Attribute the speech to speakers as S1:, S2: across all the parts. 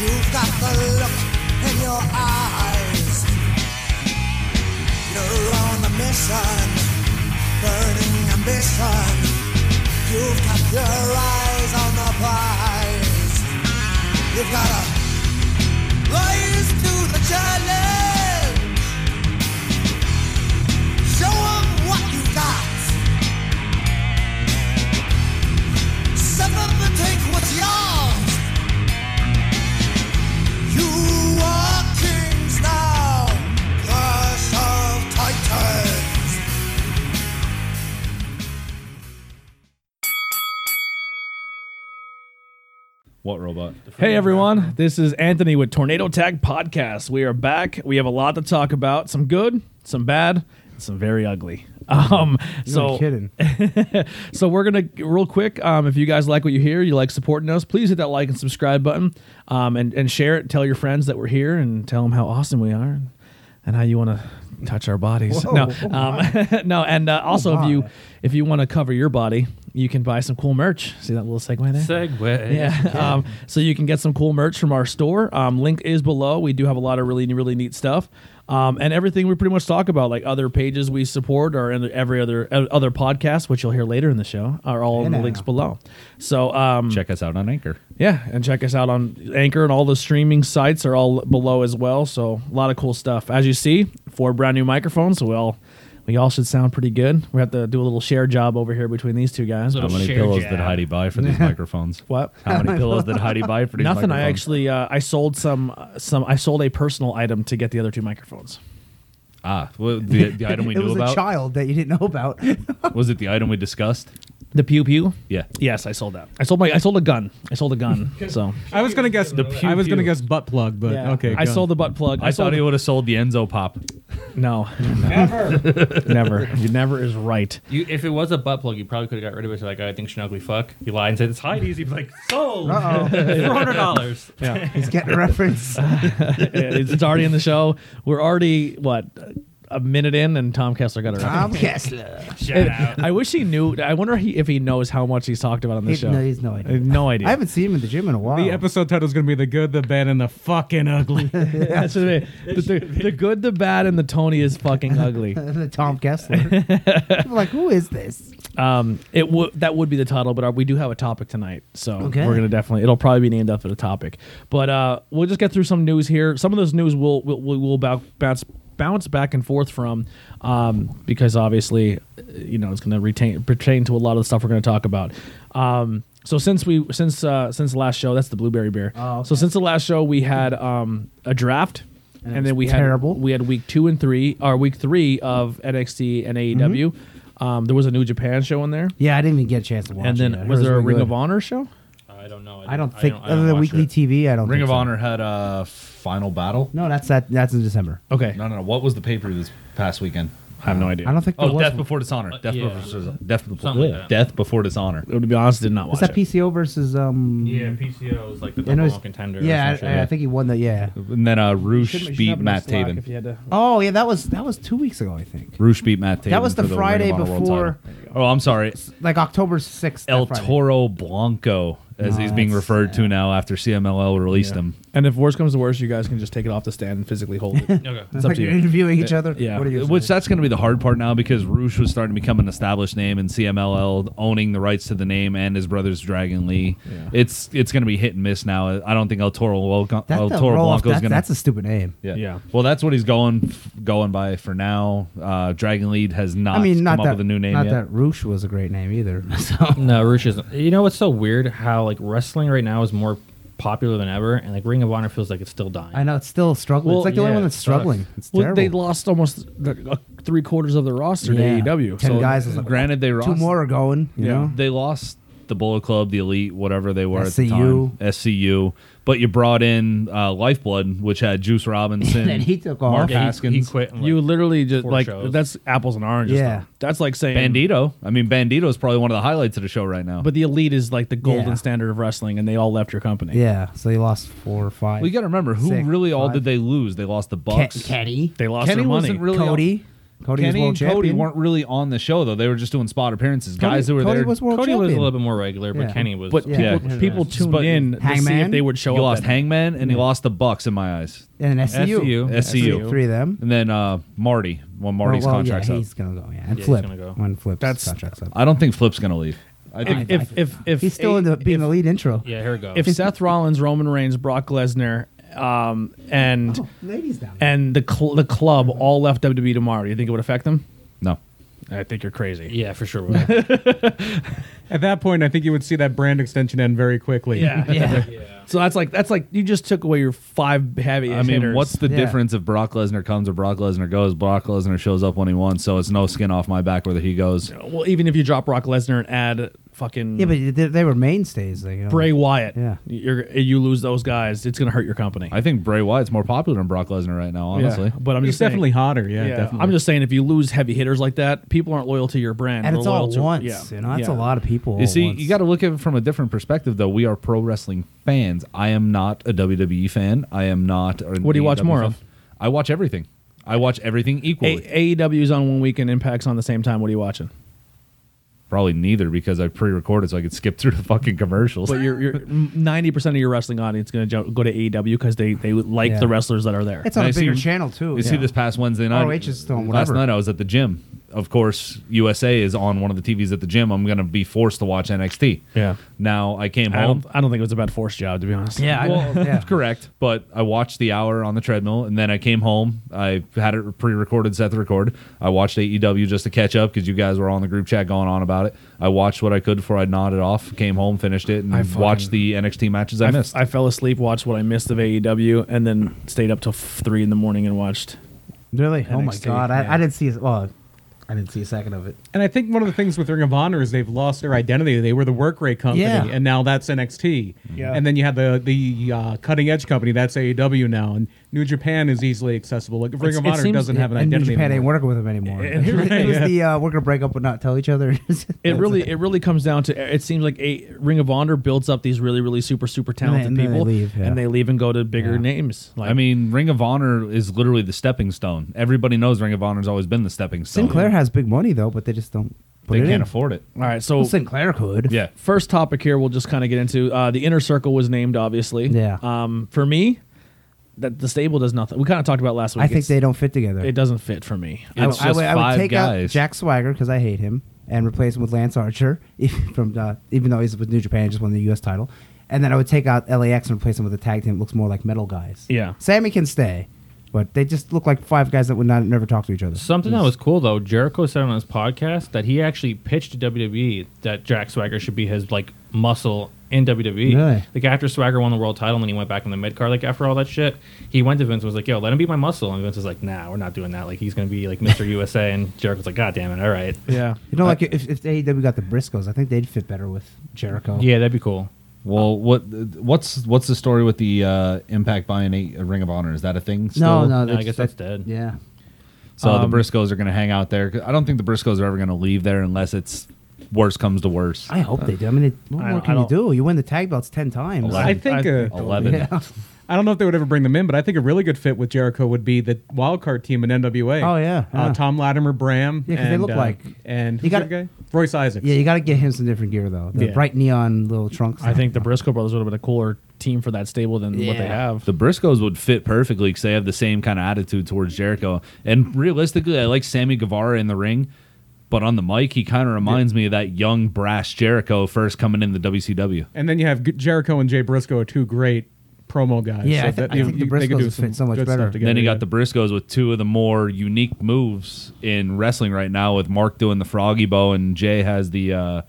S1: You've got the look in your eyes. You're on a mission, burning ambition. You've got your eyes on the prize. You've got to rise to the challenge. Show 'em what you got. Step up and take what's yours. You are kings now, class of titans.
S2: What robot? Hey everyone, this is Anthony with Tornado Tag Podcast. We are back. We have a lot to talk about. Some good, some bad, and some very ugly. Um, so
S3: kidding.
S2: so we're gonna real quick. Um, if you guys like what you hear, you like supporting us, please hit that like and subscribe button, um, and and share it. Tell your friends that we're here, and tell them how awesome we are, and, and how you want to touch our bodies.
S3: Whoa,
S2: no,
S3: oh
S2: um, no, and uh, also if you
S3: my.
S2: if you want to cover your body, you can buy some cool merch. See that little segue there?
S4: Segway.
S2: Yeah. Um, so you can get some cool merch from our store. Um, link is below. We do have a lot of really, really neat stuff. Um, and everything we pretty much talk about, like other pages we support or in every other uh, other podcast, which you'll hear later in the show, are all in the
S3: Yeah.
S2: links below. So um,
S4: Check us out on Anchor.
S2: yeah, and check us out on Anchor and all the streaming sites are all below as well. So a lot of cool stuff. As you see, four brand new microphones. So we all we all should sound pretty good. We have to do a little share job over here between these two guys.
S4: How
S5: Little
S4: many
S5: share
S4: pillows
S5: jab.
S4: did Heidi buy for these microphones?
S2: What?
S4: How many pillows did Heidi buy for these
S2: Nothing. I
S4: microphones?
S2: actually uh, I sold some uh, some I sold a personal item to get the other two microphones.
S4: Ah, well, the, the item we
S3: it
S4: knew
S3: was a
S4: about?
S3: child that you didn't know about.
S4: Was it the item we discussed?
S2: The pew pew.
S4: Yeah.
S2: Yes, I sold that. I sold my I sold a gun. I sold a gun. so
S5: I was gonna guess the I was gonna guess butt plug, but
S2: Yeah.
S5: okay.
S2: I
S5: go.
S2: sold the butt plug.
S4: I
S2: sold
S4: thought he would have sold the Enzo Pop.
S2: no, never, never. You never is right.
S5: You, if it was a butt plug, you probably could have got rid of it. So like, I think she an ugly fuck. He lied and said it's Heidi's. He'd be like, sold four hundred dollars.
S2: Yeah,
S3: He's getting a reference.
S2: it's, it's already in the show. We're already what a minute in, and Tom Kessler got it right.
S3: Tom Kessler.
S5: Shout out.
S2: I wish he knew. I wonder he, if he knows how much he's talked about on the
S3: He-
S2: show.
S3: no, he's no idea.
S2: I have no idea.
S3: I haven't seen him in the gym in a while.
S5: The episode title is gonna be the good, the bad, and the fucking ugly.
S2: That's what I mean. The, the- the good, the bad, and the Tony is fucking ugly.
S3: the Tom Kessler. I'm like, who is this?
S2: Um, it would that would be the title, but uh we do have a topic tonight, so
S3: Okay.
S2: we're gonna definitely it'll probably be named after the topic. But uh, we'll just get through some news here. Some of those news will will will we'll bou- bounce bounce back and forth from, um, because obviously, uh, you know, it's gonna retain pertain to a lot of the stuff we're gonna talk about. Um, so since we since uh, since the last show, that's the blueberry beer.
S3: Oh,
S2: So
S3: okay.
S2: since the last show, we had um, a draft. And,
S3: was
S2: then we
S3: terrible.
S2: had we had week two and three, or week three of NXT and AEW. Um, there was a New Japan show in there,
S3: Mm-hmm. Yeah, I didn't even get a chance to watch
S2: and
S3: it. I
S2: then
S3: heard
S2: was
S3: it
S2: there a
S3: really
S2: Ring of
S3: good.
S2: Honor show?
S5: I don't know.
S3: I don't think other than
S5: watch
S3: weekly
S5: it.
S3: TV. I don't.
S4: Ring
S3: think
S4: of
S3: so.
S4: Honor had a final battle.
S3: No, that's that. That's in December.
S2: Okay,
S4: No, no, no. What was the paper this past weekend?
S2: I have no idea.
S3: I don't think. There
S4: Oh,
S3: was
S4: Death
S3: one.
S4: Before Dishonor. Death,
S5: Uh, yeah.
S4: before, Dishonor. Death, before,
S5: Something like that.
S4: Death Before Dishonor.
S2: To be honest, did not watch
S3: Is that
S2: it.
S3: PCO versus um?
S5: Yeah, PCO is like the
S3: I know
S5: number
S3: it's-
S5: one contender. or
S3: Yeah,
S5: some shit.
S3: I, I think he won the yeah.
S4: And then uh, Roosh beat Matt Taven.
S3: Oh yeah, that was that was two weeks ago I think.
S4: Roosh beat Matt Taven.
S3: That was the
S4: for Ring of
S3: Friday
S4: Honor World
S3: before-
S4: title. Oh, I'm sorry.
S3: Like October sixth.
S4: El Toro Blanco, as he's being
S3: that's-
S4: referred to now after CMLL released him.
S2: And if worse comes to worse, you guys can just take it off the stand and physically hold it.
S5: Okay.
S2: It's
S3: It's
S2: up
S3: like
S2: to
S3: you're
S2: you.
S3: interviewing each other.
S2: yeah.
S3: What are you
S4: Which
S3: saying?
S4: that's going to be the hard part now because Roosh was starting to become an established name, and CMLL owning the rights to the name and his brother's Dragon Lee. It's it's going to be hit and miss now. I don't think El Toro Wel-
S3: That's
S4: El
S3: the
S4: Toro
S3: roll-off.
S4: Blanco is
S3: That's,
S4: going
S3: that's
S4: to.
S3: a stupid name.
S4: Yeah.
S2: Yeah.
S4: well, that's what he's going going by for now. Uh, Dragon Lead has not.
S3: I mean, not
S4: come
S3: that
S4: up with a new name
S3: Not
S4: yet.
S3: that Roosh was a great name either. So
S5: No, Roosh isn't. You know what's so weird? How like wrestling right now is more popular than ever, and like Ring of Honor feels like it's still dying.
S3: I know it's still struggling.
S2: Well,
S3: it's like the only
S5: yeah,
S3: one that's
S5: it sucks.
S3: struggling. It's
S2: Well,
S3: terrible.
S2: they lost almost the, uh, three quarters of the roster
S3: Yeah.
S2: to AEW.
S3: Ten
S2: so
S3: guys is like
S4: Granted, they lost
S3: two more are going. You
S2: Yeah.
S3: know.
S4: They lost the Bullet Club, the Elite, whatever they were at
S3: SCU.
S4: the time. SCU. But you brought in uh, Lifeblood, which had Juice Robinson.
S3: And he took off.
S4: Mark
S3: Yeah,
S4: Haskins.
S5: He quit. And, like,
S2: You literally just
S5: Four
S2: like
S5: shows.
S2: that's apples and oranges.
S3: Yeah.
S2: though. that's like saying
S4: Bandito. I mean, Bandito is probably one of the highlights of the show right now.
S2: But the elite is like the golden
S3: Yeah.
S2: standard of wrestling, and they all left your company.
S3: Yeah. So they lost four or five.
S4: we got to remember who
S3: Six,
S4: really all
S3: five.
S4: did they lose? They lost the
S3: Ke-
S4: Bucks.
S3: Kenny.
S2: they lost
S4: Kenny
S2: their money.
S4: wasn't really
S3: Cody. Cody was
S4: Kenny
S3: world
S4: and Cody
S3: champion.
S4: weren't really on the show though. They were just doing spot appearances.
S3: Cody-
S4: Guys that were
S3: Cody
S4: there.
S3: was world
S5: Cody
S3: champion.
S5: was a little bit more regular, but
S3: Yeah.
S5: Kenny was.
S2: But
S3: Yeah.
S2: people, people tuned
S4: But-
S2: in to see if
S3: Hangman?
S2: they would show
S4: you
S2: up.
S4: lost
S2: that-
S4: Hangman and you lost the Bucks in my eyes,
S3: and an SCU.
S5: SCU.
S4: SCU,
S3: Three of them.
S4: and then uh, Marty when Marty's
S3: Oh, well, well,
S4: contract's
S3: yeah,
S4: up.
S3: he's gonna go. Yeah, and
S5: he's
S3: Flip
S5: gonna go.
S3: when Flip's
S2: That's-
S3: contract's up.
S4: I don't think Flip's gonna leave. I think
S2: If if if, if E
S3: He's still in the, being the lead intro.
S5: yeah, here it goes.
S2: if Seth Rollins, Roman Reigns, Brock Lesnar, um, and
S3: Oh. ladies down.
S2: and the cl- the club all left WWE tomorrow, do you think it would affect them?
S4: no.
S2: I think you're crazy.
S5: yeah, for sure. yeah.
S6: At that point, I think you would see that brand extension end very quickly.
S2: yeah. So that's like that's like you just took away your five heavy.
S4: I mean, what's the
S3: Yeah.
S4: difference if Brock Lesnar comes or Brock Lesnar goes? Brock Lesnar shows up when he wants, so it's no skin off my back whether he goes.
S2: well, even if you drop Brock Lesnar and add fucking
S3: Yeah, but they, they were mainstays. Like, you know.
S2: Bray Wyatt,
S3: Yeah.
S2: you're, you lose those guys, it's gonna hurt your company.
S4: I think Bray Wyatt's more popular than Brock Lesnar right now,
S2: Yeah.
S4: honestly.
S2: but I'm
S6: He's
S2: just saying-
S6: definitely hotter. Yeah,
S2: yeah,
S6: definitely.
S2: I'm just saying if you lose heavy hitters like that, people aren't loyal to your brand.
S3: and
S2: They're
S3: it's all
S2: loyal
S3: at
S2: to-
S3: once.
S2: yeah,
S3: You know, that's
S2: yeah.
S3: a lot of people. all
S4: You
S3: at
S4: see,
S3: once.
S4: you got to look at it from a different perspective, though. We are pro wrestling fans. I am not a WWE fan. I am not. E
S2: What do you watch more of?
S4: I watch everything. I watch everything equally.
S2: A- AEW's on one week and Impact's on the same time. What are you watching?
S4: Probably neither because I pre-recorded, so I could skip through the fucking commercials.
S2: But your your ninety percent of your wrestling audience going to jump, go to AEW because they they like
S3: Yeah.
S2: the wrestlers that are there.
S3: It's on
S4: I
S3: a bigger
S4: see-
S3: channel too.
S4: You see this past Wednesday night.
S3: ROH is still on
S4: last
S3: whatever.
S4: night I was at the gym. Of course, USA is on one of the TVs at the gym. I'm gonna be forced to watch NXT.
S2: Yeah.
S4: Now I came
S2: I
S4: home.
S2: don't I don't think it was a bad force job to be honest.
S3: Yeah, I-
S4: well,
S3: yeah.
S4: correct. But I watched the hour on the treadmill, and then I came home. I had it pre-recorded, set to record. I watched AEW just to catch up because you guys were on the group chat going on about it. I watched what I could before I nodded off. Came home, finished it, and
S2: I fucking-
S4: watched the NXT matches I,
S2: I,
S4: missed.
S2: I fell asleep, watched what I missed of AEW, and then stayed up till f- three in the morning and watched.
S3: Really? oh my
S2: NXT,
S3: god! I,
S2: yeah.
S3: I didn't see. a- Well, I didn't see a second of it.
S6: and I think one of the things with Ring of Honor is they've lost their identity. They were the work rate company,
S3: Yeah.
S6: and now that's NXT.
S3: Yeah.
S6: And then you had the the uh, cutting edge company that's AEW now, and New Japan is easily accessible. Like Ring
S2: It's-
S6: of
S2: it
S6: Honor
S2: seems-
S6: doesn't have an
S3: and New
S6: identity.
S3: Japan ain't
S6: anymore.
S3: working with them anymore.
S2: And
S3: it
S2: here's
S3: was
S2: the thing,
S6: yeah.
S3: the uh, we're gonna break up but not tell each other.
S2: It really it really comes down to it seems like a Ring of Honor builds up these really really super super talented
S3: and then they
S2: people
S3: leave, yeah.
S2: and they leave and go to bigger names. Like
S4: I mean, Ring of Honor is literally the stepping stone. Everybody knows Ring of Honor's always been the stepping stone.
S3: Sinclair has big money though, but they just don't. Put
S4: They
S3: it
S4: can't
S3: in.
S4: afford it.
S2: all right, so
S3: Well, Sinclair could.
S4: Yeah.
S2: first topic here we'll just kind of get into uh, the inner circle was named obviously
S3: Yeah.
S2: um, for me that the stable does nothing we kind of talked about last week
S3: I think
S2: It's-
S3: they don't fit together.
S2: it doesn't fit for me
S3: I,
S4: It's
S3: I
S4: just
S3: would, I would
S4: five
S3: take out
S4: guys.
S3: Jack Swagger because I hate him and replace him with Lance Archer, even from uh, even though he's with New Japan, he just won the U.S. title. And then I would take out LAX and replace him with a tag team that looks more like metal guys.
S2: Yeah.
S3: Sammy can stay, but they just look like five guys that would not never talk to each other.
S5: Something that was cool though, Jericho said on his podcast that he actually pitched to WWE that Jack Swagger should be his like muscle in WWE.
S3: Really?
S5: Like after Swagger won the world title and then he went back in the mid card, like after all that shit, he went to Vince and was like, Yo, let him be my muscle and Vince was like, Nah, we're not doing that. Like he's gonna be like Mr. USA and Jericho's like, God damn it, all right.
S2: yeah
S3: you know, like if, if AEW got the Briscoes, I think they'd fit better with Jericho.
S5: Yeah, that'd be cool.
S4: Well, what what's what's the story with the uh, Impact buying a, a Ring of Honor? Is that a thing?
S3: No,
S4: still?
S3: no,
S5: No, I
S3: they
S5: guess
S3: just-
S5: that's dead.
S3: Yeah.
S4: So the Briscoes are going to hang out there. I don't think the Briscoes are ever going to leave there unless it's worse comes to worse.
S3: I hope they do. I mean, it, what
S2: I-
S3: more
S2: I
S3: can you
S2: don't-
S3: do? You win the tag belts 10 times.
S6: I think
S2: I-
S6: uh,
S4: Eleven.
S6: I don't know if they would ever bring them in, but I think a really good fit with Jericho would be the wild card team in NWA.
S3: Oh, yeah, yeah.
S6: Uh, Tom Latimer, Bram,
S3: Yeah, 'cause they
S6: and,
S3: look
S6: uh,
S3: like-
S6: and
S3: You
S6: who's the
S3: gotta-
S6: other guy? Royce Isaacs.
S3: Yeah, you got to get him some different gear, though. The
S2: Yeah.
S3: bright neon little trunks.
S2: i think the briscoe brothers would have been a cooler team for that stable than what they
S3: Yeah.
S2: have
S4: The Briscoes would fit perfectly because they have the same kind of attitude towards Jericho. And realistically, I like Sammy Guevara in the ring, but on the mic, he kind of reminds me of that young, brash Jericho first coming in the WCW.
S6: And then you have G- Jericho and Jay Briscoe, are two great promo guys.
S3: Yeah, I thi-
S6: that-
S3: I think the
S6: they could do
S3: Briscoes
S6: some
S3: fit so much
S6: good
S3: better.
S6: stuff together,
S4: then you
S6: yeah.
S4: got the Briscoes with two of the more unique moves in wrestling right now, with Mark doing the froggy bow and Jay has the uh,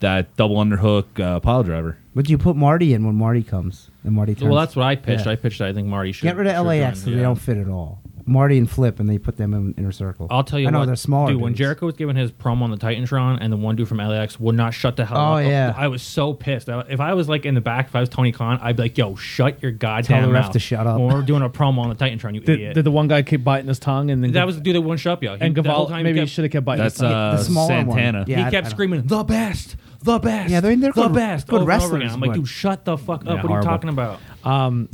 S4: that double underhook uh, pile driver.
S3: But you put Marty in when Marty comes, and Marty. Turns.
S5: Well that's what I pitched.
S3: Yeah.
S5: I pitched that I think Marty should
S3: Get rid of
S5: should
S3: LAX
S5: join,
S3: so they
S5: yeah.
S3: don't fit at all. Marty and Flip, and they put them in inner circle.
S5: I'll tell you
S3: I know
S5: what,
S3: they're smaller.
S5: Dude, when
S3: dudes.
S5: Jericho was giving his promo on the Titantron, and the one dude from LAX would not shut the hell
S3: Oh,
S5: up.
S3: yeah.
S5: I was so pissed. I- If I was like in the back, if I was Tony Khan, I'd be like, "Yo, shut your goddamn
S3: the ref
S5: mouth
S3: to shut up.
S5: When we're doing a promo on the Titantron, you
S2: did,
S5: idiot.
S2: did the one guy keep biting his tongue and then
S5: that was the dude that wouldn't shut up, yo. He,
S2: and
S5: the whole
S2: Gaval,
S5: time
S2: maybe
S5: he
S2: he
S5: kept,
S2: should have kept biting his
S4: That's
S2: tongue.
S4: uh,
S3: the smaller one.
S4: Santana.
S3: Yeah.
S5: he
S3: I-
S5: kept
S3: I don't-
S5: screaming, "The best, the best,
S3: Yeah, they're- they're
S5: the
S3: good-
S5: best."
S3: good
S5: over and over
S3: wrestlers,
S5: again. I'm like,
S3: but-
S5: dude, shut the fuck up. what are you
S2: horrible.
S5: talking about?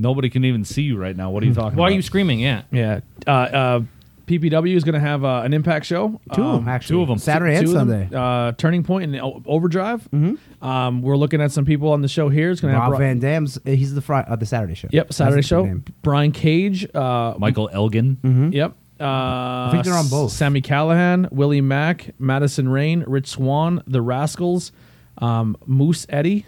S4: Nobody can even see Hmm. you right now. What are you talking
S5: Why are
S4: about?
S5: you screaming? Yeah,
S2: yeah uh, uh, PPW is going to have uh, an Impact show.
S3: Two of
S2: Um,
S3: them actually.
S4: two of 'em.
S3: Saturday and
S2: two of
S3: Sunday.
S2: them, uh, Turning Point and O- Overdrive. Um, we're looking at some people on the show here. It's going to have
S3: Rob
S2: Bri-
S3: Van Dam's. uh, He's the Friday, uh, the Saturday show.
S2: Yep,
S3: That's
S2: Saturday
S3: the
S2: show.
S3: name.
S2: Brian Cage. Uh,
S4: Michael Elgin.
S2: Yep. Uh, I
S3: Hmm? think they're on both.
S2: Sammy Callahan, Willie Mack, Madison Rain, Rich Swan, The Rascals, um, Moose Eddie.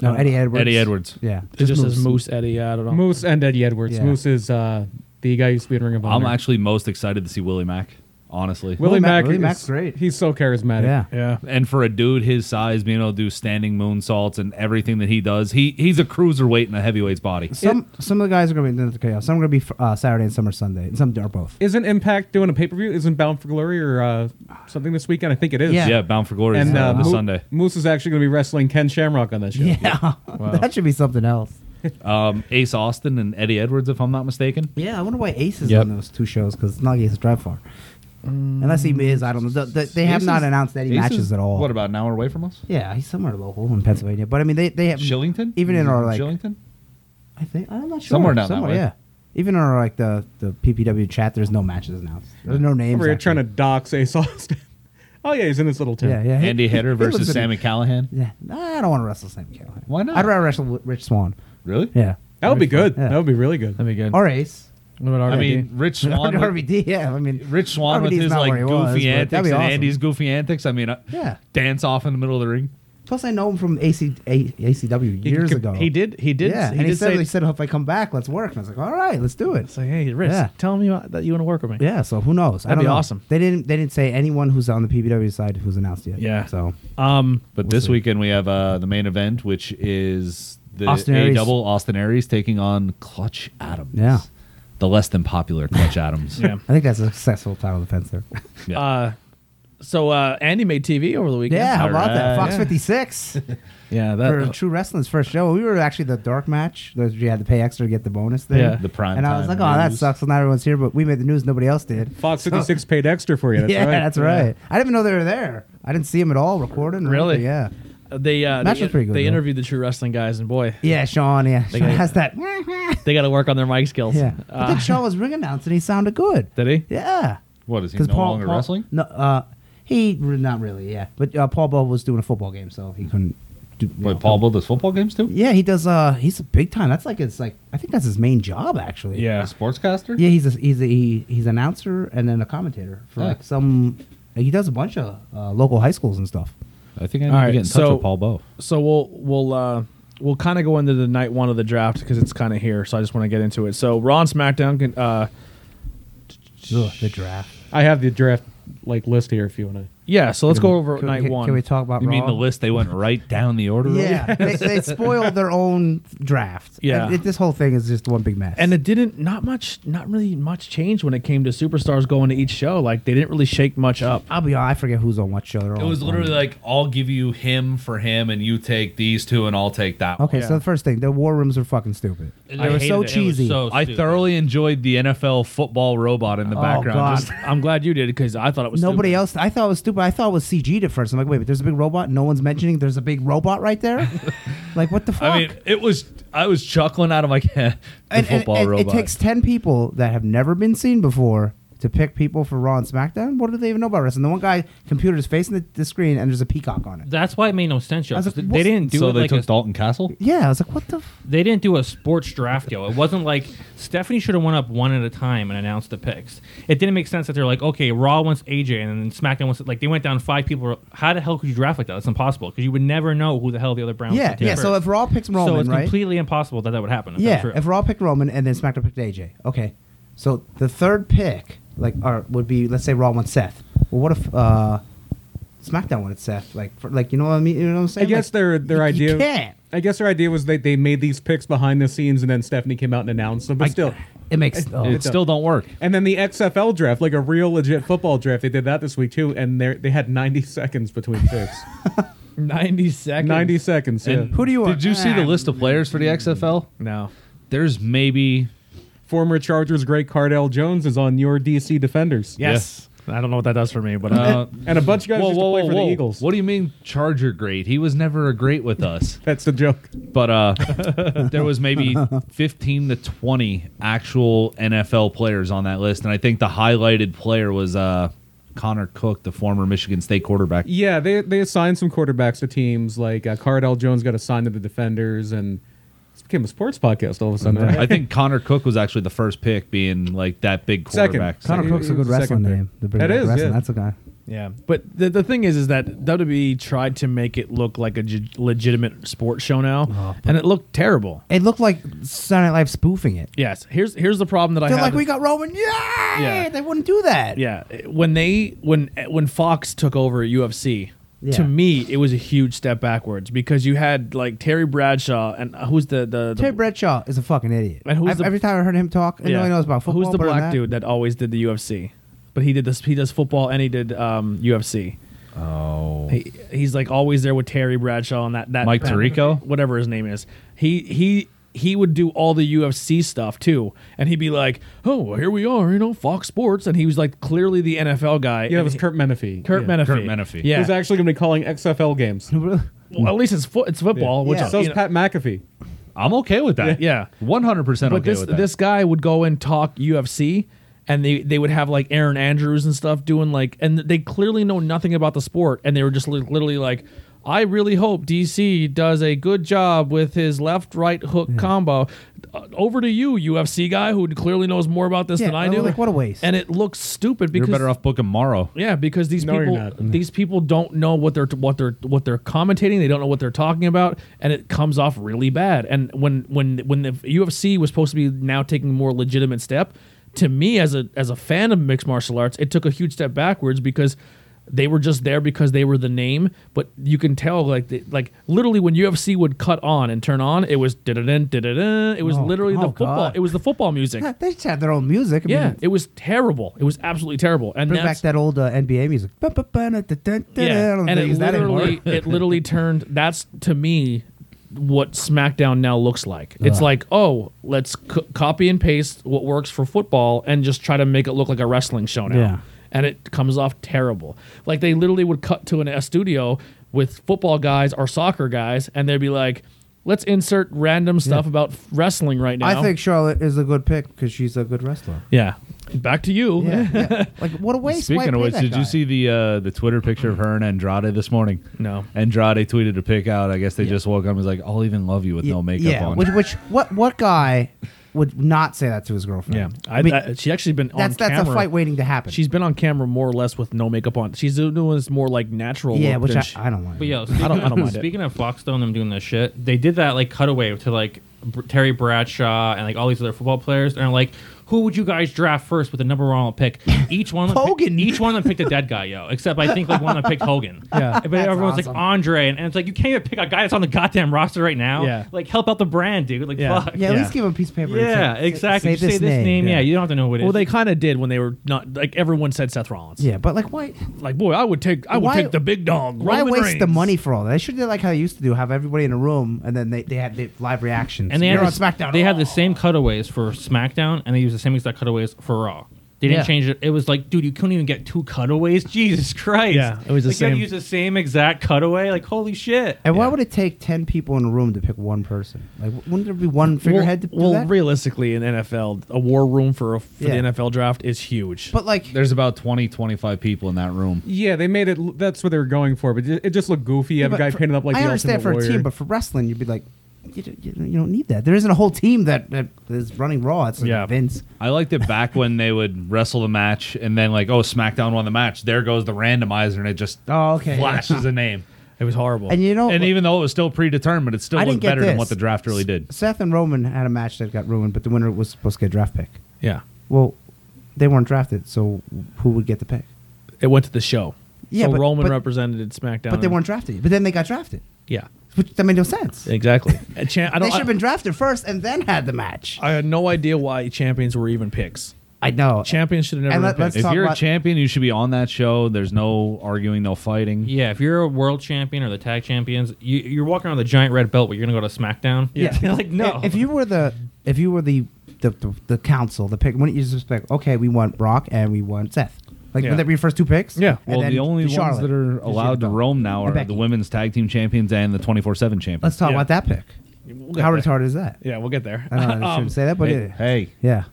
S3: No, Eddie Edwards.
S4: Eddie Edwards.
S3: Yeah,
S2: It just says
S3: Moose.
S2: Moose Eddie. I don't know.
S6: Moose and Eddie Edwards.
S3: Yeah.
S6: Moose is uh, the guy who used to be in Ring of Honor.
S4: I'm actually most excited to see Willie Mack, honestly.
S6: Willie
S3: Willie Mack-
S6: Mack.
S3: Willie
S6: is-
S3: Mack's great.
S6: He's so charismatic.
S3: Yeah.
S2: Yeah.
S4: and for a dude his size, being able to do standing moonsaults and everything that he does, he he's a cruiserweight in a heavyweight's body.
S3: Some some of the guys are going to be in the chaos. Some are going to be fr- uh, Saturday and some are Sunday, and some are both.
S6: Isn't Impact doing a pay per view? Isn't Bound for Glory or uh, something this weekend? I think it is.
S3: Yeah.
S4: Yeah, um, Bound for Glory
S6: And
S4: is
S6: uh,
S4: on this
S6: Mo-
S4: Sunday.
S6: Moose is actually going to be wrestling Ken Shamrock on that show.
S3: Yeah, that should be something else.
S4: Um, Ace Austin and Eddie Edwards, if I'm not mistaken.
S3: Yeah, I wonder why Ace is
S2: Yep.
S3: on those two shows because it's not Ace Drive Far. Unless he is, I don't know. The- the- they have
S4: Mm, Ace
S3: not
S4: is-
S3: announced any
S4: Ace
S3: matches
S4: is,
S3: at all.
S4: What about an hour away from us?
S3: Yeah, he's somewhere local in Pennsylvania. But I mean, they they have
S4: Shillington,
S3: even in our like
S4: Shillington.
S3: I think I'm not sure
S4: Somewhere down that way.
S3: Yeah, even in our like the the PPW chat, there's no matches announced. There's no names.
S6: Over here
S3: actually.
S6: trying to dox Ace Austin. oh yeah, he's in this little town.
S3: yeah yeah. he-
S4: Andy Header
S3: he lives
S4: versus
S3: in-
S4: Sammy Callahan.
S3: Yeah, Nah, I don't want to wrestle Sammy Callahan.
S4: Why not?
S3: I'd rather wrestle with Rich Swan.
S4: Really?
S3: Yeah,
S6: That would be good.
S3: Yeah.
S6: That would be really good.
S2: That'd be good.
S3: or Ace.
S2: What about
S4: I
S2: RVD?
S4: mean, Rich Swan. with-
S3: RVD, yeah. I mean,
S4: Rich Swan with
S3: RVD 's
S4: his
S3: not
S4: like
S3: where he
S4: goofy
S3: was, but that'd
S4: antics
S3: be
S4: and
S3: awesome.
S4: Andy's goofy antics. I mean, uh,
S3: Yeah.
S4: dance off in the middle of the ring.
S3: Plus, I know him from AC, A- ACW years
S6: could-
S3: ago.
S2: he did. He did.
S3: yeah,
S2: he
S3: and
S2: did
S3: he said,
S2: say,
S3: he said, "If I come back, let's work." And I was like, "All right, let's do it."
S2: it's like, hey, Rich,
S3: Yeah.
S2: tell me about, that you want to work with me.
S3: Yeah, so who knows? I
S2: That'd
S3: don't
S2: be
S3: know.
S2: awesome.
S3: They didn't. They didn't say anyone who's on the PBW side who's announced yet.
S2: Yeah.
S3: So
S2: Um,
S4: But this weekend we have uh, the main event, which is the
S3: Austin
S4: A
S3: Aries.
S4: double Austin Aries taking on Clutch Adams.
S3: Yeah.
S4: The less than popular Clutch Adams.
S2: yeah.
S3: I think that's a successful title defense there.
S4: Yeah.
S2: Uh, so uh, Andy made TV over the weekend.
S3: yeah, how about that?
S4: Alright.
S3: Fox 56
S2: Yeah, that
S3: for True Wrestling's first show. We were actually the dark match. Those you had to pay extra to get the bonus thing.
S2: Yeah.
S4: The prime
S3: And I was
S4: time
S3: like, "Oh, that
S4: news."
S3: sucks. Well, not everyone's here, but we made the news. Nobody else did."
S6: Fox 56 paid extra for you. That's
S3: yeah,
S6: right.
S3: that's right. I didn't even know they were there. I didn't see them at all recording. or
S2: Really?
S3: anything, Yeah.
S2: they uh,
S3: Match
S2: they,
S3: was pretty good,
S2: they
S3: though.
S2: interviewed the true wrestling guys and boy,
S3: Yeah, Sean. Yeah, Sean
S2: got-
S3: has that.
S2: they got to work on their mic skills.
S3: yeah, but
S2: Uh,
S3: then Sean was ring announced and he sounded good.
S2: did he?
S3: Yeah,
S4: What is he no
S3: because Paul
S4: longer
S3: Paul-
S4: wrestling?
S3: No, uh, he re- not really. Yeah, but uh, Paul Bob was doing a football game, so he couldn't. Do, you know.
S4: Wait, Paul Bull does football games too?
S3: Yeah, he does. Uh, he's a big time. That's like it's like I think that's his main job actually.
S4: A sportscaster?
S3: Yeah, he's a, he's a, he, he's an announcer and then a commentator for
S4: Yeah.
S3: like some. He does a bunch of uh, local high schools and stuff.
S4: I think I need
S2: All
S4: to
S2: right,
S4: get in touch
S2: so-
S4: with Paul Bow.
S2: So we'll we'll uh, we'll kind of go into the night one of the draft because it's kind of here. So I just want to get into it. So Raw and SmackDown can. Uh,
S3: Ugh, the draft.
S6: I have the draft like list here if you want to.
S2: yeah, so let's go over
S3: Can-
S2: night
S3: can,
S2: one.
S3: Can we talk about
S4: You mean
S3: Raw?
S4: the list they went right down the order?
S3: Yeah, they, they spoiled their own draft.
S2: Yeah.
S3: And it- this whole thing is just one big mess.
S2: and it didn't not much not really much change when it came to superstars going to each show. Like they didn't really shake much up.
S3: I'll be honest, I forget who's on what show.
S4: It was literally like, I'll give you him for him, and you take these two, and I'll take that
S3: Okay,
S2: Yeah.
S3: so the first thing, the war rooms are fucking stupid. They
S5: I
S3: were
S5: hated
S3: so
S5: it. It was
S3: cheesy.
S5: so
S4: I
S5: stupid.
S4: thoroughly enjoyed the NFL football robot in the background.
S3: Oh, God.
S4: Just-
S2: I'm glad you did because I thought it was
S3: Nobody
S2: stupid.
S3: else. I thought it was stupid. I thought it was CG'd at first. I'm like, wait, but there's a big robot. No one's mentioning there's a big robot right there. like, what the fuck?
S4: I mean, it was. I was chuckling out of my head. The
S3: and, and-
S4: football
S3: and
S4: robot.
S3: It takes ten people that have never been seen before to pick people for Raw and SmackDown. What do they even know about wrestling? The one guy computer is facing the, the screen and there's a peacock on it.
S5: That's why it made no sense, yo.
S3: I was like,
S5: they
S3: what's-
S5: didn't do
S4: so
S5: it
S4: they
S5: like
S4: took
S5: a,
S4: Dalton Castle.
S3: Yeah, I was like, what the? F-?
S5: they didn't do a sports draft, yo. It wasn't like Stephanie should have went up one at a time and announced the picks. It didn't make sense that they're like, okay, Raw wants AJ and then SmackDown wants like they went down five people. How the hell could you draft like that? That's impossible because you would never know who the hell the other Browns.
S3: Yeah,
S5: would take
S3: yeah. So
S5: first.
S3: if Raw picks
S5: so
S3: Roman,
S5: it's
S3: right?
S5: completely impossible that that would happen. if that's
S3: Yeah,
S5: true.
S3: if Raw picked Roman and then SmackDown picked AJ. Okay, so the third pick, like, or would be let's say Raw went Seth. Well, what if uh, SmackDown wanted Seth? Like, for, like you know what I mean? You know what I'm
S6: I
S3: saying?
S6: guess
S3: Like,
S6: their their
S3: you-
S6: idea.
S3: You can't.
S6: I guess their idea was that they made these picks behind the scenes, and then Stephanie came out and announced them. But still,
S3: It makes. oh.
S4: It still don't work.
S6: and then the XFL draft, like a real legit football draft, they did that this week too, and they they had 90 seconds between picks.
S2: ninety seconds.
S6: 90 seconds. Yeah.
S3: who do you want?
S4: Did you see the
S3: Ah,
S4: list of players for the XFL?
S2: No.
S4: There's maybe
S6: Former Chargers great Cardell Jones is on your DC Defenders.
S2: Yes. I don't know what that does for me, but uh,
S4: Uh,
S6: And a bunch of guys
S4: whoa,
S6: used to
S4: whoa,
S6: play
S4: whoa,
S6: for
S4: whoa.
S6: the Eagles.
S4: What do you mean Charger great? He was never a great with us.
S6: That's the joke.
S4: but uh, there was maybe 15 to 20 actual NFL players on that list, and I think the highlighted player was uh, Connor Cook, the former Michigan State quarterback.
S6: Yeah, they they assigned some quarterbacks to teams. Like uh, Cardell Jones got assigned to the defenders, and it became a sports podcast all of a sudden. right?
S4: Mm-hmm. I think Connor Cook was actually the first pick, being like that big
S6: Second.
S4: quarterback.
S3: Connor
S6: Second-
S3: Cook's a good
S6: second
S3: wrestling
S6: pick.
S3: name. to bring
S6: That
S3: back
S6: is,
S3: wrestling.
S6: yeah.
S3: That's a guy.
S2: yeah. But the, the thing is, is that WWE tried to make it look like a g- legitimate sports show now, and it looked terrible.
S3: It looked like Saturday Night Live spoofing it.
S2: Yes. Here's here's the problem that I
S3: They're
S2: had
S3: like,
S2: with-
S3: we got Roman. Yeah,
S2: Yeah.
S3: they wouldn't do that.
S2: Yeah, when they when when Fox took over UFC,
S3: Yeah.
S2: to me it was a huge step backwards because you had like Terry Bradshaw and uh, who's the the, the
S3: Terry Bradshaw is a fucking idiot.
S2: And who's
S3: I've-
S2: the-
S3: every time I heard him talk, I
S2: yeah.
S3: know he knows about football.
S2: Who's the
S3: but other
S2: black
S3: than that-
S2: dude that always did the UFC? But he did this. He does football and he did um, UFC.
S4: Oh,
S2: He, he's like always there with Terry Bradshaw and that that
S4: Mike Tirico?
S2: whatever his name is. He he he would do all the UFC stuff too, and he'd be like, "Oh, well, here we are, you know, Fox Sports," and he was like clearly the NFL guy.
S6: yeah, it
S2: and
S6: was
S2: he-
S6: Kurt Menefee.
S2: Kurt
S6: yeah.
S2: Menefee.
S4: Kurt Menefee.
S2: Yeah,
S6: Who's actually going to be calling XFL games.
S2: Well, at least it's fo- it's football, which
S3: Yeah.
S6: So's
S2: you know-
S6: Pat McAfee.
S4: I'm okay with that.
S2: Yeah.
S4: 100 percent
S2: but
S4: okay
S2: this
S4: with that.
S2: this guy would go and talk UFC, and they they would have like Aaron Andrews and stuff doing like, and they clearly know nothing about the sport, and they were just li- literally like. I really hope DC does a good job with his left right hook
S3: Hmm.
S2: combo. Uh, over to you, UFC guy who clearly knows more about this
S3: Yeah,
S2: than I
S3: I was
S2: do.
S3: like, what a waste.
S2: And it looks stupid
S4: You're
S2: because
S4: better off booking Morrow.
S2: Yeah, because these
S6: No, you're
S2: people
S6: not.
S2: these people don't know what they're what they're what they're commentating. They don't know what they're talking about, and it comes off really bad. And when when when the UFC was supposed to be now taking a more legitimate step, to me as a as a fan of mixed martial arts, it took a huge step backwards because they were just there because they were the name. But you can tell like the, like literally when UFC would cut on and turn on, it was da da da da da. It was
S3: Oh,
S2: literally the
S3: oh,
S2: football.
S3: God.
S2: It was the football music.
S3: Yeah, they just had their own music. I
S2: Yeah,
S3: mean,
S2: it was terrible. It was absolutely terrible. And
S3: bring
S2: that's,
S3: back that old uh, NBA music. Yeah,
S2: yeah, and it
S3: that
S2: literally it literally turned. That's to me what SmackDown now looks like. It's
S3: Ugh.
S2: like, oh, let's co- copy and paste what works for football and just try to make it look like a wrestling show now.
S3: Yeah.
S2: And it comes off terrible. Like they literally would cut to an, a studio with football guys or soccer guys, and they'd be like, let's insert random stuff about wrestling right now.
S3: I think Charlotte is a good pick because she's a good wrestler.
S2: Yeah. Back to you.
S3: Yeah, yeah. like what a waste. Why
S4: Speaking of
S3: pay
S4: which,
S3: that
S4: did
S3: guy?
S4: you see the uh, the Twitter picture of her and Andrade this morning?
S2: No.
S4: Andrade tweeted a pic out. I guess they just woke up and was like, "I'll even love you with no makeup
S3: yeah,
S4: on."
S3: Which, which what what guy would not say that to his
S2: Yeah.
S3: girlfriend?
S2: I, I- she actually been
S3: that's
S2: on
S3: that's a
S2: camera.
S3: fight waiting to happen.
S2: She's been on camera more or less with no makeup on. She's doing this more like natural.
S3: yeah,
S2: look
S3: which
S2: than
S3: I,
S2: she-
S3: I don't like.
S5: But yo,
S2: I
S5: speaking,
S2: don't- I don't mind it.
S5: speaking of Foxstone, them doing this shit, they did that like cutaway to like Br- Terry Bradshaw and like all these other football players, and like, who would you guys draft first with the number one on pick? Each one, of them picked-
S3: Hogan.
S5: each one of them picked a dead guy, yo. Except I think like one of them picked Hogan.
S2: Yeah.
S5: but
S3: That's
S5: everyone's
S3: awesome.
S5: like Andre, and, and it's like you can't even pick a guy that's on the goddamn roster right now.
S2: Yeah.
S5: like help out the brand, dude. Like
S2: Yeah.
S5: fuck.
S3: yeah, at
S2: Yeah.
S3: least give him a piece of paper. and
S5: Yeah,
S3: say- say-
S5: exactly.
S3: Say,
S5: Just say this name. Yeah. you don't have to know what it is.
S2: well, they kind of did when they were not like everyone said Seth Rollins.
S3: Yeah, but like why?
S2: Like boy, I would take I would
S3: Why-
S2: take the big dog.
S3: Why
S2: Roman
S3: waste the
S2: Reigns.
S3: money for all that? They should do like how they used to do, have everybody in a room and then they, they had the live reactions.
S5: and they
S3: You're
S5: had
S3: on
S5: the-
S3: SmackDown.
S5: They had
S3: Oh.
S5: the same cutaways for SmackDown, and they used the same exact cutaways for Raw. They didn't
S2: Yeah.
S5: change it. It was like, dude, you couldn't even get two cutaways. Jesus Christ!
S2: Yeah, it was the
S5: like, You had
S2: same-
S5: to use the same exact cutaway. Like, holy shit!
S3: And why would it take ten people in a room to pick one person? Like, w- wouldn't there be one figurehead to do
S2: well,
S3: that?
S2: realistically, in NFL, a war room for, a, for
S3: Yeah.
S2: the NFL draft is huge.
S3: but like,
S4: There's about 20, 25 people in that room.
S6: Yeah, they made it. That's what they were going for, but it just looked goofy. You have
S3: but
S6: a guy
S3: for-
S6: painted up like
S3: I
S6: the
S3: understand
S6: Ultimate
S3: for a team,
S6: Warrior.
S3: but for wrestling, you'd be like, you don't, you don't- you don't need that. There isn't a whole team that, that is running Raw. It's like
S2: Yeah.
S3: Vince.
S4: I liked it back when they would wrestle the match and then like, oh, SmackDown won the match. There goes the randomizer, and it just
S3: Oh, okay.
S4: flashes a name.
S2: it was horrible.
S3: And you know,
S4: and even though it was still predetermined, it still
S3: I
S4: looked
S3: didn't get
S4: better than
S3: this.
S4: what the draft really did.
S3: Seth and Roman had a match that got ruined, but the winner was supposed to get a draft pick.
S2: yeah,
S3: Well, they weren't drafted, so who would get the pick?
S2: it went to the show.
S3: Yeah,
S2: so
S3: but-
S2: Roman
S3: but-
S2: represented SmackDown.
S3: But they
S2: and-
S3: weren't drafted. But then they got drafted,
S2: Yeah,
S3: which that made no sense.
S2: exactly. And Chan- I
S3: they
S2: don't.
S3: should
S2: I,
S3: have been drafted first and then had the match.
S2: I had no idea why champions were even picks.
S3: I know.
S2: Champions should have never
S3: And
S2: been
S3: let- let's
S2: picked.
S4: If
S3: talk
S4: you're a
S3: about-
S4: champion, you should be on that show. There's no arguing, no fighting.
S5: Yeah, if you're a world champion or the tag champions, you, you're walking around with a giant red belt, but you're gonna go to SmackDown. like no.
S3: If you were the if you were the the, the, the council, the pick, wouldn't you just pick? Okay, we want Brock and we want Seth. Like,
S2: Yeah.
S3: would that be your first two picks?
S2: Yeah.
S3: And
S4: Well,
S3: then
S4: the only
S3: to
S4: ones
S3: Charlotte.
S4: that are
S3: Just
S4: allowed to
S3: Shayna Baszler.
S4: roam now
S3: And
S4: are the
S3: Becky.
S4: women's tag team champions and the 24 7 champions.
S3: Let's talk
S2: Yeah.
S3: about that pick.
S2: get
S3: How
S2: there.
S3: retarded is that?
S2: Yeah, we'll get there.
S3: I don't know. I
S2: Um,
S3: shouldn't say that, but
S4: hey,
S3: yeah.
S4: hey,
S3: yeah.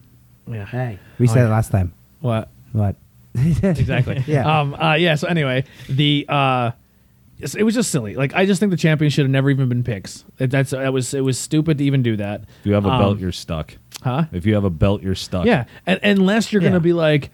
S2: yeah.
S3: We
S2: Oh,
S3: said it
S2: yeah.
S3: last time.
S2: What?
S3: What?
S2: exactly.
S3: Yeah.
S2: Um, uh, yeah. So anyway, the uh, it's- it was just silly. Like I just think the champion should have never even been picks. It- That's that was it was stupid to even do that.
S4: if you have a
S2: Um,
S4: belt, you're stuck.
S2: huh?
S4: If you have a belt, you're stuck.
S2: Yeah, and unless you're
S3: Yeah.
S2: gonna be like,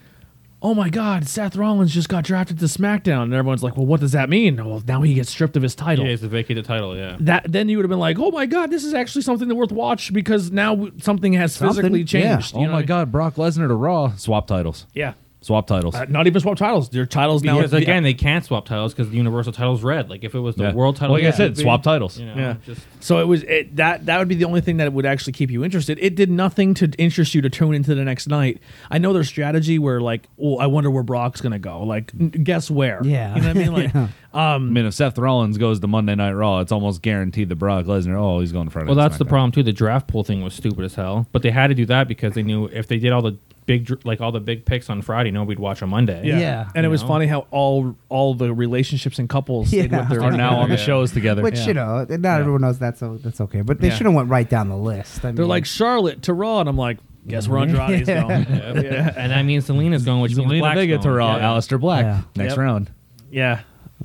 S2: oh my God, Seth Rollins just got drafted to SmackDown, and everyone's like, well, what does that mean? "Oh, Well, now he gets stripped of his
S5: Yeah,
S2: title.
S5: it's to vacate the title. Yeah.
S2: that then you would have been like, oh my God, this is actually something that worth watch because now w- something has
S3: Something,
S2: physically
S3: yeah.
S2: changed. you
S4: Oh
S2: know what
S4: my
S2: I mean?
S4: God, Brock Lesnar to Raw. Swap titles.
S2: Yeah.
S4: Swap titles.
S2: Uh, not even swap titles. Their titles now.
S5: Because
S2: yeah.
S5: again, they can't swap titles because the universal title's red. Like if it was the
S4: Yeah.
S5: world title,
S4: Like I
S5: yeah,
S4: said,
S5: it'd be-
S4: swap titles.
S5: You know,
S2: Yeah.
S5: just
S2: Um, So it was it, that that would be the only thing that would actually keep you interested. It did nothing to interest you to tune into the next night. I know their strategy where like, oh, I wonder where Brock's gonna go. Like, n- guess where?
S3: Yeah.
S2: you know what I mean. Like,
S4: I mean, if Seth Rollins goes to Monday Night Raw, it's almost guaranteed that Brock Lesnar, oh, he's going to Friday.
S5: Well,
S4: Night
S5: that's the
S4: SmackDown.
S5: problem too. The draft pool thing was stupid as hell, but they had to do that because they knew if they did all the big, dr- like all the big picks on Friday, nobody'd watch on Monday.
S3: Yeah.
S2: And it was
S5: You know?
S2: funny how all all the relationships and couples stayed
S3: Yeah.
S2: with their
S4: Are now on the
S5: Yeah.
S4: shows together.
S3: Which, you know, not everyone knows that, so that's okay. But they
S2: Yeah.
S3: should have went right down the list. I
S2: They're
S3: mean,
S2: like Charlotte to Raw, and I'm like, guess where Andrade's going.
S5: Yep. And I mean, Selena's going, which means
S4: Zelina
S5: Black's
S4: Vega to
S5: going.
S4: Raw,
S5: Yeah.
S4: Aleister Black.
S3: Yeah.
S4: Next
S2: Yep.
S4: round.
S2: Yeah.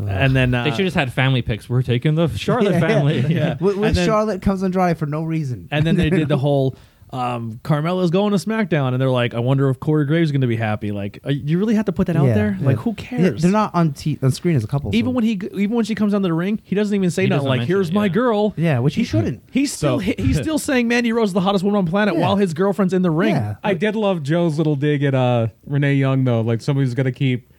S2: And then uh,
S5: They should just had family picks. We're taking the Charlotte family.
S2: yeah.
S3: with, with
S2: And then-
S3: Charlotte comes Andrade for no reason.
S2: And then they did the whole um, Carmella's going to SmackDown, and they're like, I wonder if Corey Graves is going to be happy. Like, uh, you really have to put that out
S3: Yeah.
S2: there? Like,
S3: Yeah.
S2: who cares?
S3: They're not on, t- on screen as a couple.
S2: Even
S3: so-
S2: when he, even when she comes down to the ring, he doesn't even say
S5: He
S2: nothing.
S5: doesn't
S2: Like,
S5: mention
S2: "Here's
S5: it,
S2: my
S5: yeah.
S2: girl."
S3: Yeah, which he shouldn't.
S2: He's still
S4: So-
S2: he's still saying Mandy Rose is the hottest woman on planet
S3: Yeah.
S2: while his girlfriend's in the ring.
S3: Yeah.
S6: I did love Joe's little dig at uh, Renee Young though. Like somebody's got to keep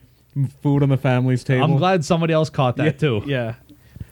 S6: food on the family's table.
S4: I'm glad somebody else caught that, too.
S2: Yeah.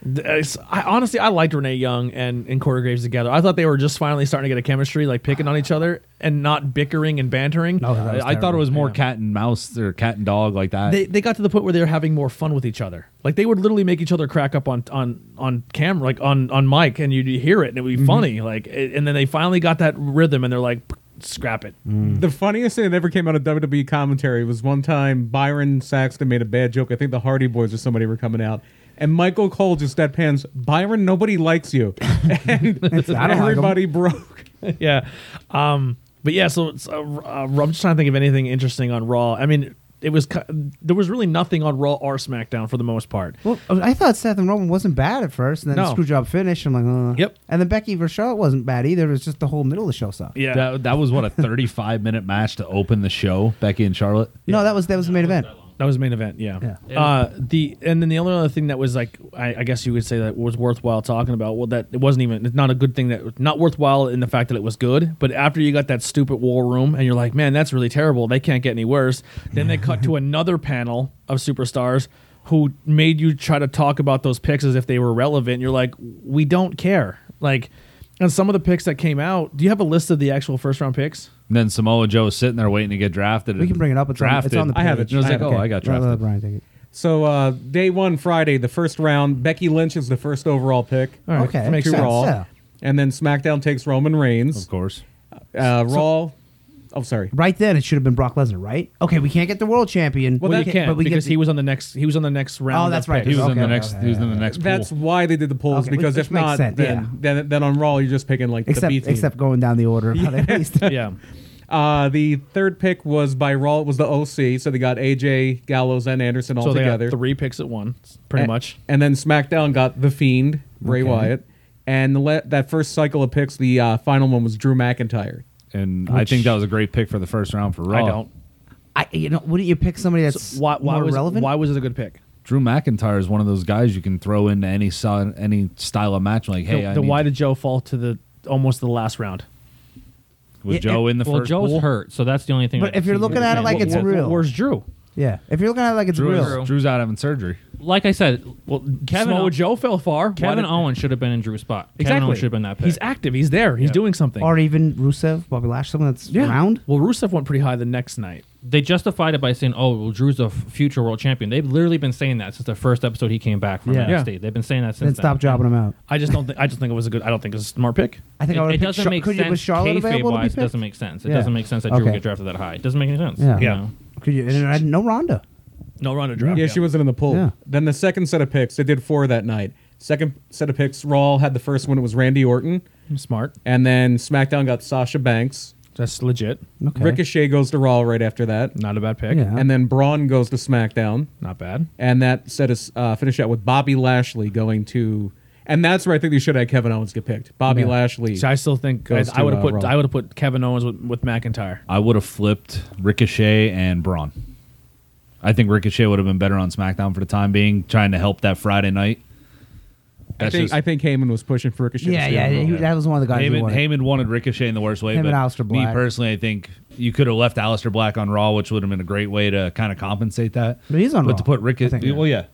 S2: Th- uh, it's- I, honestly, I liked Renee Young and, and Corey Graves together. I thought they were just finally starting to get a chemistry, like picking on each other and not bickering and bantering.
S3: No, that was
S4: I I thought it
S3: terrible.
S4: was more cat and mouse or cat and dog like that.
S2: they, they got to the point where they were having more fun with each other. Like they would literally make each other crack up on on on camera, like on on mic, and you'd hear it, and it
S3: Mm-hmm.
S2: would be funny. Like, a- and then they finally got that rhythm, and they're like, scrap it.
S3: Mm-hmm.
S6: The funniest thing that ever came out of WWE commentary was one time Byron Saxton made a bad joke. I think the Hardy Boys or somebody were coming out. And Michael Cole just deadpans, Byron, nobody likes you. And
S3: I don't like 'em.
S6: everybody broke.
S2: yeah. Um. But yeah. So it's, uh, uh, I'm just trying to think of anything interesting on Raw. I mean, it was ki- there was really nothing on Raw or SmackDown for the most part.
S3: Well, I thought Seth and Roman wasn't bad at first, and then
S2: No.
S3: Screwjob finished. I'm like, uh.
S2: Yep.
S3: And then Becky versus Charlotte wasn't bad either. It was just the whole middle of the show sucked.
S2: Yeah.
S4: That, that was what a 35 minute match to open the show, Becky and Charlotte.
S3: No, that was that was the main event.
S2: That was the main event, yeah.
S3: Yeah.
S2: Uh, the and then the only other thing that was like, I, I guess you could say that was worthwhile talking about. Well, that it wasn't even. It's not a good thing that not worthwhile in the fact that it was good. But after you got that stupid war room, and you're like, man, that's really terrible. They can't get any worse. Then they cut to another panel of superstars who made you try to talk about those picks as if they were relevant. You're like, we don't care. Like, and some of the picks that came out. Do you have a list of the actual first round picks?
S4: And then Samoa Joe's sitting there waiting to get drafted.
S3: We can bring it up. It's, on, it's
S4: drafted.
S3: on the page.
S6: I have it.
S4: And I was
S6: I
S4: like,
S6: have
S4: oh,
S6: it.
S4: I got
S3: Let- let
S4: drafted.
S3: Brian take it.
S6: So uh, day one, Friday, the first round, Becky Lynch is the first overall pick.
S3: All right. Okay.
S6: To
S3: Makes sense,
S6: Raw.
S3: yeah.
S6: And then SmackDown takes Roman Reigns.
S4: Of course.
S6: Uh, Raw. Oh, sorry.
S3: Right then, it should have been Brock Lesnar, right? Okay, we can't get the world champion.
S2: Well,
S3: we
S2: you can't
S3: we
S2: because
S3: get
S2: he was on the next. He was on the next round. of
S3: that's right,
S2: picks.
S4: He was
S3: Okay,
S4: in the
S3: okay,
S4: next.
S3: okay,
S4: he was in the
S3: okay.
S4: next.
S6: That's
S4: pool.
S6: why they did the polls
S3: Okay, which-
S6: because
S3: which
S6: if
S3: makes
S6: not,
S3: sense,
S6: then,
S3: yeah.
S6: then then on Raw you're just picking like the
S3: except
S6: B team.
S3: except going down the order of how they released it.
S2: yeah.
S6: Uh, the third pick was by Raw. It was the OC, so they got AJ Gallows and Anderson all
S2: So they
S6: together.
S2: got three picks at one, pretty
S6: A-
S2: much.
S6: And then SmackDown got the Fiend Bray Wyatt, and the le- that first cycle of picks, the uh, final one was Drew McIntyre.
S4: and I think that was a great pick for the first round for Raw.
S2: I don't.
S3: I, you know, wouldn't you pick somebody that's
S2: So why, why
S3: more
S2: was
S3: relevant?
S2: why was it a good pick?
S4: Drew McIntyre is one of those guys you can throw into any si- any style of match. Like, hey,
S2: then
S4: I
S2: then
S4: need
S2: why
S4: to-
S2: did Joe fall to the almost the last round?
S4: was
S3: Yeah,
S4: Joe in the
S5: Well,
S4: first?
S5: Joe's
S4: pool?
S5: hurt, so that's the only thing.
S3: But
S5: that
S3: if you're
S5: seems to
S3: looking
S5: be
S3: at it
S5: saying.
S3: like
S5: Well,
S3: it's
S5: well,
S3: real.
S2: Where's Drew?
S3: yeah, if you're looking at it like it's
S4: Drew
S3: real,
S4: is, Drew's out having surgery.
S5: Like I said, well, Kevin
S2: Samoa
S5: Ow-
S2: Joe fell far. Why
S5: Kevin
S2: did-
S5: Owens should have been in Drew's spot. Kevin
S2: exactly
S5: Owens should have been that pick.
S2: He's active. He's there. He's doing something.
S3: or even Rusev, Bobby Lash, someone that's
S2: yeah.
S3: around.
S2: Well, Rusev went pretty high the next night.
S5: they justified it by saying, "Oh, well, Drew's a f- future world champion." They've literally been saying that since the first episode he came back from
S3: Yeah.
S5: NXT. They've been saying that since.
S3: Then stop
S5: then.
S3: jobbing him out.
S2: I just don't. think I just think it was a good. I don't think it was a smart pick.
S3: I think I would
S5: It, it
S3: picked
S5: doesn't
S3: Char-
S5: make
S3: could you-
S5: sense.
S3: Was Charlotte
S5: Kayfabe
S3: available to be
S5: wise,
S3: picked?
S5: doesn't make sense. It
S3: Yeah.
S5: doesn't make sense that Drew
S3: Okay.
S5: would get drafted that high. It doesn't make any sense.
S3: Yeah.
S5: you
S2: Yeah.
S5: know?
S3: Could you? And I had no Ronda.
S2: No Ronda draft.
S6: Yeah, she wasn't in the pool.
S3: Yeah.
S6: Then the second set of picks, they did four that night. Second set of picks, Raw had the first one. It was Randy Orton,
S2: smart.
S6: and then SmackDown got Sasha Banks.
S2: That's legit.
S3: Okay.
S6: Ricochet goes to Raw right after that,
S2: Not a bad pick.
S3: Yeah.
S6: and then Braun goes to SmackDown,
S2: Not bad.
S6: and that set us uh, finish out with Bobby Lashley going to, and that's where I think they should have had Kevin Owens get picked. Bobby
S3: Yeah.
S6: Lashley.
S2: See, I still think I,
S6: Goes
S2: I would have
S6: to, uh,
S2: put
S6: Raw.
S2: I would have put Kevin Owens with, with McIntyre.
S4: I would have flipped Ricochet and Braun. I think Ricochet would have been better on SmackDown for the time being, trying to help that Friday night.
S6: I
S4: That's
S6: think
S4: just-
S6: I think Heyman was pushing for Ricochet. to
S3: yeah,
S6: stay
S3: yeah,
S6: on Raw.
S3: he- that was one of the guys. who
S4: Heyman,
S3: wanted.
S4: Heyman wanted Ricochet in the worst way.
S3: Him
S4: but
S3: and Aleister
S4: Me
S3: Black.
S4: personally, I think you could have left Aleister Black on Raw, which would have been a great way to kind of compensate that.
S3: But he's on
S4: But
S3: Raw,
S4: to put
S3: I think,
S4: Ricochet,
S3: yeah.
S4: well, yeah.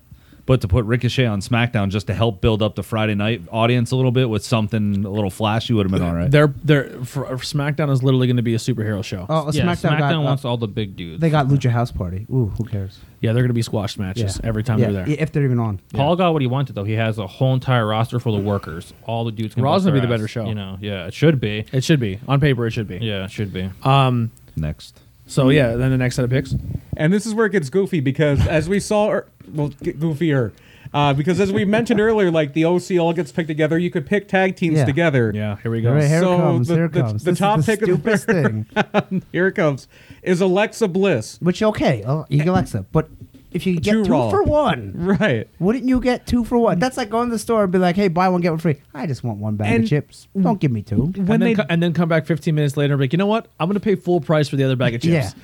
S4: But to put Ricochet on SmackDown just to help build up the Friday night audience a little bit with something a little flashy would have been all right.
S2: They're they're for, for SmackDown is literally going to be a superhero show.
S3: Oh,
S5: yeah,
S3: SmackDown,
S5: SmackDown
S3: got, uh,
S5: wants all the big dudes.
S3: They got Lucha House Party. Ooh, who cares?
S2: Yeah, they're going to be squash matches every time
S3: yeah.
S2: they're there.
S3: i- If they're even on.
S5: Paul got what he wanted though. He has a whole entire roster full of workers. All the dudes. can
S2: Raw's
S5: bust
S2: gonna
S5: their
S2: be the
S5: ass,
S2: better show.
S5: You know, yeah, it should be.
S2: It should be on paper. It should be.
S5: Yeah, it should be.
S2: Uh,
S4: Next.
S2: So yeah, then the next set of picks.
S6: And this is where it gets goofy because, as we saw, er, well, get goofier. Uh, because as we mentioned earlier, like the OC all gets picked together. You could pick tag teams
S3: Yeah.
S6: together.
S2: Yeah, here we go.
S3: All right, here
S6: So
S3: it comes.
S6: the-
S3: here it
S6: the-
S3: comes.
S6: the
S3: This is
S6: top
S3: the
S6: pick of the
S3: stupidest
S6: third.
S3: thing.
S6: Here it comes. Is Alexa Bliss
S3: Which okay, oh, you get Alexa, but if you get
S6: Too
S3: two
S6: raw.
S3: for one,
S6: right?
S3: wouldn't you get two for one? That's like going to the store and be like, "Hey, buy one get one free." I just want one bag
S6: And-
S3: of chips. Don't give me two.
S2: and, then,
S6: they-
S2: co- and then come back 15 minutes later and be like, you know what? I'm going to pay full price for the other bag of
S3: Yeah,
S2: chips.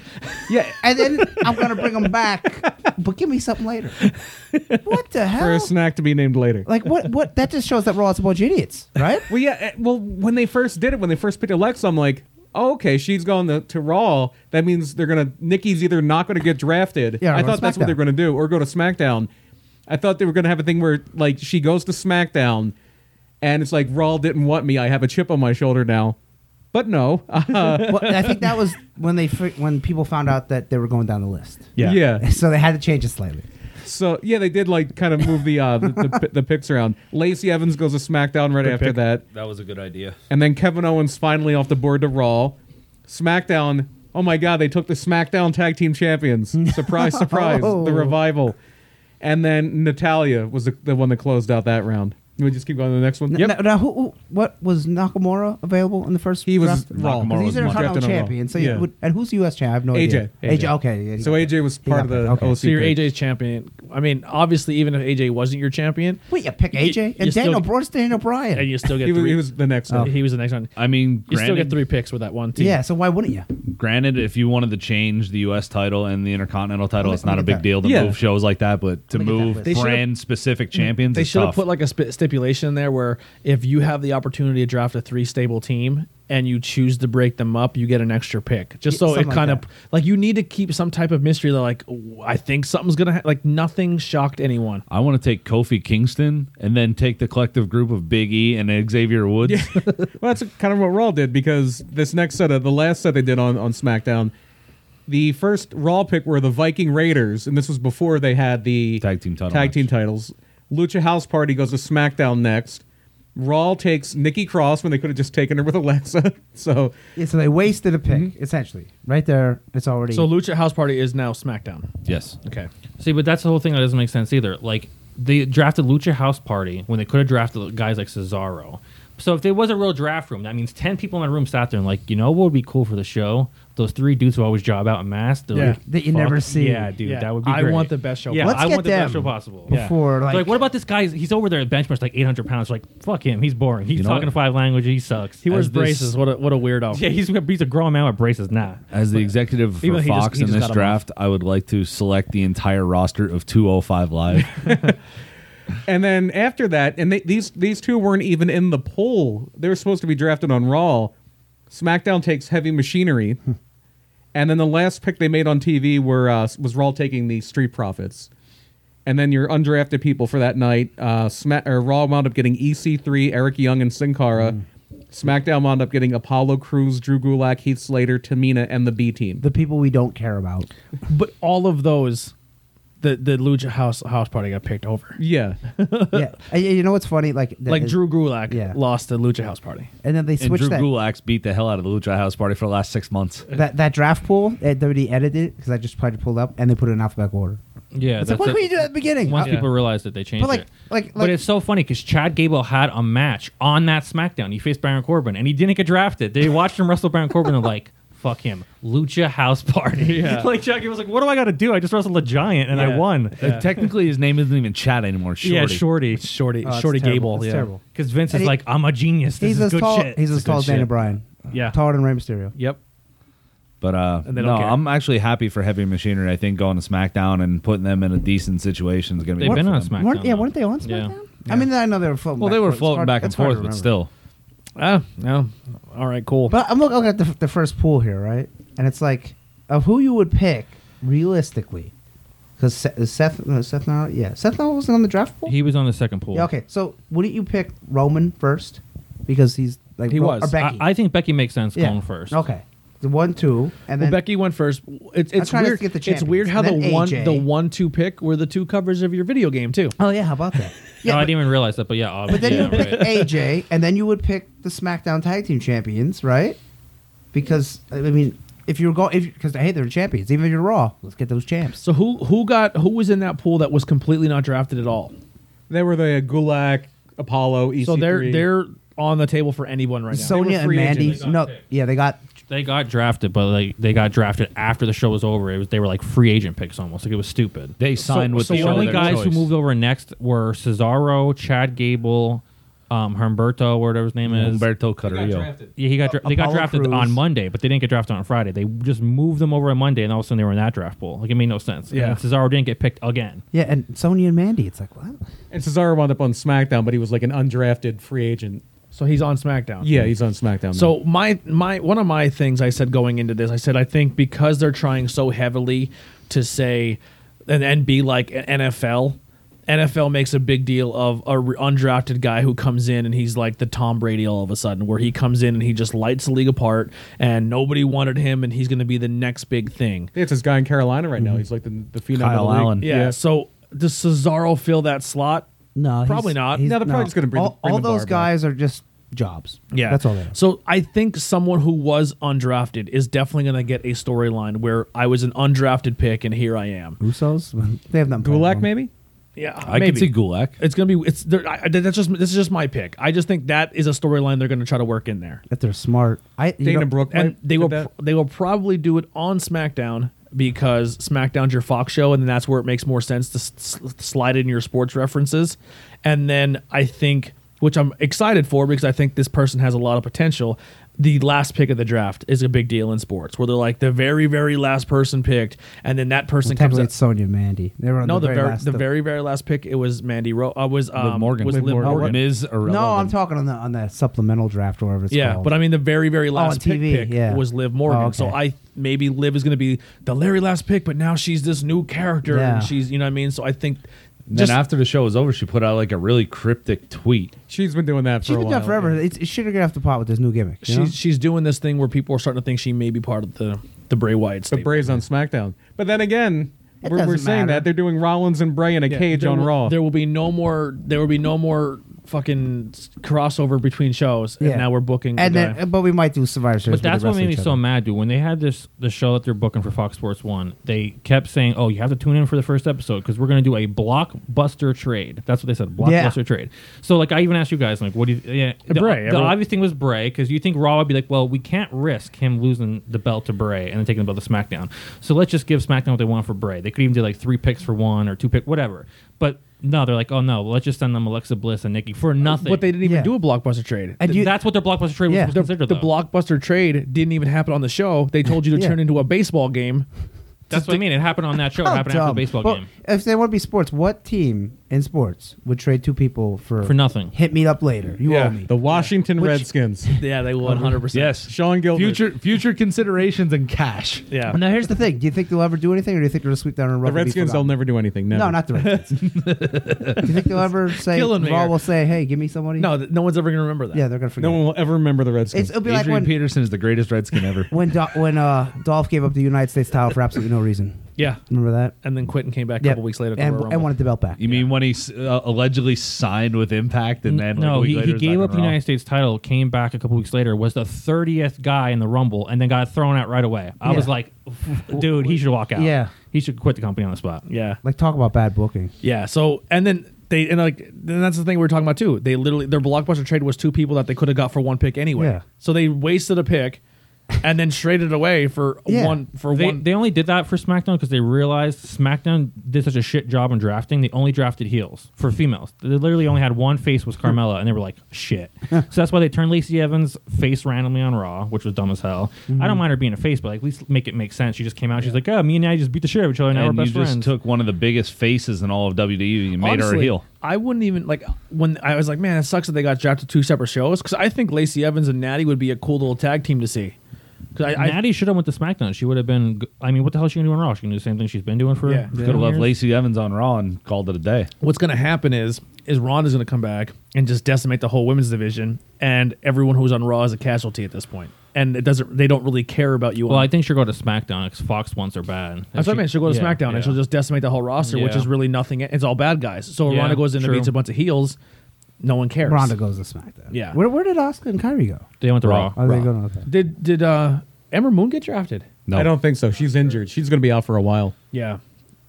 S3: yeah, and then I'm gonna bring them back, but give me something later. What the
S6: For
S3: hell?
S6: a snack to be named later.
S3: Like what? What? That just shows that Raw is a bunch of idiots, right?
S6: Well, yeah. eh, Well, when they first did it, when they first picked Alexa, I'm like, oh, okay, she's going to, to Raw. That means they're gonna Nikki's either not gonna get drafted.
S3: Yeah, or
S6: I
S3: go to
S6: thought that's what
S3: SmackDown.
S6: they're gonna do, or go to SmackDown. I thought they were gonna have a thing where like she goes to SmackDown, and it's like Raw didn't want me. I have a chip on my shoulder now. But no, uh,
S3: well, I think that was when they fr- when people found out that they were going down the list,
S6: yeah.
S3: so they had to change it slightly.
S6: So yeah, they did like kind of move the uh, the, the, the picks around. Lacey Evans goes to SmackDown right after
S2: pick.
S6: that.
S4: That was a good idea.
S6: And then Kevin Owens finally off the board to Raw. SmackDown. Oh my God, they took the SmackDown Tag Team Champions. Surprise, surprise.
S3: Oh.
S6: The revival. And then Natalia was the, the one that closed out that round. We just keep going to the next one.
S3: N- Now, now who, who? What was Nakamura available in the first?
S6: He
S3: draft?
S6: was Raw.
S3: 'Cause
S6: Nakamura
S3: He's
S6: was
S3: an
S6: Raw.
S3: Intercontinental
S6: Drafted on Raw.
S3: champion. So you
S6: Yeah.
S3: would, and who's the U.S. champ? I have no
S6: AJ.
S3: idea. AJ.
S6: AJ.
S3: Okay. yeah, he
S6: So
S3: got
S6: AJ
S3: it.
S6: was
S3: He
S6: part of
S3: got it,
S6: the
S3: okay.
S6: OC.
S2: So you're
S6: pick.
S2: AJ's champion. I mean, obviously, even if AJ wasn't your champion,
S3: Wait, you pick AJ
S2: you
S3: and
S2: still-
S3: Daniel Bryan. Daniel
S2: and
S3: Bryan.
S2: you still get
S6: He was,
S2: three.
S6: he was the next
S3: Oh.
S6: one.
S2: he was the next one.
S4: I mean,
S2: You still
S4: granted-
S2: get three picks with that one team.
S3: Yeah. So why wouldn't you?
S4: Granted, if you wanted to change the U.S. title and the Intercontinental title,
S3: Let me-
S4: it's not
S3: let
S4: a
S3: me
S4: big
S3: get that.
S4: deal to
S6: Yeah.
S4: move shows like that. But to
S3: Let me get that
S4: move
S3: list.
S2: They should've-
S4: brand specific champions,
S2: They
S4: is
S2: should have
S4: tough.
S2: put like a sp- stipulation in there where if you have the opportunity to draft a three stable team and you choose to break them up, you get an extra pick. Just
S3: Yeah,
S2: so it
S3: something like
S2: kind
S3: that.
S2: of like you need to keep some type of mystery. That like "Ooh, I think something's gonna ha-. like nothing shocked anyone.
S4: I want to take Kofi Kingston and then take the collective group of Big E and Xavier Woods.
S6: Well, that's kind of what Raw did because this next set of the last set they did on, on SmackDown, the first Raw pick were the Viking Raiders, and this was before they had the
S4: Tag team title
S6: Tag team
S4: match.
S6: titles. Lucha House Party goes to SmackDown next. Raw takes Nikki Cross when they could have just taken her with Alexa. so
S3: Yeah. So they wasted a pick
S6: Mm-hmm.
S3: essentially. Right there, it's already.
S2: So Lucha House Party is now SmackDown.
S4: Yes.
S2: Okay.
S5: See, but that's the whole thing that doesn't make sense either. Like they drafted Lucha House Party when they could have drafted guys like Cesaro. So if there was a real draft room, that means ten people in a room sat there and like, you know what would be cool for the show? Those three dudes who always job out in masks. They're
S2: Yeah.
S5: like,
S3: That you
S5: fuck
S3: never see.
S5: Yeah, dude,
S2: Yeah.
S5: that would be.
S2: I
S5: great.
S2: want the best show
S5: Yeah,
S3: Let's
S5: I
S3: get
S5: want the best
S3: them
S5: show possible.
S3: before,
S5: Yeah.
S3: like-
S5: like, what about this guy? He's over there at bench press like 800 pounds. Like, fuck him. He's boring. He's
S4: You know
S5: talking
S4: what?
S5: five languages. He sucks.
S2: He wears
S4: As this-
S2: braces. What a what a weirdo.
S5: yeah, he's he's a grown man with braces. Nah.
S4: As the executive
S2: Even
S4: for
S2: though he just-
S4: Fox
S2: he
S4: in
S2: just
S4: this
S2: got him
S4: draft, I would like to select the entire roster of 205 Live.
S6: and then after that, and they, these these two weren't even in the poll. They were supposed to be drafted on Raw. SmackDown takes Heavy Machinery, and then the last pick they made on TV were uh, was Raw taking the Street Profits, and then your undrafted people for that night. Uh, Sma- or Raw wound up getting EC3, Eric Young, and Sin Cara. SmackDown wound up getting Apollo Cruz, Drew Gulak, Heath Slater, Tamina, and the B Team.
S3: the people we don't care about.
S2: But all of those the the Lucha house house party got picked over.
S6: Yeah.
S3: yeah, And you know what's funny? Like, that
S2: Like
S3: is-
S2: Drew Gulak
S3: Yeah.
S2: lost the Lucha house party.
S3: and then they
S4: And Drew
S3: switched that,
S4: Gulak's beat the hell out of the Lucha House Party for the last six months.
S3: that that draft pool. They already edited it because I just tried to pull it up, and they put it in alphabetical order.
S5: Yeah,
S3: It's like, what did you do at the beginning?
S5: Once
S3: Uh,
S5: people realized that they changed
S3: But like-
S5: it.
S3: like- like-
S5: but it's so funny because Chad Gable had a match on that SmackDown. He faced Baron Corbin and he didn't get drafted. They watched him wrestle Baron Corbin and like, fuck him. Lucha House Party. like Chad Gable was like, what do I got to do? I just wrestled a giant and I
S2: Yeah.
S5: won.
S4: Uh, technically, his name isn't even Chad anymore. Shorty.
S5: Yeah, Shorty.
S2: Shorty
S3: oh, it's
S2: Shorty
S3: terrible.
S2: Gable.
S3: It's
S2: yeah.
S3: terrible.
S5: Because Vince is
S3: And he-
S5: like, I'm a genius. This
S3: He's
S5: is
S3: as
S5: good
S3: tall.
S5: shit.
S3: He's as
S5: This is good
S3: tall as Daniel
S5: shit.
S3: Bryan.
S5: Yeah.
S3: taller than Rey Mysterio.
S2: Yep.
S4: But uh,
S2: And they
S4: no,
S2: don't care.
S4: I'm actually happy for Heavy Machinery. I think going to SmackDown and putting them in a decent situation is going to be.
S5: They've
S4: good
S5: been
S4: for
S5: on
S4: them.
S5: SmackDown.
S3: Weren't, yeah,
S5: though.
S3: weren't they on
S5: Yeah.
S3: SmackDown? I mean, I know they were floating.
S4: Well,
S3: back
S4: they were
S3: and forth. It's
S4: floating
S3: hard-
S4: back and
S3: it's hard to
S4: forth, but
S3: remember.
S4: still.
S2: Ah, no. All right, cool.
S3: But I'm looking at the, the first pool here, right? And it's like of who you would pick realistically, because Seth, Seth, no, Seth, now, yeah, Seth now wasn't on the draft pool.
S5: He was on the second pool.
S3: yeah, okay, so wouldn't you pick Roman first because he's like
S2: He
S3: Ro-
S2: was.
S3: or Becky?
S5: I, I think Becky makes sense
S3: yeah.
S5: going first.
S3: Okay, the one, two, and
S2: Well,
S3: then
S2: Becky went first. It's, it's
S3: trying to
S2: weird.
S3: get the
S2: it's weird
S3: champions,
S2: how the
S3: and then
S2: one
S3: AJ.
S2: the one two pick were the two covers of your video game too.
S3: Oh yeah, how about that?
S5: no, I
S3: Yeah,
S5: didn't even realize that, but yeah,
S3: but, but
S5: obviously.
S3: then you would
S5: yeah,
S3: pick AJ, and then you would pick the SmackDown Tag Team Champions, right? Because I mean, if you're going, if because hey, they're champions, even if you're Raw, let's get those champs.
S2: So who who got who was in that pool that was completely not drafted at all?
S6: They were the Gulak, Apollo, E EC3.
S2: So they're they're on the table for anyone right now.
S6: They
S3: Sonia
S6: were
S3: and
S6: free
S3: Mandy.
S6: agents. They
S5: got
S3: no,
S5: picked.
S3: yeah, they got.
S5: They got drafted, but like they got drafted after the show was over. It was they were like free agent picks almost. Like it was stupid.
S4: They signed with
S5: so
S4: the
S5: the
S4: show
S5: only
S4: their
S5: guys who
S4: choice.
S5: moved over next were Cesaro, Chad Gable, um, Humberto, whatever his name is.
S4: Humberto Carrillo.
S5: Yeah, he got dra- they got
S3: Apollo
S5: drafted
S3: Crews.
S5: on Monday, but they didn't get drafted on Friday. They just moved them over on Monday, and all of a sudden they were in that draft pool. Like it made no sense.
S2: Yeah.
S5: And Cesaro didn't get picked again.
S3: Yeah, and Sonya and Mandy. It's like what?
S6: And Cesaro wound up on SmackDown, but he was like an undrafted free agent.
S2: So he's on SmackDown.
S6: Yeah, he's on SmackDown. now.
S2: So my my one of my things I said going into this, I said I think because they're trying so heavily to say and and be like an NFL. NFL makes a big deal of a re- undrafted guy who comes in and he's like the Tom Brady all of a sudden, where he comes in and he just lights the league apart, and nobody wanted him, and he's going to be the next big thing.
S6: Yeah, it's this guy in Carolina right
S3: Mm-hmm.
S6: now. He's like the, the phenom. of
S4: Kyle
S6: the league.
S4: Allen.
S2: Yeah. So does Cesaro fill that slot?
S3: No,
S2: probably not.
S6: No, they're probably just gonna bring
S3: all,
S6: the- bring
S3: all
S6: the
S3: those
S6: bar back.
S3: guys are just jobs.
S2: Yeah,
S3: that's all they are.
S2: So I think someone who was undrafted is definitely going to get a storyline where I was an undrafted pick and here I am.
S3: Usos. they have nothing.
S6: Gulak, maybe?
S2: Yeah,
S4: I
S2: maybe.
S4: can see Gulak.
S2: It's gonna be it's there. I, that's just this is just my pick. I just think that is a storyline they're gonna try to work in there,
S3: If they're smart, I you
S6: Dana
S3: know,
S6: Brooke.
S2: and
S6: might
S2: they
S6: do
S2: will
S6: that.
S2: pr- they will probably do it on SmackDown because SmackDown's your Fox show, and then that's where it makes more sense to s- s- slide in your sports references, and then I think which I'm excited for because I think this person has a lot of potential. The last pick of the draft is a big deal in sports, where they're like the very, very last person picked, and then that person comes
S3: Technically,
S2: up.
S3: it's Sonya and Mandy. They were on
S2: No,
S3: the,
S2: the very,
S3: last
S2: the
S3: of-
S2: very, very last pick. It was Mandy Ro. Uh, was um,
S4: Morgan.
S2: Was
S4: Liv
S2: Liv
S4: Morgan.
S2: Morgan.
S4: Ms. Irrelevant.
S3: No, Oh, I'm talking on the on the supplemental draft or whatever it's
S2: Yeah,
S3: called.
S2: but I mean the very very
S3: Oh,
S2: last pick,
S3: TV,
S2: pick
S3: yeah.
S2: was Liv Morgan.
S3: Oh, okay.
S2: So I maybe Liv is going to be the Larry last pick, but now she's this new character
S3: Yeah.
S2: and she's you know what I mean. So I think
S4: And
S2: just
S4: then after the show was over, she put out like a really cryptic tweet.
S6: She's been doing that for
S3: she's
S6: a
S3: been
S6: while.
S3: done forever. It's, it should have got off the pot with this new gimmick. you
S2: she's
S3: know?
S2: she's doing this thing where people are starting to think she may be part of the the Bray Wyatt.
S6: But
S2: stable.
S6: Bray's on SmackDown. But then again,
S3: It
S6: we're, we're
S3: doesn't
S6: saying
S3: matter.
S6: that they're doing Rollins and Bray in a
S2: Yeah,
S6: cage
S2: there
S6: on
S2: will-
S6: Raw.
S2: There will be no more. There will be no more fucking s- crossover between shows. And
S3: Yeah.
S2: now we're booking.
S3: and
S2: the guy.
S3: then, but we might do Survivor Series.
S5: But that's
S3: where
S5: what
S3: they
S5: made me
S3: wrestle each
S5: so
S3: other.
S5: mad, dude. When they had this the show that they're booking for Fox Sports One, they kept saying, "Oh, you have to tune in for the first episode because we're going to do a blockbuster trade." That's what they said, blockbuster trade. So, like, I even asked you guys, like, what do you? Yeah, the,
S2: Bray,
S5: The
S2: everyone-
S5: obvious thing was Bray because you think Raw would be like, well, we can't risk him losing the belt to Bray and then taking the belt to SmackDown. So let's just give SmackDown what they want for Bray. They could even do like three picks for one or two pick, whatever. But no, they're like, oh no, let's just send them Alexa Bliss and Nikki for nothing.
S2: but they didn't even
S3: Yeah.
S2: do a blockbuster trade.
S3: And you,
S5: that's what their blockbuster trade
S3: Yeah.
S5: was
S2: the,
S5: considered.
S2: the
S5: though.
S2: blockbuster trade didn't even happen on the show. They told you to
S3: Yeah.
S2: turn into a baseball game.
S5: That's what I mean. It happened on that show. It
S3: How
S5: happened after the
S3: Oh, dumb.
S5: baseball
S3: Well,
S5: game.
S3: If they want to be sports, what team in sports would trade two people for
S5: For nothing.
S3: Hit me up later. You owe me.
S6: The Washington
S3: Which-
S6: Redskins.
S2: Yeah, they one hundred percent.
S4: Yes,
S6: Sean Gilbert.
S4: Future future considerations and cash.
S2: Yeah.
S3: now here's the thing. Do you think they'll ever do anything, or do you think they'll just sweep down a rug?
S6: The
S3: and be
S6: Redskins, they'll
S3: forgotten?
S6: never do anything. Never.
S3: No, not the Redskins. do you think they'll ever say?
S2: Killing me
S3: Raw
S2: here.
S3: will say, "Hey, give me somebody."
S2: No, th- no one's ever gonna remember that.
S3: Yeah, they're gonna forget.
S6: No one will ever remember the
S3: it's,
S6: Redskins.
S3: it'll be
S4: Adrian
S3: like when
S4: Peterson is the greatest Redskin ever.
S3: when Do- when uh, Dolph gave up the United States title for absolutely no reason.
S2: Yeah.
S3: Remember that?
S2: And then Quentin came back a
S3: Yep.
S2: couple weeks later. at the
S3: and,
S2: Royal
S3: and
S2: Rumble.
S3: wanted the belt back.
S4: You mean when he s- uh, allegedly signed with Impact and then like, a
S5: no,
S4: week
S5: he,
S4: later
S5: he
S4: is
S5: gave
S4: back
S5: up
S4: on
S5: the
S4: Raw?
S5: United States title, came back a couple weeks later, was the thirtieth guy in the Rumble, and then got thrown out right away. I was
S3: Yeah.
S5: like, dude, he should walk out.
S3: Yeah.
S5: he should quit the company on the spot.
S2: yeah.
S3: Like talk about bad booking.
S2: Yeah. So and then they and like then that's the thing we were talking about too. They literally their blockbuster trade was two people that they could have got for one pick anyway.
S3: Yeah.
S2: So they wasted a pick and then traded away for
S3: Yeah.
S2: one for
S5: They,
S2: one.
S5: they only did that for SmackDown because they realized SmackDown did such a shit job in drafting. They only drafted heels for females. They literally only had one face was Carmella, and they were like, shit. so that's why they turned Lacey Evans face randomly on Raw, which was dumb as hell. I
S2: Mhm.
S5: don't mind her being a face, but like, at least make it make sense. She just came out. She's like, oh, me and I just beat the shit out of each other. Now
S4: and
S5: we're
S4: you
S5: best
S4: just
S5: friends.
S4: took one of the biggest faces in all of WWE and made her a
S2: Honestly,
S4: heel.
S2: I wouldn't even like when I was like, man, it sucks that they got drafted two separate shows because I think Lacey Evans and Natty would be a cool little tag team to see. 'Cause I, I-
S5: Natty should have went to SmackDown. She would have been. g- I mean, what the hell is she gonna do on Raw? She can do the same thing she's been doing for.
S2: Yeah.
S5: for
S2: Yeah.
S4: Could have left
S5: years?
S4: Lacey Evans on Raw and called it a day.
S2: what's going to happen is is Ronda's going to come back and just decimate the whole women's division, and everyone who's on Raw is a casualty at this point. And it doesn't. They don't really care about you.
S5: Well,
S2: on
S5: I think she'll go to SmackDown because Fox wants her bad.
S2: That's what I mean. She'll go to
S5: yeah,
S2: SmackDown
S5: yeah.
S2: and she'll just decimate the whole roster, which
S5: Yeah.
S2: is really nothing. It's all bad guys. So
S5: Yeah,
S2: Ronda goes in and
S5: true.
S2: beats a bunch of heels. No one cares.
S3: Ronda goes to SmackDown.
S2: Yeah.
S3: Where where did Oscar and Kyrie go?
S5: They went to Raw.
S3: Oh, they go to okay.
S2: Did did uh, Ember Moon get drafted?
S4: No,
S6: I don't think so. She's injured. She's going to be out for a while.
S2: Yeah.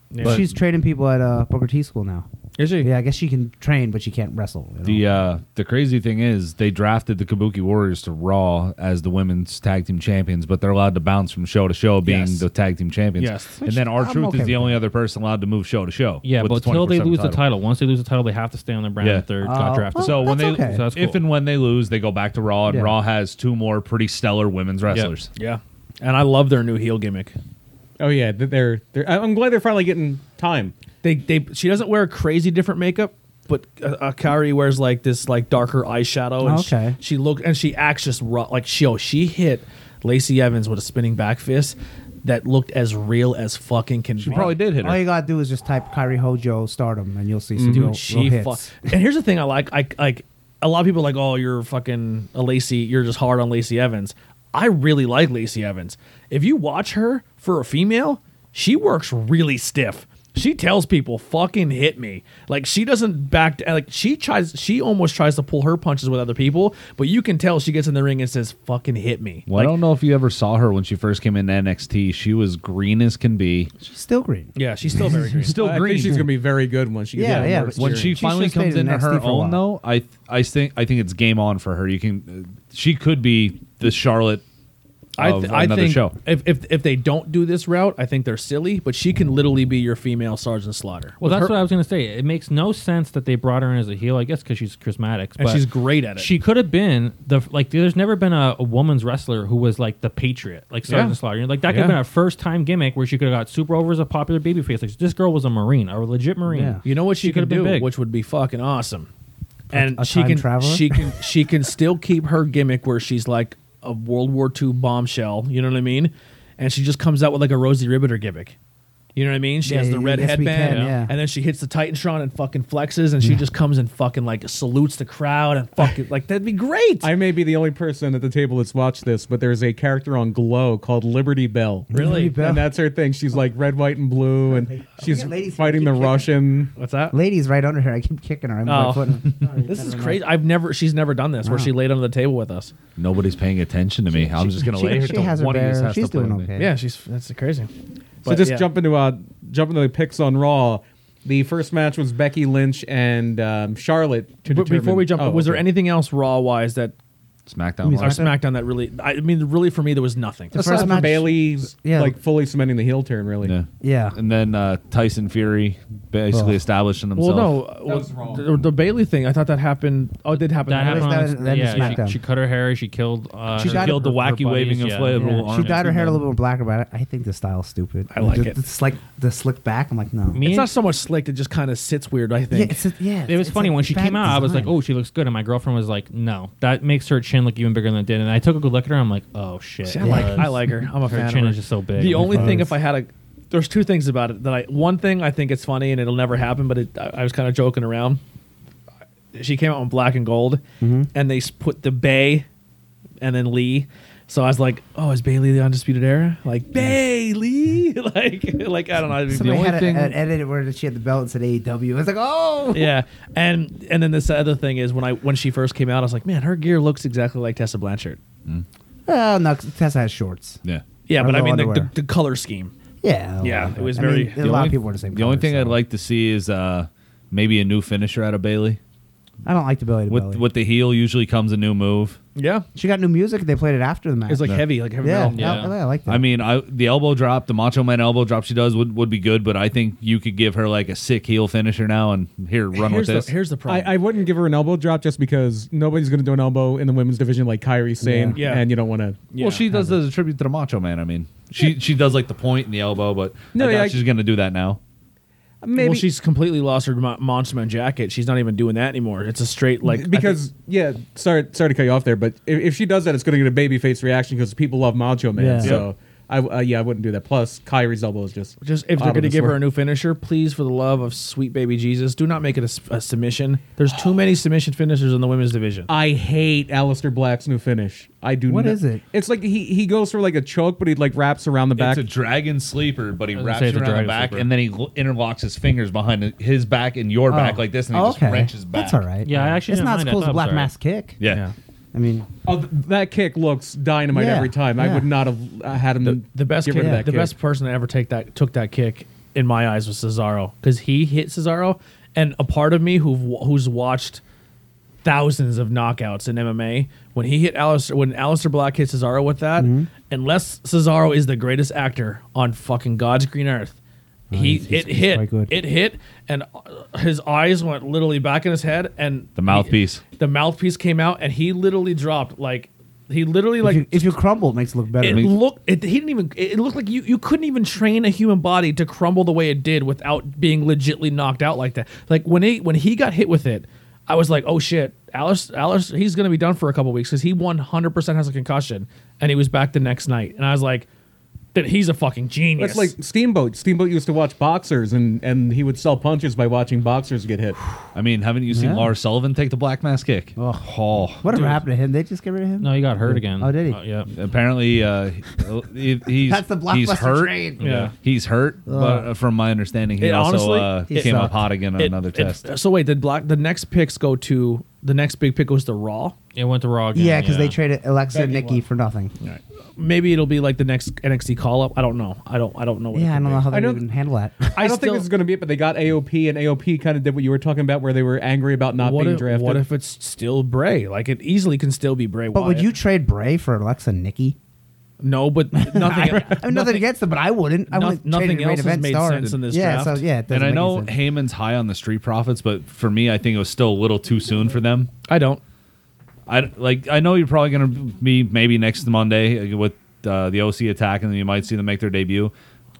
S2: yeah.
S3: She's training people at uh, Booker T school now.
S2: is she?
S3: Yeah, I guess she can train, but she can't wrestle. you know?
S4: The uh, the crazy thing is they drafted the Kabuki Warriors to Raw as the women's tag team champions, but they're allowed to bounce from show to show, being
S2: Yes.
S4: the tag team champions.
S2: Yes.
S4: and then our
S3: I'm
S4: truth
S3: okay
S4: is the
S3: with
S4: only other person allowed to move show to show.
S5: Yeah,
S4: with
S5: but
S4: the
S5: until they
S4: 24/7
S5: lose the title, once they lose the title, they have to stay on their brand.
S4: Yeah.
S5: If they're
S3: Oh,
S5: got drafted.
S3: well,
S4: So when they,
S3: that's okay.
S5: So that's
S4: if
S5: cool.
S4: and when they lose, they go back to Raw, and
S3: Yeah.
S4: Raw has two more pretty stellar women's wrestlers.
S2: Yeah. And I love their new heel gimmick.
S6: Oh yeah, th- they're they're. I- I'm glad they're finally getting time.
S2: They they she doesn't wear crazy different makeup, but uh, Akari wears like this like darker eyeshadow. And she-
S3: Okay.
S2: She, look and she acts just raw, like she oh, she hit Lacey Evans with a spinning back fist that looked as real as fucking can. She
S4: Probably did hit her.
S3: All you gotta do is just type Kyrie Hojo stardom, and you'll see some
S2: dude
S3: real, real
S2: she
S3: hits.
S2: fuck and here's the thing i like i like a lot of people are like oh you're fucking a lacey you're just hard on lacey evans i really like lacey evans if you watch her for a female she works really stiff she tells people fucking hit me like she doesn't back down like she tries she almost tries to pull her punches with other people but you can tell she gets in the ring and says fucking hit me
S4: Well, I don't know if you ever saw her when she first came in NXT. She was green as can be.
S3: She's still green.
S2: yeah she's still very green
S4: Still
S6: I
S4: green.
S6: think she's going to be very good when she gets
S3: Yeah,
S6: out
S3: yeah,
S6: More
S3: but
S4: when
S3: She
S4: she
S3: should've
S4: finally
S3: stayed
S4: comes
S3: in
S4: into her
S3: NXT for a
S4: own
S3: while.
S4: though i th- i think i think it's game on for her you can she could be the charlotte
S2: I,
S4: of
S2: th- I
S4: another
S2: think
S4: show
S2: If, if if they don't do this route, I think they're silly. But she can literally be your female Sergeant Slaughter.
S5: well,
S2: With
S5: that's
S2: her-
S5: what I was gonna say. It makes no sense that they brought her in as a heel. I guess because she's charismatic
S2: And
S5: but
S2: she's great at it.
S5: She could have been the like. There's never been a, a woman's wrestler who was like the patriot, like Sergeant
S2: Yeah.
S5: Slaughter. You know, Like that could have
S2: Yeah.
S5: been a first time gimmick where she could have got super over as a popular babyface. Like this girl was a marine, a legit marine.
S3: Yeah.
S2: You know what she,
S5: could
S2: can
S5: have been
S2: do,
S5: big.
S2: which would be fucking awesome. And
S3: a
S2: she
S3: time
S2: can
S3: traveler?
S2: she can she can still keep her gimmick where she's like a World War II bombshell. You know what I mean? And she just comes out with like a Rosie Riveter gimmick. You know what I mean? She
S3: Yeah,
S2: has the
S3: yeah,
S2: red
S3: yes, we
S2: headband,
S3: can, yeah.
S2: and then she hits the Titantron and fucking flexes, and she just comes and fucking like salutes the crowd and fucking like that'd be great.
S6: I may be the only person at the table that's watched this, but there's a character on Glow called Liberty Bell.
S2: really?
S3: Bell.
S6: And that's her thing. She's like red, white, and blue, and she's
S3: Yeah, ladies,
S6: fighting
S3: keep
S6: the
S3: kicking.
S6: Russian.
S2: What's that?
S3: Lady's right under her. I keep kicking her. I move
S2: Oh.
S3: my foot. and- Sorry,
S2: This
S3: I
S2: is
S3: don't know.
S2: crazy. I've never. She's never done this where
S3: Wow.
S2: she laid under the table with us.
S4: nobody's paying attention to me i'm just gonna
S3: she-
S4: lay here
S3: she
S4: till
S3: has her
S4: one of these
S3: bear.
S4: has to
S3: She's
S4: play
S3: doing
S4: with me.
S3: okay.
S2: Yeah, she's that's crazy.
S6: So just
S2: yeah.
S6: jump into uh, jump into the picks on Raw. The first match was Becky Lynch and um, Charlotte. To
S2: But
S6: determine-
S2: before we jump,
S6: Oh,
S2: was there
S6: okay.
S2: anything else Raw wise that
S4: smackdown
S2: or
S4: Live.
S2: SmackDown that really? I mean, really for me there was nothing.
S3: The
S6: Aside
S3: first
S6: from
S3: match.
S6: Bailey's
S3: Yeah.
S6: like fully cementing the heel turn? Really?
S4: yeah.
S3: Yeah.
S4: and then uh, tyson fury basically
S3: Oh.
S4: establishing
S2: Well,
S4: himself
S2: no, uh,
S6: was wrong.
S2: The, the Bailey thing. I thought that happened. Oh, it did happen.
S5: That happened.
S3: that-
S5: on,
S3: that is
S5: yeah,
S3: SmackDown.
S5: she, she cut her hair. She killed. Uh,
S3: She
S5: her-
S3: dyed
S4: killed
S5: her-
S4: the wacky
S5: her
S4: waving
S5: buddies,
S4: of inflatable
S3: Yeah. She
S4: arms.
S3: dyed her hair a little bit black about it. I think the style's stupid. I
S2: like
S3: the,
S2: it.
S3: The slick, the slick back. I'm like, no.
S5: Me
S2: It's
S5: and-
S2: not so much slick. It just kind of sits weird. I
S3: yeah,
S2: think.
S3: it's a, yeah.
S5: It was
S3: it's
S5: funny
S3: like
S5: when she
S3: bad
S5: came out. I was like,
S3: design.
S5: "Oh, she looks good," and my girlfriend was like, "No, that makes her chin look even bigger than it did." And I took a good look at her. I'm like, "Oh shit!"
S2: See, I like. I like her. I'm a
S5: her
S2: fan.
S5: chin
S2: of her.
S5: is just so big.
S2: The only thing,
S3: Nice.
S2: if I had a, there's two things about it that I. One thing I think it's funny and it'll never happen, but it, I, I was kind of joking around.
S5: Mm-hmm.
S2: She came out in black and gold, and they s- put the Bay, and then Lee. So I was like, "Oh, is Bailey the undisputed era?" Like Bailey, like like I don't know. I mean, the
S3: Somebody
S2: only
S3: had a,
S2: thing,
S3: an edit where she had the belt and said AEW. I was like, oh.
S2: yeah. And and then this other thing is when I when she first came out, I was like, "Man, her gear looks exactly like Tessa Blanchard."
S3: Well, oh, no, 'cause Tessa has shorts.
S4: Yeah.
S2: Yeah,
S3: Or
S2: but I
S3: no
S2: mean the,
S3: underwear.
S2: the, the color scheme.
S3: Yeah. a
S2: Yeah,
S3: lot of
S2: it was
S3: I mean,
S2: very-
S3: a
S2: The
S3: lot
S4: only-
S3: of people were the same.
S4: The only
S3: colors,
S4: thing
S3: so.
S4: I'd like to see is uh, maybe a new finisher out of Bailey.
S3: I don't like the Bailey. to
S4: With
S3: Belly.
S4: with the heel usually comes a new move.
S2: Yeah,
S3: She got new music. They played it after the match.
S2: it's like heavy, like heavy
S3: yeah,
S2: metal.
S5: Yeah.
S3: I, I like that.
S4: I mean, I the elbow drop, the Macho Man elbow drop she does would, would be good, but I think you could give her like a sick heel finisher now and here run
S2: here's
S4: with
S2: the
S4: this.
S2: here's the
S6: I,
S2: problem.
S6: I wouldn't give her an elbow drop just because nobody's going to do an elbow in the women's division like Kyrie's saying,
S2: Yeah. Yeah.
S6: and you don't want to.
S2: Yeah.
S4: well, she does as a tribute to the Macho Man. I mean, she she does like the point and the elbow, but
S6: No,
S4: I doubt
S6: yeah, I-
S4: she's gonna do that now.
S6: Maybe
S2: Well, she's completely lost her Mo- Monster Man jacket. She's not even doing that anymore. It's a straight like I
S6: because yeah, sorry, sorry to cut you off there, but if, if she does that, it's going to get a babyface reaction because people love Macho Man.
S3: Yeah.
S6: So I w- uh, yeah, I wouldn't do that. Plus, Kyrie's elbow is just
S2: Just if
S6: out
S2: they're going
S6: of
S2: to
S6: this
S2: give her a
S6: world.
S2: new finisher, please, for the love of sweet baby Jesus, do not make it a s- a, submission. There's too many submission finishers in the women's division.
S6: I hate Alistair Black's new finish. I do.
S3: What
S6: not-
S3: is it?
S6: It's like he he goes for like a choke, but he like wraps around the back.
S4: It's a dragon sleeper, but he
S5: was gonna
S4: wraps
S5: say
S4: it
S5: it's a
S4: around the
S5: dragon
S4: back
S5: sleeper.
S4: and then he l- interlocks his fingers behind his back and your back like this, and he
S3: Oh,
S4: just wrenches back.
S3: That's all right.
S5: Yeah, I actually
S3: it's
S5: didn't
S3: not
S5: mind
S3: as
S5: that.
S3: cool as
S5: That was
S3: Black
S5: all right.
S3: Mask kick.
S4: Yeah.
S3: I mean,
S6: oh, th- that kick looks dynamite
S3: Yeah,
S6: every time. I
S3: yeah.
S6: would not have uh, had him.
S2: The best,
S6: get
S2: kick,
S6: rid of
S2: the
S6: that kick.
S2: best person to ever take that took that kick in my eyes was Cesaro because he hit Cesaro, and a part of me who who's watched thousands of knockouts in MMA when he hit Alistair when Alistair Black hit Cesaro with that,
S6: Mm-hmm.
S2: unless Cesaro is the greatest actor on fucking God's green earth. He
S3: he's-
S2: it
S3: he's
S2: hit
S3: quite good.
S2: it hit and uh, his eyes went literally back in his head and
S4: The mouthpiece.
S2: the mouthpiece came out and he literally dropped like he literally
S3: if,
S2: like
S3: you, if you crumble, it makes it look better.
S2: it looked. It, he didn't even. It looked like you. You couldn't even train a human body to crumble the way it did without being legitly knocked out like that. Like when he when he got hit with it, I was like, oh shit, Alice, Alice, he's gonna be done for a couple weeks because he 100 percent has a concussion and he was back the next night. And I was like, that he's a fucking genius.
S6: That's like Steamboat. Steamboat used to watch boxers, and and he would sell punches by watching boxers get hit.
S4: I mean, haven't you seen
S3: Yeah.
S4: Lars Sullivan take the black mask kick?
S3: Ugh.
S4: Oh.
S3: Whatever happened to him? They just get rid of him.
S5: No, he got hurt again.
S3: Oh, did he?
S5: Uh, yeah.
S4: Apparently, uh, he, he's
S3: That's the
S4: he's
S3: blockbuster
S4: hurt.
S3: train.
S2: Yeah.
S4: He's hurt, but uh, from my understanding, he
S2: It
S4: also
S2: honestly-
S4: uh,
S3: it
S4: came up
S3: sucked.
S4: hot again on
S2: It-
S4: another
S2: it-
S4: test.
S2: so wait, did black the next picks go to the next big pick goes to Raw?
S5: It went to Raw again.
S3: Yeah, because they traded Alexa and Nikki for nothing.
S2: Maybe it'll be like the next NXT call up. I don't know. I don't. I don't know. What it
S3: Yeah, I
S2: could
S3: don't
S2: be.
S3: know how they
S6: I know-
S3: even handle that.
S6: I,
S2: still-
S6: don't think this is going to be it, but they got AOP, and AOP kind of did what you were talking about, where they were angry about not
S2: what
S6: being
S2: if,
S6: drafted.
S2: What if it's still Bray? Like it easily can still be Bray.
S3: but would
S2: Wyatt.
S3: you trade Bray for Alexa and Nikki?
S2: No, but nothing.
S3: I mean, nothing, against them, but I wouldn't. I
S2: noth-
S3: wouldn't
S2: nothing
S3: trade a main
S2: else has
S3: event
S2: made
S3: star.
S2: sense in this
S3: yeah,
S2: draft.
S3: So, yeah, it
S4: And
S3: doesn't
S4: I
S3: make
S4: know
S3: any sense.
S4: Heyman's high on the street profits, but for me, I think it was still a little too soon for them.
S2: I don't.
S4: I like. I know you're probably going to be maybe next Monday uh, with uh, the OC attack, and then you might see them make their debut.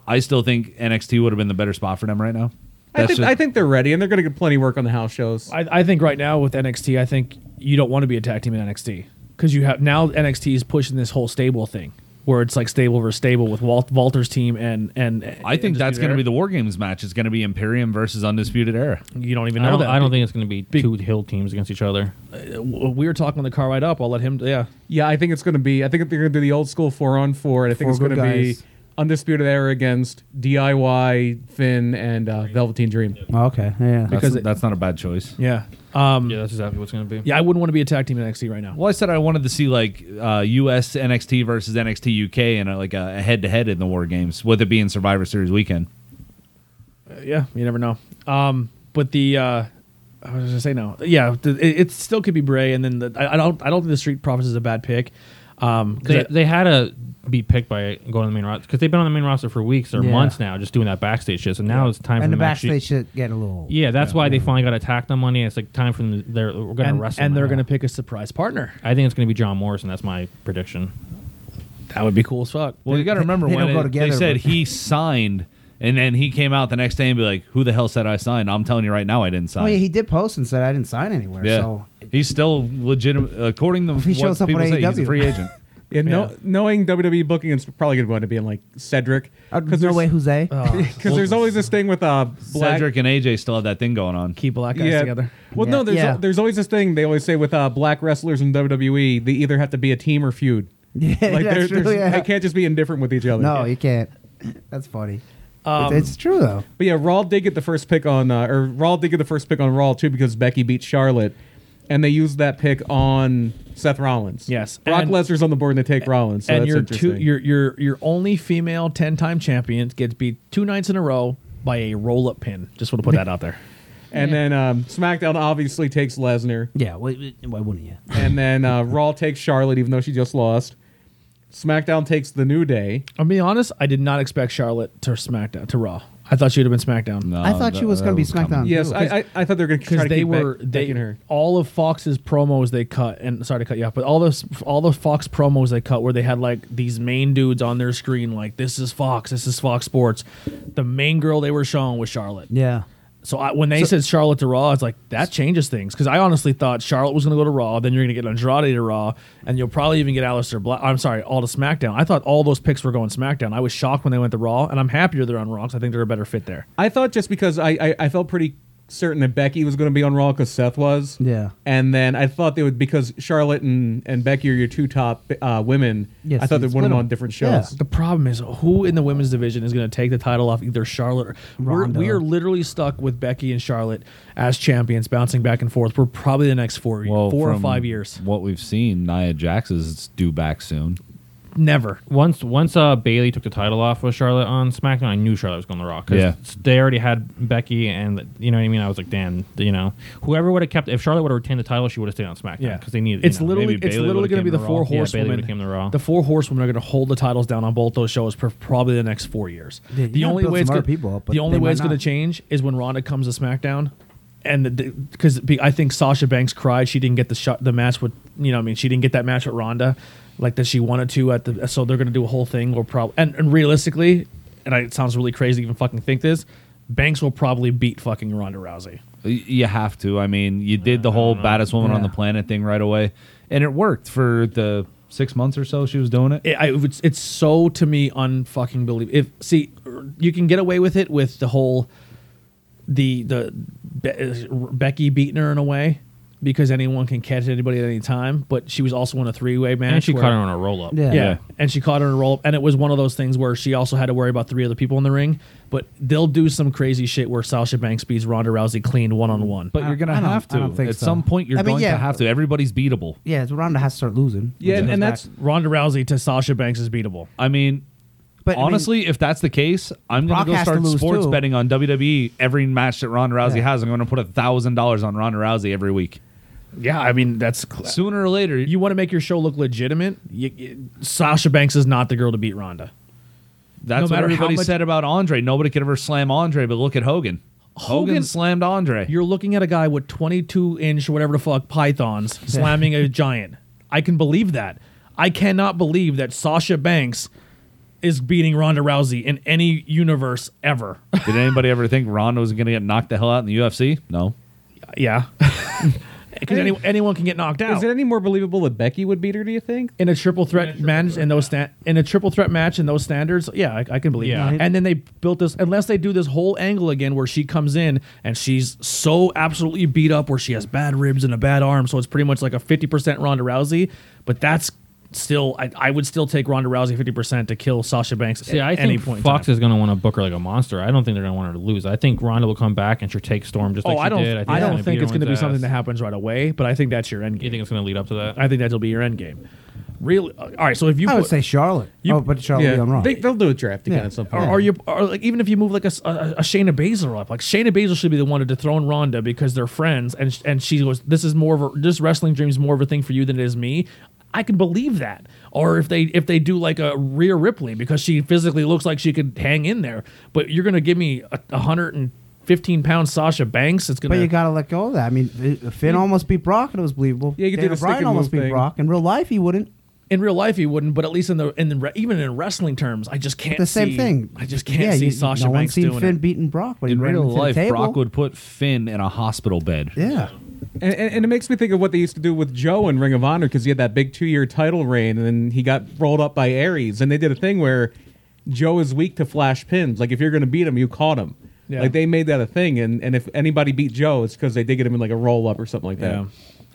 S4: I still think NXT would have been the better spot for them right now.
S6: I think,
S4: just-
S6: I think they're ready, and they're going to get plenty of work on the house shows.
S2: I, I think right now with NXT, I think you don't want to be a tag team in NXT because you have now NXT is pushing this whole stable thing where it's like stable versus stable with Walt, Walter's team and and
S4: I think that's going to be the War Games match. It's going to be Imperium versus Undisputed Era.
S2: you don't even
S5: I
S2: know
S5: don't,
S2: that.
S5: I don't think it's going to be two hill teams against each other.
S2: W- we were talking on the car ride up. I'll let him. Yeah,
S6: yeah, I think it's going to be. I think they're going to do the old school four on four, and I think
S3: Four
S6: it's going
S3: good
S6: to be
S3: guys.
S6: undisputed era against DIY, Finn, and uh, Velveteen Dream.
S3: Oh, okay, yeah.
S4: That's,
S2: Because it-
S4: that's not a bad choice.
S2: yeah, um,
S5: Yeah, that's exactly what's going to be.
S2: yeah. I wouldn't want to be a tag team in NXT right now.
S4: Well, I said I wanted to see like uh, U.S. NXT versus NXT UK and uh, like a head to head in the War Games, with it being Survivor Series weekend.
S2: yeah, you never know. Um, but the uh, I was gonna say no. Yeah, the, it, it still could be Bray, and then the, I, I don't. I don't think the Street Profits is a bad pick. Um, 'cause
S5: They,
S2: I-
S5: they had to be picked by going to the main roster because they've been on the main roster for weeks or
S3: Yeah.
S5: months now, just doing that backstage shit. So now it's time for
S3: And the
S5: them to actually-
S3: backstage should get a little.
S5: Yeah, that's why they finally got attacked on Monday. It's like time for them. To, they're we're going to
S2: and,
S5: wrestle,
S2: and they're
S5: now.
S2: gonna pick a surprise partner.
S5: I think it's going to be John Morrison. That's my prediction.
S2: That would be cool as fuck.
S4: Well, you got to remember
S3: they
S4: when
S3: don't go
S4: it-
S3: together,
S4: they said
S3: but-
S4: he signed, and then he came out the next day and be like, "Who the hell said I signed? I'm telling you right now, I didn't sign."
S3: Oh yeah, he did post and said I didn't sign anywhere.
S4: Yeah.
S3: So
S4: he's still legitimate according to
S3: If he
S4: what
S3: shows up
S4: people
S3: on E
S4: say. He's a
S3: AEW.
S4: free agent.
S6: Yeah, no,
S2: Yeah.
S6: knowing WWE booking, it's probably going to end up being like Cedric
S3: uh,
S6: because
S3: no way, Jose.
S6: because there's always this thing with uh, Black.
S4: Cedric and AJ still have that thing going on.
S2: Keep black guys together.
S6: Well,
S3: Yeah.
S6: no, there's
S3: Yeah.
S6: E, there's always this thing they always say with uh, black wrestlers in WWE. They either have to be a team or feud.
S3: Yeah,
S6: Like
S3: that's
S6: they're, they're-
S3: true. Yeah.
S6: they can't just be indifferent with each other.
S3: No, you can't. That's funny. it's, it's true though.
S6: But yeah, Raw did get the first pick on, uh, or Raw did get the first pick on Raw too because Becky beat Charlotte, and they used that pick on Seth Rollins.
S2: Yes,
S6: Brock
S2: and-
S6: Lesnar's on the board and they take Rollins. So
S2: and
S6: that's
S2: your two,
S6: interesting.
S2: your your your only female ten time champion gets beat two nights in a row by a roll up pin. Just want to put that out there.
S6: and then um, SmackDown obviously takes Lesnar,
S3: Yeah, why, why wouldn't you?
S6: and then uh, Raw takes Charlotte even though she just lost. SmackDown takes the New Day.
S2: I'll be honest. I did not expect Charlotte to SmackDown to Raw. I thought she'd have been SmackDown.
S4: No,
S3: I thought she was gonna be SmackDown.
S4: Um, coming.
S6: Yes,
S3: Ooh,
S6: I, I, I thought they were going to try
S2: because
S6: to
S2: they
S6: keep Beck-
S2: were
S6: Becky
S2: they
S6: and her.
S2: all of Fox's promos they cut and sorry to cut you off, but all those all the Fox promos they cut where they had like these main dudes on their screen like this is Fox, this is Fox Sports. The main girl they were showing was Charlotte.
S3: Yeah.
S2: So I, when they said Charlotte to Raw, it's like that changes things because I honestly thought Charlotte was going to go to Raw, then you're going to get Andrade to Raw, and you'll probably even get Aleister Black. I'm sorry, all to SmackDown. I thought all those picks were going SmackDown. I was shocked when they went to Raw, and I'm happier they're on Raw because I think they're a better fit there.
S6: I thought just because I, I, I felt pretty certain that Becky was going to be on Raw because Seth was.
S3: Yeah.
S6: And then I thought they would because Charlotte and, and Becky are your two top uh, women.
S3: Yes,
S6: I thought
S3: you
S6: they'd
S3: split
S6: want them
S3: 'em.
S6: on different
S3: Yeah.
S6: shows.
S2: The problem is who in the women's division is going to take the title off either Charlotte or we're,
S3: Ronda.
S2: we are literally stuck with Becky and Charlotte as champions bouncing back and forth for probably the next four
S4: Well,
S2: four or
S4: from
S2: five years.
S4: What we've seen, Nia Jax is due back soon.
S2: Never.
S5: Once once uh, Bailey took the title off with Charlotte on SmackDown, I knew Charlotte was going to Raw because
S4: Yeah.
S5: they already had Becky, and you know what I mean. I was like, damn, you know, whoever would have kept if Charlotte would have retained the title, she would have stayed on SmackDown
S2: Yeah,
S5: because they needed.
S2: It's
S5: you know,
S2: literally
S4: maybe
S2: it's
S4: Bayley
S2: literally
S4: would've
S2: going to
S4: came
S2: be the
S4: to
S2: four
S4: Raw.
S5: Yeah,
S2: horsewomen.
S5: Bayley would've came to Raw.
S2: The four horsewomen are going to hold the titles down on both those shows for probably the next four years.
S3: Yeah, you
S2: the
S3: gotta
S2: only
S3: build
S2: way it's
S3: some
S2: gonna,
S3: other people up, but
S2: the only
S3: they
S2: way
S3: might
S2: it's going to
S3: not.
S2: change is when Ronda comes to SmackDown, and because I think Sasha Banks cried she didn't get the shot the match with you know what I mean she didn't get that match with Ronda like that she wanted to at the so they're going to do a whole thing or probably and, and realistically and I, it sounds really crazy to even fucking think this Banks will probably beat fucking Ronda Rousey.
S4: Y- You have to. I mean, you did the whole baddest woman on
S3: Yeah.
S4: the planet thing right away, and it worked for the six months or so she was doing it.
S2: it, I, it's, it's so to me unfucking believable. If see, you can get away with it with the whole the the Be- uh, Becky beating her in a way because anyone can catch anybody at any time. But she was also in a three way match.
S5: and she
S2: where-
S5: caught her on a roll up.
S3: Yeah.
S2: yeah.
S4: Yeah.
S2: and she caught her in a roll, and it was one of those things where she also had to worry about three other people in the ring. But they'll do some crazy shit where Sasha Banks beats Ronda Rousey clean one on one.
S4: But
S3: I-
S4: you're gonna
S3: I don't-
S4: have
S3: I
S4: to
S3: don't think
S4: at
S3: so.
S4: some point. You're
S3: I mean,
S4: going
S3: yeah.
S4: to have to. Everybody's beatable.
S3: Yeah, it's Ronda has to start losing.
S6: Yeah,
S3: Which
S6: and,
S3: goes
S6: and
S3: back-
S6: that's
S2: Ronda Rousey to Sasha Banks is beatable.
S4: I mean,
S3: But, I mean-
S4: honestly, if that's the case, I'm going
S3: Brock
S4: to go
S3: has to
S4: start
S3: lose,
S4: sports
S3: too.
S4: betting on WWE every match that Ronda Rousey
S3: Yeah.
S4: has. I'm going to put a thousand dollars on Ronda Rousey every week.
S2: Yeah, I mean that's
S4: Sooner or later,
S2: you want to make your show look legitimate. You, you, Sasha Banks is not the girl to beat Ronda.
S4: that's
S2: no
S4: what
S2: matter how
S4: everybody
S2: much-
S4: said about Andre. Nobody could ever slam Andre, but look at Hogan. Hogan,
S2: Hogan-
S4: slammed Andre.
S2: You're looking at a guy with 22 inch or whatever the fuck pythons slamming a giant. I can believe that. I cannot believe that Sasha Banks is beating Ronda Rousey in any universe ever.
S4: Did anybody ever think Ronda was going to get knocked the hell out in the UFC? No.
S2: yeah. Because any, anyone can get knocked out.
S6: Is it any more believable that Becky would beat her? Do you think?
S2: in a triple threat match and those sta- in a triple threat match and those standards, yeah, I, I can believe.
S5: Yeah.
S2: it. And then they built this. Unless they do this whole angle again where she comes in and she's so absolutely beat up, where she has bad ribs and a bad arm, so it's pretty much like a fifty percent Ronda Rousey. But that's still, I, I would still take Ronda Rousey fifty percent to kill Sasha Banks.
S5: See,
S2: at
S5: I
S2: any
S5: think
S2: point in
S5: Fox
S2: time.
S5: is going to want to book her like a monster. I don't think they're going to want her to lose. I think Ronda will come back and she'll take Storm just like
S2: oh,
S5: she
S2: I don't,
S5: did.
S2: I don't think it's
S5: going to
S2: be something that happens right away. But I think that's your end
S5: You
S2: game.
S5: think it's going to lead up to that?
S2: I think that'll be your end game. Really, all right. So if you
S3: I would
S2: put-
S3: say Charlotte.
S2: You-
S3: oh, but Charlotte will be on Raw.
S6: They, they'll do a draft again
S3: Yeah.
S6: at some
S2: Or,
S6: point.
S2: or you, or like even if you move like a, s- a- a Shayna Baszler up, like Shayna Baszler should be the one to dethrone Ronda because they're friends, and sh- and she goes, this is more of a, this wrestling dream is more of a thing for you than it is me. I can believe that. Or if they if they do like a Rhea Ripley because she physically looks like she could hang in there, but you're gonna give me a, a hundred and fifteen pound Sasha Banks, it's gonna
S3: but you gotta let go of that. I mean, F- Finn almost beat Brock, and it was believable.
S6: Yeah, you could do
S3: Daniel
S6: the stick
S3: Bryan
S6: and
S3: almost
S6: move
S3: beat
S6: thing.
S3: Brock. In real life, he wouldn't.
S2: in real life you wouldn't, but at least in the in the re- even in wrestling terms, I just can't
S3: The same
S2: see-
S3: thing.
S2: I just can't
S3: yeah,
S2: see
S3: you-
S2: Sasha
S3: no
S2: Banks
S3: one's seen
S2: doing
S3: Finn
S2: it.
S3: beating Brock when
S4: In
S3: he ran
S4: real
S3: him to the
S4: life,
S3: table.
S4: Brock would put Finn in a hospital bed.
S3: Yeah,
S6: and, and, and it makes me think of what they used to do with Joe in Ring of Honor because he had that big two-year title reign, and then he got rolled up by Aries, and they did a thing where Joe is weak to flash pins. Like if you're going to beat him, you caught him.
S2: Yeah.
S6: Like they made that a thing, and, and if anybody beat Joe, it's because they did get him in like a roll up or something like that.
S2: Yeah.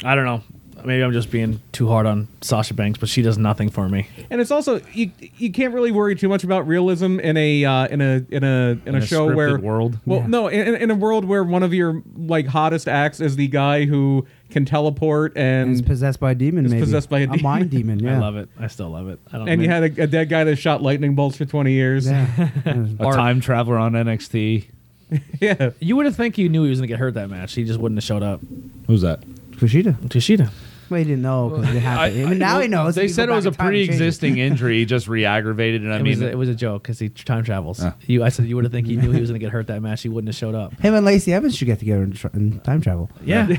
S2: I don't know. maybe I'm just being too hard on Sasha Banks, but she does nothing for me.
S6: And it's also you you can't really worry too much about realism in a uh, in a in a in, a,
S4: a
S6: show
S4: scripted
S6: where
S4: world?
S6: Well, no, in, in a world where one of your like hottest acts is the guy who can teleport and
S3: He's possessed by a demon.
S6: He's
S3: maybe
S6: possessed by a demon.
S3: mind demon. Yeah,
S2: I love it. I still love it. I don't
S6: and you
S2: know.
S6: had a, a dead guy that shot lightning bolts for twenty years. Yeah,
S3: Yeah.
S4: A time traveler on NXT.
S2: you would have think you knew he was gonna get hurt that match. He just wouldn't have showed up.
S4: Who's that?
S3: Kushida.
S2: Kushida.
S3: Well, he didn't know because it happened. I, mean, now
S4: well,
S3: he knows.
S4: They
S3: He can
S4: said
S3: go
S4: it was a
S3: back in time and change it.
S4: pre-existing injury, he just re-aggravated, and I
S2: It,
S4: mean,
S2: was a, it was a joke because he time travels. You, I said you would have think he knew he was gonna get hurt that match. He wouldn't have showed up.
S3: Him and Lacey Evans should get together and, tr- and time travel.
S2: Yeah,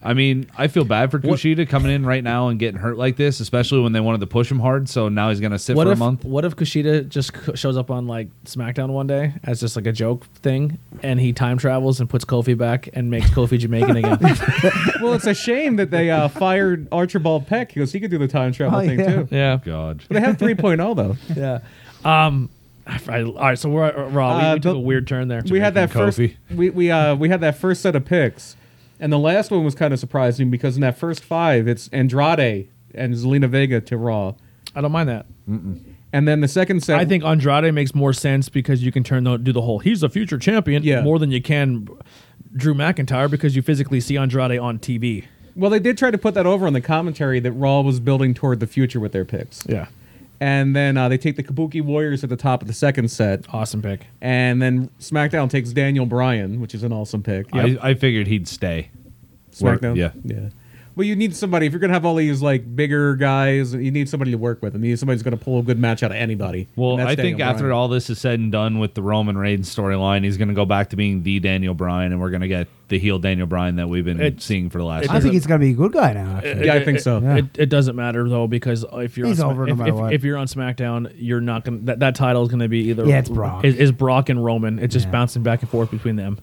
S4: I mean, I feel bad for
S2: What-
S4: Kushida coming in right now and getting hurt like this, especially when they wanted to push him hard. So now he's gonna sit
S2: what
S4: for a
S2: if
S4: month.
S2: what if Kushida just c- shows up on like SmackDown one day as just like a joke thing, and he time travels and puts Kofi back and makes Kofi Jamaican again?
S6: well, it's a shame that they uh, fired Archibald Peck because he could do the time travel
S3: Oh,
S6: thing
S3: yeah.
S6: too.
S2: yeah,
S4: God,
S6: But they have 3.0 oh, though.
S2: yeah. Um, I, I, all right, so we're uh, Raw. We,
S6: Uh,
S2: we took
S6: the-
S2: a weird turn there.
S6: we had that
S4: Jamaican
S6: first
S4: Kofi.
S6: we we uh we had that first set of picks, and the last one was kind of surprising because in that first five, it's Andrade and Zelina Vega to Raw,
S2: I don't mind that.
S6: and then the second set.
S2: I think Andrade makes more sense because you can turn the, do the whole he's a future champion
S6: Yeah.
S2: more than you can Drew McIntyre because you physically see Andrade on TV.
S6: well, they did try to put that over on the commentary that Raw was building toward the future with their picks.
S2: Yeah,
S6: And then uh, they take the Kabuki Warriors at the top of the second set,
S2: awesome pick.
S6: and then SmackDown takes Daniel Bryan, which is an awesome pick.
S4: I, I figured he'd stay. Work-
S6: SmackDown.
S4: yeah.
S6: yeah. Well, you need somebody if you're gonna have all these like bigger guys. You need somebody to work with, and you need somebody who's gonna pull a good match out of anybody.
S4: Well,
S6: And that's
S4: I think
S6: Daniel
S4: after
S6: Bryan.
S4: all this is said and done with the Roman Reigns storyline, he's going to go back to being the Daniel Bryan, and we're going to get the heel Daniel Bryan that we've been
S2: It's-
S4: seeing for the last.
S2: it
S3: I
S4: year.
S2: doesn't-
S3: think he's gonna be a good guy now. Actually.
S6: yeah, I think so.
S3: Yeah.
S2: It, it doesn't matter though because if you're
S3: He's
S2: on Sma-
S3: over no
S2: if,
S3: matter
S2: if-
S3: what.
S2: if you're on SmackDown, you're not gonna that, that title is gonna be either
S3: Yeah, it's Brock.
S2: is, is Brock and Roman. It's just
S3: Yeah.
S2: bouncing back and forth between them.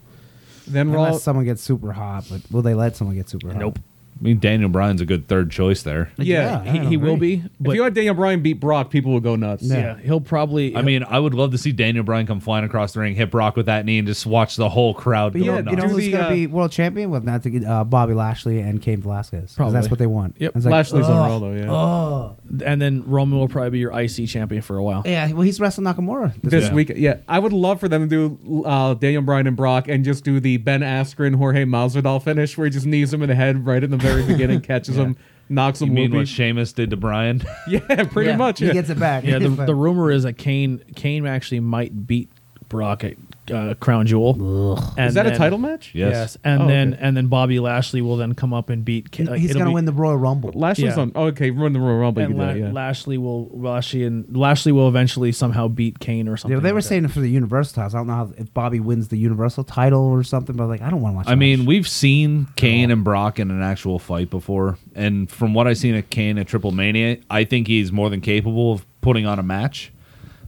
S6: Then Raw.
S3: Unless someone gets super hot, but will they let someone get super hot?
S2: Nope.
S4: I mean, Daniel Bryan's a good third choice there.
S6: Yeah,
S3: I
S2: He,
S3: don't
S2: he will
S3: agree.
S2: be, but
S6: if you had Daniel Bryan beat Brock, people would go nuts.
S2: yeah. he'll probably.
S4: I mean, I would love to see Daniel Bryan come flying across the ring, hit Brock with that knee, and just watch the whole crowd
S3: But
S4: go
S3: yeah,
S6: no.
S3: you know
S4: nuts.
S6: Do
S3: who's
S6: the,
S3: gonna
S6: uh,
S3: be world champion? Well, not to get, uh, Bobby Lashley and Cain Velasquez. 'cause
S2: Probably.
S3: That's what they want.
S2: Yep.
S3: It's like,
S6: Lashley's
S3: ugh,
S6: on Raw though. Yeah.
S3: Oh,
S2: and then Roman will probably be your IC champion for a while.
S3: Yeah, well, he's wrestling Nakamura this,
S6: this
S3: week.
S6: week, yeah, I would love for them to do uh, Daniel Bryan and Brock, and just do the Ben Askren Jorge Masvidal finish, where he just knees him in the head right in the very beginning, catches him, knocks
S4: You
S6: him.
S4: mean what
S6: whoopee.
S4: Sheamus did to Bryan?
S6: yeah, pretty
S2: Yeah.
S6: much.
S3: He
S6: yeah.
S3: gets it back.
S2: Yeah, the,
S3: But-
S2: the rumor is that Kane Kane actually might beat Brock at uh, Crown Jewel. And
S6: Is that a
S2: then-
S6: title match?
S4: Yes.
S2: And
S6: Oh,
S2: then
S6: okay.
S2: and then Bobby Lashley will then come up and beat. Ka-
S3: he-
S2: like,
S3: he's
S2: uh, it'll
S3: gonna
S2: be-
S3: win the Royal Rumble.
S6: Lashley's
S2: Yeah.
S6: on. Oh, okay, run the Royal Rumble. You
S2: And
S6: can do
S2: La-
S6: that, yeah.
S2: Lashley will Lashley and Lashley will eventually somehow beat Kane or something.
S3: Yeah, they were
S2: like that.
S3: saying it for the Universal titles. I don't know how, if Bobby wins the Universal title or something, but like I don't want to watch.
S4: I
S3: that
S4: mean,
S3: match.
S4: we've seen Kane and Brock in an actual fight before, and from what I've seen of Kane at Triple Mania, I think he's more than capable of putting on a match.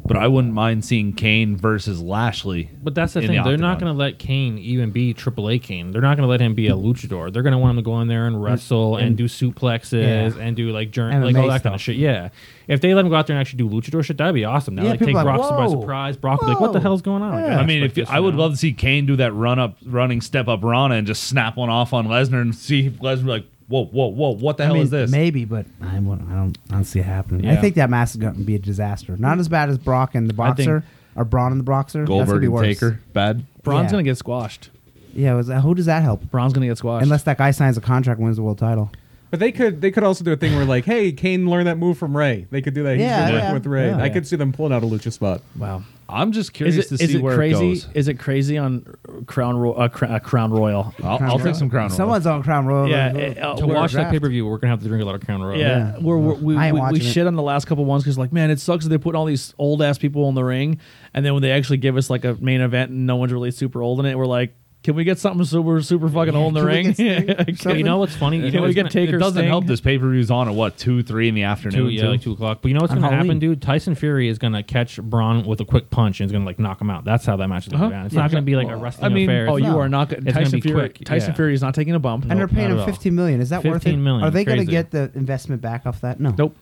S4: But I wouldn't mind seeing Kane versus Lashley.
S5: But that's the
S4: in
S5: thing. They're not
S4: octagon.
S5: going to let Kane even be AAA Kane. They're not going to let him be a luchador. They're going to want him to go in there and wrestle and, do suplexes
S3: Mm. Yeah.
S5: and do like jur-
S3: MMA
S5: like all that kind
S3: stuff.
S5: of shit. Yeah. If they let him go out there and actually do luchador shit, that'd be awesome. Now,
S3: Yeah,
S5: like
S3: people
S5: take
S3: are like,
S5: Brock by
S3: "Whoa,
S5: surprise. Brock would be like, what the
S3: whoa."
S5: hell's going on?
S3: Yeah.
S4: I mean, if
S5: expect this
S4: I would
S5: now."
S4: love to see Kane do that run up, running step up Rana and just snap one off on Lesnar and see Lesnar be like, whoa, whoa, whoa, what the
S3: I
S4: hell
S3: mean,
S4: is this?
S3: Maybe, but I, won't- I don't. I don't see it happening. I
S5: Yeah.
S3: think that match is going to be a disaster. Not as bad as Brock and the
S2: think-
S3: Boxer or Braun and the Boxer. That's gonna
S4: Goldberg
S3: be
S4: and
S3: worse.
S4: Taker, bad.
S2: Braun's
S3: Yeah.
S2: gonna get squashed.
S3: Yeah, was that, who does that help?
S2: Braun's gonna get squashed.
S3: Unless that guy signs a contract, and wins the world title.
S6: But they could they could also do a thing where like, hey, Kane learned that move from Ray. They could do that. He's
S3: Yeah,
S6: been
S3: yeah.
S6: working with Ray.
S3: Yeah.
S6: I could see them pulling out a lucha spot.
S2: wow.
S4: I'm just
S2: Is
S4: curious
S2: it,
S4: to
S2: is
S4: see
S2: it
S4: where it
S2: crazy?
S4: goes.
S2: is it crazy on Crown Ro- uh, Cra- uh, Crown Royal?
S4: I'll, I'll take some crown. Royal.
S3: Someone's on Crown Royal.
S2: Yeah,
S3: Royal-
S2: it- uh,
S5: to
S3: Royal
S5: watch that
S3: Draft.
S5: pay per view, we're gonna have to drink a lot of Crown Royal.
S2: Yeah,
S3: Yeah.
S2: We're, we're, we
S3: I ain't
S2: we, we
S3: watching it.
S2: shit on the last couple ones because like, man, it sucks that they put all these old ass people in the ring, and then when they actually give us like a main event and no one's really super old in it, we're like, can we get something super super fucking old in the
S3: Can we
S2: ring?
S3: get Sting?
S2: Yeah,
S5: But
S2: you
S5: you
S2: know,
S5: know what's funny? You
S2: Can
S5: know
S2: we
S5: what's
S2: get
S5: gonna-
S2: Taker
S4: It doesn't
S2: Sting?
S4: help. This pay per view's on at what two, three in the
S5: Two,
S4: afternoon.
S5: yeah, like
S4: too?
S5: two o'clock. But you know what's
S3: On
S5: going to happen,
S3: Halloween.
S5: dude? Tyson Fury is going to catch Braun with a quick punch and is going to like knock him out. That's how that match is going to
S2: Uh-huh.
S5: go down. It's
S2: Yeah.
S5: not going to be like a
S2: Well,
S5: wrestling
S2: I mean,
S5: affair.
S2: oh, you
S3: No.
S2: are not. go-
S5: It's gonna
S2: Tyson
S5: be
S2: Fury.
S5: quick,
S2: Tyson
S5: yeah.
S2: Fury is not taking a bump.
S3: And they're
S5: Nope,
S3: paying
S5: not
S3: him
S5: at all.
S3: fifteen million. Is that worth it?
S5: 15 million,
S3: Are they going to
S5: crazy.
S3: get the investment back off that? No.
S2: Nope.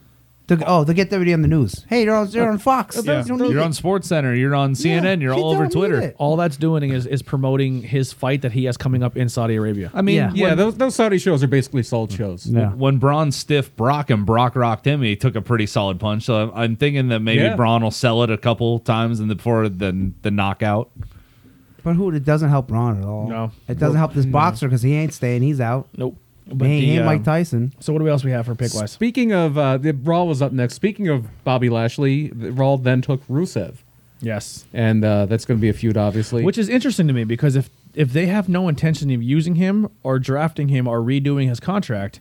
S3: They'll, oh, they'll get everybody on the news. Hey, you're on, you're on Fox.
S4: Yeah.
S3: You don't need
S4: You're
S3: it.
S4: on Sports Center. You're on CNN. you're
S3: you
S4: all over
S3: don't need
S4: Twitter.
S3: it.
S2: All that's doing is is promoting his fight that he has coming up in Saudi Arabia.
S4: I mean,
S3: Yeah.
S6: Yeah, those, those Saudi shows are basically salt shows.
S3: Yeah.
S4: when Braun stiffed Brock and Brock rocked him, he took a pretty solid punch. So I'm, I'm thinking that maybe
S6: Yeah.
S4: Braun will sell it a couple times and before the the knockout.
S3: But who? It doesn't help Ron at all.
S2: No.
S3: It doesn't help this boxer because he ain't staying. He's out.
S2: Nope.
S3: But he ain't,
S2: the,
S3: ain't
S2: uh,
S3: Mike Tyson.
S2: So what do we else we have for pick wise?
S6: Speaking of uh, the Raw was up next. Speaking of Bobby Lashley, the- Raw then took Rusev,
S2: Yes.
S6: and uh, that's going to be a feud, obviously.
S2: Which is interesting to me because if if they have no intention of using him or drafting him or redoing his contract,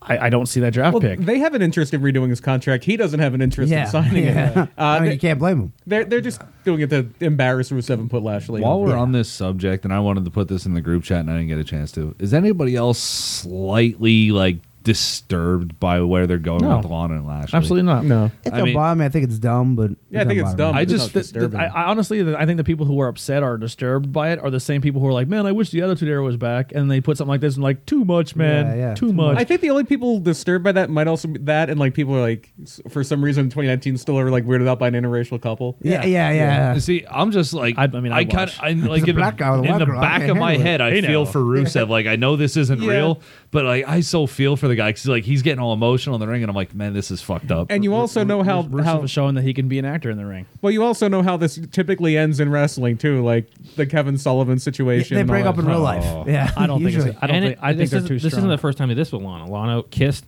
S2: I, I don't see that draft
S6: well,
S2: pick.
S6: they have an interest in redoing his contract. He doesn't have an interest in signing it.
S3: yeah. I
S6: Uh,
S3: mean,
S6: they,
S3: you can't blame him.
S6: they're they're just doing it to embarrass Rusev and put Lashley.
S4: While
S6: in.
S4: we're on this subject, and I wanted to put this in the group chat, and I didn't get a chance to. Is anybody else slightly like disturbed by where they're going
S2: No.
S4: with Lana and Lashley?
S2: Absolutely not.
S6: no,
S3: It's
S4: I
S3: a
S4: mean-
S3: bomb. I think it's dumb, but
S6: Yeah, I think it's dumb.
S4: I
S6: It's
S4: just-
S6: not
S2: Th- th-
S6: disturbing.
S2: I, I honestly, th- I think the people who are upset or disturbed by it are the same people who are like, "Man, I wish the Attitude Era was back," and they put something like this and like, "Too much, man,
S3: Yeah, yeah,
S2: too,
S3: too
S2: much."
S6: I think the only people disturbed by that might also be that, and like people are like, s- for some reason, in 2019 still are like weirded out by an interracial couple.
S3: Yeah, yeah, yeah.
S4: See, I'm just like
S2: I-
S4: I,
S2: I mean,
S4: mean,
S2: I
S4: I kind
S2: watch.
S4: of like in,
S3: black guy with a
S4: in
S3: white
S4: the
S3: girl, I
S4: back
S3: can't
S4: of my
S3: handle it.
S4: head, I
S2: know.
S4: feel for Rusev. like I know this isn't
S6: Yeah.
S4: real, but like I so feel for the guy because like he's getting all emotional in the ring, and I'm like, man, this is fucked up.
S6: And you also know how
S2: Rusev
S6: how
S2: is showing that he can be an actor in the ring.
S6: well you also know how this typically ends in wrestling too, like the Kevin Sullivan situation.
S3: They
S6: and
S3: break
S6: all
S3: up in
S6: that.
S3: real
S4: Oh.
S3: life. Yeah,
S2: I don't think it's-
S3: usually.
S2: I don't
S5: And
S2: think- I think
S5: this
S2: they're
S5: isn't-
S2: too
S5: This isn't
S2: strong.
S5: the first time they did this with Lana. Lana kissed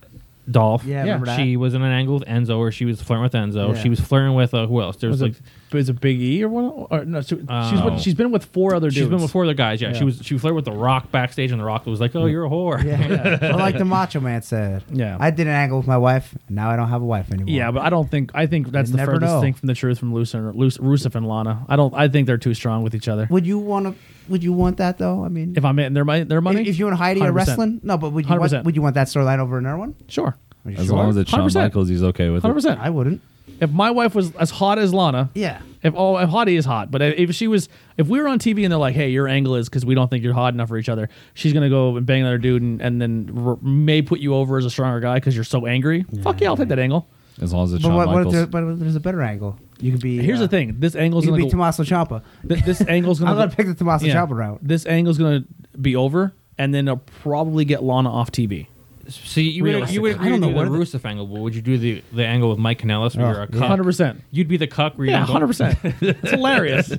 S5: Dolph.
S3: Yeah, remember that.
S5: she was in an angle with Enzo, or she was flirting with Enzo.
S3: Yeah.
S5: She was flirting with uh, who else? There was,
S2: Was
S5: like
S2: it, was it Big E or one? Or no, she, she's
S5: Oh.
S2: been, she's been with four other dudes.
S5: she's been with four other guys. Yeah,
S2: Yeah.
S5: she was she flirted with the Rock backstage, and the Rock was like, "Oh, you're a whore."
S3: yeah. But like the Macho Man said.
S2: Yeah.
S3: I did an angle with my wife. and Now I don't have a wife anymore.
S2: Yeah, but I don't think I think that's the
S3: You never
S2: furthest
S3: know.
S2: thing from the truth from Lucifer, Luc- Rusev and Lana. I don't. I think they're too strong with each other.
S3: would you want to? Would you want that though? I mean,
S2: If I'm in their money, their money.
S3: if, if you and Heidi are
S2: 100%.
S3: wrestling, no. But would you want,
S2: 100%.
S3: would you want that storyline over another one?
S2: sure,
S3: Are you
S4: as
S3: sure?
S4: long as it's Shawn
S2: 100%.
S4: Michaels, he's okay with
S2: hundred
S4: it.
S2: percent.
S3: I wouldn't.
S2: If my wife was as hot as Lana,
S3: Yeah.
S2: If oh, if hottie is hot, but if she was, if we were on TV and they're like, "Hey, your angle is because we don't think you're hot enough for each other," she's gonna go and bang another dude, and, and then r- may put you over as a stronger guy because you're so angry. Fuck yeah, I'll take that angle.
S4: As long as it's
S3: But
S4: Shawn
S3: what, what if
S4: Michaels.
S3: there, but if there's a better angle? You could be.
S2: Here's
S3: uh,
S2: the thing: this angle's
S3: You could
S2: gonna
S3: be
S2: go,
S3: Tommaso Ciampa.
S2: th- this angle's gonna.
S3: I'm gonna
S2: go-
S3: pick the Tommaso Ciampa route.
S2: This angle's gonna be over, and then they'll probably get Lana off TV.
S5: So you would you
S2: Realistically.
S5: would
S2: I
S5: agree
S2: don't
S5: to
S2: know
S5: do the
S2: what it-
S5: Rusev angle, but would you do the, the angle with Mike Kanellis where you're a cuck?
S2: Hundred percent.
S5: You'd be the cuck where you're
S2: Oh, Yeah,
S5: not going-
S2: hundred percent. It's hilarious.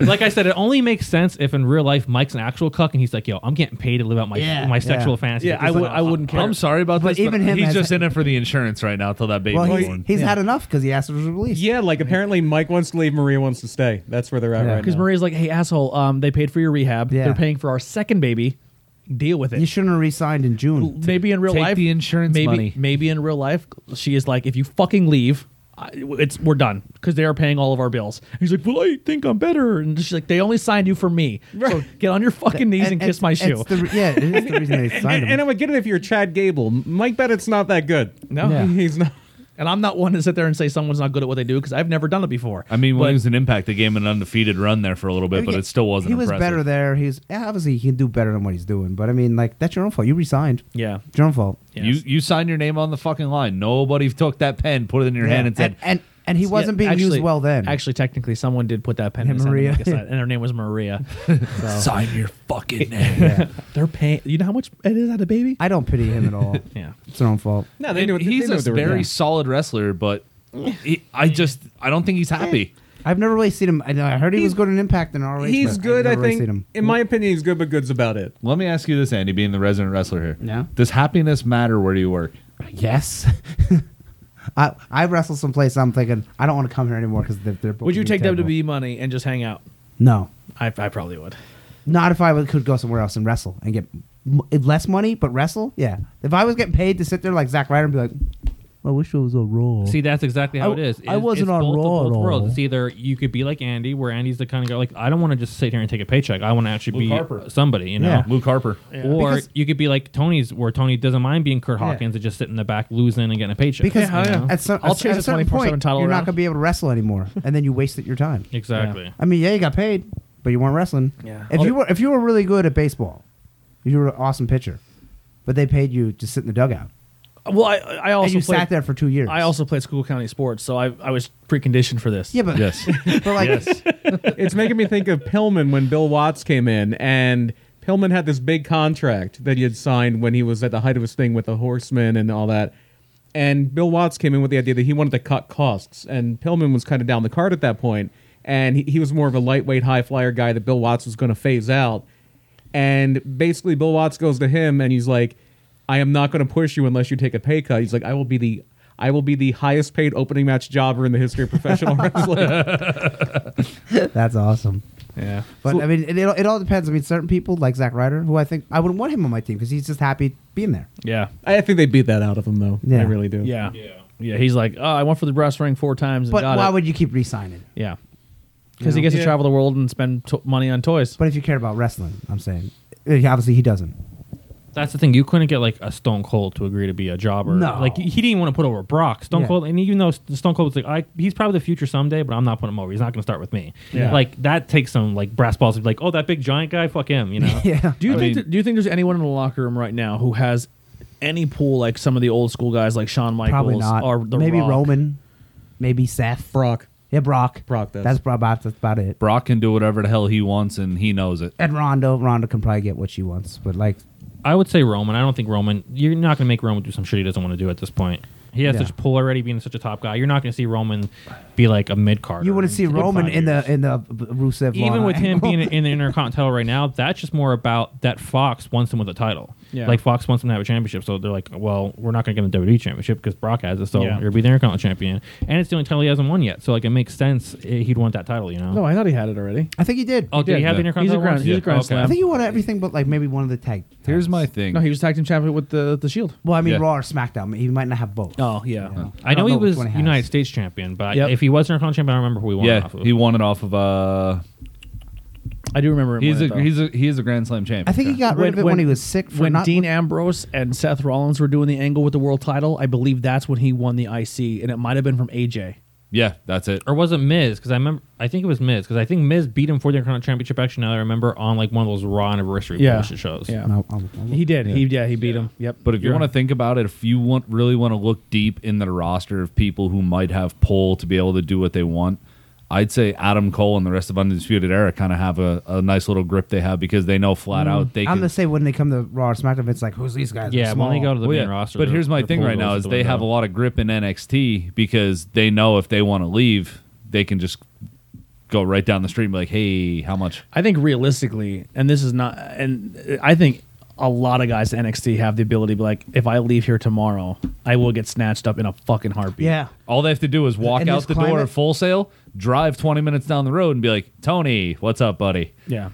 S5: like I said, it only makes sense if in real life Mike's an actual cuck and he's like, "Yo, I'm getting paid to live out my
S3: Yeah.
S5: my
S3: Yeah.
S5: sexual fantasy."
S2: Yeah, I would. I wouldn't care.
S4: I'm sorry about
S3: But
S4: this, but
S3: even him
S4: he's
S3: has-
S4: just in it for the insurance right now till that baby's
S3: Well,
S4: born.
S3: he's, he's had enough because he asked for his release.
S6: Yeah, like apparently Mike wants to leave, Maria wants to stay. That's where they're at
S3: Yeah.
S6: right
S2: Because
S6: now.
S2: Maria's like, "Hey, asshole. Um, they paid for your rehab.
S3: Yeah.
S2: They're paying for our second baby. Deal with it."
S3: You shouldn't have re-signed in June.
S2: maybe in real
S4: Take
S2: life
S4: the insurance
S2: maybe,
S4: money.
S2: Maybe in real life, she is like, if you fucking leave, I- it's we're done because they are paying all of our bills. And he's like, well, I think I'm better, and she's like, they only signed you for me, so get on your fucking knees and, kiss my
S3: it's
S2: shoe.
S3: the re- yeah, it is the reason they signed
S6: And,
S3: him.
S6: and I would get it if you're Chad Gable. Mike Bennett's not that good.
S2: No. Yeah.
S6: he's not.
S2: and I'm not one to sit there and say someone's not good at what they do because I've never done it before.
S4: I mean, when
S2: But-
S4: he was an impact, they gave him an undefeated run there for a little bit, but
S3: Yeah,
S4: it still wasn't.
S3: He was
S4: impressive.
S3: better there. He's yeah, obviously he can do better than what he's doing. But I mean, like that's your own fault. You resigned.
S2: yeah,
S3: It's your own fault.
S2: Yes.
S4: You you signed your name on the fucking line. Nobody took that pen, put it in your hand, and
S3: and,
S4: said,
S3: and and he wasn't
S2: Yeah,
S3: being
S2: actually-
S3: used well then.
S2: Actually, technically, someone did put that pen
S3: Yeah,
S2: in his hand to
S3: Maria.
S2: make a sign, and her name was Maria.
S4: "Sign your fucking name."
S2: They're paying. You know how much it is at a baby?
S3: I don't pity him at all.
S2: yeah.
S3: It's their own fault.
S6: No,
S4: And he's a very solid wrestler, but he, I just I don't think he's
S3: Eh.
S4: happy.
S3: I've never really seen him. I, know, I heard he was
S6: He's-
S3: good in Impact and ROH. but
S6: He's
S3: I've
S6: good, I
S3: never really
S6: think.
S3: seen him.
S6: In my opinion, he's good, but good's about it.
S4: Let me ask you this, Andy, being the resident wrestler here.
S3: Yeah.
S4: Does happiness matter where you work?
S3: Yes. I I wrestled someplace. I'm thinking I don't want to come here anymore because they're, they're.
S2: Would you
S3: booking me
S2: take E?
S3: terrible.
S2: WWE money and just hang out?
S3: No,
S2: I, I probably would.
S3: not if I would- could go somewhere else and wrestle and get m- less money, but wrestle. Yeah, if I was getting paid to sit there like Zack Ryder and be like, I wish it was a role.
S5: See, that's exactly how
S3: I-
S5: it is.
S3: I
S5: It's-
S3: wasn't
S5: it's
S3: on
S5: both of
S3: Raw at
S5: both
S3: all.
S5: worlds. It's either you could be like Andy, where Andy's the kind of guy like I don't want to just sit here and take a paycheck. I want to actually
S4: Luke
S5: be
S4: Harper.
S5: somebody, you know.
S3: Yeah.
S4: Luke Harper.
S5: Or
S3: Because-
S5: you could be like Tony's, where Tony doesn't mind being Kurt
S3: Yeah.
S5: Hawkins and just sitting in the back losing and getting a paycheck.
S3: because
S2: Yeah, I know.
S3: at, some,
S2: I'll
S3: at,
S2: chase
S3: at a
S2: a
S3: certain
S2: 24/7
S3: point,
S2: title
S3: you're not
S2: around.
S3: going to be able to wrestle anymore, and then you wasted your time.
S5: exactly.
S2: Yeah.
S3: I mean, yeah, you got paid, but you weren't wrestling.
S2: Yeah.
S3: If
S2: Oh.
S3: you were, if you were really good at baseball, you were an awesome pitcher, but they paid you to sit in the dugout.
S2: Well, I, I also
S3: and you
S2: played,
S3: sat there for two years.
S2: I also played school county sports, so I, I was preconditioned for this.
S3: yeah, but
S4: Yes.
S3: but like
S4: yes.
S6: it's making me think of Pillman when Bill Watts came in, and Pillman had this big contract that he had signed when he was at the height of his thing with the Horsemen and all that. And Bill Watts came in with the idea that he wanted to cut costs, and Pillman was kind of down the card at that point, and he, he was more of a lightweight high flyer guy that Bill Watts was going to phase out. And basically, Bill Watts goes to him and he's like, "I am not going to push you unless you take a pay cut." He's like, "I will be the." I will be the highest paid opening match jobber in the history of professional wrestling.
S3: that's awesome.
S2: Yeah.
S3: But I mean, it, it all depends. I mean, certain people like Zack Ryder, who I think I wouldn't want him on my team because he's just happy being there.
S2: Yeah.
S6: I think they beat that out of him, though.
S3: Yeah.
S6: I really do.
S2: Yeah. Yeah. He's like, oh, I went for the brass ring four times. And
S3: But
S2: got
S3: why
S2: it.
S3: would you keep re-signing?
S2: Yeah. Because he gets
S6: Yeah.
S2: to travel the world and spend to money on toys.
S3: But if you care about wrestling, I'm saying, Eh, obviously he doesn't.
S5: That's the thing. You couldn't get like a Stone Cold to agree to be a jobber.
S3: No.
S5: like he didn't want to put over Brock. Stone
S3: Yeah.
S5: Cold, and even though Stone Cold was like, I, he's probably the future someday, but I'm not putting him over. He's not going to start with me.
S2: Yeah.
S5: Like that takes some like brass balls to be like, oh, that big giant guy, fuck him. You know.
S3: Yeah.
S2: Do you
S4: I
S2: think?
S4: mean-
S2: that- do you think there's anyone in the locker room right now who has any pull like some of the old school guys like Shawn Michaels
S3: Probably not.
S2: or the
S3: maybe
S2: Rock?
S3: Roman, maybe Seth.
S6: Brock.
S3: Yeah, Brock.
S6: Brock does.
S3: That's prob- about that's about it.
S4: Brock can do whatever the hell he wants, and he knows it.
S3: And Rondo, Rondo can probably get what she wants, but like,
S5: I would say Roman. I don't think Roman. You're not going to make Roman do some shit he doesn't want to do at this point. He has
S3: Yeah.
S5: such pull already, being such a top guy. You're not going to see Roman be like a mid card.
S3: you wouldn't see Roman in the in the B- Rusev.
S5: even
S3: Lana
S5: with him
S3: angle.
S5: being in the Intercontinental right now, that's just more about that Fox wants him with a title.
S2: Yeah.
S5: Like Fox wants him to have a championship, so they're like, well, we're not going to give him the WWE championship because Brock has it, so
S2: Yeah.
S5: he'll be the Intercontinental champion, and it's the only title he hasn't won yet. So like, it makes sense eh, he'd want that title, you know?
S2: No, I thought he had it already.
S3: I think he did.
S5: oh, did he
S4: did,
S5: have the
S4: yeah.
S2: He's a
S5: Intercontinental?
S2: grand,
S5: once?
S2: he's a grand
S5: Okay.
S2: slam.
S3: I think he won everything, but like maybe one of the tag.
S4: Here's
S3: titles.
S4: my thing.
S2: No, he was tag team champion with the the Shield.
S3: Well, I mean,
S4: Yeah.
S3: Raw or SmackDown. He might not have both.
S2: Oh yeah.
S3: You know?
S5: I know
S3: don't
S5: he
S3: which
S5: was
S3: one has.
S5: United States champion, but
S2: Yep.
S5: if he was Intercontinental champion, I don't remember who he won
S4: yeah,
S5: off of.
S4: he won it off of. Uh,
S2: I do remember him.
S4: he's
S2: winning
S4: a
S2: it, though.
S4: he's a he is a Grand Slam champion.
S3: I think he got rid of it when, he was sick. For
S2: when
S3: not,
S2: Dean Ambrose and Seth Rollins were doing the angle with the world title, I believe that's when he won the IC, and it might have been from AJ.
S4: yeah, that's it.
S5: or was it Miz? Because I remember, I think it was Miz. Because I think Miz beat him for the Intercontinental Championship. Actually, now that I remember on like one of those Raw anniversary bullshit shows.
S2: Yeah,
S3: No, I'll- I'll look.
S2: he did. He yeah, he beat him. Yep.
S4: But if you
S2: You're
S4: want to
S2: right.
S4: think about it, if you want really want to look deep in the roster of people who might have pull to be able to do what they want, I'd say Adam Cole and the rest of Undisputed Era kind of have a, a nice little grip they have because they know
S5: Mm.
S4: flat out they
S3: I'm
S4: can
S3: gonna say when they come to Raw or SmackDown, it's like who's these guys? They're
S5: Yeah, when they
S3: small.
S5: go to the
S4: Well,
S5: main
S4: Oh, yeah,
S5: roster.
S4: But
S5: their-
S4: here's my
S5: their
S4: thing
S5: pool
S4: right
S5: goes
S4: now
S5: out
S4: is
S5: the
S4: they have a
S5: window.
S4: lot of grip in NXT because they know if they want to leave, they can just go right down the street and be like, "Hey, how much?"
S2: I think realistically, and this is not, and I think a lot of guys at NXT have the ability to be like, if I leave here tomorrow, I will get snatched up in a fucking heartbeat.
S3: Yeah.
S4: All they have to do is walk
S3: In this
S4: out the door
S3: climate-
S4: at full sale, drive 20 minutes down the road, and be like, "Tony, what's up, buddy?"
S2: Yeah.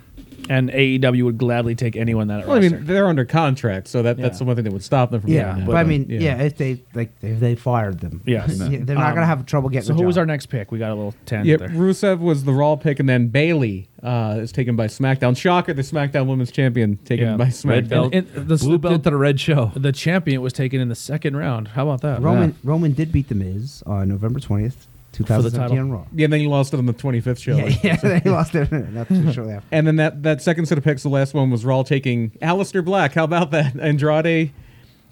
S2: And AEW would gladly take anyone that
S6: Well, I
S2: roster.
S6: mean, they're under contract, so that, that's
S2: Yeah.
S6: the one thing that would stop them from
S3: Yeah,
S6: doing
S3: but
S6: that.
S3: I mean,
S6: yeah.
S3: yeah. if they like if they fired them,
S2: Yes. No.
S3: yeah, they're not gonna have trouble getting.
S2: so
S3: a
S2: who was
S3: job.
S2: our next pick? We got a little tangent
S6: Yeah,
S2: there.
S6: Rusev was the Raw pick, and then Bailey uh, is taken by SmackDown. Shocker, the SmackDown Women's Champion taken
S2: Yeah.
S6: by
S2: Red
S6: SmackDown.
S4: belt.
S2: And- and the-
S4: Blue belt to the red show.
S2: The champion was taken in the second round. How about that?
S3: Roman? Roman did beat the Miz on November twentieth, two thousand seventeen, on Raw.
S6: Yeah, and then you lost it on the 25th show.
S3: Yeah, yeah, they lost it not too shortly after.
S6: And then that, that second set of picks, the last one was Raw taking Aleister Black. How about that? Andrade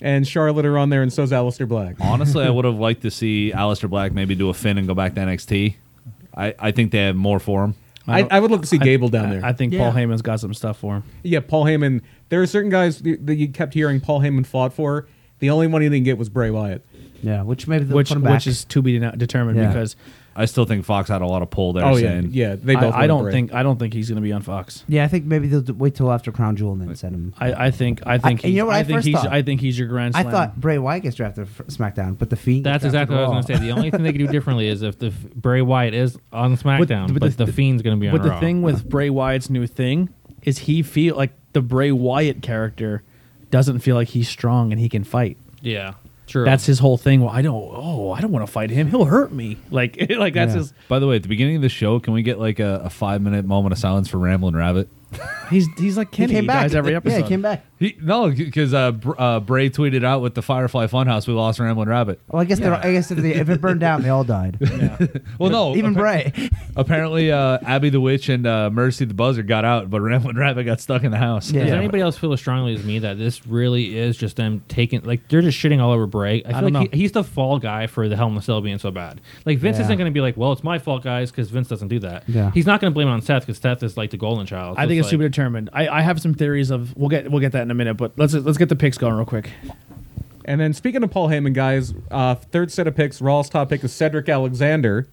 S6: and Charlotte are on there, and so's Aleister Black.
S4: Honestly, I would have liked to see Aleister Black maybe do a Finn and go back to NXT. I, I think they have more for him.
S6: I, I would love to see Gable down there.
S2: I think
S3: Yeah.
S2: Paul Heyman's got some stuff for him.
S6: Yeah, Paul Heyman. There are certain guys th- that you kept hearing Paul Heyman fought for. The only one he didn't get was Bray Wyatt.
S3: Yeah, which maybe they'll
S2: which
S3: put him back.
S2: which is to be de- determined
S3: Yeah.
S2: because
S4: I still think Fox had a lot of pull there.
S6: oh yeah,
S4: saying,
S6: yeah. They both.
S2: I, I
S6: want
S2: don't
S6: Bray.
S2: think I don't think he's going to be on Fox.
S3: yeah, I think maybe they'll do- wait till after Crown Jewel and then send him.
S2: I, I think I think
S3: I- you
S2: he's-
S3: know what I
S2: think
S3: first
S2: he's
S3: thought?
S2: I think he's your grand
S3: I
S2: slam.
S3: thought Bray Wyatt gets drafted for SmackDown, but the Fiend.
S5: That's
S3: gets drafted
S5: exactly what I was
S3: to
S5: going to say. The only thing they could do differently is if the F- Bray Wyatt is on SmackDown, but,
S2: but
S5: the,
S2: the-
S5: Fiend's going to be on
S2: But the
S5: Raw.
S2: thing with Bray Wyatt's new thing is he feel like the Bray Wyatt character doesn't feel like he's strong and he can fight.
S5: yeah, true.
S2: That's his whole thing. Well, I don't. Oh, I don't want to fight him. He'll hurt me. Like like that's
S3: Yeah.
S2: his.
S4: By the way, at the beginning of the show, can we get like a, a five minute moment of silence for Ramblin' Rabbit?
S2: He's he's like
S3: Raw.
S2: Kenny. He
S3: He came back
S2: dies every episode.
S3: Yeah, he came back.
S4: He, no, because uh, Br- uh, Bray tweeted out with the Firefly Funhouse, we lost Ramblin' Rabbit.
S3: Well, I guess they're, I guess if, they, if it burned down, they all died.
S4: Well, no,
S3: Even
S4: appa-
S3: Bray.
S4: Apparently, uh, Abby the Witch and uh, Mercy the Buzzer got out, but Ramblin' Rabbit got stuck in the house.
S3: Yeah.
S5: Does anybody else feel as strongly as me that this really is just them taking like they're just shitting all over Bray? I feel
S2: don't
S5: like
S2: know.
S5: he, he's the fall guy for the Hell in a Cell being so bad. Like Vince
S3: Yeah.
S5: isn't going to be like, well, it's my fault, guys, because Vince doesn't do that.
S3: Yeah.
S5: He's not going to blame it on Seth because Seth is like the golden child.
S2: I think it's to be
S5: like,
S2: determined. I, I have some theories of we'll get we'll get that in a minute, but let's let's get the picks going real quick.
S6: And then speaking of Paul Heyman, guys, uh, third set of picks. Raw's top pick is Cedric Alexander.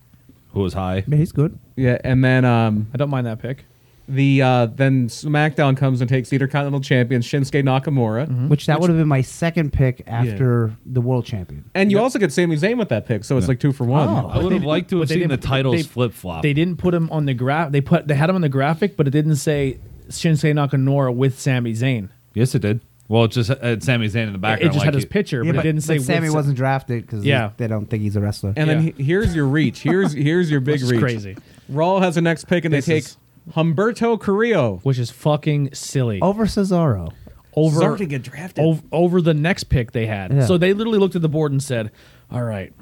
S4: Who was high?
S3: Yeah, he's good.
S6: Yeah, and then um,
S2: I don't mind that pick.
S6: the uh, then SmackDown comes and takes Intercontinental Champion Shinsuke Nakamura,
S2: Mm-hmm.
S3: Which that would have been my second pick after the world champion.
S6: and you also get Sami Zayn with that pick, so it's like two for one.
S2: Oh,
S4: I would have liked to have
S2: But they
S4: seen the
S2: didn't-
S4: titles
S2: they-
S4: flip flop.
S2: They didn't put him on the graph. They put they had him on the graphic, but it didn't say Shinsuke Nakamura with Sami Zayn.
S4: Yes, it did. Well, it just had Sami Zayn in the
S2: It
S4: background.
S2: just had
S4: like
S2: his
S4: he-
S2: picture,
S3: Yeah,
S2: but,
S3: but,
S2: it didn't
S3: but
S2: say
S3: Sammy
S2: with-
S3: wasn't drafted because
S2: Yeah.
S3: they don't think he's a wrestler.
S6: And then
S2: Yeah.
S6: he- here's your reach. Here's here's your big
S2: Which is
S6: reach.
S2: crazy.
S6: Raw has the next pick, and
S2: This
S6: they take
S2: is-
S6: Humberto Carrillo.
S2: which is fucking silly.
S3: Over Cesaro.
S2: over
S6: Sorry to get drafted.
S2: ov- over the next pick they had.
S3: Yeah.
S2: So they literally looked at the board and said, "All right,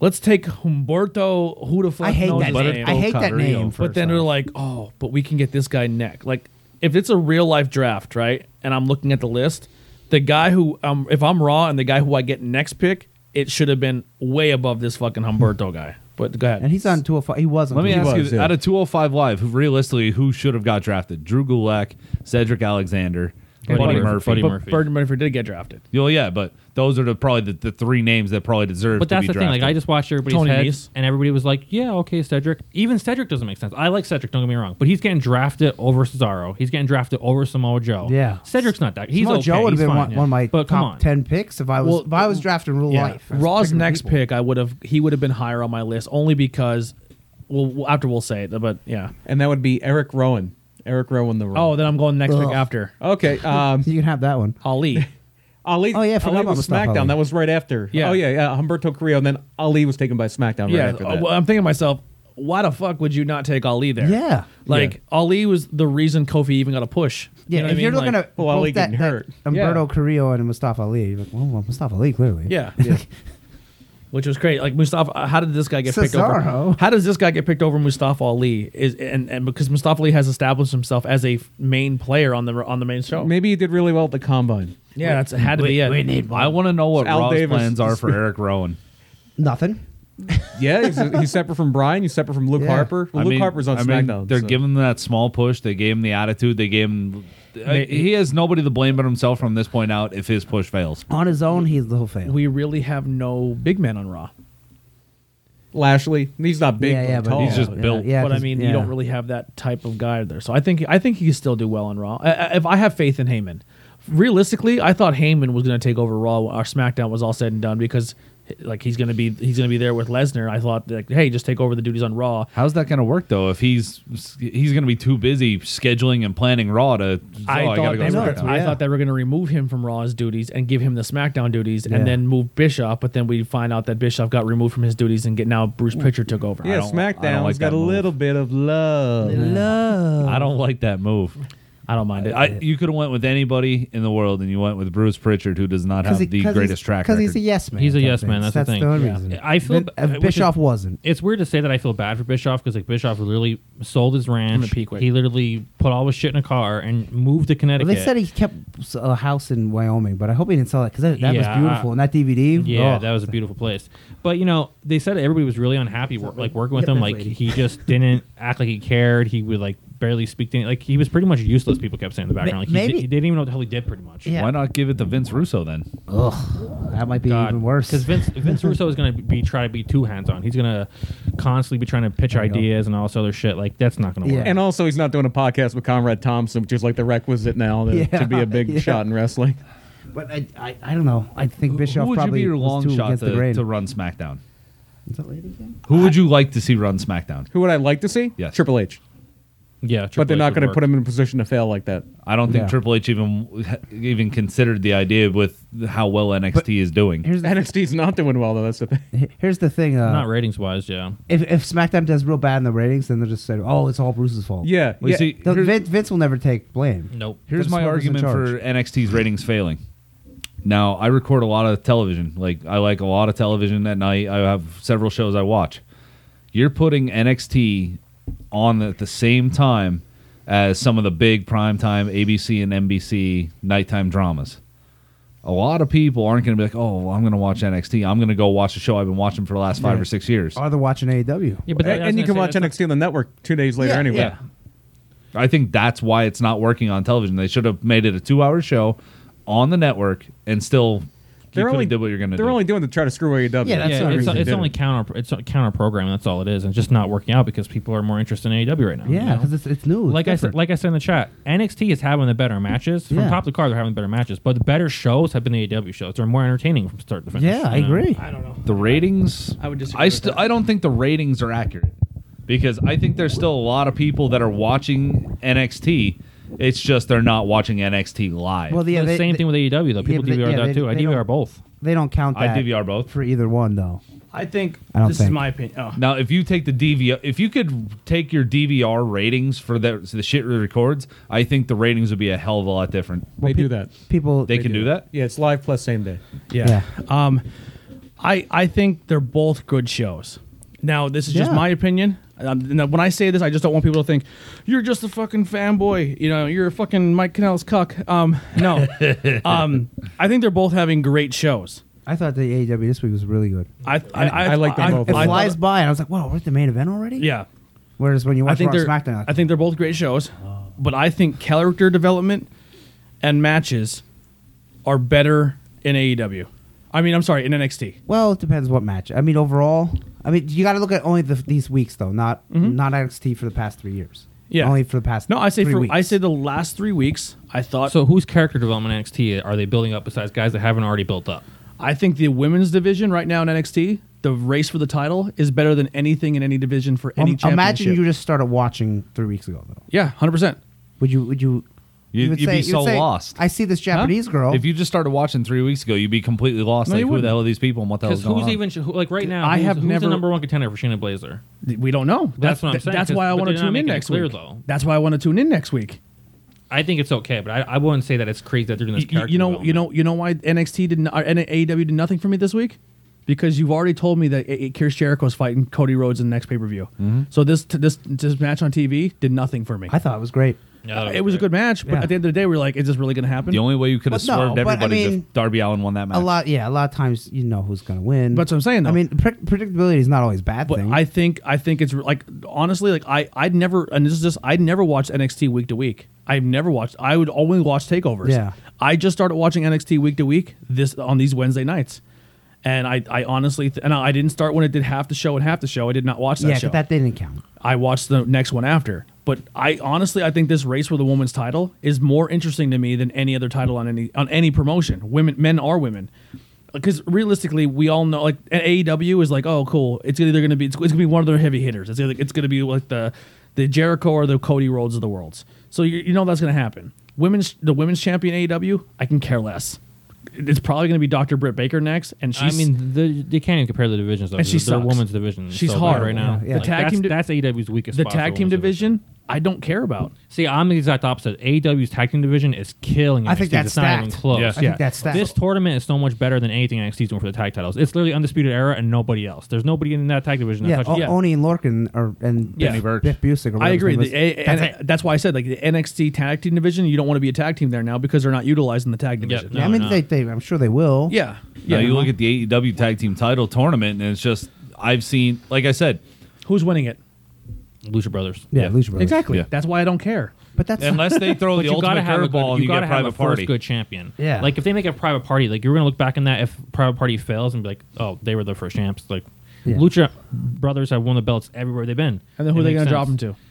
S2: let's take Humberto. Who the fuck
S3: I hate
S2: knows his
S3: that name.
S2: name?"
S3: I hate that
S4: Carrillo.
S3: name.
S4: But
S2: but then they're like, "Oh, but we can get this guy neck." Like if it's a real life draft, right? And I'm looking at the list, the guy who um, if I'm raw and the guy who I get next pick, it should have been way above this fucking Humberto guy. But go ahead.
S3: and he's on 205. He was on
S4: Let me
S3: 205.
S4: ask
S6: was,
S4: you:
S6: yeah.
S4: Out of 205 Live, who, realistically, who should have got drafted? Drew Gulak, Cedric Alexander, Buddy,
S5: Buddy Murphy.
S4: Murphy.
S5: Buddy
S2: but
S5: Murphy.
S2: Buddy Murphy did get drafted.
S4: Well, yeah, but those are the, probably the, the three names that probably deserve.
S5: But
S4: to
S5: that's
S4: be
S5: the thing.
S4: drafted.
S5: Like I just watched everybody's
S2: Tony
S5: heads,
S2: Nese.
S5: and everybody was like, "Yeah, okay, Cedric." Even Cedric doesn't make sense. I like Cedric. Don't get me wrong, but he's getting drafted over Cesaro. He's getting drafted over Samoa Joe.
S3: Yeah.
S5: Cedric's not that. He's
S3: Samoa
S5: okay.
S3: Joe would have
S5: He's
S3: been
S5: fine.
S3: one, one of my
S5: But come
S3: top
S5: on.
S3: ten picks if I was
S2: Well,
S3: if I was drafting real life. I was
S2: Raw's
S3: picking
S2: next
S3: people.
S2: pick, I would have he would have been higher on my list only because, well, we'll- after we'll say it, but yeah.
S6: and that would be Eric Rowan. Eric Rowan, the
S2: Oh,
S6: Rowan.
S2: then I'm going next
S3: Ugh.
S2: pick after
S6: okay. Um,
S3: You can have that one.
S2: Ali.
S6: Ali.
S3: Oh, yeah, I forgot
S6: Ali
S3: about
S6: was
S3: Mustafa
S6: SmackDown.
S3: Ali.
S6: That was right after.
S2: Yeah.
S6: Oh yeah, yeah. Humberto Carrillo, and then Ali was taken by SmackDown
S2: yeah,
S6: right after
S4: uh,
S6: that.
S2: well, I'm thinking to myself, why the fuck would you not take Ali there?
S3: Yeah.
S2: like Ali was the reason Kofi even got a push.
S3: Yeah,
S2: You know what
S3: if
S2: I
S3: you're
S2: mean?
S3: looking
S2: Like,
S3: at
S6: Well, Ali
S3: both that,
S6: getting hurt.
S3: that Umberto Carrillo and Mustafa Ali, you're like, well, well, Mustafa Ali clearly.
S2: yeah, which was great. Like Mustafa, how did this guy get picked over?
S3: Cesaro.
S2: How does this guy get picked over Mustafa Ali? Is and, and because Mustafa Ali has established himself as a f- main player on the on the main
S3: Mm.
S2: show.
S6: Maybe he did really well at the combine.
S2: Yeah, that's had to be it.
S4: I want to know what
S6: It's Al
S4: Raw's
S6: Davis.
S4: plans are for Eric Rowan.
S3: Nothing.
S6: Yeah, he's, he's separate from Brian. He's separate from Luke
S3: Yeah.
S6: Harper. Well,
S4: I
S6: Luke
S4: mean-
S6: Harper's on
S4: I mean,
S6: SmackDown.
S4: They're
S6: so-
S4: giving him that small push. They gave him the attitude. They gave him. I- he has nobody to blame but himself from this point out if his push fails.
S3: On his own, he's the whole fail.
S2: we really have no big men on Raw.
S6: Lashley. He's not big.
S3: yeah, yeah,
S6: but
S3: but
S6: tall.
S4: He's just
S3: yeah,
S4: built.
S3: Yeah,
S2: but I
S3: 'cause-
S2: mean,
S3: yeah.
S2: you don't really have that type of guy there. So I think I think he can still do well on Raw. I, I- if I have faith in Heyman, realistically, I thought Heyman was going to take over Raw or SmackDown was all said and done because like he's going to be he's going to be there with Lesnar. I thought like, hey, just take over the duties on Raw.
S5: Oh,
S4: How's that going to work though? If he's he's going to be too busy scheduling and planning Raw to.
S2: I,
S4: oh, I
S2: thought
S4: gotta go
S2: they were,
S4: SmackDown.
S2: I
S3: yeah.
S2: thought they were going to remove him from Raw's duties and give him the SmackDown duties,
S3: Yeah.
S2: and then move Bishop. But then we find out that Bishop got removed from his duties, and get now Bruce Pritchard took over.
S6: yeah,
S4: don't- I don't
S6: SmackDown's
S4: like
S6: got
S4: that
S6: a
S4: move.
S6: little bit of love.
S3: Love.
S4: I don't like that move.
S2: I don't mind it.
S4: I, you could have went with anybody in the world, and you went with Bruce Pritchard, who does not have the greatest track
S3: Because
S4: record.
S3: he's a yes man.
S5: He's a
S3: type
S5: yes
S3: thing.
S5: man, that's the
S3: that's
S5: thing.
S3: only
S5: Yeah.
S3: reason.
S5: I feel
S3: Vin-
S5: b-
S3: if
S5: which is-
S3: uh, Bischoff wasn't.
S5: it's weird to say that I feel bad for Bischoff because like Bischoff literally sold his ranch.
S2: peak weight.
S5: He literally put all his shit in a car and moved to Connecticut.
S3: Well, they said he kept s- a house in Wyoming, but I hope he didn't sell that because that, that
S5: Yeah.
S3: was beautiful. And that DVD,
S5: yeah,
S3: oh.
S5: that was a beautiful place. But you know, they said everybody was really unhappy, wor- like working with
S3: Yeah,
S5: him.
S3: that
S5: Like
S3: lady.
S5: he just didn't act like he cared. He would like barely speak to any, like he was pretty much useless. People kept saying in the background, like he,
S3: maybe-
S5: Did, he didn't even know what the hell he did. Pretty much,
S3: Yeah.
S4: Why not give it to Vince Russo then?
S3: that might be even worse.
S5: Because Vince Vince Russo is going to be try to be too hands on. He's going to constantly be trying to pitch
S3: you go.
S5: ideas and all this other shit. Like that's not going to work.
S3: Yeah.
S6: And also, he's not doing a podcast with Conrad Thompson, which is like the requisite now to,
S3: Yeah,
S6: to be a big
S3: yeah.
S6: shot in wrestling.
S3: but I, I, I don't know. I think Bischoff
S4: who would you
S3: probably
S4: be your
S3: was
S4: long
S3: too
S4: shot
S3: against the
S4: to,
S3: grain.
S4: to run SmackDown?
S3: Is that lady again?
S4: Who would you like to see run SmackDown?
S6: Who would I like to see?
S4: Yes.
S6: Triple H.
S2: Yeah,
S6: but
S2: Triple
S6: they're
S2: H
S6: not
S2: would
S6: going to
S2: work.
S6: put him in a position to fail like that.
S4: I don't think
S3: Yeah.
S4: Triple H even even considered the idea with how well NXT is doing.
S3: Here's the,
S6: NXT's not doing well though. That's the thing.
S3: here's the thing. Uh,
S5: Not ratings wise, yeah.
S3: if, if SmackDown does real bad in the ratings, then they'll just say, "Oh, it's all Bruce's fault."
S6: Yeah,
S4: Well, you
S6: yeah.
S4: see-
S3: The-
S4: Here's-
S3: Vince, Vince will never take blame.
S5: Nope.
S4: Here's
S3: That's
S4: my
S3: whoever's in
S4: argument for
S3: charge.
S4: NXT's ratings failing. Now, I record a lot of television. Like, I like a lot of television at night. I have several shows I watch. You're putting NXT on at the same time as some of the big primetime ABC and NBC nighttime dramas. A lot of people aren't going to be like, oh, well, I'm going to watch NXT. I'm going to go watch a show I've been watching for the last five
S3: Yeah.
S4: or six years.
S3: Or they're watching AEW.
S5: Yeah, but that-
S6: and,
S4: uh,
S5: I was
S6: and you
S5: gonna
S6: can
S5: say,
S6: watch
S5: that's
S6: NXT
S5: not-
S6: on the network two days later
S3: Yeah,
S6: anyway.
S3: yeah.
S4: I think that's why it's not working on television. They should have made it a two-hour show on the network and still you
S6: They're
S4: could
S6: only
S4: have did what you're going to do.
S6: They're only doing to try to screw AEW.
S3: Yeah, that's
S5: yeah,
S3: the
S5: it's,
S3: reason they
S5: it's
S6: did
S5: only
S6: it.
S5: counter it's counter programming. That's all it is, and it's just not working out because people are more interested in AEW right now. you
S3: Yeah,
S5: know?
S3: because it's, it's new. it's
S5: like I said,
S3: different.
S5: like I said in the chat, NXT is having the better matches from
S3: Yeah.
S5: top to card. They're having better matches, but the better shows have been the AEW shows. They're more entertaining from start to finish.
S3: yeah, I
S5: you know?
S3: agree.
S7: I don't know.
S4: the ratings.
S7: I would disagree
S4: I
S7: with
S4: still.
S7: that.
S4: I don't think the ratings are accurate because I think there's still a lot of people that are watching NXT. It's just they're not watching NXT live.
S3: Well, yeah,
S5: the
S3: they,
S5: same
S3: they,
S5: thing with AEW though.
S3: yeah,
S5: People
S3: but they-
S5: DVR
S3: yeah,
S5: that
S3: they-
S5: too. I
S3: they
S5: DVR
S3: don't-
S5: both.
S3: They don't count
S4: I
S3: that
S4: DVR both.
S3: for either one though.
S7: I think
S3: I don't
S7: this
S3: think.
S7: is my opinion. Oh.
S4: Now, if you take the DVR, if you could take your DVR ratings for the, the shit it records, I think the ratings would be a hell of a lot different.
S6: They do that.
S3: People
S4: They, can do that.
S6: Yeah, it's live plus same day.
S2: Yeah. Um, I I think they're both good shows. Now this is just
S3: Yeah.
S2: my opinion. Um, now, when I say this, I just don't want people to think you're just a fucking fanboy. You know, you're a fucking Mike Canales cuck. Um, no. um, I think they're both having great shows.
S3: I thought the AEW this week was really good.
S2: I I, I,
S6: I like them both.
S3: It
S6: I
S3: flies
S2: thought-
S3: by, and I was like, "Wow, we're at the main event already."
S2: Yeah.
S3: Whereas when you watch
S2: I think
S3: Raw and
S2: they're
S3: SmackDown, Oh. you're like,
S2: I think they're both great shows, but I think character development and matches are better in AEW. I mean, I'm sorry, in NXT.
S3: Well, it depends what match. I mean, overall, I mean, you got to look at only the, these weeks though, not not NXT for the past three years.
S2: Yeah.
S3: only for the past.
S2: No, I say
S3: three
S2: for
S3: weeks.
S2: I say the last three weeks. I thought
S5: So whose character development in NXT are they building up besides guys that haven't already built up?
S2: I think the women's division right now in NXT, the race for the title is better than anything in any division for any
S3: Um,
S2: championship.
S3: imagine you just started watching three weeks ago though.
S2: yeah, hundred percent.
S3: Would you? Would you?
S4: You-
S3: would
S4: you'd be
S3: you'd
S4: so lost.
S3: I see this Japanese girl.
S4: If you just started watching three weeks ago, you'd be completely lost.
S2: No,
S4: like,
S2: you
S4: who the
S2: wouldn't.
S4: hell are these people and what the hell
S5: Because
S4: is going
S5: who's
S4: on?
S5: even sh- who, like right now?
S2: I
S5: who's-
S2: have
S5: who's
S2: never-
S5: the number one contender for Shayna Blazer?
S2: We don't know.
S5: That's what I'm saying,
S2: That's
S5: 'cause-
S2: why I
S5: but
S2: want
S5: they're
S2: to
S5: not
S2: tune in
S5: making it
S2: next
S5: clear,
S2: week.
S5: though.
S2: That's why I want to tune in next week.
S5: I think it's okay, but I, I wouldn't say that it's crazy that they're doing this.
S2: Y- y-
S5: character
S2: you know, you know, you know why NXT didn't, or N- AEW did nothing for me this week? Because you've already told me that it, Chris Jericho's fighting Cody Rhodes in the next pay per view. So this t- this this match on TV did nothing for me.
S3: I thought it was great.
S5: development.
S2: it was a good match, but
S3: Yeah.
S2: at the end of the day, we are like, is this really going to happen?
S4: The only way you could have
S3: But no,
S4: swerved
S3: but I
S4: everybody is
S3: mean,
S4: if Darby Allen won that match.
S3: A lot, yeah. A lot of times, you know who's going to win.
S2: That's what I'm saying, though.
S3: I mean, pre- predictability is not always a bad
S2: But
S3: thing.
S2: I think I think it's like honestly, like I I'd never and this is just I'd never watched NXT week to week. I've never watched. I would only watch takeovers.
S3: Yeah.
S2: I just started watching NXT week to week this on these Wednesday nights, and I I honestly th- and I didn't start when it did half the show and half the show. I did not watch that
S3: yeah,
S2: show.
S3: but that didn't count.
S2: I watched the next one after. But I honestly I think this race for the women's title is more interesting to me than any other title on any on any promotion. Women men are women. Because realistically, we all know like and AEW is like, oh cool, it's either gonna be it's, it's gonna be one of their heavy hitters. It's either, it's gonna be like the the Jericho or the Cody Rhodes of the worlds. So you, you know that's gonna happen. Women's the women's champion AEW, I can care less. It's probably gonna be Dr. Britt Baker next, and
S5: I
S2: she's
S5: mean, the, they can't even compare the divisions. Though.
S2: And she
S5: They're
S2: sucks.
S5: women's division.
S2: She's
S5: so bad
S2: hard.
S5: right now.
S3: Yeah, yeah.
S5: Like,
S2: The tag
S5: that's,
S2: team di-
S5: that's AEW's weakest.
S2: the
S5: spot for
S2: tag team
S5: women's
S2: division, I don't care about.
S5: See, I'm the exact opposite. AEW's tag team division is killing. NXT.
S3: I think that's
S5: it's not even
S3: stacked.
S5: close.
S4: Yeah. I
S3: think that's stacked.
S5: This tournament is so much better than anything NXT's doing for the tag titles. It's literally undisputed era and nobody else. There's nobody in that tag division.
S3: Yeah, oh,
S5: that
S3: o-
S5: touches
S3: Oni and Lorcan are and
S2: Yeah.
S3: Biff-
S2: Berch.
S3: Biff Busick. Or
S2: I
S3: whatever
S2: agree.
S3: his name
S2: The,
S3: is.
S2: a, and that's, why I said like the NXT tag team division. You don't want to be a tag team there now because they're not utilizing the tag division.
S5: no.
S3: I mean,
S5: they're
S3: they,
S5: not.
S3: they, I'm sure they will.
S2: Yeah.
S4: yeah,
S2: Yeah.
S4: you look at the AEW Tag Team Title Tournament, and it's just I've seen, like I said,
S2: Who's winning it?
S5: Lucha Brothers.
S3: oh. Yeah, Lucha Brothers.
S2: Exactly.
S4: Yeah.
S2: That's why I don't care.
S3: But that's
S4: unless they throw the
S5: But you gotta
S4: ultimate
S5: have a
S4: curveball
S5: good,
S4: and you
S5: gotta
S4: get
S5: have
S4: private
S5: a first
S4: party.
S5: good champion.
S3: Yeah.
S5: Like if they make a private party, like you're gonna look back on that if private party fails and be like, oh, they were the first champs. Like
S3: Yeah.
S5: Lucha Brothers have won the belts everywhere they've been.
S2: And then who
S5: It
S2: are they
S5: makes
S2: going to drop them
S5: sense.
S2: to?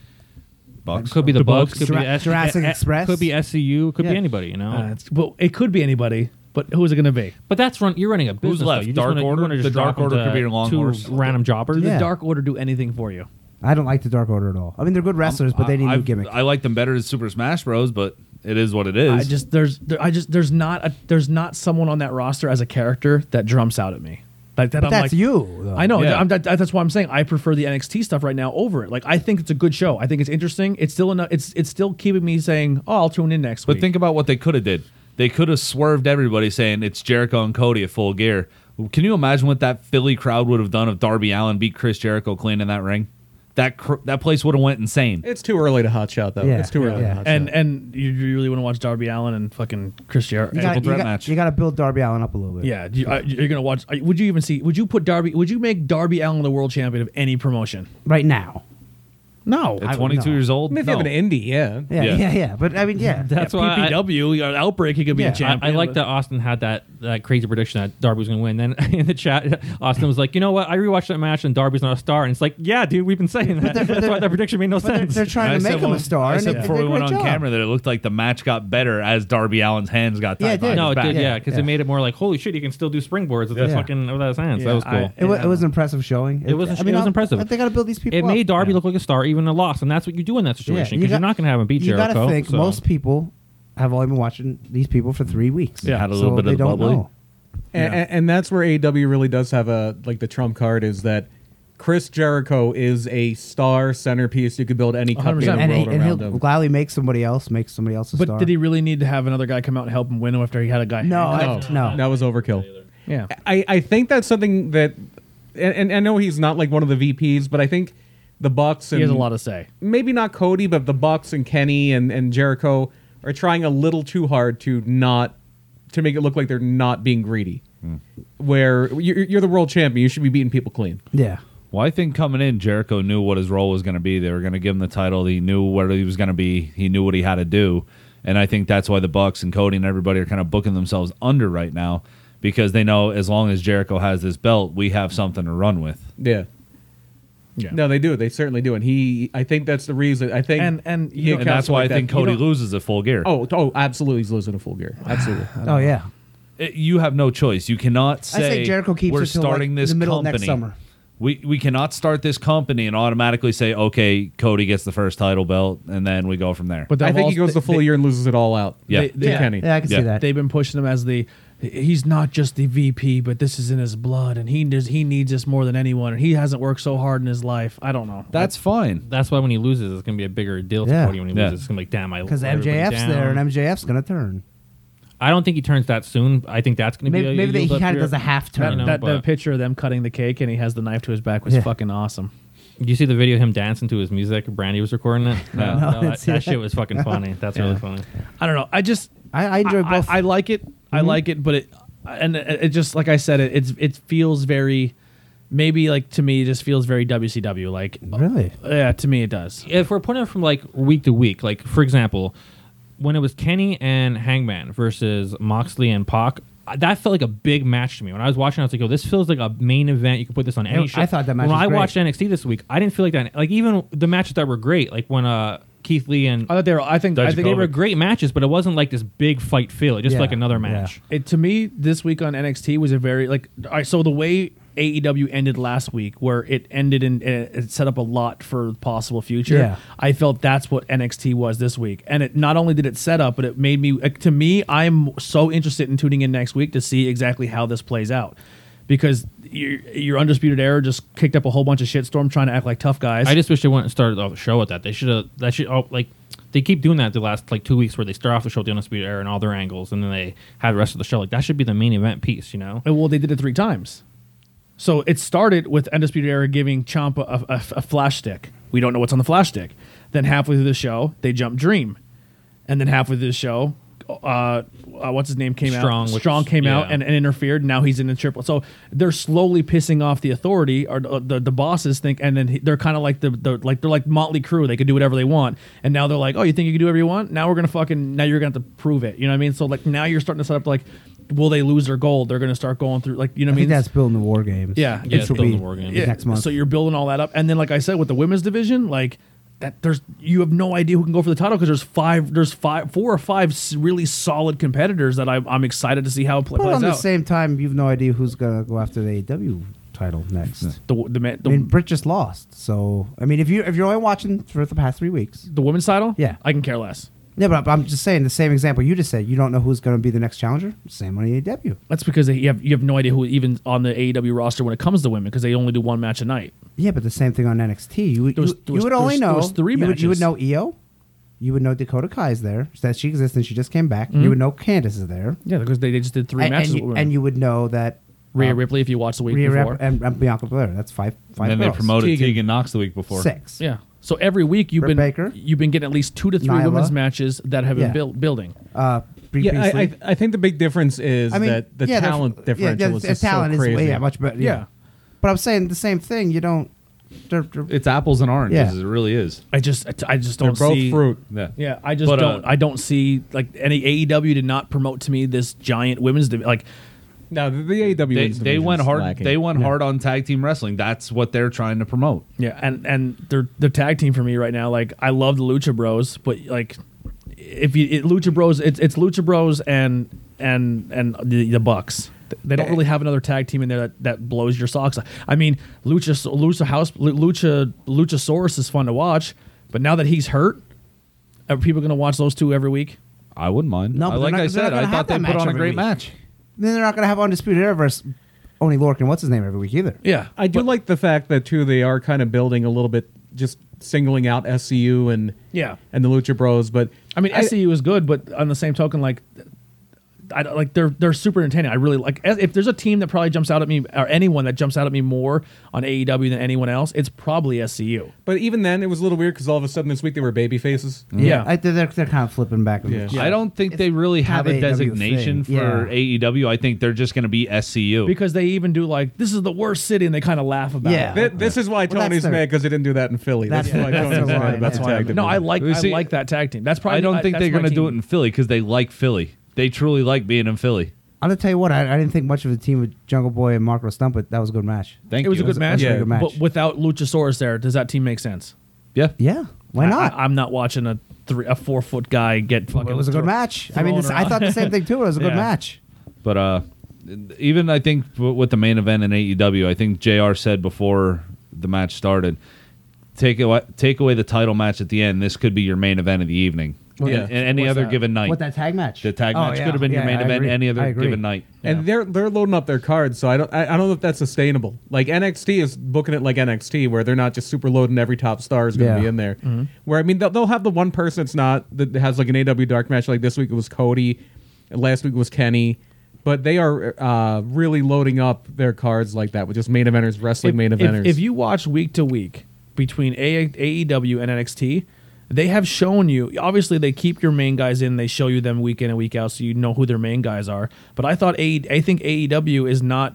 S4: Bucks.
S5: Could be the,
S2: The
S5: Bucks.
S2: Bucks.
S5: Could be
S3: Jura-
S5: the S-
S3: Jurassic
S5: eh, eh,
S3: Express.
S5: Could be SCU. Could be
S3: Yeah.
S5: anybody. You know.
S2: Uh, it's- well, it could be anybody, but who is it going to be?
S5: But that's run. You're running a business.
S4: left?
S5: Though. You just
S4: Dark
S5: wanna- you
S4: Order?
S5: wanna just
S4: The Dark
S5: drop
S4: Order
S5: into
S4: could be your long
S5: two
S4: horse.
S5: random jobbers.
S2: Did
S3: Yeah.
S2: the Dark Order do anything for you?
S3: I don't like the Dark Order at all. I mean, they're good wrestlers, but they need
S4: I,
S3: new gimmick.
S4: I like them better as Super Smash Bros, but it is what it is.
S2: I just there's there, I just there's not a, there's not someone on that roster as a character that jumps out at me. Like that,
S3: but
S2: I'm like,
S3: that's you. Though.
S2: I know.
S4: Yeah.
S2: I'm, that, that's why I'm saying I prefer the NXT stuff right now over it. Like I think it's a good show. I think it's interesting. It's still enough. It's it's still keeping me saying, oh, I'll tune in next
S4: But
S2: week.
S4: think about what they could have did. They could have swerved everybody saying it's Jericho and Cody at full gear. Can you imagine what that Philly crowd would have done if Darby Allen beat Chris Jericho clean in that ring? That cr- that place would have went insane.
S6: It's too early to hot shot though.
S3: Yeah,
S6: it's too early.
S3: yeah.
S6: To hot
S2: and
S6: shot.
S2: and you you really want to watch Darby Allen and fucking Chris Jericho?
S3: you gotta,
S4: triple
S3: you,
S4: threat
S3: got,
S4: match.
S3: you gotta build Darby Allen up a little bit.
S2: Yeah, you, I, you're gonna watch. I- Would you even see? Would you put Darby? Would you make Darby Allen the world champion of any promotion?
S3: Right now.
S2: No,
S4: At 22
S3: no.
S4: years old,
S6: I mean, if you
S4: no.
S6: have an indie, yeah.
S3: Yeah, yeah,
S4: Yeah.
S3: yeah. But I mean, yeah.
S5: That's
S2: Yeah,
S5: why I-
S2: PPW you got an outbreak. He could be
S3: Yeah,
S2: a
S3: I-
S5: I,
S2: champion.
S5: I like
S2: but-
S5: that Austin had that, that crazy prediction that Darby was going to win. Then in the chat, Austin was like, "You know what? I rewatched that match and Darby's not a star." And it's like, "Yeah, dude, we've been saying that. That's why that prediction made no
S3: but they're,
S5: sense."
S3: they're trying
S4: And
S3: to
S4: I
S3: make
S4: said
S3: him a
S4: when-
S3: star.
S4: I
S3: and
S4: said
S3: they- they
S4: before
S3: did a
S4: we went
S3: great
S4: on
S3: job.
S4: camera that it looked like the match got better as Darby Allen's hands got
S3: Yeah,
S4: tied
S3: it did.
S4: behind
S5: no,
S4: his
S5: it
S4: back.
S5: did, yeah, because
S3: Yeah.
S5: it made it more like, "Holy shit, he can still do springboards with that
S3: Yeah.
S5: fucking without his hands."
S2: Yeah,
S5: that was cool.
S2: I-
S3: It, wa- it was an impressive showing.
S5: It was-
S3: I
S5: it was
S3: I'll-
S5: impressive.
S3: They got to build these people.
S5: it
S3: up.
S5: made Darby look like a star, even a loss, and that's what you do in that situation because
S3: got-
S5: you're not going to have him beat
S3: you
S5: Jericho.
S3: gotta think
S5: so.
S3: most people have only been watching these people for three weeks.
S4: Yeah, had a little
S3: so
S4: bit of
S3: they
S4: the
S3: don't
S4: bubbly.
S3: know.
S6: And, and- and that's where AW really does have a like the trump card is that Chris Jericho is a star centerpiece. You could build any company
S2: 100%.
S6: in
S3: And,
S6: the
S3: he,
S6: world
S3: and he'll
S6: around him.
S3: gladly make somebody else make somebody else a
S2: But
S3: star.
S2: did he really need to have another guy come out and help him win after he had a guy?
S3: No,
S2: handcuffed?
S3: I, no,
S6: Oh, That was overkill.
S2: yeah.
S6: I, I think that's something that, and, and I know he's not like one of the VPs, but I think the Bucks and
S2: He has a lot to say.
S6: maybe not Cody, but the Bucks and Kenny and, and Jericho are trying a little too hard to not to make it look like they're not being greedy. Where you're, you're the world champion, you should be beating people clean.
S3: Yeah,
S4: Well, I think coming in, Jericho knew what his role was going to be. They were going to give him the title. He knew where he was going to be. He knew what he had to do, and I think that's why the Bucks and Cody and everybody are kind of booking themselves under right now because they know as long as Jericho has this belt, we have something to run with.
S6: Yeah.
S2: Yeah.
S6: No, they do. They certainly do, and he. I think that's the reason. I think
S2: And- and you
S6: he
S2: know-
S4: And that's
S6: accounts
S4: why I
S6: like that.
S4: think
S6: You
S4: Cody
S6: don't-
S4: loses at full gear.
S6: Oh, oh, absolutely, he's losing a full gear. Absolutely.
S3: oh yeah.
S4: It- you have no choice. You cannot say,
S3: say Jericho keeps
S4: we're
S3: it till, like,
S4: starting this
S3: the middle of
S4: company.
S3: next summer.
S4: We, we cannot start this company and automatically say, okay, Cody gets the first title belt, and then we go from there.
S2: But
S6: I
S2: they've
S6: think he
S2: also-
S6: goes the full
S2: they-
S6: year and loses it all out.
S4: Yeah.
S6: to Kenny.
S3: Yeah, I can
S4: Yeah.
S3: see that.
S2: They've been pushing him as the he's not just the VP, but this is in his blood, and he does, he needs this more than anyone, and he hasn't worked so hard in his life. I don't know.
S4: that's fine.
S5: that's why when he loses, it's going to be a bigger deal for
S3: Yeah.
S5: Cody when he
S4: Yeah.
S5: loses. It's going to be like, "Damn, I
S3: because
S5: let everybody
S3: MJF's there
S5: down."
S3: and MJF's gonna turn.
S5: I don't think he turns that soon. I think that's going to be
S3: Maybe,
S5: a, a
S3: maybe that he
S5: yield up
S3: kind of
S5: here.
S3: does a half
S5: I
S2: that,
S5: don't
S3: turn.
S5: know,
S2: that, that
S5: but-
S2: picture of them cutting the cake and he has the knife to his back was
S3: Yeah.
S2: fucking awesome.
S5: You see the video of him dancing to his music? Brandy was recording it.
S4: No.
S5: No, that,
S3: it's-
S5: that shit was fucking funny. That's really funny.
S2: I don't know. I just
S3: I- I enjoy both.
S2: I, like it. I like it, but it and it, it just like I said, it it's, it feels very maybe like to me it just feels very WCW like.
S3: Really?
S2: Yeah, to me it does.
S5: If we're putting it from like week to week, like for example, when it was Kenny and Hangman versus Moxley and Pac, I- that felt like a big match to me. When I was watching, I was like, "Yo, this feels like a main event. You can put this on any
S3: I
S5: show."
S3: thought that match
S5: When
S3: was
S5: I
S3: great.
S5: watched NXT this week, I didn't feel like that. Like even the matches that were great, like when uh Keith Lee and
S2: I thought they were. I think. I think
S5: they were great matches, but it wasn't like this big fight feel. It just
S3: Yeah,
S5: felt like another
S3: yeah.
S5: match.
S2: It, to me, this week on NXT was a very like. I so the way AEW ended last week, where it ended and and it set up a lot for possible future.
S3: Yeah.
S2: I felt that's what NXT was this week, and it not only did it set up, but it made me. Like, to me, I'm so interested in tuning in next week to see exactly how this plays out, because your your undisputed era just kicked up a whole bunch of shitstorm trying to act like tough guys.
S5: I just wish they wouldn't start off the show with that. They should have. That should oh, like they keep doing that the last like two weeks where they start off the show with the Undisputed Era and all their angles, and then they have the rest of the show. Like that should be the main event piece, you know.
S2: Well, they did it three times. So it started with Undisputed Era giving Champa a, a, a flash stick. We don't know what's on the flash stick. Then halfway through the show, they jump Dream, and then halfway through the show, uh, uh, what's his name came
S5: Strong,
S2: out.
S5: which-
S2: Strong came out
S5: yeah.
S2: and, and interfered. Now he's in the triple. So they're slowly pissing off the authority or the, the, the bosses think, and then he- they're kind of like the, the like they're like Motley Crue. They could do whatever they want, and now they're like, oh, you think you can do whatever you want? Now we're gonna fucking now you're gonna have to prove it. You know what I mean? So like now you're starting to set up like, will they lose their gold? They're gonna start going through like you know
S3: I
S2: what I
S3: think
S2: mean?
S3: that's building the war games.
S2: Yeah, yeah,
S3: which will
S5: building
S3: be
S5: the war games.
S2: Yeah.
S3: next month.
S2: So you're building all that up, and then like I said, with the women's division, like that, there's you have no idea who can go for the title because there's five, there's five, four or five s- really solid competitors that I, I'm excited to see how it pl-
S3: but
S2: plays
S3: on the
S2: out.
S3: same time, you've no idea who's gonna go after the AEW title next.
S2: The the, ma-
S3: I
S2: the,
S3: mean, Britt just lost, so I mean, if you if you're only watching for the past three weeks,
S2: the women's title.
S3: Yeah.
S2: I can care less.
S3: yeah. But I'm just saying the same example you just said. You don't know who's going to be the next challenger. Same on E AEW.
S2: That's because they, you have you have no idea who even on the AEW roster when it comes to women because they only do one match a night.
S3: Yeah, but the same thing on NXT. You would
S2: There was-
S3: you,
S2: there
S3: you
S2: was-
S3: would
S2: there
S3: only
S2: was- there
S3: know
S2: was three
S3: you would, you would
S2: matches.
S3: know Io, you would know Dakota Kai is there that she exists and she just came back. You would know Candice is there,
S2: Mm-hmm. Yeah, because they, they just did three
S3: and,
S2: matches
S3: and,
S2: with
S3: you,
S2: women.
S3: and you would know that
S2: Rhea
S3: um,
S2: Ripley if you watch the week
S3: Rhea
S2: before.
S3: Rip- and, and Bianca Belair. That's five five.
S4: And then they
S3: girls.
S4: promoted
S6: Tegan.
S4: Oh, Tegan. Knox the week before.
S3: six.
S2: yeah. So every week you've
S3: Britt
S2: been
S3: Baker.
S2: you've been getting at least two to three
S3: Nyla.
S2: women's matches that have been
S3: Yeah.
S2: built building.
S3: Uh, Brie
S6: Yeah, I,
S3: Priestley.
S6: I, I think the big difference is
S3: I mean,
S6: that the
S3: yeah, there's-
S6: talent differential
S3: yeah,
S6: is
S3: the
S6: just
S3: talent
S6: so crazy.
S3: is way- yeah, much better. Yeah.
S2: Yeah.
S3: but I'm saying the same thing. You don't. They're, they're-
S4: It's apples and oranges.
S3: Yeah.
S4: It really is.
S2: I just I t- I just
S6: They're
S2: don't
S6: both
S2: see
S6: fruit.
S4: Yeah.
S2: Yeah, I just
S4: But, uh,
S2: don't I don't see like any AEW did not promote to me this giant women's div- like
S6: No, the, the AW
S4: They, they went hard. They went hard on tag team wrestling. That's what they're trying to promote.
S2: Yeah, and and they're the tag team for me right now. Like I love the Lucha Bros, but like if you it, Lucha Bros, it's it's Lucha Bros and and and the, the Bucks. They don't really have another tag team in there that, that blows your socks off. I mean, Lucha Lucha House Lucha Luchasaurus is fun to watch, but now that he's hurt, are people going to watch those two every week?
S4: I wouldn't mind.
S3: No,
S4: I,
S3: but
S4: like
S3: they're not-
S4: I
S3: they're not
S4: said, I
S3: gonna have
S4: thought they
S3: that
S4: put
S3: match
S4: on a
S3: every
S4: great
S3: week.
S4: match.
S3: then they're not going to have Undisputed Era versus Oni Lorcan. What's his name every week either?
S2: Yeah,
S6: I do like the fact that too they are kind of building a little bit, just singling out SCU and
S2: Yeah.
S6: and the Lucha Bros. But
S2: I mean, SCU is good, but on the same token, like, I don't- like they're they're super entertaining. I really like if there's a team that probably jumps out at me or anyone that jumps out at me more on AEW than anyone else, it's probably E SCU.
S6: but even then it was a little weird because all of a sudden this week they were baby faces.
S2: Yeah.
S3: I, they're, they're they're kind of flipping back. And
S6: Yeah.
S3: forth.
S4: I don't think they really have
S3: have
S4: a
S3: AEW
S4: designation
S3: thing.
S4: for
S3: Yeah.
S4: AEW. I think they're just going to be SCU.
S2: because they even do like this is the worst city and they kind of laugh about
S3: Yeah.
S2: it.
S6: Th- this is why
S3: Well, that's
S6: Tony's
S3: their-
S6: mad because they didn't do that in Philly. That's,
S3: That's-
S6: why
S3: that's
S6: Tony's
S3: their
S6: mad
S3: line,
S6: about the
S3: yeah.
S6: tag division.
S2: No, I like
S4: You see-
S2: I like that tag team. That's probably
S4: I don't think
S2: that's
S4: they're
S2: my
S4: going to do it
S2: team.
S4: in Philly because they like Philly. They truly like being in Philly.
S3: I'm gonna tell you what. I, I didn't think much of the team with Jungle Boy and Marco Stump, but that was a good match.
S4: Thank
S2: It was
S4: you.
S2: a good match,
S6: was a good
S3: match.
S2: but without Luchasaurus there, does that team make sense?
S4: Yeah.
S3: Yeah, why not?
S2: I, am not watching a three a four foot guy get fucking.
S3: it was a good
S2: thro-
S3: match. I mean,
S2: thrown
S3: this, I thought the
S2: around.
S3: same thing too. It was a
S2: Yeah.
S3: good match.
S4: But uh, even I think w- with the main event in AEW, I think Jr. said before the match started, take away take away the title match at the end. This could be your main event of the evening.
S6: Well,
S4: And-
S6: yeah.
S4: and any
S2: What's
S4: other
S2: that?
S4: given night.
S3: What that tag match?
S4: the tag
S3: Oh,
S4: match
S3: yeah.
S4: could have been your
S3: Yeah,
S4: main
S3: I
S4: event
S3: agree.
S4: any
S3: I
S4: other
S3: agree.
S4: given night.
S6: And they're they're loading up their cards, so I don't I, I don't know if that's sustainable. Like NXT is booking it like NXT, where they're not just super loading every top star is going to
S3: Yeah.
S6: be in there.
S2: Mm-hmm.
S6: Where I mean they'll, they'll have the one person that's not that has like an AW dark match. Like this week it was Cody, and last week it was Kenny, but they are uh, really loading up their cards like that with just main eventers wrestling main eventers.
S2: If, you watch week to week between A- AEW and NXT, they have shown you. Obviously, they keep your main guys in. They show you them week in and week out, so you know who their main guys are. But I thought A- I think AEW is not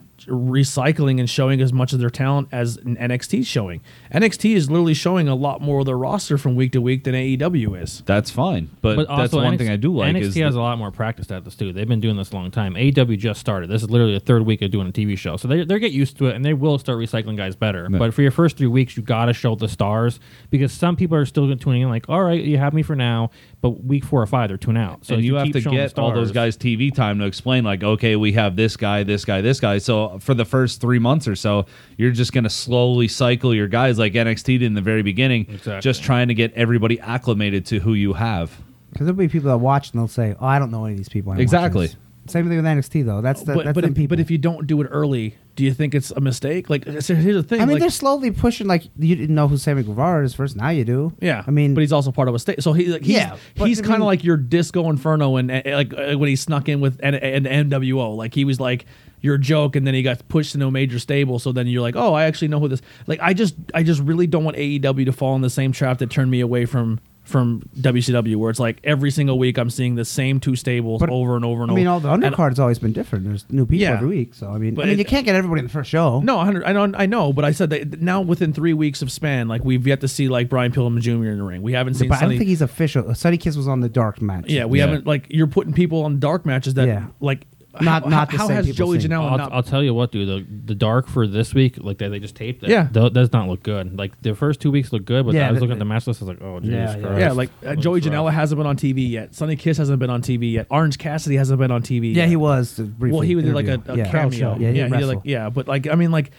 S2: recycling and showing as much of their talent as n- NXT is showing. NXT is literally showing a lot more of their roster from week to week than AEW is.
S4: That's fine, but,
S5: But
S4: that's
S5: also
S4: one
S5: NXT
S4: thing I do like
S5: NXT
S4: is
S5: has
S4: the-
S5: a lot more practice at this too. They've been doing this a long time. AEW just started. This is literally the third week of doing a TV show, so they they get used to it and they will start recycling guys better. But for your first three weeks, you gotta show the stars because some people are still tuning in. Like, all right, you have me for now, but week four or five, they're tune out. So
S4: and
S5: if
S4: you, have
S5: keep
S4: to
S5: showing the
S4: get all those
S5: stars-
S4: guys TV time to explain, like, okay, we have this guy, this guy, this guy. So for the first three months or so, you're just going to slowly cycle your guys like NXT did in the very beginning,
S5: Exactly.
S4: just trying to get everybody acclimated to who you have.
S3: Because there'll be people that watch and they'll say, "Oh, I don't know any of these people." I'm watching
S4: Exactly.
S3: this." Same thing with NXT though. That's the,
S2: but
S3: that's
S2: but
S3: the
S2: if,
S3: people.
S2: but if you don't do it early, do you think it's a mistake? Like so here's the thing.
S3: I mean,
S2: like-
S3: they're slowly pushing. Like you didn't know who Sammy Guevara is first. Now you do.
S2: Yeah,
S3: I mean,
S2: but he's also part of a state. So he, like, he's,
S3: Yeah, but
S2: he's
S3: I
S2: kind of
S3: mean-
S2: like your Disco Inferno, and uh, like uh, when he snuck in with an, an NWO, like he was like your joke, and then he got pushed into a major stable. So then you're like, oh, I actually know who this. Like, I just, I just really don't want AEW to fall in the same trap that turned me away from from WCW, where it's like every single week I'm seeing the same two stables
S3: But,
S2: over and over and
S3: I
S2: over.
S3: mean, all the
S2: And-
S3: undercard's always been different. There's new people
S2: Yeah.
S3: every week. So I mean,
S2: But
S3: I mean,
S2: it-
S3: you can't get everybody in the first show.
S2: No, 100, I know, I know, but I said that now within three weeks of span, like we've yet to see like Brian Pillman Jr. in the ring. We haven't seen.
S3: but I don't
S2: Sonny-
S3: think he's official. Sonny Kiss was on the dark match.
S2: Yeah, we
S4: Yeah.
S2: haven't like you're putting people on dark matches that
S3: Yeah.
S2: like
S3: Not-
S2: how,
S3: not the
S2: how
S3: same
S2: has
S3: people
S2: Joey
S3: seen.
S2: Janela
S5: I'll,
S2: not
S5: I'll tell you what, dude. The, the dark for this week, like that they just taped it.
S2: Yeah.
S5: tho- does not look good. Like the first two weeks look good, but
S3: Yeah,
S5: I was
S3: the-
S5: looking at the match list. I was like, oh, Jesus
S3: Yeah, yeah.
S5: Christ.
S2: yeah, like uh,
S5: Looks
S2: Joey
S5: rough.
S2: Janela hasn't been on TV yet. Sonny Kiss hasn't been on TV yet. Orange Cassidy hasn't been on TV.
S3: Yeah,
S2: yet.
S3: he was. uh, Briefly
S2: Well, he was like a,
S3: interviewed.
S2: a
S3: yeah.
S2: cameo.
S3: Yeah,
S2: yeah, he did
S3: wrestled.
S2: like yeah, but like I mean like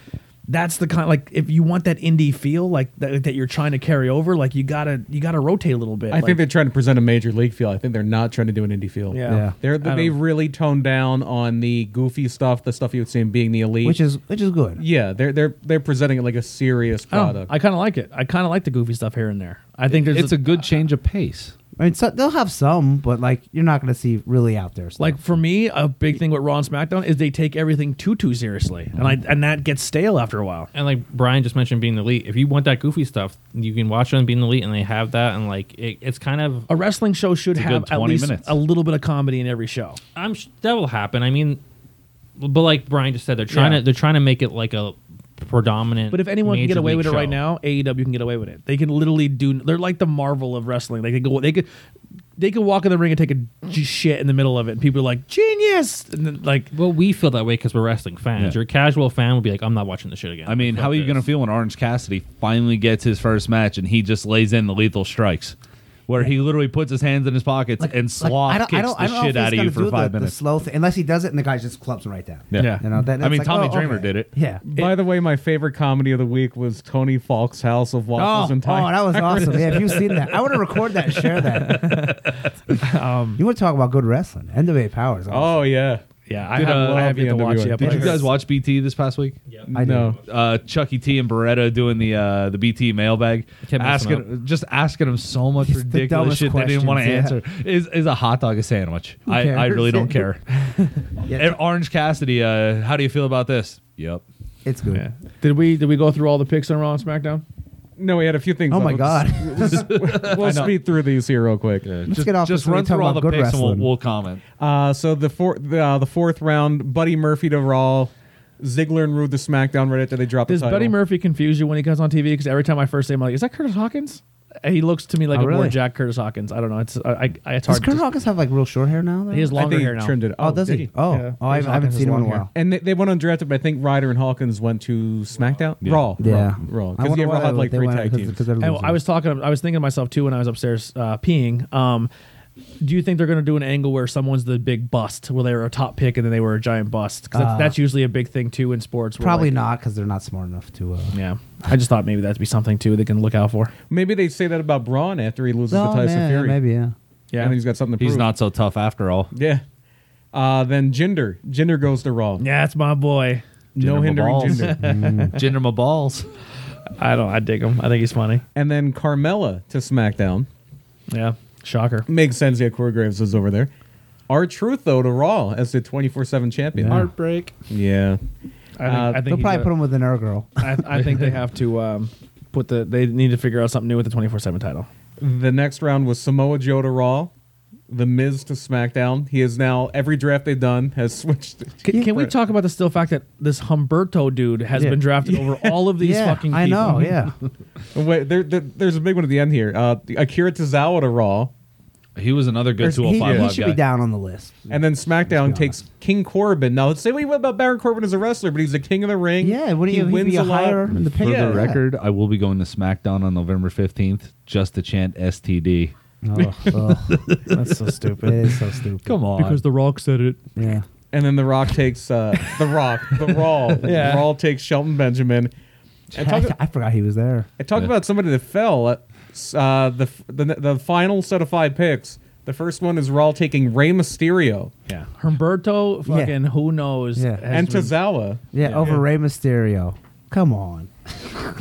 S2: that's the kind like if you want that indie feel like that, that you're trying to carry over, like you gotta you gotta rotate a little bit.
S6: I think they're trying to present a major league feel. I think they're not trying to do an indie feel.
S2: Yeah. Yeah.
S6: They're,
S2: I
S6: they've really toned down on the goofy stuff, the stuff you would see in being the elite.
S3: which is which is good.
S6: yeah, they're they're they're presenting it like a serious
S2: I, don't-
S6: product.
S2: I kind of like it. I kind of like the goofy stuff here and there. I think there's
S7: it's a good change of pace.
S3: I mean, so, they'll have some, but like you're not gonna see really out there. Stuff.
S2: Like for me, a big thing with Raw and SmackDown is they take everything too too seriously, and I and that gets stale after a while.
S5: And like Brian just mentioned, being the elite. If you want that goofy stuff, you can watch it on being the elite, and they have that. And like it, it's kind of
S2: A wrestling show should
S4: a good
S2: have at
S4: 20
S2: least
S4: minutes.
S2: a little bit of comedy in every show.
S5: I'm sh- that will happen. I mean, but like Brian just said, they're trying
S2: Yeah.
S5: to they're trying to make it like a predominant.
S2: But if anyone can get
S5: major
S2: away
S5: league
S2: with it right
S5: show.
S2: now, AEW can get away with it. They can literally do. They're like the Marvel of wrestling. They could go. They could. They could walk in the ring and take a g- shit in the middle of it, and people are like, "Genius!" And then, like,
S5: well, we feel that way because we're wrestling fans.
S4: Yeah.
S5: Your casual fan would be like, I'm not watching this shit again.
S4: I mean,
S5: Fuck
S4: how are you
S5: this.
S4: going to feel when Orange Cassidy finally gets his first match and he just lays in the lethal strikes, where he literally puts his hands in his pockets and
S3: Like,
S4: sloth kicks the
S3: know
S4: shit
S3: if he's
S4: out of you
S3: gonna
S4: for
S3: do
S4: five
S3: the,
S4: minutes?
S3: The slow thing, unless he does it, and the guy just clubs him right down.
S4: Yeah.
S2: Yeah.
S3: You know, then
S4: I
S3: it's
S4: mean,
S3: like,
S4: Tommy
S3: oh,
S4: Dreamer
S3: okay.
S4: did it.
S3: Yeah.
S6: By the way, my favorite comedy of the week was Tony Falk's House of
S3: Oh, oh,
S6: Waffles and Tires.
S3: that was awesome. Yeah, if you've seen that, I want to record that, and share that. Um, you want to talk about good wrestling? NWA Power is awesome.
S6: Oh yeah,
S2: yeah, I
S6: Dude,
S2: have,
S6: I
S2: uh, I have
S6: love
S2: yet to watch
S6: NWA.
S2: it.
S6: Did
S2: but
S4: Did you
S2: I heard-
S4: guys watch BT this past week? Yeah.
S3: I
S6: no.
S4: uh, Chucky T and Beretta doing the uh, the BT mailbag,
S5: kept messing
S4: asking just asking him so much
S3: It's the
S4: ridiculous
S3: dumbest
S4: shit they didn't want to
S3: questions,
S4: answer. Is is a hot dog a sandwich? I, I
S3: cares?
S4: really don't care.
S3: Yeah,
S4: and Orange Cassidy, uh, how do you feel about this? Yep.
S3: It's good.
S2: Yeah. Did we did we go through all the picks on Raw and SmackDown?
S6: No, we had a few things.
S3: Oh
S6: up.
S3: my god.
S6: we'll speed through these here real quick.
S4: Let's just
S3: get off
S4: just
S3: this when
S4: run
S3: we talk
S4: through all the
S3: about good
S4: picks and we'll,
S3: wrestling.
S4: we'll comment.
S6: Uh, so the fourth, uh, the fourth round, Buddy Murphy to Raw, Ziggler and Rude to SmackDown. Reddit that they dropped.
S2: Does
S6: the title.
S2: Buddy Murphy confuse you when he comes on TV? Because every time I first say, I'm like, "Is that Curtis Hawkins?" And he looks to me like a
S3: Oh,
S2: more
S3: really?
S2: Jack Curtis Hawkins. I don't know. It's I, I it's
S3: Does
S2: hard.
S3: Kurt
S2: to-
S3: Hawkins have like real short hair now? Though?
S2: He has
S6: I
S2: longer
S6: think
S2: hair
S6: he
S2: now.
S6: trimmed it.
S3: Oh, does
S6: did
S3: he? Oh,
S2: Yeah.
S3: oh, I
S2: His
S3: haven't, I haven't
S2: Hawkins
S3: seen him in a
S2: long hair.
S3: while.
S6: And they, they went undrafted, but I think Ryder and Hawkins went to SmackDown, Raw,
S3: Yeah,
S6: Raw,
S3: I
S6: because
S3: wonder
S6: they
S3: why
S6: had like
S3: they
S6: three
S3: went-
S6: tag
S3: 'cause-
S6: teams.
S3: 'cause they're
S2: I,
S3: losing.
S2: I was talking. I was thinking to myself too when I was upstairs uh, peeing. Um, do you think they're going to do an angle where someone's the big bust, where they were a top pick and then they were a giant bust? Because that's,
S3: Uh,
S2: that's usually a big thing too in sports. where,
S3: Probably
S2: like-
S3: not because they're not smart enough to. Uh,
S2: Yeah, I just thought maybe that'd be something too they can look out for.
S6: Maybe they say that about Braun after he loses to
S3: no,
S6: Tyson
S3: Oh, man,
S6: Fury.
S3: maybe yeah.
S2: Yeah.
S6: and he's got something to prove.
S4: He's not so tough after all.
S6: Yeah. Uh, then Jinder, Jinder goes to Raw.
S2: Yeah, it's my boy.
S6: no
S4: Jinder
S6: hindering
S4: Mahal's.
S6: Jinder.
S4: Jinder my balls.
S2: I don't. I dig him. I think he's funny.
S6: and then Carmella to SmackDown.
S2: Yeah, shocker.
S6: Makes sense. Yeah, Corey Graves is over there. Our truth though to Raw as the twenty four seven champion. Yeah.
S4: Heartbreak.
S2: I think,
S6: Uh,
S2: I think
S3: They'll
S2: he
S3: probably
S2: did-
S3: put him with an air girl.
S2: I, I think they have to um, put the. They need to figure out something new with the twenty four seven title.
S6: The next round was Samoa Joe to Raw, The Miz to SmackDown. He is now every draft they've done has switched.
S2: Can, can we talk about the still fact that this Humberto dude has
S3: Yeah.
S2: been drafted over all of these
S3: yeah,
S2: fucking people?
S3: I know. Yeah,
S6: Wait, there, there- there's a big one at the end here. Uh, Akira Tozawa to Raw,
S4: He was another good
S3: There's- he,
S4: 205
S3: he
S4: live
S3: should
S4: guy.
S3: be down on the list.
S6: Mm-hmm. and then SmackDown
S3: Let's be
S6: takes King Corbin. Now, let's say what you want about Baron Corbin as a wrestler, but he's the king of the ring.
S3: Yeah, wouldn't
S6: he
S3: he- he'd
S6: wins
S3: be
S6: a
S3: a higher
S6: lot.
S3: in the pick.
S4: For
S6: Yeah.
S4: the record, I will be going to SmackDown on November 15th just to chant STD. Oh,
S3: Ugh, ugh,
S2: That's so
S3: it
S2: stupid.
S3: is so stupid.
S4: Come on.
S2: The Rock said it.
S3: Yeah.
S6: And then The Rock takes uh, The Rock, The Raw.
S2: Yeah.
S6: The Raw takes Shelton Benjamin. And talk,
S3: I, I forgot he was there.
S6: I talked about somebody that fell. Uh, the, the the final set of five picks. The first one is Raw taking Rey Mysterio
S2: Yeah. Humberto fucking who knows.
S3: Yeah.
S2: has
S6: and
S2: been-
S6: Tozawa,
S3: Yeah, over Rey Mysterio. Come on.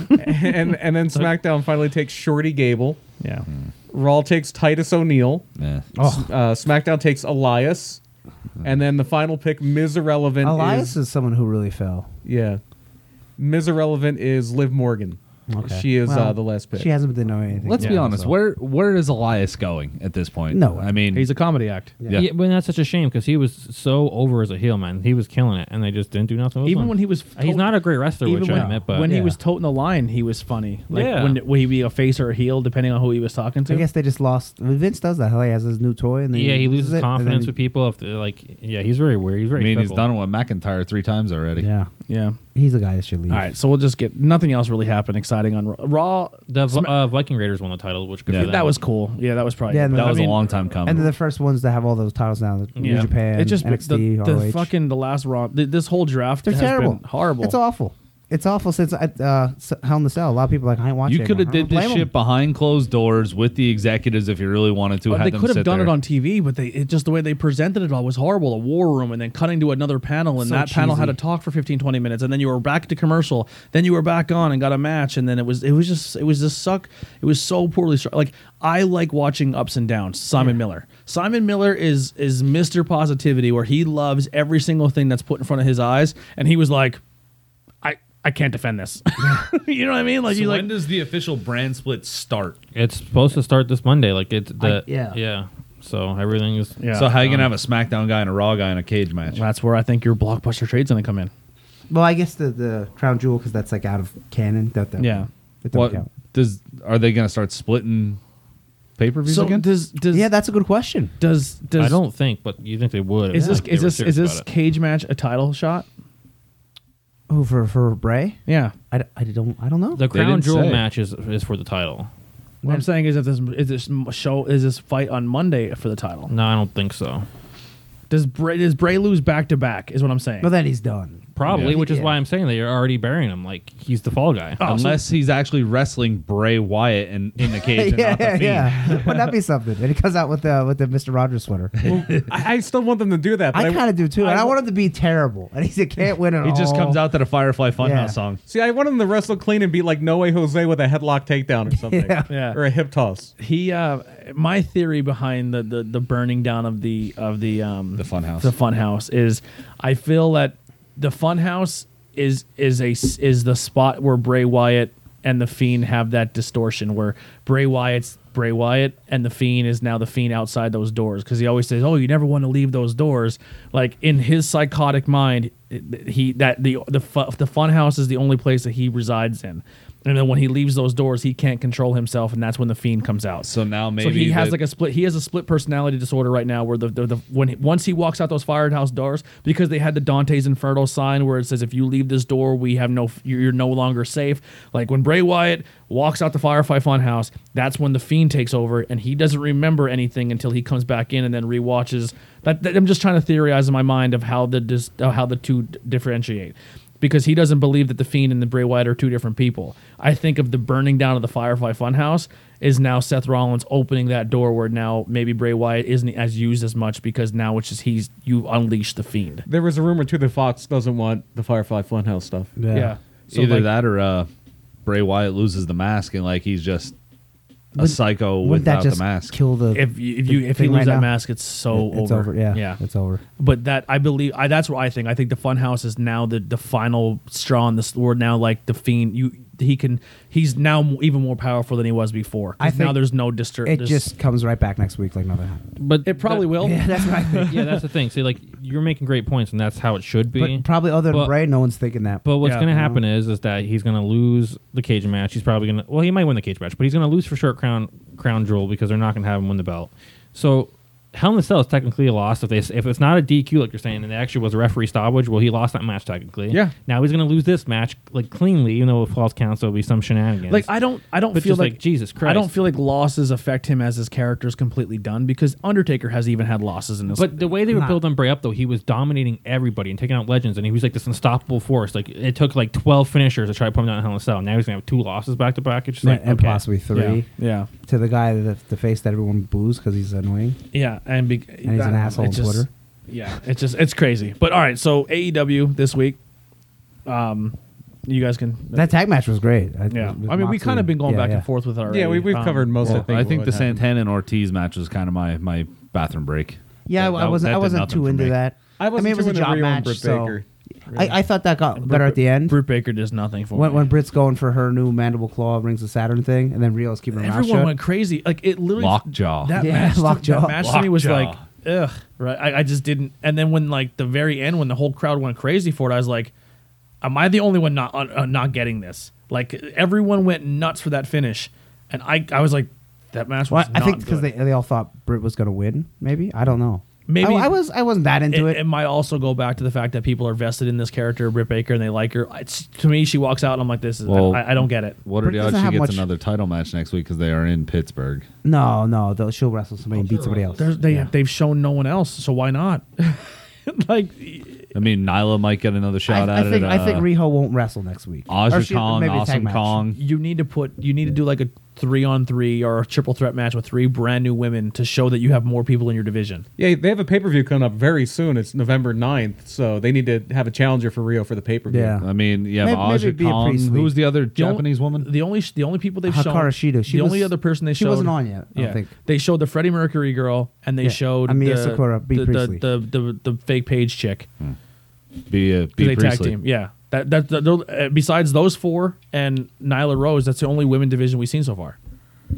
S6: and and then SmackDown finally takes Shorty Gable.
S2: yeah.
S6: Raw takes Titus O'Neil.
S4: Yeah.
S6: Uh, SmackDown takes Elias, and then the final pick, Ms. Irrelevant.
S3: Oh, Elias
S6: is,
S3: is someone who really fell.
S6: yeah. Ms. Irrelevant is Liv Morgan.
S3: Okay.
S6: She is uh,
S3: Well,
S6: the last pick.
S3: She hasn't been doing anything.
S4: Let's
S3: yet,
S4: be honest.
S3: so-
S4: Where where is Elias going at this point?
S3: Nowhere.
S4: I mean,
S2: He's a comedy act.
S4: Yeah.
S5: Yeah. but that's such a shame because he was so over as a heel man. He was killing it, and they just didn't do nothing. With
S2: Even
S5: him.
S2: when he was
S5: he's not a great wrestler,
S2: even
S5: which
S2: when,
S5: I admit, but
S2: when he
S3: Yeah.
S2: was toting the line, he was funny. Like
S5: Yeah.
S2: when would he be a face or a heel, depending on who he was talking to?
S3: I guess they just lost. Vince does that. He has his new toy, and then
S5: yeah, he
S3: it,
S5: loses
S3: and
S5: confidence
S3: then-
S5: with people. If they're like, yeah, he's very weird.
S4: I
S5: He's very.
S4: mean, he's
S5: fickle.
S4: done it with McIntyre three times already.
S3: Yeah,
S2: Yeah.
S3: he's a guy that should leave.
S2: All right, so we'll just get nothing else really happened exciting on Raw. Raw
S5: The V- uh, Viking Raiders won the title, which could
S4: Yeah.
S5: be
S2: that was cool. Yeah, that was probably.
S3: Yeah,
S2: but
S4: That
S2: I
S4: was
S2: mean,
S4: a long time coming.
S3: And they're the first ones to have all those titles now. the New
S2: yeah.
S3: Japan,
S2: It just
S3: NXT,
S2: the, the
S3: ROH.
S2: fucking the last Raw. th- This whole draft
S3: They're
S2: has
S3: terrible.
S2: been horrible.
S3: It's awful. it's awful since I, uh, s- Hell in the Cell. A lot of people are like I ain't watching.
S4: You could have did this shit behind closed doors with the executives if you really wanted to.
S2: Well,
S4: had
S2: they
S4: them
S2: could have
S4: sit
S2: done it
S4: there.
S2: on TV, but they it, just the way they presented it all was horrible. A war room and then cutting to another panel, and
S3: So
S2: that panel had to
S3: cheesy.
S2: talk for 15, 20 minutes, and then you were back to commercial. Then you were back on and got a match, and then it was it was just it was just suck. It was so poorly stru- like I like watching ups and downs. Simon Miller. Simon Miller is is Mr. Positivity, where he loves every single thing that's put in front of his eyes, and he was like, I I can't defend this. you know what I mean? Like
S4: So
S2: you
S4: when
S2: like
S4: does the official brand split start?
S5: It's supposed to start this Monday. Like it's the
S3: yeah.
S5: yeah. So everything is
S2: Yeah.
S4: So how you gonna
S5: Um,
S4: have a SmackDown guy and a Raw guy in a cage match?
S2: that's where I think your blockbuster trade's gonna come in.
S3: Well, I guess the the crown jewel because that's like out of canon. That, that
S2: Yeah.
S3: It don't
S4: What
S3: count.
S4: does are they gonna start splitting pay per views
S2: So
S4: again?
S2: does does
S3: Yeah, that's a good question.
S2: Does does
S5: I don't think, but you think they would.
S2: is this
S5: if they
S2: is
S5: were
S2: this
S5: serious
S2: is this
S5: about it.
S2: cage match a title shot?
S3: Oh, for for Bray,
S2: Yeah.
S3: I, d- I don't I don't know.
S5: the crown
S4: didn't
S5: jewel
S4: say.
S5: match is, is for the title?
S2: What I'm saying is, if this is this m- show is this fight on Monday for the title,
S5: No, I don't think so.
S2: does Bray does Bray lose back to back? Is what I'm saying.
S3: well, then he's done.
S5: Probably,
S4: Yeah.
S5: which is
S3: Yeah.
S5: why I'm saying that you're already burying him. Like he's the fall guy.
S2: Oh,
S4: Unless he's actually wrestling Bray Wyatt in, in the cage and
S3: yeah,
S4: not the
S3: yeah,
S4: Fiend.
S3: yeah. Would that be something? And he comes out with the with the Mister Rogers sweater.
S6: I, I still want them to do that. But
S3: I kind of do too, and I
S6: w-
S3: want him to be terrible. And he said, "Can't win it
S4: He just comes out to the Firefly Funhouse
S3: Oh. Yeah.
S4: song.
S6: See, I want him to wrestle clean and be like No Way Jose with a headlock takedown or something,
S3: Yeah.
S2: Yeah.
S6: or a hip toss.
S2: he uh, my theory behind the, the the burning down of the of the um
S4: The fun house.
S2: the fun house is I feel that the fun house is is a s- is the spot where Bray Wyatt and the Fiend have that distortion where Bray Wyatt's Bray Wyatt and the Fiend is now the Fiend outside those doors because he always says, "Oh, you never want to leave those doors." Like in his psychotic mind, it- he that the the fu- the fun house is the only place that he resides in. And then when he leaves those doors, he can't control himself, and that's when the fiend comes out.
S4: So now
S2: So
S4: maybe
S2: he has
S4: the-
S2: like a split. He has a split personality disorder right now, where the, the, the when he, once he walks out those firehouse doors, because they had the Dante's Inferno sign where it says if you leave this door, we have no you're, you're no longer safe. Like when Bray Wyatt walks out the Firefly Funhouse, that's when the Fiend takes over, and he doesn't remember anything until he comes back in and then rewatches. That, that- I'm just trying to theorize in my mind of how the dis, uh, how the two d- differentiate. Because he doesn't believe that the Fiend and the Bray Wyatt are two different people. I think of the burning down of the Firefly Funhouse is now Seth Rollins opening that door where now maybe Bray Wyatt isn't as used as much because now it's just he's you unleashed the fiend.
S6: There was a rumor too that Fox doesn't want the Firefly Funhouse stuff.
S3: Yeah.
S2: So
S4: Either
S2: like,
S4: that or uh, Bray Wyatt loses the mask and like he's just a psycho
S3: Wouldn't
S4: without
S3: that just
S4: the mask.
S3: kill the?
S2: if you if you if he
S3: thing
S2: loses
S3: right
S2: that
S3: now?
S2: mask, it's so
S3: It- it's
S2: over.
S3: over. Yeah,
S2: yeah,
S3: it's over.
S2: But that I believe I that's what I think. I think the Funhouse is now the the final straw in this. We're now like the fiend. You he can he's now m- even more powerful than he was before. 'Cause
S3: I think
S2: now there's no disturb.
S3: it just comes right back next week like nothing happened.
S5: but
S2: it probably
S5: that-
S2: will.
S3: Yeah, that's right.
S5: yeah, that's the thing. See, like you're making great points, and that's how it should be.
S3: But probably other than
S5: But-
S3: Bray, no one's thinking that.
S5: But what's
S2: Yeah.
S5: going to
S2: Mhm.
S5: happen is is that he's going to lose the cage match. He's probably going to well, he might win the cage match, but he's going to lose for sure at crown crown jewel because they're not going to have him win the belt. So Hell in a Cell is technically a loss if they if it's not a DQ like you're saying, and it actually was a referee stoppage. Well, he lost that match technically.
S2: Yeah.
S5: Now he's going to lose this match like cleanly, even though with false counts there'll be some shenanigans.
S2: Like I don't, I don't
S5: But
S2: feel
S5: just
S2: like,
S5: like, Jesus
S2: I
S5: Christ.
S2: don't feel like losses affect him as his character is completely done because Undertaker has even had losses in this.
S5: But the way they were
S3: Nah.
S5: building Bray up, though, he was dominating everybody and taking out legends, and he was like this unstoppable force. Like it took like twelve finishers to try to put him down in Hell in a Cell. Now he's gonna have two losses back to back. It's just like
S3: and
S5: okay.
S3: possibly three
S2: yeah, yeah,
S3: to the guy that the face that everyone boos because he's annoying.
S2: yeah, and, be, uh,
S3: And he's an asshole on Twitter.
S2: Yeah, it's just it's crazy. But all right, so AEW this week, um, you guys can.
S3: That tag match was great.
S2: yeah, I mean, we kind of been going back and forth with our.
S6: Yeah, we, we've covered most.
S4: Well,
S6: I think,
S4: I think
S6: what
S4: the
S6: happened.
S4: Santana and Ortiz match was kind of my my bathroom break.
S3: Yeah,
S4: That-
S3: I wasn't.
S4: that
S3: I
S4: did
S3: wasn't
S4: nothing
S3: too
S4: for
S3: into
S4: me.
S3: that.
S6: I wasn't
S3: mean, it was
S6: too
S3: a
S6: into
S3: job
S6: Rio and
S3: match.
S6: Britt
S3: so
S6: Baker, really.
S3: I, I thought that got better at the end.
S2: Brute Baker does nothing for
S3: When,
S2: me.
S3: when Britt's going for her new mandible claw rings of Saturn thing, and then Rio's keeping her mouth
S2: Everyone
S3: shut.
S2: went crazy. Like it literally
S4: Lockjaw.
S2: That
S3: Yeah,
S2: match,
S3: lockjaw.
S2: That match to me was
S4: Lockjaw.
S2: like, ugh. Right. I, I just didn't. And then when like the very end, when the whole crowd went crazy for it, I was like, am I the only one not uh, not getting this? Like everyone went nuts for that finish, and I I was like, that match
S3: Well,
S2: was.
S3: I
S2: not
S3: think because
S2: good.
S3: they, they all thought Britt was going to win. Maybe I don't know.
S2: Maybe-
S3: I, I was. I wasn't that into
S2: it,
S3: it.
S2: it might also go back to the fact that people are vested in this character, Britt Baker, and they like her. It's, to me, she walks out, and I'm like, "This is
S4: Well-
S2: I, I don't get it."
S4: What are
S3: Britt
S4: the
S3: doesn't
S4: odds she
S3: have
S4: gets
S3: much-
S4: another title match next week because they are in Pittsburgh?
S3: no, no. They'll, she'll wrestle somebody and beat somebody else.
S2: There's, they they've shown no one else, so why not? like,
S4: I mean, Nyla might get another shot
S3: I,
S4: at
S3: I think
S4: it.
S3: I think
S4: uh,
S3: Riho won't wrestle next week. Or
S4: Aja
S3: she-
S4: Kong,
S3: maybe a tag
S4: Awesome
S3: match.
S4: Kong.
S2: you need to put you need to do like a three on three or a triple threat match with three brand new women to show that you have more people in your division.
S6: Yeah, they have a pay per view coming up very soon. It's November 9th, so they need to have a challenger for Rio for the pay per view.
S3: Yeah.
S4: I mean, yeah,
S3: Maybe- maybe
S4: Aja
S3: it'd be a
S4: Kong.
S3: pre-sleep.
S4: Who was the other
S2: The only-
S4: Japanese woman?
S2: The only the only people they've shown
S3: Hakara Shida. She
S2: the
S3: was-
S2: only other person they
S3: she
S2: showed
S3: wasn't on yet, I don't think.
S2: they showed the Freddie Mercury girl and they
S3: Yeah,
S2: showed
S3: Amiya
S2: the,
S3: Sakura, Bea
S2: the, the,
S3: Priestley.
S2: the, the the fake page chick.
S4: Be a
S2: Because
S4: be
S2: they tag
S4: Priestley.
S2: team. Yeah. That, that, that those- uh, besides those four and Nyla Rose, that's the only women division we've seen so far.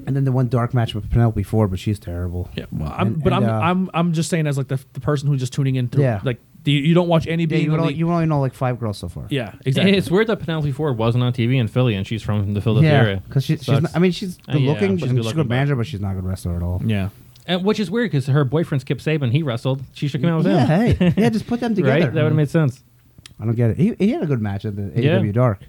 S3: And then the one dark match with Penelope Ford, but she's terrible.
S2: Yeah, well, I'm,
S3: And-
S2: but
S3: and,
S2: I'm,
S3: uh,
S2: I'm I'm just saying as like the, the person who's just tuning in. To,
S3: Yeah.
S2: like do you, you don't watch any
S3: Yeah,
S2: being
S3: you,
S2: elite.
S3: only, you only know like five girls so far.
S2: yeah, exactly.
S5: It's weird that Penelope Ford wasn't on TV in Philly, and she's from the Philadelphia
S3: yeah,
S5: area.
S3: because she, she's.
S5: Sucks.
S3: Not, I mean, she's
S5: Uh,
S3: good
S5: yeah,
S3: looking, but
S5: she's
S3: and
S5: good
S3: she's a
S5: looking,
S3: good
S5: but-
S3: manager, but she's not a good wrestler at all.
S2: yeah,
S5: And, which is weird because her boyfriend's Skip Saban. He wrestled. She should come out with
S3: Yeah,
S5: him.
S3: hey, yeah, just put them together.
S5: Right? That would have made sense.
S3: I don't get it. He, he had a good match at the
S5: Yeah.
S3: AEW Dark.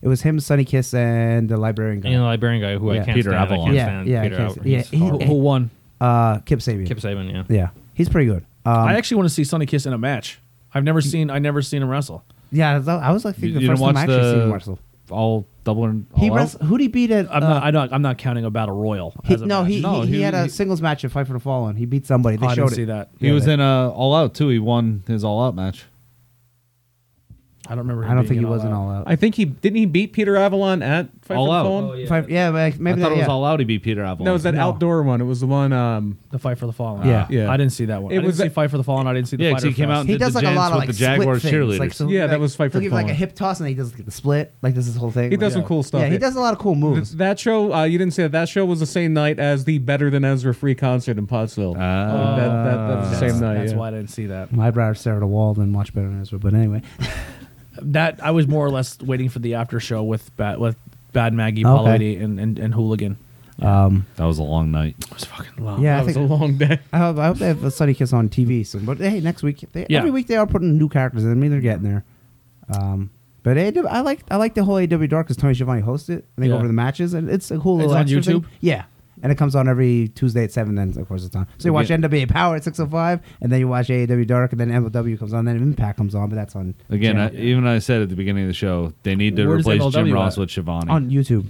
S3: It was him, Sunny Kiss, and the Librarian guy.
S5: You know, the librarian guy who
S3: Yeah.
S5: I can't
S4: Peter
S5: stand. I
S4: Avalon.
S5: can't
S3: Yeah,
S5: stand
S3: yeah, I
S5: Peter
S3: can't
S5: Avalon.
S3: stand- yeah,
S5: He's
S3: he-
S2: who,
S5: horrible.
S2: who won?
S3: uh, Kip Sabian.
S5: Kip Saban, yeah.
S3: Yeah, he's pretty good. Um,
S2: I actually want to see Sonny Kiss in a match. I've never seen I never seen him wrestle.
S3: yeah, I was- I was like
S4: You,
S3: thinking
S4: you
S3: the
S4: don't
S3: first time I
S4: watch
S3: actually seen him
S4: the
S3: wrestle.
S4: all double and
S3: He
S4: all out?
S3: wrestled. Who did he beat at?
S2: I'm
S3: uh,
S2: not I don't I'm not counting about a royal.
S3: he-
S2: as a
S3: no,
S2: match.
S3: he,
S4: No,
S3: he, he,
S4: he-
S3: had a
S4: he-
S3: singles match at Fight for the Fallen. He beat somebody. They
S2: Oh, I
S3: showed
S2: didn't
S3: it.
S2: see that.
S4: He
S3: Yeah,
S4: was
S3: they-
S4: in uh, all out too. He won his all out match.
S2: I don't remember. Him
S3: I don't
S2: being
S3: think
S2: in
S3: he was in all out.
S6: I think he didn't he beat Peter Avalon at Fight
S4: All
S6: for the
S4: Out.
S6: Fallen?
S4: Oh,
S3: If I- yeah, but maybe
S4: I thought
S3: that,
S4: it was
S3: yeah.
S4: all out. He beat Peter Avalon.
S6: No, it was that
S3: No.
S6: outdoor one. It was the one. Um,
S2: The Fight for the Fallen.
S3: Yeah.
S6: Yeah.
S2: I didn't see that one.
S6: It
S2: I didn't
S6: was
S2: see
S6: a-
S2: Fight for the Fallen. I didn't see the
S4: Yeah, 'cause
S2: Fighter
S4: he came out
S2: Fest.
S4: and-
S3: He
S4: did
S3: does
S4: the
S3: like a lot
S4: dance
S3: of
S4: with
S3: like
S4: the Jaguar
S3: split things. Like,
S4: cheerleaders.
S3: so
S6: Yeah,
S3: like,
S6: that was Fight for
S3: he'll give, like a
S6: Fallen.
S3: hip toss and he does like, the split. Like this is whole thing.
S6: he does
S3: yeah.
S6: some cool stuff.
S3: Yeah, he does a lot of cool moves.
S6: That show, uh, you didn't say that. That show was the same night as the Better Than Ezra free concert in Pottsville.
S4: Ah.
S6: that, that, that was the same night.
S2: That's
S6: yeah.
S2: why I didn't see that.
S3: My brother Sarah to wall than watch better than Ezra. But anyway,
S2: That I was more or less waiting for the after show with Bad with Bad Maggie,
S3: Okay.
S2: Polity, and, and and Hooligan.
S3: um,
S4: that was a long night.
S2: It was fucking long.
S3: yeah, I
S6: That was
S3: think
S6: a long day.
S3: I hope, I hope they have a Sunny Kiss on TV soon. But hey, next week, they,
S2: Yeah.
S3: every week they are putting new characters in. I mean, they're getting there. Um, but AEW, I like I like the whole AW Dark because Tony Schiavone hosts it. And they go
S2: Yeah.
S3: over the matches, and it's a cool
S2: It's
S3: little
S2: on
S3: extra thing.
S2: YouTube?
S3: Yeah, and it comes on every Tuesday at seven. Then of course it's on. So you watch
S4: Again-
S3: NWA Power at six oh five, and then you watch AEW Dark, and then MLW comes on, then Impact comes on, but that's on
S4: Again,
S3: channel-
S4: I, even I said at the beginning of the show, they need to
S2: Where's
S4: replace
S2: MLW
S4: Jim Ross
S2: at?
S4: with Shivani.
S3: on YouTube.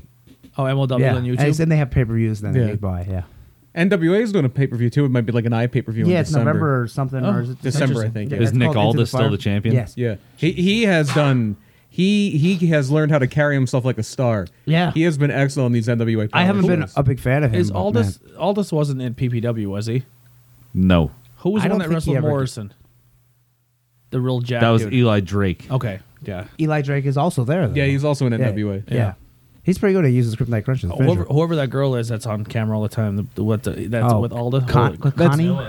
S2: Oh, MLW
S3: yeah,
S2: on
S3: and
S2: YouTube.
S3: it's- and they have pay per views then
S6: Yeah.
S3: they buy. Yeah,
S6: NWA is doing a pay per view too. It might be like an eye pay per view.
S3: yeah,
S6: in
S3: it's
S6: December.
S3: November or something,
S2: Oh,
S3: or is it
S6: December, I think.
S3: Yeah,
S6: Is
S3: it's
S4: Nick
S3: called Into
S4: Aldis still
S3: Fire.
S4: the champion?
S3: Yes.
S6: Yeah, he he has done. He he has learned how to carry himself like a star.
S3: Yeah.
S6: he has been excellent in these NWA.
S3: I haven't been
S6: shows.
S3: a big fan of him.
S2: Is
S3: but
S2: Aldous
S3: man.
S2: Aldous wasn't in PPW, was he?
S4: no,
S2: Who was
S3: I
S2: the one
S3: don't
S2: that
S3: think he
S2: wrestled
S3: ever did.
S2: Morrison? The real Jack.
S4: that was E-
S2: dude.
S4: Eli Drake.
S3: Oh.
S2: Okay. Yeah.
S3: Eli Drake is also there. Though.
S6: Yeah, he's also in
S3: Yeah,
S6: NWA.
S3: Yeah. he's pretty good at using Kryptonite Crunch.
S6: Oh,
S3: as a
S2: Whoever,
S3: finisher.
S2: whoever that girl is that's on camera all the time. The, the- what the, that's
S3: Oh,
S2: with Aldous.
S3: Con-
S2: Holy-
S3: Connie,
S6: Uh,
S5: Miller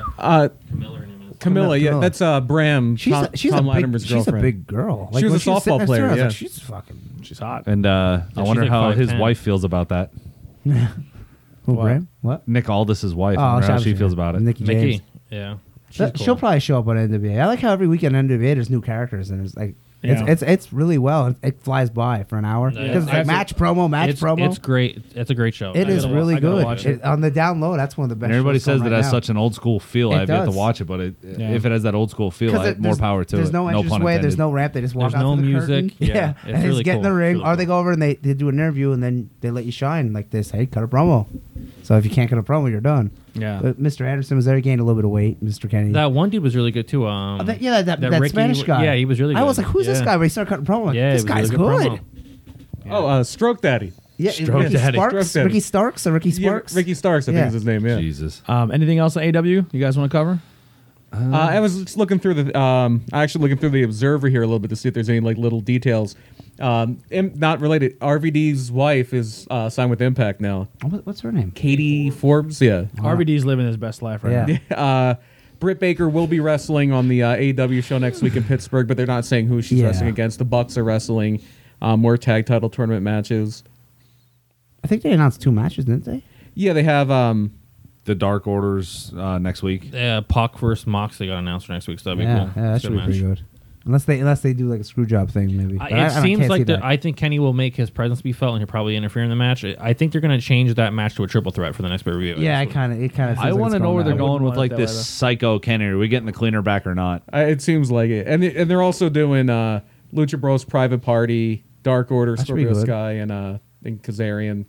S5: in a minute.
S6: Camilla, yeah,
S3: Camilla.
S6: that's uh Bram.
S3: she's
S6: Tom,
S3: a, she's
S6: Tom
S3: a big,
S6: Latimer's
S3: she's a
S6: girlfriend.
S3: big girl.
S6: She was
S3: when
S6: a
S3: was sitting
S6: softball
S3: next to
S6: player,
S3: her, I was
S6: yeah.
S3: like, she's fucking.
S2: she's hot.
S4: And uh, I
S5: she's
S4: wonder
S5: like
S4: how his
S5: 5'10".
S4: wife feels about that.
S3: Who,
S2: What?
S3: Graham? What?
S4: Nick Aldis's wife.
S3: Oh,
S4: I wonder how
S3: obviously,
S4: she feels about it.
S3: Nikki,
S5: Mickey.
S3: James.
S5: Yeah.
S3: That- She'll probably show up on NWA. I like how every weekend NWA there's new characters and it's like it's,
S2: Yeah.
S3: it's it's really well. It, it flies by for an hour
S5: Yeah.
S3: because it's like
S5: Actually,
S3: match promo, match
S5: it's,
S3: promo.
S5: It's great. It's a great show.
S3: It
S5: I
S3: is
S5: gotta wa-
S3: really
S5: I gotta
S3: good
S5: watch
S3: It- on the down low. That's one of the best.
S4: And everybody says that
S3: that's
S4: has such an old school feel.
S3: It
S4: I've yet to
S3: does.
S4: watch it, but it,
S2: Yeah.
S4: if it has that old school feel, I,
S3: it-
S4: more
S3: there's-
S4: power to
S3: there's
S4: it.
S3: No
S4: no pun
S3: entrance way. There's
S4: intended.
S3: no ramp. They just walk
S5: There's
S3: out
S5: no
S3: to the
S5: music.
S3: Curtain.
S5: Yeah, it's
S3: and they
S5: really
S3: just get in the
S5: cool.
S3: ring,
S5: Really
S3: or they go over and they, they do an interview, and then they let you shine like this. Hey, cut a promo. So if you can't cut a promo, you're done.
S2: Yeah.
S3: But Mr. Anderson was there. He gained a little bit of weight. Mr. Kennedy.
S5: That one dude was really good too. Um,
S3: Oh, that- yeah, that, that,
S5: Ricky-
S3: Spanish guy.
S5: Yeah, he was really. good.
S3: I was like, who's this
S5: Yeah.
S3: guy? But he started cutting promo. Like,
S5: Yeah,
S3: this
S5: he was
S3: guy's
S5: really good
S3: good.
S5: promo.
S6: Oh, uh, Stroke Daddy.
S3: Yeah,
S5: Stroke
S3: Ricky
S5: Daddy.
S3: Sparks.
S6: Stroke Daddy.
S3: Ricky Starks or Ricky
S6: Yeah,
S3: Sparks.
S6: Ricky Starks, I
S3: Yeah.
S6: think is his name. Yeah.
S4: Jesus.
S2: Um, anything else on AW you guys want to cover?
S6: Uh, I was just looking through the, um, actually looking through the Observer here a little bit to see if there's any like little details. Um, im- not related. RVD's wife is uh, signed with Impact now.
S3: What- What's her name?
S6: Katie Forbes. Yeah.
S2: RVD's living his best life right
S3: Uh, Yeah.
S2: now.
S6: Uh, Britt Baker will be wrestling on the uh, AEW show next week in Pittsburgh, but they're not saying who she's
S3: Yeah.
S6: wrestling against. The Bucks are wrestling. Um, more tag title tournament matches.
S3: I think they announced two matches, didn't they?
S6: Yeah, they have. Um,
S4: The Dark Orders uh, next week.
S5: Yeah, Pac versus Moxley got announced for next week, so that'd be
S3: yeah,
S5: cool.
S3: yeah, that
S5: It's a
S3: should be pretty
S5: match.
S3: good. unless they unless they do like a screw job thing maybe.
S5: I-
S3: But
S5: It
S3: I- I can't
S5: seems
S3: see
S5: like the,
S3: that.
S5: I think Kenny will make his presence be felt, and he'll probably interfere in the match. I- I think they're going to change that match to a triple threat for the next pay per view.
S3: yeah, I kind of it kind of.
S4: I want to know where they're going with
S2: want it
S4: like
S2: that
S4: this
S2: way, though.
S4: psycho Kenny. Are we getting the cleaner back or not?
S6: Uh, it seems like it, and they- and they're also doing uh, Lucha Bros, Private Party, Dark Order,
S3: should be
S6: Scorpio
S3: good.
S6: Sky, and uh, and Kazarian.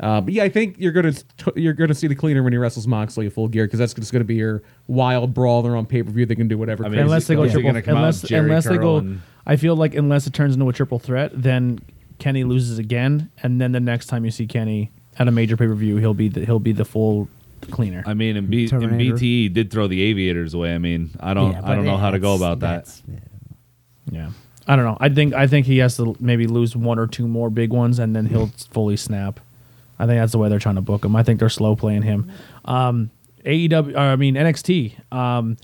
S6: Uh, but yeah, I think you're gonna t- you're gonna see the cleaner when he wrestles Moxley full gear because that's just gonna be your wild brawler on pay per view. They can do whatever.
S4: I mean,
S6: crazy
S2: unless they go
S4: Is he
S6: stuff.
S2: triple,
S4: gonna come out
S2: unless
S4: with Jerry
S2: unless they
S4: Curl
S2: go,
S4: and-
S2: I feel like unless it turns into a triple threat, then Kenny loses again, and then the next time you see Kenny at a major pay per view, he'll be the, he'll be the full cleaner.
S4: I mean, and, B- and
S3: Terminator.
S4: BTE did throw the aviators away. I mean, I don't, I don't know how to go about that.
S2: yeah, I don't know. I think I think he has to maybe lose one or two more big ones, and then he'll fully snap. I think that's the way they're trying to book him. I think they're slow playing him. Um, AEW, or, I mean NXT. Um,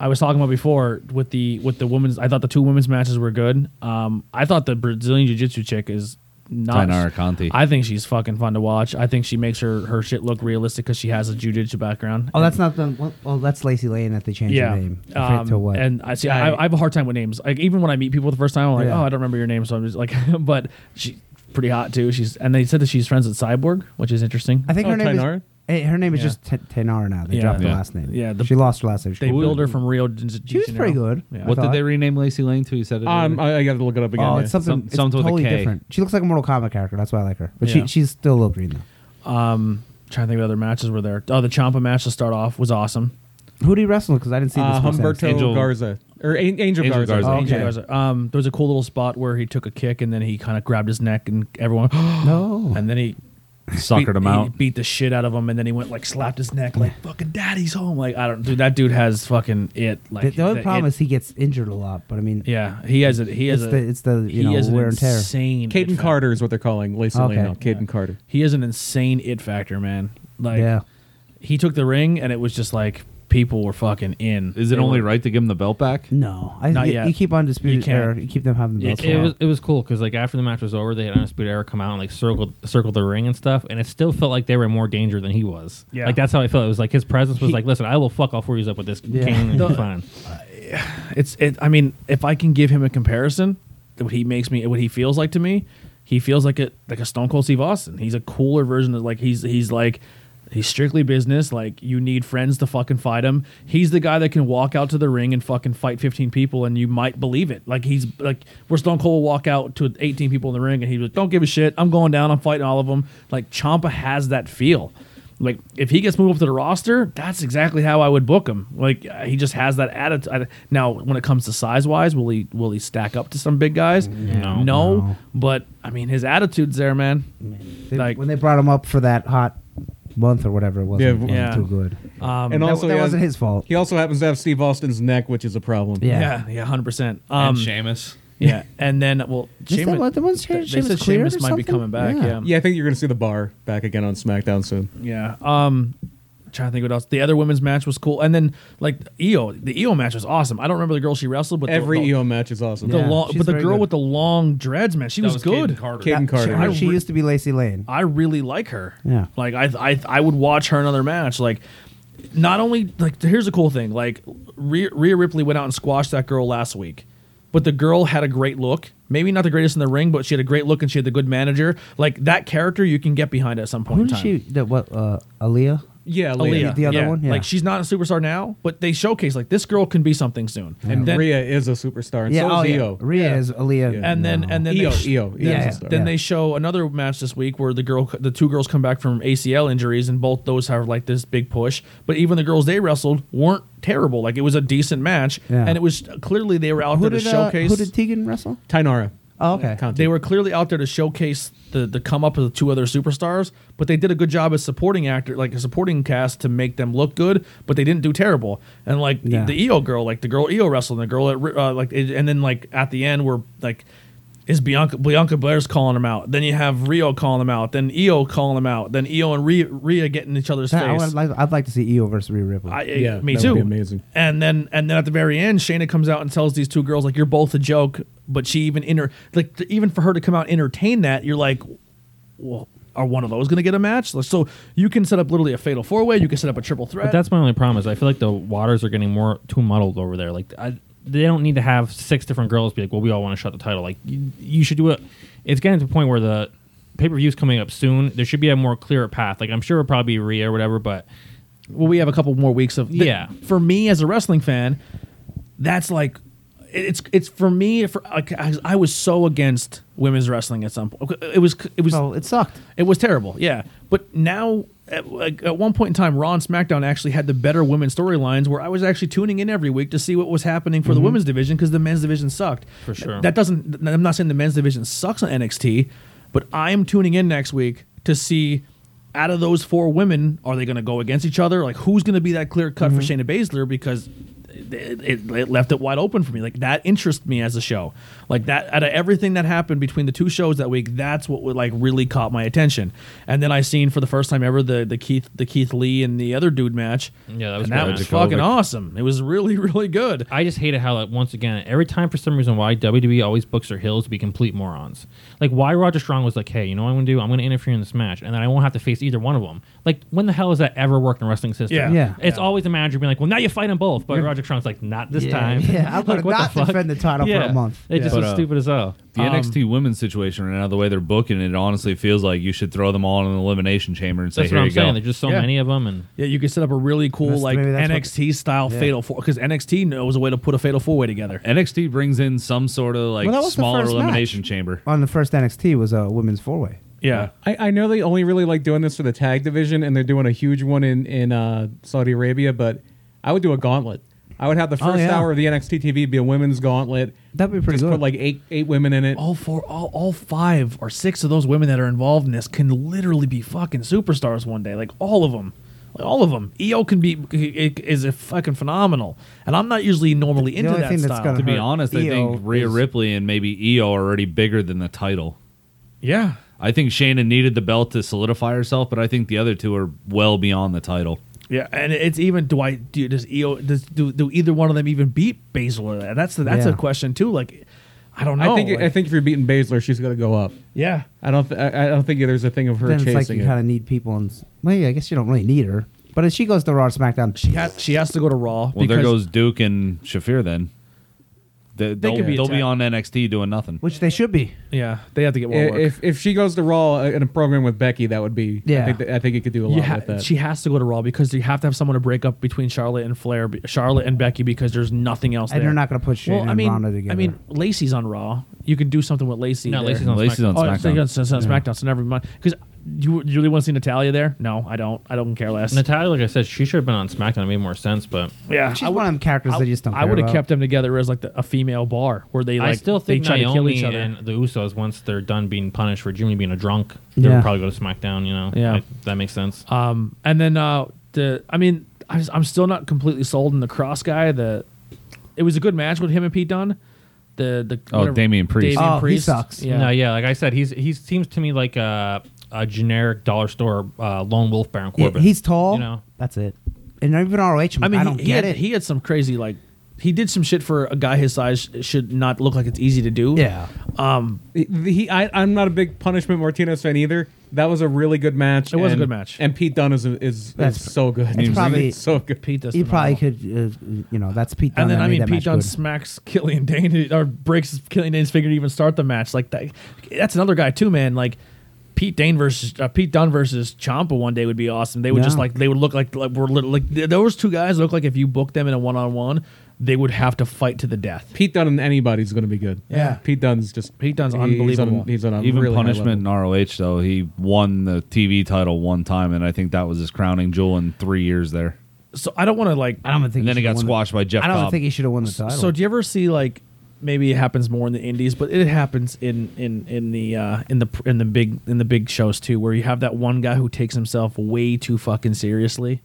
S2: I was talking about before with the with the women's. I thought the two women's matches were good. Um, I thought the Brazilian Jiu Jitsu chick is not.
S4: Tainara Conti.
S2: I think she's fucking fun to watch. I think she makes her her shit look realistic because she has a Jiu Jitsu background.
S3: Oh, that's not the. well, Oh, that's Lacey Lane that they changed
S2: yeah.
S3: her name. I forget
S2: Um,
S3: to what?
S2: And I see. I, I have a hard time with names. Like even when I meet people the first time, I'm like,
S3: Yeah.
S2: oh, I don't remember your name. So I'm just like, but she's pretty hot too. She's and they said that she's friends with Cyborg, which is interesting.
S3: I think
S6: Oh,
S3: her name
S6: Tainara?
S3: is. eh, Her name is
S2: Yeah.
S3: just T- Tenara now. They
S2: Yeah.
S3: dropped
S4: Yeah.
S3: the last name.
S2: Yeah, the-
S3: she lost her last name. She
S2: they
S3: was-
S2: build her from Rio. de
S3: She was
S2: Janeiro.
S3: pretty good.
S2: Yeah.
S3: I
S4: What did
S3: thought.
S4: they rename Lacey Lane to? You said it.
S6: Um,
S4: earlier?
S6: I, I got to look it up again.
S3: Oh,
S6: yeah.
S3: it's something,
S4: Some-
S3: it's
S4: something with a
S3: totally
S4: K.
S3: different. She looks like a Mortal Kombat character. That's why I like her. But
S2: Yeah.
S3: she, she's still a little green though.
S2: Um, trying to think of what other matches were there. Oh, the Champa match to start off was awesome.
S3: Who do you wrestle? Because I didn't see this.
S6: uh,
S3: one, Sam.
S6: Humberto
S4: Angel-
S6: Garza or An- Angel,
S4: Angel
S6: Garza.
S4: Garza.
S3: Oh,
S2: Angel
S3: okay.
S2: Garza. Um, there was a cool little spot where he took a kick and then he kind of grabbed his neck and everyone.
S3: No.
S2: And then he
S4: suckered
S2: beat,
S4: him
S2: he
S4: out.
S2: beat the shit out of him, and then he went like slapped his neck like fucking daddy's home. Like I don't, dude. That dude has fucking it. Like
S3: The, the only
S2: it-
S3: problem
S2: it-
S3: is he gets injured a lot. But I mean,
S2: yeah, he has it. He has
S3: It's
S2: a,
S3: the- it's the, you
S2: he
S3: know,
S2: has an
S3: wear and tear.
S2: Insane. it
S6: Caden
S2: fac-
S6: Carter is what they're calling Lacey
S3: Okay.
S6: Lane now. Caden Carter.
S2: He has an insane it factor, man. Like
S3: Yeah.
S2: he took the ring, and it was just like people were fucking in.
S4: Is it
S2: They
S4: only
S2: were-
S4: right to give him the belt back?
S3: no, I,
S2: Not
S3: you,
S2: yet.
S3: you keep on
S2: You
S3: disputed
S2: can't.
S3: error. You keep them having the belts.
S5: It, it
S3: for a
S5: was
S3: while.
S5: it was cool because like after the match was over, they had Undisputed Era come out and like circled circled the ring and stuff, and it still felt like they were in more danger than he was.
S2: Yeah.
S5: like that's how I felt. It was like his presence was
S2: He-
S5: like, listen, I will fuck all four of you up with this
S3: Yeah.
S5: cane.
S2: The-
S5: And fine.
S2: It's it. I mean, if I can give him a comparison, what he makes me, what he feels like to me, he feels like a like a Stone Cold Steve Austin. He's a cooler version of like he's he's like he's strictly business. Like you need friends to fucking fight him. He's the guy that can walk out to the ring and fucking fight fifteen people, and you might believe it. Like he's like where Stone Cold will walk out to eighteen people in the ring, and he's like, "Don't give a shit. I'm going down. I'm fighting all of them." Like Champa has that feel. Like if he gets moved up to the roster, that's exactly how I would book him. Like uh, he just has that attitude. Now, when it comes to size wise, will he will he stack up to some big guys? No,
S3: No.
S2: But I mean, his attitude's there, man.
S3: They-
S2: like-
S3: when they brought him up for that hot month or whatever it was.
S6: Yeah,
S3: it wasn't
S2: yeah.
S3: too good.
S2: Um,
S6: And
S3: that-
S6: also,
S3: that
S6: he
S3: wasn't
S6: has-
S3: his fault.
S6: He also happens to have Steve Austin's neck, which is a problem.
S2: yeah, yeah, hundred percent. Um,
S4: Sheamus.
S2: yeah, and then well,
S3: Is that
S2: Sheamus-
S3: what the ones
S2: they
S3: Sheamus
S2: said
S3: cleared
S2: Sheamus
S3: or
S2: might be
S3: something?
S2: coming back.
S3: Yeah.
S2: Yeah,
S6: Yeah, I think you're going to see the bar back again on SmackDown soon.
S2: Yeah. Um trying to think what else. The other women's match was cool. And then like Io, the Io match was awesome. I don't remember the girl she wrestled, but
S6: Every
S2: the, the,
S6: EO match is awesome.
S2: the
S3: Yeah,
S2: long
S3: E she's
S2: but the
S3: very
S2: girl
S3: good.
S2: with the long dreads, man, she was, good.
S6: Caden Carter.
S3: She, she
S2: I re-
S3: used to be Lacey Lane.
S2: I really like her.
S3: Yeah.
S2: Like I I I would watch her another match. Like not only like here's a cool thing. Like Rhea, Rhea Ripley went out and squashed that girl last week. But the girl had a great look. Maybe not the greatest in the ring, but she had a great look and she had the good manager. Like that character you can get behind at some point
S3: Who
S2: in
S3: did
S2: time.
S3: she? The, what? Uh, Aaliyah.
S6: yeah,
S2: Aaliyah,
S6: Aaliyah.
S3: The other
S2: yeah.
S3: one? Yeah.
S2: Like she's not a superstar now, but they showcase like this girl can be something soon.
S6: And
S2: And then
S6: Rhea is a superstar. And
S3: Yeah.
S6: so
S3: oh,
S6: is E
S3: yeah.
S6: EO.
S3: Rhea is Aaliyah.
S6: Yeah.
S2: and then
S3: No.
S2: and then
S6: Io,
S2: they sh-
S3: E
S6: Io,
S2: then,
S6: yeah,
S2: then
S6: yeah.
S2: they show another match this week where the girl, the two girls come back from ACL injuries, and both those have like this big push. But even the girls they wrestled weren't terrible. Like it was a decent match,
S3: Yeah.
S2: and it was clearly they were out
S3: who
S2: there
S3: did
S2: to
S3: uh,
S2: showcase.
S3: who did Tegan wrestle?
S6: Tainara.
S3: Oh, okay.
S6: Conti.
S2: they were clearly out there to showcase the the come up of the two other superstars, but they did a good job as supporting actor, like a supporting cast, to make them look good. But they didn't do terrible. And like
S3: Yeah.
S2: the EO girl, like the girl EO wrestled, and the girl at Ri- uh, like, it- and then like at the end where like is Bianca Bianca Blair's calling him out. Then you have Rio calling him out. Then EO calling him out. Then EO and Rhea, Rhea getting each other's
S3: I
S2: face.
S3: would like, I'd like to see Io versus Rhea Ripley.
S2: I,
S6: Yeah,
S2: me
S6: that
S2: too.
S6: would be amazing.
S2: And then and then at the very end, Shayna comes out and tells these two girls like you're both a joke. But she even inter like th- even for her to come out and entertain that, you're like, well, are one of those going to get a match? So you can set up literally a fatal four way. You can set up a triple threat.
S5: But that's my only problem is I feel like the waters are getting more too muddled over there. Like I, they don't need to have six different girls be like, well, we all want to shut the title. Like, you, you should do it. It's getting to the point where the pay per view is coming up soon. There should be a more clearer path. Like, I'm sure it'll probably be Rhea or whatever, but
S2: well, we have a couple more weeks of th-
S5: Yeah.
S2: For me as a wrestling fan, that's like it's it's for me for like, I I was so against women's wrestling at some point. It was it was
S3: So it sucked.
S2: it was terrible. Yeah, but now at, like, at one point in time, Raw and SmackDown actually had the better women's storylines where I was actually tuning in every week to see what was happening for the women's division because the men's division sucked.
S5: Mm-hmm. For sure.
S2: That doesn't. th- I'm not saying the men's division sucks on NXT, but I'm tuning in next week to see. Out of those four women, are they going to go against each other? Like, who's going to be that clear cut for Shayna Baszler? Because it, it, it left it wide open for me. Like that interests me as a show. Like that out of everything that happened between the two shows that week, that's what would, like really caught my attention. And then I seen for the first time ever the the Keith the Keith Lee and the other dude match.
S5: Yeah, that was
S2: and that
S5: great.
S2: was
S5: Dijakovic.
S2: fucking awesome. It was really really good.
S5: I just hated how that once again every time for some reason why WWE always books their heels to be complete morons. Like why Roger Strong was like, hey, you know what I'm gonna do? I'm gonna interfere in this match, and then I won't have to face either one of them. Like when the hell has that ever worked in a wrestling system?
S2: Yeah.
S3: Yeah.
S5: it's always the manager being like, well, now you fight them both, but Roger Strong's like, not this
S3: Yeah,
S5: time.
S3: yeah, I'm gonna
S5: what
S3: not
S5: fuck?
S3: defend the title for a month.
S5: It
S4: Yeah.
S5: just was
S4: But, uh,
S5: stupid as hell. Um,
S4: The NXT women's situation right now, the way they're booking it, honestly feels like you should throw them all in an elimination chamber and say,
S5: That's
S4: "Here
S5: what
S4: you
S5: I'm saying.
S4: go."
S5: There's just so
S2: Yeah.
S5: many of them, and
S2: Yeah, you could set up a really cool
S3: That's-
S2: like
S3: maybe that's what-
S2: NXT style
S3: Yeah.
S2: fatal four because NXT knows a way to put a fatal four way together.
S4: NXT brings in some sort of like
S3: Well, that was the
S4: smaller
S3: first
S4: elimination
S3: match.
S4: chamber.
S3: On the first NXT was a women's four way.
S2: Yeah.
S6: I, I know they only really like doing this for the tag division, and they're doing a huge one in in uh, Saudi Arabia. But I would do a gauntlet. I would have the
S3: Oh,
S6: first
S3: yeah.
S6: hour of the NXT TV be a women's gauntlet.
S3: That'd be pretty
S6: Just
S3: good. Oh,
S6: put like eight eight women in it.
S2: All four, all, all five or six of those women that are involved in this can literally be fucking superstars one day. Like all of them, like all of them. EO can be is a fucking phenomenal, and I'm not usually normally into
S3: only
S2: that
S3: thing that's
S2: style.
S3: gonna
S4: To be
S3: Her
S4: honest, I
S3: EO
S4: think Rhea
S3: is-
S4: Ripley and maybe EO are already bigger than the title.
S2: yeah,
S4: I think Shayna needed the belt to solidify herself, but I think the other two are well beyond the title.
S2: yeah, and it's even do I do does EO does do, do either one of them even beat Baszler? That's the, that's
S3: Yeah.
S2: a question too. Like I don't know.
S6: I think
S2: like-
S6: I think if you're beating Baszler, she's gonna go up.
S2: yeah.
S6: I don't th- I, I don't think there's a thing of her
S3: Then it's
S6: chasing
S3: like you
S6: it.
S3: kind of need people. And s- well, yeah, I guess you don't really need her. But if she goes to Raw or SmackDown,
S2: She has, she has to go to Raw.
S4: Well, there
S2: because-
S4: goes Duke and Shafir then. They,
S2: They
S4: will
S2: could be a
S4: they'll
S2: tag.
S4: be on NXT doing nothing.
S3: which they should be.
S2: Yeah, they have to get
S6: I-
S2: more work.
S6: if if she goes to Raw uh, in a program with Becky, that would be I
S3: Yeah.
S6: think, that, I think it could do a lot
S2: You ha-
S6: with that.
S2: she has to go to Raw because you have to have someone to break up between Charlotte and Flair, be- Charlotte and Becky, because there's nothing else.
S3: And
S2: there.
S3: they're not gonna put Shayna
S2: well, I
S3: and
S2: mean,
S3: Ronda together.
S2: I mean, Lacey's on Raw. You can do something with Lacey.
S5: No,
S2: there.
S5: Lacey's on
S4: Lacey's on
S5: SmackDown.
S2: Oh, it's
S4: SmackDown.
S2: on SmackDown. So never mind. Because you, you really want to see Natalia there? No, I don't. I don't care less.
S5: Natalia, like I said, she should have been on SmackDown. It made more sense, but
S2: yeah,
S3: She's one of them characters that you just don't.
S2: I
S3: would have
S2: kept them together as like the, a female bar where they like
S5: I still think
S2: they try to kill
S5: Naomi
S2: each other.
S5: and the Usos once they're done being punished for Jimmy being a drunk, they'll
S3: Yeah.
S5: probably go to SmackDown. You know,
S2: Yeah.
S5: I- that makes sense.
S2: Um, and then uh, the I mean, I just, I'm still not completely sold on the cross guy. The it was a good match with him and Pete Dunne. The the
S4: Oh, Damian Priest.
S3: Oh, he sucks.
S2: Yeah.
S5: No, yeah, like I said, he's he seems to me like a, a generic dollar store uh, lone wolf Baron Corbin.
S3: he's tall.
S5: You know,
S3: That's it. And even ROH, i
S2: I mean,
S3: I
S2: he-
S3: don't
S2: he,
S3: get
S2: had,
S3: it.
S2: He had some crazy like he did some shit for a guy his size sh- should not look like it's easy to do.
S3: yeah.
S6: He- he- I, I'm not a big Punishment Martinez fan either. That was a really good match.
S2: It was a
S6: and-
S2: good match.
S6: And Pete Dunne is is, is
S3: That's-
S6: so good.
S3: that's probably-
S6: so good.
S2: Pete does.
S3: He probably
S2: phenomenal.
S3: could, uh, you know, that's Pete. Dunne
S2: And then
S3: that
S2: I
S3: made
S2: mean,
S3: that
S2: Pete
S3: match
S2: Dunne
S3: good.
S2: smacks Killian Dane or breaks Killian Dane's finger to even start the match. Like that, that's another guy too, man. Like Pete Dane versus uh, Pete Dunne versus Champa one day would be awesome. They would just
S3: Yeah.
S2: like they would look like like we're little, like th- those two guys look like if you booked them in a one on one, they would have to fight to the death.
S6: Pete Dunne and anybody's going to be good.
S2: Yeah.
S6: Pete Dunne's just
S2: Pete Dunne's
S6: he's on-
S2: unbelievable.
S6: He's on, a
S4: Even
S6: really high
S4: punishment in
S6: level.
S4: ROH though, he won the TV title one time, and I think that was his crowning jewel in three years there.
S2: So I don't want to like.
S3: I don't think.
S4: And then
S3: he
S4: he got
S3: should've won the-
S4: squashed by Jeff
S3: I don't
S4: Cobb.
S3: think he should have won the title.
S2: So do you ever see like maybe it happens more in the indies, but it happens in in in the uh, in the in the big in the big shows too, where you have that one guy who takes himself way too fucking seriously.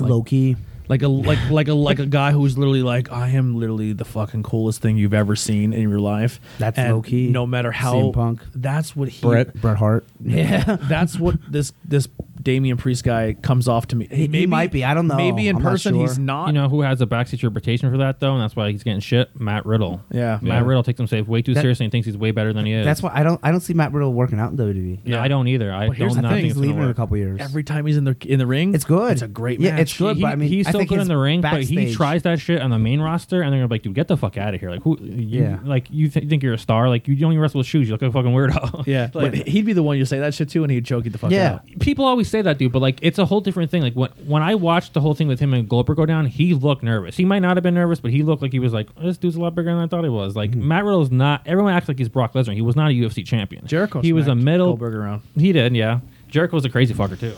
S3: Loki.
S2: like a like like a like a guy who's literally like I am literally the fucking coolest thing you've ever seen in your life.
S3: That's
S2: And
S3: low-key.
S2: No matter how
S3: CM Punk.
S2: That's what he.
S6: Brett.
S3: Bret Hart. Yeah.
S2: That's what this this Damian Priest guy comes off to me.
S3: he might be. I don't know.
S2: Maybe in
S3: I'm not
S2: person he's
S3: sure.
S2: not.
S5: You know who has a backseat interpretation for that though, and that's why he's getting shit. Matt Riddle.
S2: Yeah.
S5: Matt
S2: Yeah.
S5: Riddle takes himself way too
S3: That-
S5: seriously and thinks he's way better than he is.
S3: That's why I don't I don't see Matt Riddle working out in WWE.
S5: No, I don't either. I
S2: But here's
S5: don't
S2: the
S5: not
S2: thing,
S5: think
S3: he's
S5: it's gonna
S3: leaving in a
S5: work.
S3: couple years.
S2: Every time he's in the in the ring,
S3: It's good.
S2: It's a great
S3: Yeah,
S2: match.
S3: it's good.
S5: He-
S3: but I mean,
S5: he's
S3: I
S5: so
S3: think
S5: good
S3: his
S5: in the ring, but he
S3: backstage-
S5: tries that shit on the main roster, and they're gonna be like, "Dude, get the fuck out of here!" Like, who? You,
S3: Yeah.
S5: Like, you th- think you're a star? Like, you don't even wrestle with shoes. You look like a fucking weirdo.
S2: Yeah,
S5: like,
S2: but he'd be the one you say that shit to, and he'd choke you the fuck
S3: Yeah.
S2: out.
S5: people always say that, dude. But like, it's a whole different thing. Like, when when I watched the whole thing with him and Goldberg go down, he looked nervous. He might not have been nervous, but he looked like he was like, "This dude's a lot bigger than I thought he was." Like,
S2: Mm-hmm.
S5: Matt Riddle's not. Everyone acts like he's Brock Lesnar. He was not a UFC champion.
S2: Jericho.
S5: He was a
S2: smacked
S5: middle.
S2: Goldberg around.
S5: He did, yeah. Jericho was a crazy fucker too.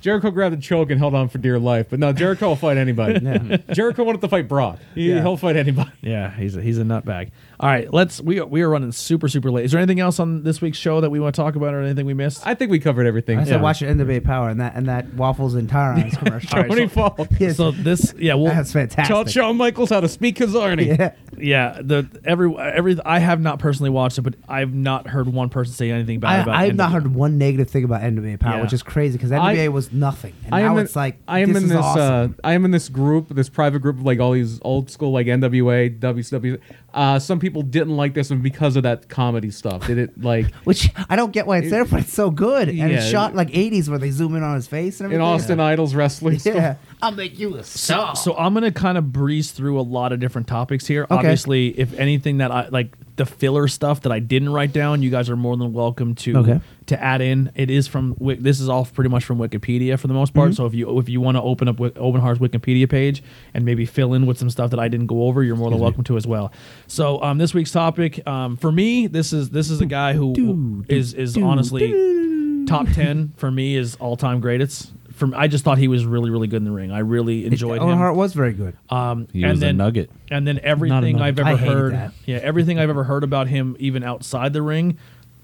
S6: Jericho grabbed the choke and held on for dear life, but no, Jericho will fight anybody. Jericho wanted to fight Brock. He,
S2: Yeah.
S6: He'll fight anybody.
S2: Yeah, he's a, he's a nutbag. All right, let's we are, we are running super super late. Is there anything else on this week's show that we want to talk about or anything we missed?
S6: I think we covered everything.
S3: I said
S6: Yeah.
S3: watch the NWA Power and that and that waffles and Tyrone's commercial.
S6: Tony Fall.
S3: Yes.
S2: so this yeah we'll
S3: that's
S6: Taught
S3: fantastic.
S6: Shawn Michaels how to speak Kazarni.
S3: Yeah.
S2: yeah the every every I have not personally watched it, but I've not heard one person say anything bad about.
S3: I, I have not
S2: NWA.
S3: heard one negative thing about NWA Power,
S2: Yeah.
S3: which is crazy because NWA was nothing, and now
S6: in-
S3: it's like
S6: I am
S3: this
S6: in
S3: is
S6: this
S3: awesome.
S6: uh, I am in this group, this private group of like all these old school like NWA, WCW. Uh, some people didn't like this one because of that comedy stuff. Did it like
S3: which I don't get why it's there, but it's so good, and it's
S6: Yeah.
S3: shot like '80s where they zoom in on his face and
S6: in
S3: everything.
S6: Austin Idol's wrestling?
S3: yeah.
S6: stuff?
S3: I'll make you a star.
S2: So I'm gonna kind of breeze through a lot of different topics here. Obviously, if anything that I like the filler stuff that I didn't write down, you guys are more than welcome to
S3: Okay.
S2: to add in. It is from Wik- this is all pretty much from Wikipedia for the most part. So if you if you want to open up Wik- Open Heart's Wikipedia page and maybe fill in with some stuff that I didn't go over, you're more than welcome to as well. So um, this week's topic um, for me this is this is a guy who is is honestly top ten for me is all time greatest. From, I just thought he was really, really good in the ring. I really enjoyed him.
S3: Owen Oh, Hart was very good.
S2: Um,
S4: He
S2: and
S4: was a
S2: then,
S4: nugget.
S2: And then everything
S6: nugget.
S2: I've ever
S3: I hated
S2: heard,
S3: that.
S2: yeah, everything I've ever heard about him, even outside the ring,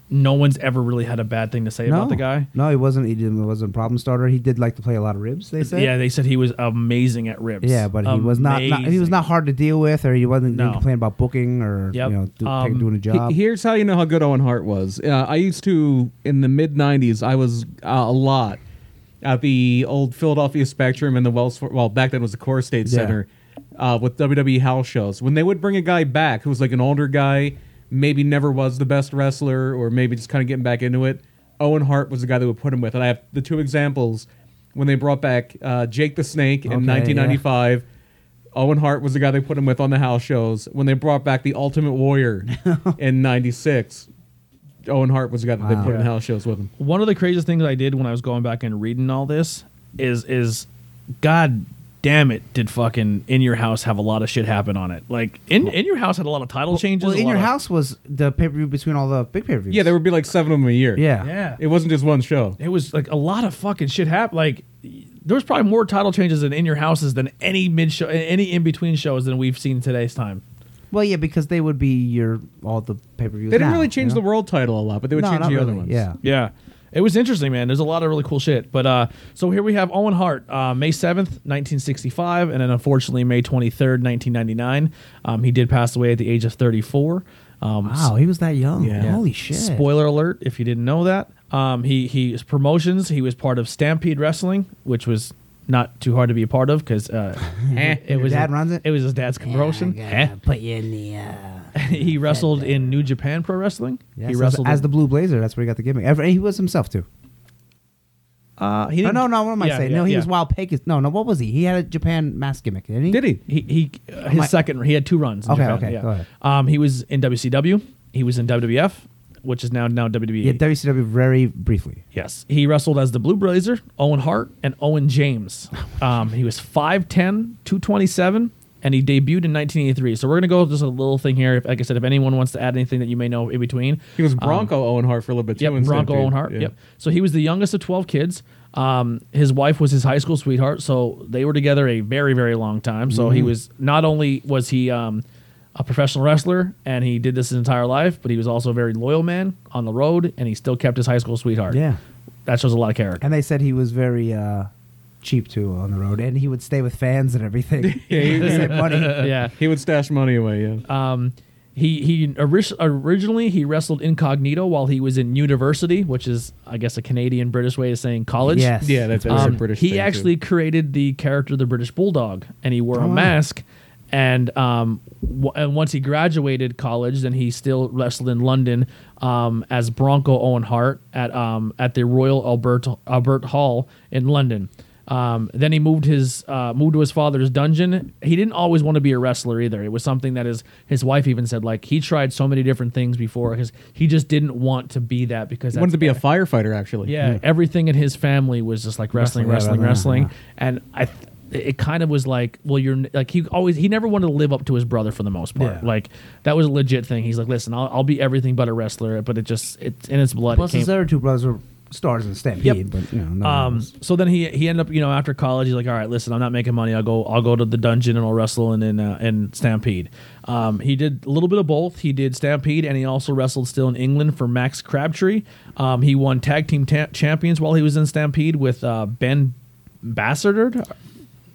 S2: no one's ever really had a bad thing to say
S3: no,
S2: about the guy.
S3: No, he wasn't. He didn't. wasn't a problem starter. He did like to play a lot of ribs. They said.
S2: Yeah, they said he was amazing at ribs.
S3: Yeah, but he was not, not. He was
S2: Amazing.
S3: not hard to deal with, or he wasn't.
S2: No.
S3: He complained about booking, or
S2: Yep.
S3: you know, do,
S2: Um,
S3: doing a job.
S6: He- Here's how you know how good Owen Hart was. Uh, I used to in the mid '90s. I was uh, a lot at the old Philadelphia Spectrum and the Wells. Well, back then it was the Core State
S3: Yeah.
S6: Center uh, with WWE house shows. When they would bring a guy back who was like an older guy, maybe never was the best wrestler, or maybe just kind of getting back into it. Owen Hart was the guy they would put him with, and I have the two examples when they brought back uh, Jake the Snake in
S3: Okay, yeah.
S6: 1995. Owen Hart was the guy they put him with on the house shows. When they brought back the Ultimate Warrior in '96, Owen Hart was the guy that they
S3: Wow.
S6: put in the house shows with him.
S2: One of the craziest things I did when I was going back and reading all this is is, God damn it, did fucking in your house have a lot of shit happen on it? Like in in your house had a lot of title changes.
S3: well,
S2: a
S3: in your
S2: lot of-
S3: house was the pay per view between all the big pay per views.
S6: Yeah, there would be like seven of them a year.
S3: Yeah.
S2: yeah,
S6: it wasn't just one show.
S2: it was like a lot of fucking shit happened. Like there was probably more title changes in in your houses than any mid show, any in between shows than we've seen today's time.
S3: Well, yeah, because they would be your all the pay per views.
S6: They didn't really change the world title a lot, but they would
S3: No,
S6: change the
S3: not
S6: other
S3: really.
S6: ones.
S3: Yeah.
S2: Yeah. It was interesting, man. There's a lot of really cool shit. But uh, so here we have Owen Hart, uh, May 7th, 1965, and then unfortunately May 23rd, 1999. Um, he did pass away at the age of 34. Um,
S3: Wow, he was that young.
S2: Yeah.
S3: Holy shit.
S2: Spoiler alert! If you didn't know that, um, he he his promotions. He was part of Stampede Wrestling, which was not too hard to be a part of because uh, it was
S3: dad runs it?
S2: It was his dad's promotion. Eh?
S3: Put you in the. Uh,
S2: he wrestled in New Japan Pro Wrestling. he wrestled
S3: as,
S2: in-
S3: the Blue Blazer. That's where he got the gimmick. Every, he was himself too.
S2: Uh, he
S3: No,
S2: didn't-
S3: Oh, no, no. What am I
S2: Yeah,
S3: saying?
S2: yeah,
S3: no, he
S2: yeah.
S3: was Wild Pecos. No, no. What was he? He had a Japan mask gimmick, didn't he?
S6: Did he?
S2: He he uh, his
S3: I-
S2: second he had two runs. in
S3: Okay,
S2: Japan,
S3: okay,
S2: yeah.
S3: go ahead.
S2: Um, he was in WCW. He was in WWF, which is now E. now WWE.
S3: Yeah, WCW very briefly.
S2: Yes, he wrestled as the Blue Blazer, Owen Hart, and Owen James. Um, he was 5'10", 227, and he debuted in 1983. So we're gonna go just a little thing here. If, like I said, if anyone wants to add anything that you may know in between,
S6: He was Bronco Owen Hart for a little bit too.
S2: Um, Yep,
S6: in
S2: Bronco
S6: Stampede.
S2: Owen Hart.
S6: Yeah.
S2: Yep. So he was the youngest of twelve kids. Um, his wife was his high school sweetheart, so they were together a very, very long time. So
S6: Mm-hmm.
S2: he was not only was he um, a professional wrestler and he did this his entire life, but he was also a very loyal man on the road, and he still kept his high school sweetheart.
S3: Yeah.
S2: that shows a lot of character.
S3: And they said he was very uh, cheap too on the road, and he would stay with fans and everything.
S6: Yeah, he-
S3: They said money.
S2: yeah.
S6: He would stash money away. Yeah.
S2: Um, He he oris- originally he wrestled incognito while he was in university, which is I guess a Canadian British way of saying college.
S3: Yes.
S6: Yeah, that's, that's
S2: Um,
S6: a British. thing,
S2: he
S6: too.
S2: actually created the character the British Bulldog, and he wore
S3: Oh,
S2: a
S6: Ah.
S3: wow.
S2: mask. And um, w- and once he graduated college, then he still wrestled in London um, as Bronco Owen Hart at um, at the Royal Albert Albert Hall in London. Um, then he moved his uh, moved to his father's dungeon. He didn't always want to be a wrestler either. It was something that his his wife even said like he tried so many different things before because he just didn't want to be that because
S6: He wanted
S2: that's
S6: to be a firefighter, actually.
S2: yeah, everything in his family was just like wrestling, wrestling,
S3: Wrestling, yeah,
S2: wrestling, Uh-huh.
S3: yeah,
S2: and I. Th- it kind of was like, well, you're n- like he always he never wanted to live up to his brother for the most part.
S3: Yeah.
S2: Like that was a legit thing. He's like, listen, I'll, I'll be everything but a wrestler, but it just it's in its blood.
S3: Plus,
S2: it
S3: his
S2: came,
S3: other two brothers were stars in Stampede,
S2: Yep.
S3: but you know, no one
S2: um.
S3: was-
S2: So then he he ended up you know after college he's like, all right, listen, I'm not making money. I'll go I'll go to the dungeon and I'll wrestle and in uh, and Stampede. Um, he did a little bit of both. He did Stampede and he also wrestled still in England for Max Crabtree. Um, he won tag team ta- champions while he was in Stampede with uh, Ben Bassard.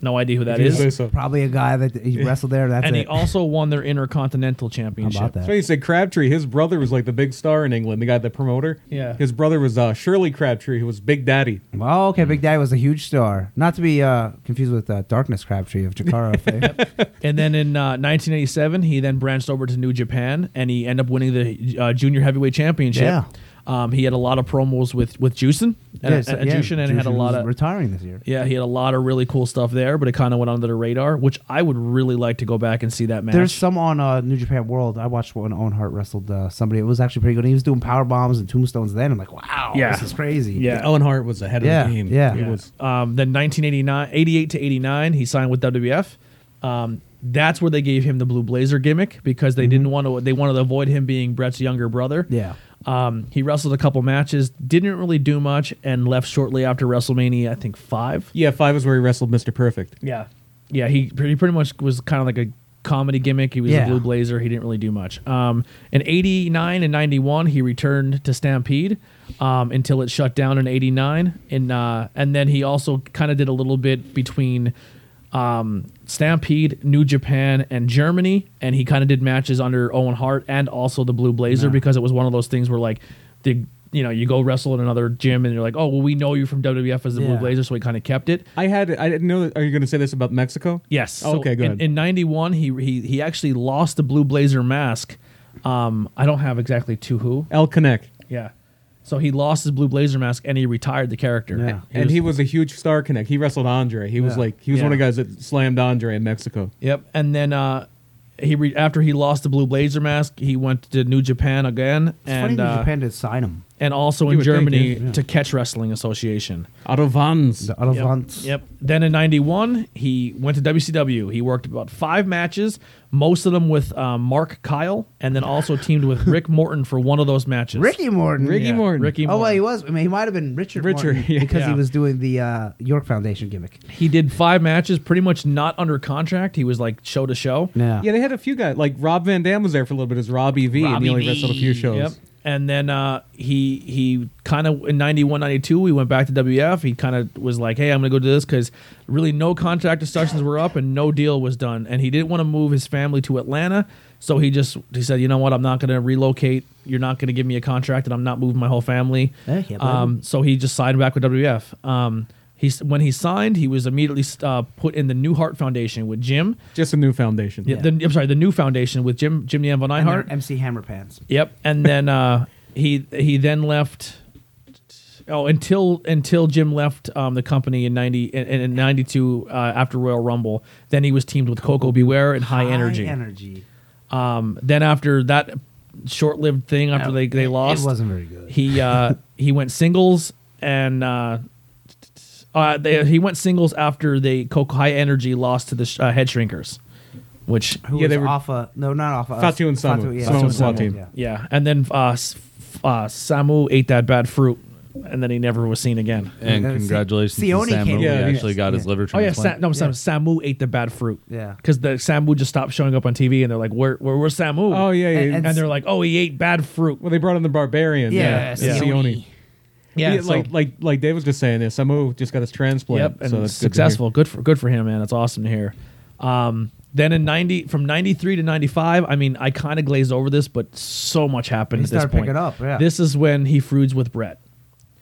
S2: No idea who that
S6: You
S2: is.
S6: say so.
S3: probably a guy that he wrestled there. That's
S2: and
S3: it.
S2: he also won their Intercontinental Championship.
S3: about that?
S6: That's why you said Crabtree. His brother was like the big star in England, the guy, the promoter.
S2: Yeah.
S6: His brother was uh, Shirley Crabtree, who was Big Daddy.
S3: Well, okay, Big Daddy was a huge star. Not to be uh, confused with uh, Darkness Crabtree of Jakara fame.
S2: And then in uh, 1987, he then branched over to New Japan, and he ended up winning the uh, Junior Heavyweight Championship.
S3: Yeah.
S2: Um, he had a lot of promos with with Juicin, and,
S3: Yeah, so-
S2: and
S3: yeah,
S2: Jushin, and had a
S3: Jushin
S2: lot
S3: was
S2: of
S3: retiring this year.
S2: yeah, he had a lot of really cool stuff there, but it kind of went under the radar, which I would really like to go back and see that match.
S3: There's some on uh, New Japan World. I watched one Owen Hart wrestled uh, somebody. It was actually pretty good. He was doing power bombs and tombstones then. I'm like, wow,
S2: Yeah.
S3: this is crazy.
S2: Yeah.
S6: Owen Hart was ahead
S3: Yeah,
S6: of the game.
S3: yeah.
S6: He
S3: Yeah.
S6: was.
S2: Um, then 1989, 88 to 89, he signed with WWF. Um, that's where they gave him the Blue Blazer gimmick because they didn't want to. They wanted to avoid him being Brett's younger brother.
S3: Mm-hmm. Yeah.
S2: Um, he wrestled a couple matches, didn't really do much, and left shortly after WrestleMania. I think five.
S6: Yeah, five is where he wrestled Mr. Perfect.
S2: Yeah. Yeah, he pretty, pretty much was kind of like a comedy gimmick. He was
S3: Yeah.
S2: a blue blazer. He didn't really do much. Um, in 89 and 91, he returned to Stampede um, until it shut down in 89. And, uh, and then he also kind of did a little bit between um, Stampede, New Japan, and Germany. And he kind of did matches under Owen Hart and also the Blue Blazer because it was one of those things where, like, the. You know, you go wrestle in another gym, and you're like, "Oh, well, we know you from WWF as the Blue
S3: Yeah.
S2: Blazer," so he kind of kept it.
S6: I had. I didn't know. Are you going to say this about Mexico?
S2: Yes.
S6: Oh, okay. Good.
S2: In, in '91, he he he actually lost the blue blazer mask. Um, I don't have exactly to who.
S6: El Connect.
S2: Yeah. So he lost his blue blazer mask and he retired the character.
S3: Yeah.
S6: and he was a huge star connect. He wrestled Andre. He was
S3: Yeah.
S6: like he was one of the
S2: Yeah.
S6: guys that slammed Andre in Mexico.
S2: Yep. And then uh, he re- after he lost the blue blazer mask, he went to New Japan again,
S3: It's funny
S2: and
S3: New
S2: uh,
S3: Japan did sign him.
S2: and also
S6: You
S2: in
S6: would think,
S2: Germany
S6: yeah.
S2: to Catch Wrestling Association.
S6: Otto Vans.
S3: The other
S2: Yep.
S3: ones-
S2: Yep. Then in '91, he went to WCW. He worked about five matches, most of them with um, Mark Kyle, and then also teamed with Rick Morton for one of those matches.
S3: Ricky Morton.
S6: Ricky
S2: Yeah,
S6: Morton.
S2: Ricky
S3: Oh
S2: Morton.
S3: well, he was. I mean, he might have been Richard.
S6: Richard,
S3: Morton
S6: yeah.
S3: because he
S2: Yeah.
S3: was doing the uh, York Foundation gimmick.
S2: he did five matches, pretty much not under contract. He was like show to show.
S6: Yeah, they had a few guys like Rob Van Dam was there for a little bit as Rob EV, and he only wrestled a few shows.
S2: Yep. And then uh, he he kind of in 91, 92, we went back to WF. He kind of was like, hey, I'm going to go do this because really no contract discussions were up and no deal was done. And he didn't want to move his family to Atlanta. So he just he said, you know what? I'm not going to relocate. You're not going to give me a contract and I'm not moving my whole family.
S3: Eh, Yeah, can't blame
S2: Um, so he just signed back with WF. Um, he's, when he signed, he was immediately uh, put in the New Heart Foundation with Jim.
S6: Just a new foundation.
S2: Yeah. The, I'm sorry, the new foundation with Jim Jim the Anvil
S3: And their
S2: Neihart.
S3: MC Hammer pants.
S2: Yep, and then uh, he he then left. Oh, until until Jim left um, the company in ninety in, in ninety two uh, after Royal Rumble, then he was teamed with Coco Beware and High, Energy.
S3: High energy.
S2: Um, then after that short lived thing, after
S3: No,
S2: they they
S3: it- it
S2: lost,
S3: wasn't very good.
S2: He uh, he went singles and. Uh, uh, they, he went singles after they Coco High Energy lost to the sh- uh, Head Shrinkers, which
S3: Who
S6: Yeah,
S3: was
S6: they were-
S3: Alpha? No, not Alpha. uh,
S6: Fatu and Samu.
S3: Fatu, yeah.
S6: Samu and
S3: Samu,
S6: Fatu.
S3: yeah.
S2: Yeah, and then uh, S- f- uh, Samu ate that bad fruit, and then he never was seen again.
S4: And
S3: Uh, Si-
S4: congratulations to
S3: Sione
S4: Samu.
S3: came
S4: he
S6: back.
S4: actually got his
S3: Yeah.
S4: liver
S2: Oh yeah,
S4: transplant.
S2: Sa- no, Sam, Samu ate the bad fruit.
S3: Yeah.
S2: because the Samu just stopped showing up on TV, and they're like, "Where, where, where's Samu?"
S6: Oh yeah, yeah.
S3: And-
S2: and they're like, "Oh, he ate bad fruit."
S6: well, they brought in the Barbarian.
S3: Yeah,
S6: yeah.
S3: Sione.
S6: Sione.
S2: Yeah, so-
S6: like like like Dave was just saying, this. Samu just got his transplant.
S2: Yep, and
S6: so that's good to hear.
S2: successful. Good, for good for him, man. That's awesome to hear. Um, then in ninety, from ninety three to ninety five, I mean, I kind of glazed over this, but so much happened
S3: He
S2: at this
S3: started
S2: point.
S3: picking up, yeah.
S2: This is when he feuds with Brett.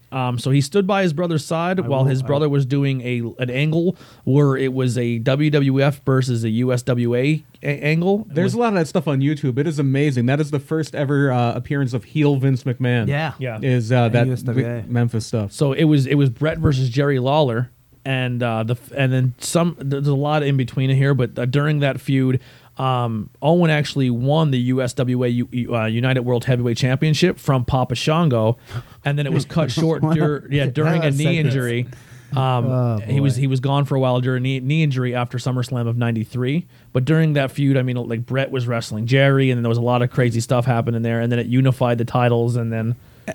S2: Um, so he stood by his brother's side while
S3: will-
S2: his
S3: I-
S2: brother was doing a an angle where it was a WWF versus a USWA a- angle.
S6: There's a lot of that stuff on YouTube. It is amazing. That is the first ever uh, appearance of heel Vince McMahon.
S3: Yeah.
S2: Yeah.
S6: Is uh, that
S3: USWA.
S6: Memphis stuff?
S2: So it was it was Brett versus Jerry Lawler, and uh, the and then some. There's a lot in between here, but uh, during that feud, um, Owen actually won the USWA U, uh, United World Heavyweight Championship from Papa Shango, and then it was cut short. dur- yeah, during a
S3: That
S2: knee
S3: sentence.
S2: injury. Um,
S3: Oh,
S2: he was
S3: boy.
S2: he was gone for a while during knee, knee injury after SummerSlam of '93. But during that feud, I mean, like Brett was wrestling Jerry, and then there was a lot of crazy stuff happening there. And then it unified the titles, and then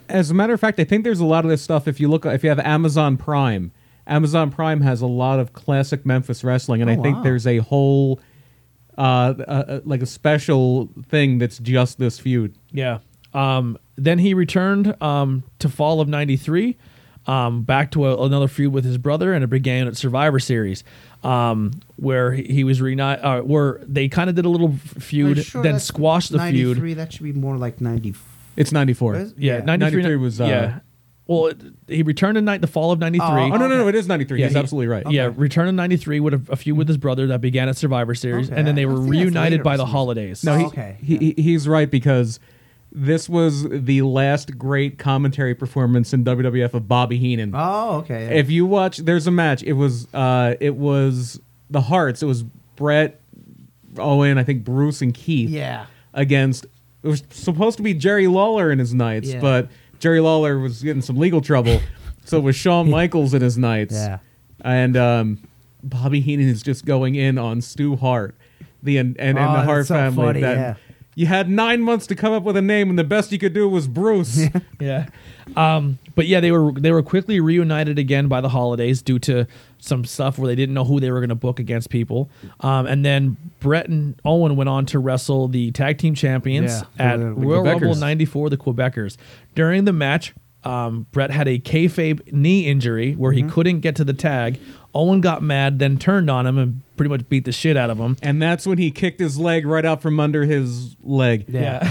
S6: As a matter of fact, I think there's a lot of this stuff. If you look, if you have Amazon Prime, Amazon Prime has a lot of classic Memphis wrestling,
S2: Oh,
S6: and I think
S3: wow.
S6: there's a whole, uh, uh, uh, like a special thing that's just this feud.
S2: Yeah. Um, then he returned um, to fall of '93, um, back to a, another feud with his brother, and it began at Survivor Series, um, where he, he was reunited. Uh, where they kind of did a little f-
S3: I'm
S2: feud,
S3: sure
S2: then
S3: that's
S2: squashed the
S3: 93,
S2: feud.
S3: That should be more like 94.
S6: It's 94.
S3: Is-
S2: Yeah,
S3: yeah.
S2: 93,
S6: 93 was, uh,
S2: yeah. Well, it, he returned in night the fall of '93.
S6: Oh no, no, no! It is 93.
S2: Yeah,
S6: He's
S2: he-
S6: absolutely right.
S2: Yeah, return in '93 with a, a feud with his brother that began at Survivor Series,
S3: Okay,
S2: and then they
S3: I
S2: were
S3: think that's later
S2: reunited by the
S3: season.
S2: holidays.
S6: No, he,
S3: okay.
S6: he, he- he's right because this was the last great commentary performance in WWF of Bobby Heenan.
S3: Oh, okay.
S6: If you watch, there's a match. It was uh, it was the Hearts. It was Brett, Owen, I think Bruce and Keith.
S3: Yeah.
S6: Against it was supposed to be Jerry Lawler and his Knights,
S3: Yeah.
S6: but Jerry Lawler was getting some legal trouble, so it was Shawn Michaels and his Knights.
S3: Yeah.
S6: And um, Bobby Heenan is just going in on Stu Hart, the and and, and
S3: Oh,
S6: the
S3: that's
S6: Hart
S3: so
S6: family.
S3: funny,
S6: that
S3: yeah.
S6: You had nine months to come up with a name, and the best you could do was Bruce.
S2: yeah. Um, but yeah, they were they were quickly reunited again by the holidays due to some stuff where they didn't know who they were going to book against people. Um, and then Brett and Owen went on to wrestle the tag team champions
S3: Yeah,
S2: at
S3: the- the
S2: Royal Rumble
S6: Quebecers.
S2: '94, the Quebecers. During the match, um, Brett had a kayfabe knee injury where
S3: Mm-hmm.
S2: he couldn't get to the tag. Owen got mad, then turned on him and pretty much beat the shit out of him.
S6: And that's when he kicked his leg right out from under his leg.
S3: yeah.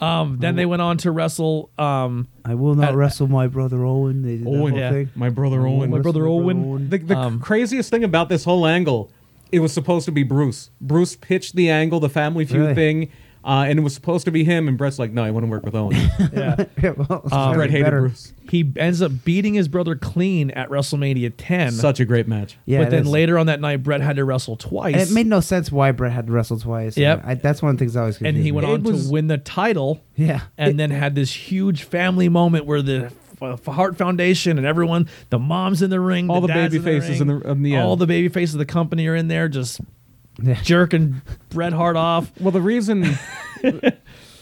S2: Um, then they went on to wrestle. Um,
S3: I will not
S2: Uh,
S3: wrestle my brother Owen. They did that
S6: Owen,
S3: whole
S2: yeah.
S3: thing.
S6: my brother
S3: I won't
S6: Owen.
S2: My brother
S3: wrestle
S2: Owen.
S6: The, the
S2: Um,
S6: craziest thing about this whole angle, it was supposed to be Bruce. Bruce pitched the angle, the Family Feud
S3: Really?
S6: thing, uh, and it was supposed to be him. And Brett's like, "No, I want to work with Owen." Uh,
S2: yeah.
S3: Yeah, well, it's
S2: Um,
S3: gotta
S6: Brett
S3: be
S6: hated
S3: better.
S6: Bruce.
S2: he ends up beating his brother clean at WrestleMania 10.
S6: Such a great match.
S3: Yeah,
S2: but
S3: it
S2: then
S3: is.
S2: later on that night, Brett had to wrestle
S3: And
S2: twice,
S3: it made no sense why Brett had to wrestle twice.
S2: Yep.
S3: I, that's one of the things I was.
S2: and he
S3: confused
S2: went
S3: with.
S2: on
S6: was-
S2: to win the title.
S3: Yeah.
S2: and then had this huge family moment where the F- Heart Foundation and everyone, the moms in the ring,
S6: All the
S2: dads
S6: baby faces in
S2: ring,
S6: the- in the, uh,
S2: all the baby faces of the company are in there, just
S3: Yeah.
S2: jerking Bret Hart off.
S6: Well, the reason.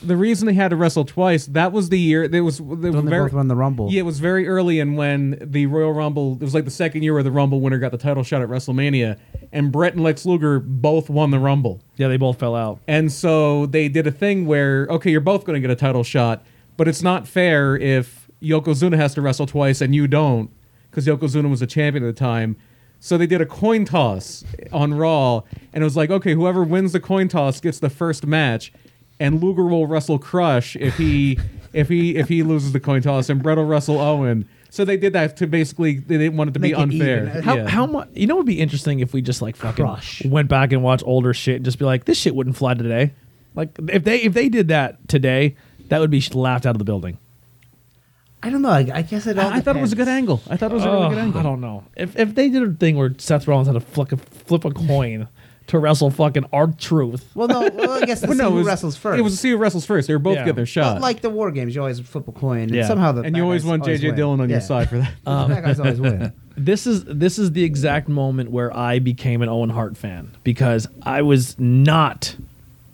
S6: The reason they had to wrestle twice, that was the year. There was, there
S3: When they
S6: very,
S3: both won the Rumble.
S6: Yeah, it was very early, and when the Royal Rumble, it was like the second year where the Rumble winner got the title shot at WrestleMania, and Brett and Lex Luger both won the Rumble.
S2: Yeah, they both fell out.
S6: And so they did a thing where, okay, you're both going to get a title shot, but it's not fair if Yokozuna has to wrestle twice and you don't, because Yokozuna was a champion at the time. So they did a coin toss on Raw, and it was like, okay, whoever wins the coin toss gets the first match, and Luger will wrestle Crush if he if he if he loses the coin toss, and Brett will wrestle Owen. So they did that to basically they didn't want it to
S3: Make
S6: be
S3: it
S6: unfair.
S3: even.
S2: How
S6: Yeah.
S2: how much? You know, it would be interesting if we just like fucking
S3: Crush.
S2: went back and watched older shit and just be like, this shit wouldn't fly today. Like if they if they did that today, that would be sh- laughed out of the building.
S3: I don't know. I, I guess it all.
S6: I thought it was a good
S3: depends.
S6: angle. I thought it was a really
S2: Ugh,
S6: good angle.
S2: Oh, I don't know. If if they did a thing where Seth Rollins had to flip a, flip a coin to wrestle fucking R Truth.
S3: Well, no. Well, I guess the
S6: Well,
S3: no,
S6: no, it was,
S3: wrestles first.
S6: It was to see who wrestles first. They were both
S2: Yeah.
S6: getting their shot.
S3: But like the war games. You always flip a coin, and
S2: Yeah.
S3: somehow the
S6: and you
S3: bad
S6: always
S3: guys
S6: want JJ
S3: win.
S6: Dillon on
S3: Yeah.
S6: your side for that.
S3: the bad guys always win.
S2: This is this is the exact moment where I became an Owen Hart fan because I was not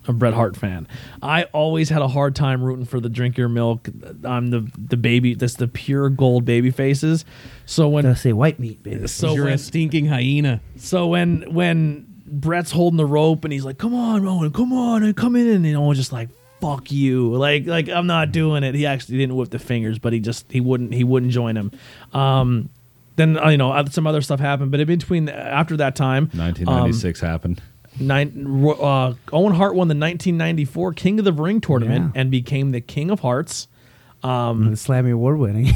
S2: a Bret Hart fan. I always had a hard time rooting for the drink your milk. I'm the the baby. That's the pure gold baby faces. So when
S3: They say white meat, baby.
S2: so when,
S6: stinking hyena.
S2: So when when Brett's holding the rope and he's like, "Come on, Owen, come on, and come in," and you know, Owen's just like, "Fuck you!" Like like I'm not doing it. He actually didn't whip the fingers, but he just he wouldn't he wouldn't join him. Um, Then uh, you know uh, some other stuff happened, but in between after that time,
S4: 1996 happened.
S2: um, nine, ro- uh, Owen Hart won the 1994 King of the Ring tournament
S3: Yeah.
S2: and became the King of Hearts.
S3: The Slammy Award winning.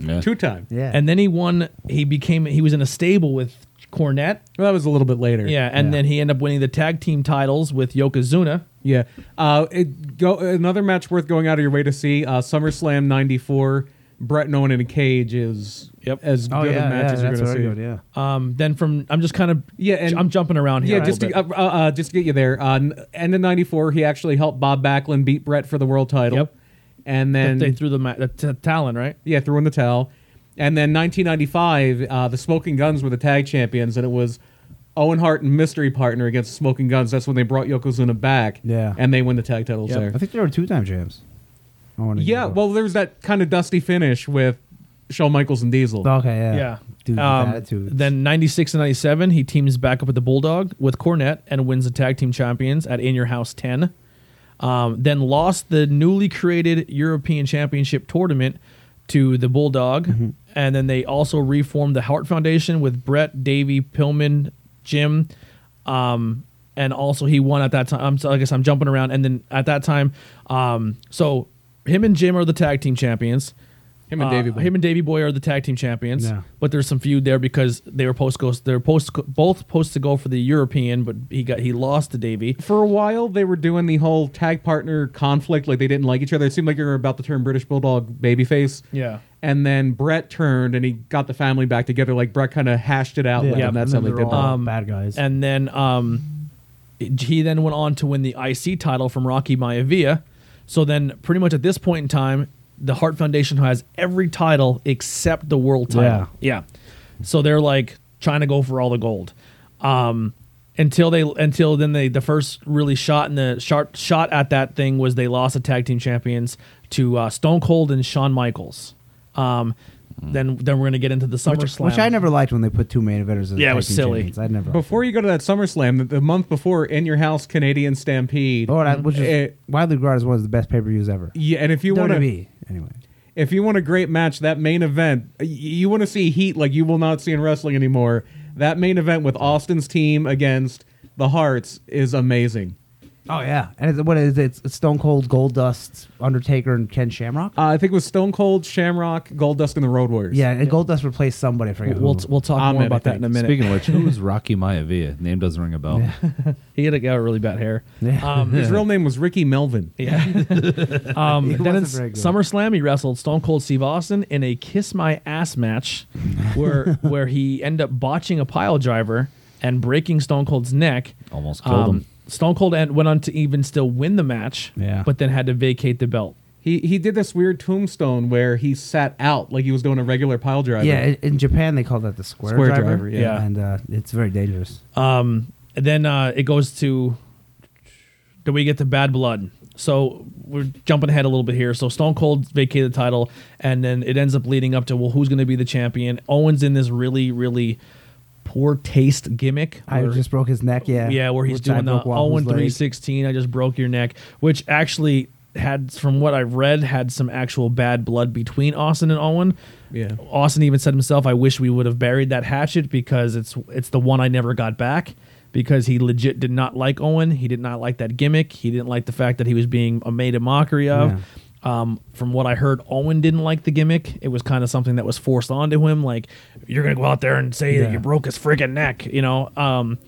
S4: Yeah.
S6: Two time.
S3: yeah.
S2: And then he won. He became. He was in a stable with Cornette.
S6: Well, that was a little bit later.
S2: Yeah, and
S3: Yeah.
S2: then he ended up winning the tag team titles with Yokozuna.
S6: Yeah. Uh, it go another match worth going out of your way to see. Uh, SummerSlam '94. Bret and Owen in a cage is
S2: Yep.
S6: as
S3: oh,
S6: good
S3: yeah,
S6: a match
S3: yeah,
S6: as you're
S3: that's
S6: going to see.
S3: very
S6: Uh,
S3: good. Yeah.
S2: Um, then from I'm just kind of
S6: Yeah, and-
S2: I'm jumping around here.
S6: Yeah, just to, uh, uh, uh, just to get you there. Uh, n- end of '94, he actually helped Bob Backlund beat Brett for the world title.
S2: Yep.
S6: And then
S2: they threw the, ma- the t- Talon right.
S6: yeah, threw in the towel. And then 1995, uh, the Smoking Guns were the tag champions, and it was Owen Hart and Mystery Partner against Smoking Guns. That's when they brought Yokozuna back.
S3: Yeah.
S6: And they win the tag titles
S2: Yep.
S6: there.
S3: I think there were two time jams. I wanna
S6: Yeah,
S3: go.
S6: well, there was that kind of dusty finish with Shawn Michaels and Diesel.
S3: Okay, yeah.
S2: Yeah.
S3: Dude,
S2: Um,
S3: that attitude.
S2: Then 96 and 97, he teams back up with the Bulldog with Cornette and wins the Tag Team Champions at In Your House 10. Um, then lost the newly created European Championship tournament to the Bulldog.
S3: Mm-hmm.
S2: And then they also reformed the Hart Foundation with Brett, Davey, Pillman, Jim. Um, and also he won at that time. I'm, so I guess I'm jumping around. And then at that time, um, so him and Jim are the tag team champions.
S6: Him and
S2: Uh,
S6: Davey Boy.
S2: Him and Davey Boy are the tag team champions,
S3: Yeah.
S2: but there's some feud there because they were post goes they're post both supposed to go for the European, but he got he lost to Davey.
S6: For a while, they were doing the whole tag partner conflict, like they didn't like each other. It seemed like you were about to turn British Bulldog babyface.
S2: Yeah.
S6: And then Brett turned and he got the family back together. Like Brett kind of hashed it out with
S3: Yeah,
S6: them. That's how
S3: and
S6: they
S3: then
S6: did
S3: they're
S6: that.
S3: all bad guys.
S2: And then um, he then went on to win the IC title from Rocky Maivia. So then, pretty much at this point in time, the Hart Foundation has every title except the world title. Yeah. So they're like trying to go for all the gold. Um, until they until then they the first really shot in the shot shot at that thing was they lost the tag team champions to uh, Stone Cold and Shawn Michaels. Um, then then we're gonna get into the
S3: which,
S2: SummerSlam.
S3: which I never liked when they put two main eventers in the
S2: Yeah, it
S3: tag
S2: was
S3: team
S2: silly.
S3: champions. I never liked
S6: Before you go to that SummerSlam, the, the month before, In Your House Canadian Stampede.
S3: it. Oh, that, which is
S6: It-
S3: widely regarded as one of the best pay per views ever.
S6: yeah, and if you want to,
S3: WWE, anyway.
S6: if you want a great match, that main event, y- you want to see heat like you will not see in wrestling anymore. That main event with Austin's team against the Hearts is amazing.
S3: Oh yeah, and it's, what is it? It's Stone Cold, Gold Dust, Undertaker, and Ken Shamrock.
S6: Uh, I think it was Stone Cold, Shamrock, Goldust, and the Road Warriors.
S3: yeah, and Gold Dust replaced somebody. I forget
S2: we'll
S3: who.
S2: we'll talk
S6: Ahmed,
S2: more
S6: I
S2: about that
S6: think.
S2: in a minute.
S4: Speaking of which, who was Rocky Maivia? Name doesn't ring a bell.
S2: He had a guy with really bad hair.
S3: Yeah.
S2: Um,
S6: His real name was Ricky Melvin.
S2: yeah. um,
S3: He
S2: then in
S3: wasn't very good.
S2: SummerSlam, he wrestled Stone Cold Steve Austin in a Kiss My Ass match, where where he ended up botching a pile driver and breaking Stone Cold's neck. Um,
S4: Almost killed him.
S2: Stone Cold and went on to even still win the match,
S3: Yeah.
S2: but then had to vacate the belt.
S6: He he did this weird tombstone where he sat out like he was doing a regular pile driver.
S3: yeah, in- in Japan they call that the square,
S6: Square
S3: driver.
S6: driver, yeah.
S2: Yeah.
S3: and uh, it's very dangerous.
S2: Um, and then uh, it goes to. Do we get to Bad Blood? So we're jumping ahead a little bit here. So Stone Cold vacated the title, and then it ends up leading up to well, who's going to be the champion? Owens in this really, really poor taste gimmick.
S3: I
S2: where-
S3: just broke his neck. Yeah,
S2: yeah, where he's
S3: Which I
S2: doing the
S3: broke Wahoo's
S2: Owen
S3: leg.
S2: three sixteen. I just broke your neck, which actually had, from what I've read, had some actual bad blood between Austin and Owen.
S6: Yeah.
S2: Austin even said himself, "I wish we would have buried that hatchet because it's it's the one I never got back." Because he legit did not like Owen. He did not like that gimmick. He didn't like the fact that he was being made a mockery of.
S3: Yeah.
S2: Um, from what I heard, Owen didn't like the gimmick. It was kind of something that was forced onto him. Like, you're gonna go out there and say that
S3: Yeah.
S2: you broke his friggin' neck, you know. Um,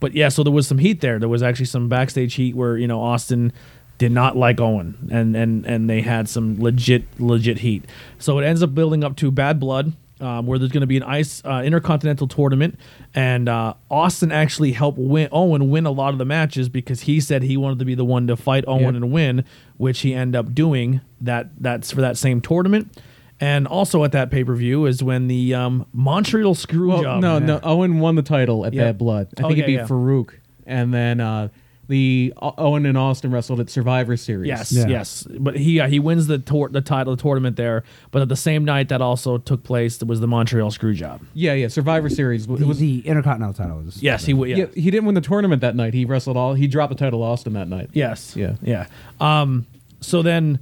S2: but yeah, so there was some heat there. There was actually some backstage heat where you know Austin did not like Owen, and and and they had some legit legit heat. So it ends up building up to Bad Blood. Um, where there's going to be an ice uh, intercontinental tournament, and uh, Austin actually helped win Owen win a lot of the matches because he said he wanted to be the one to fight Owen
S6: Yep.
S2: and and win, which he ended up doing. That that's for that same tournament. And also at that pay per view is when the um, Montreal screw
S6: Well,
S2: job.
S6: no, no. Owen won the title at
S2: Yeah.
S6: Bad Blood. I
S2: Oh,
S6: think he
S2: yeah,
S6: beat
S2: yeah.
S6: Farouk, and then uh, the O- Owen and Austin wrestled at Survivor Series.
S2: Yes,
S3: Yeah.
S2: yes. But he uh, he wins the tor- the title the tournament there. But at the same night that also took place was the Montreal screw job.
S6: Yeah, yeah. Survivor Series.
S3: The,
S6: It was,
S3: the Intercontinental title. Was,
S2: Yes, he would.
S6: yeah.
S2: Yeah.
S6: he didn't win the tournament that night. He wrestled all. He dropped the title to Austin that night.
S2: Yes.
S6: Yeah.
S2: Yeah. Um. So then,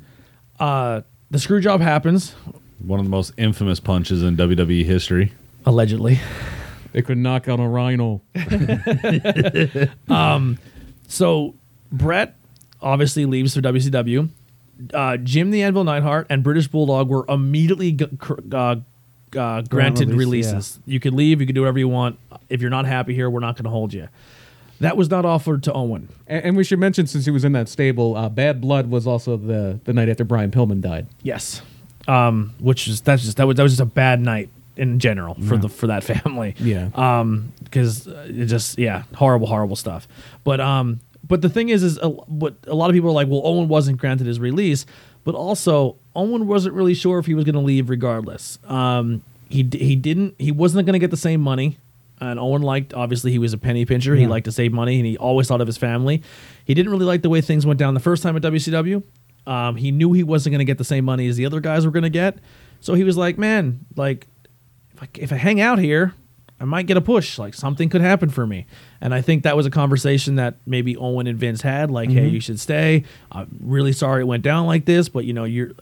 S2: uh, the screw job happens.
S4: One of the most infamous punches in WWE E history.
S2: allegedly.
S6: They could knock out a rhino.
S2: So Brett obviously leaves for WCW. Uh, Jim the Anvil Neidhart and British Bulldog were immediately g- cr- uh, uh, granted
S3: release,
S2: releases. You could leave, you could do whatever you want. If you're not happy here, we're not going to hold you. That was not offered to Owen.
S6: And, and we should mention, since he was in that stable, uh, Bad Blood was also the, the night after Brian Pillman died.
S2: Yes, um, which is that's just that was that was just a bad night in general for the for that family.
S6: Yeah.
S2: um, because it just yeah horrible horrible stuff. But um, but the thing is is a, what a lot of people are like, well, Owen wasn't granted his release, but also Owen wasn't really sure if he was going to leave regardless. Um, he d- he didn't he wasn't going to get the same money. And Owen liked, obviously, he was a penny pincher. He liked to save money, and he always thought of his family. He didn't really like the way things went down the first time at WCW. Um, he knew he wasn't going to get the same money as the other guys were going to get, so he was like, "Man, like, if I, if I hang out here, I might get a push. Like something could happen for me." And I think that was a conversation that maybe Owen and Vince had, like, "Hey,
S3: Mm-hmm.
S2: you should stay. I'm really sorry it went down like this, but you know, you're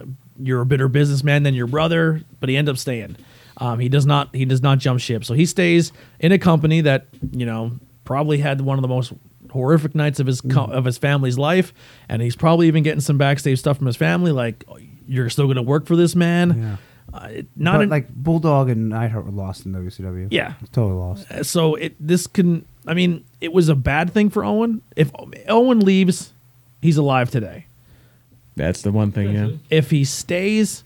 S2: you're a better businessman than your brother." But he ended up staying. Um, he does not he does not jump ship, so he stays in a company that you know probably had one of the most horrific nights of his co-
S3: Mm-hmm.
S2: of his family's life, and he's probably even getting some backstage stuff from his family. Like, "Oh, you're still going to work for this man. Uh, it- not
S3: But
S2: in-
S3: like Bulldog and Neidhart were lost in WCW.
S2: Yeah.
S3: totally lost.
S2: so. It this can. I mean, it was a bad thing for Owen. If Owen leaves, he's alive today.
S6: That's the one thing, yeah.
S2: If he stays,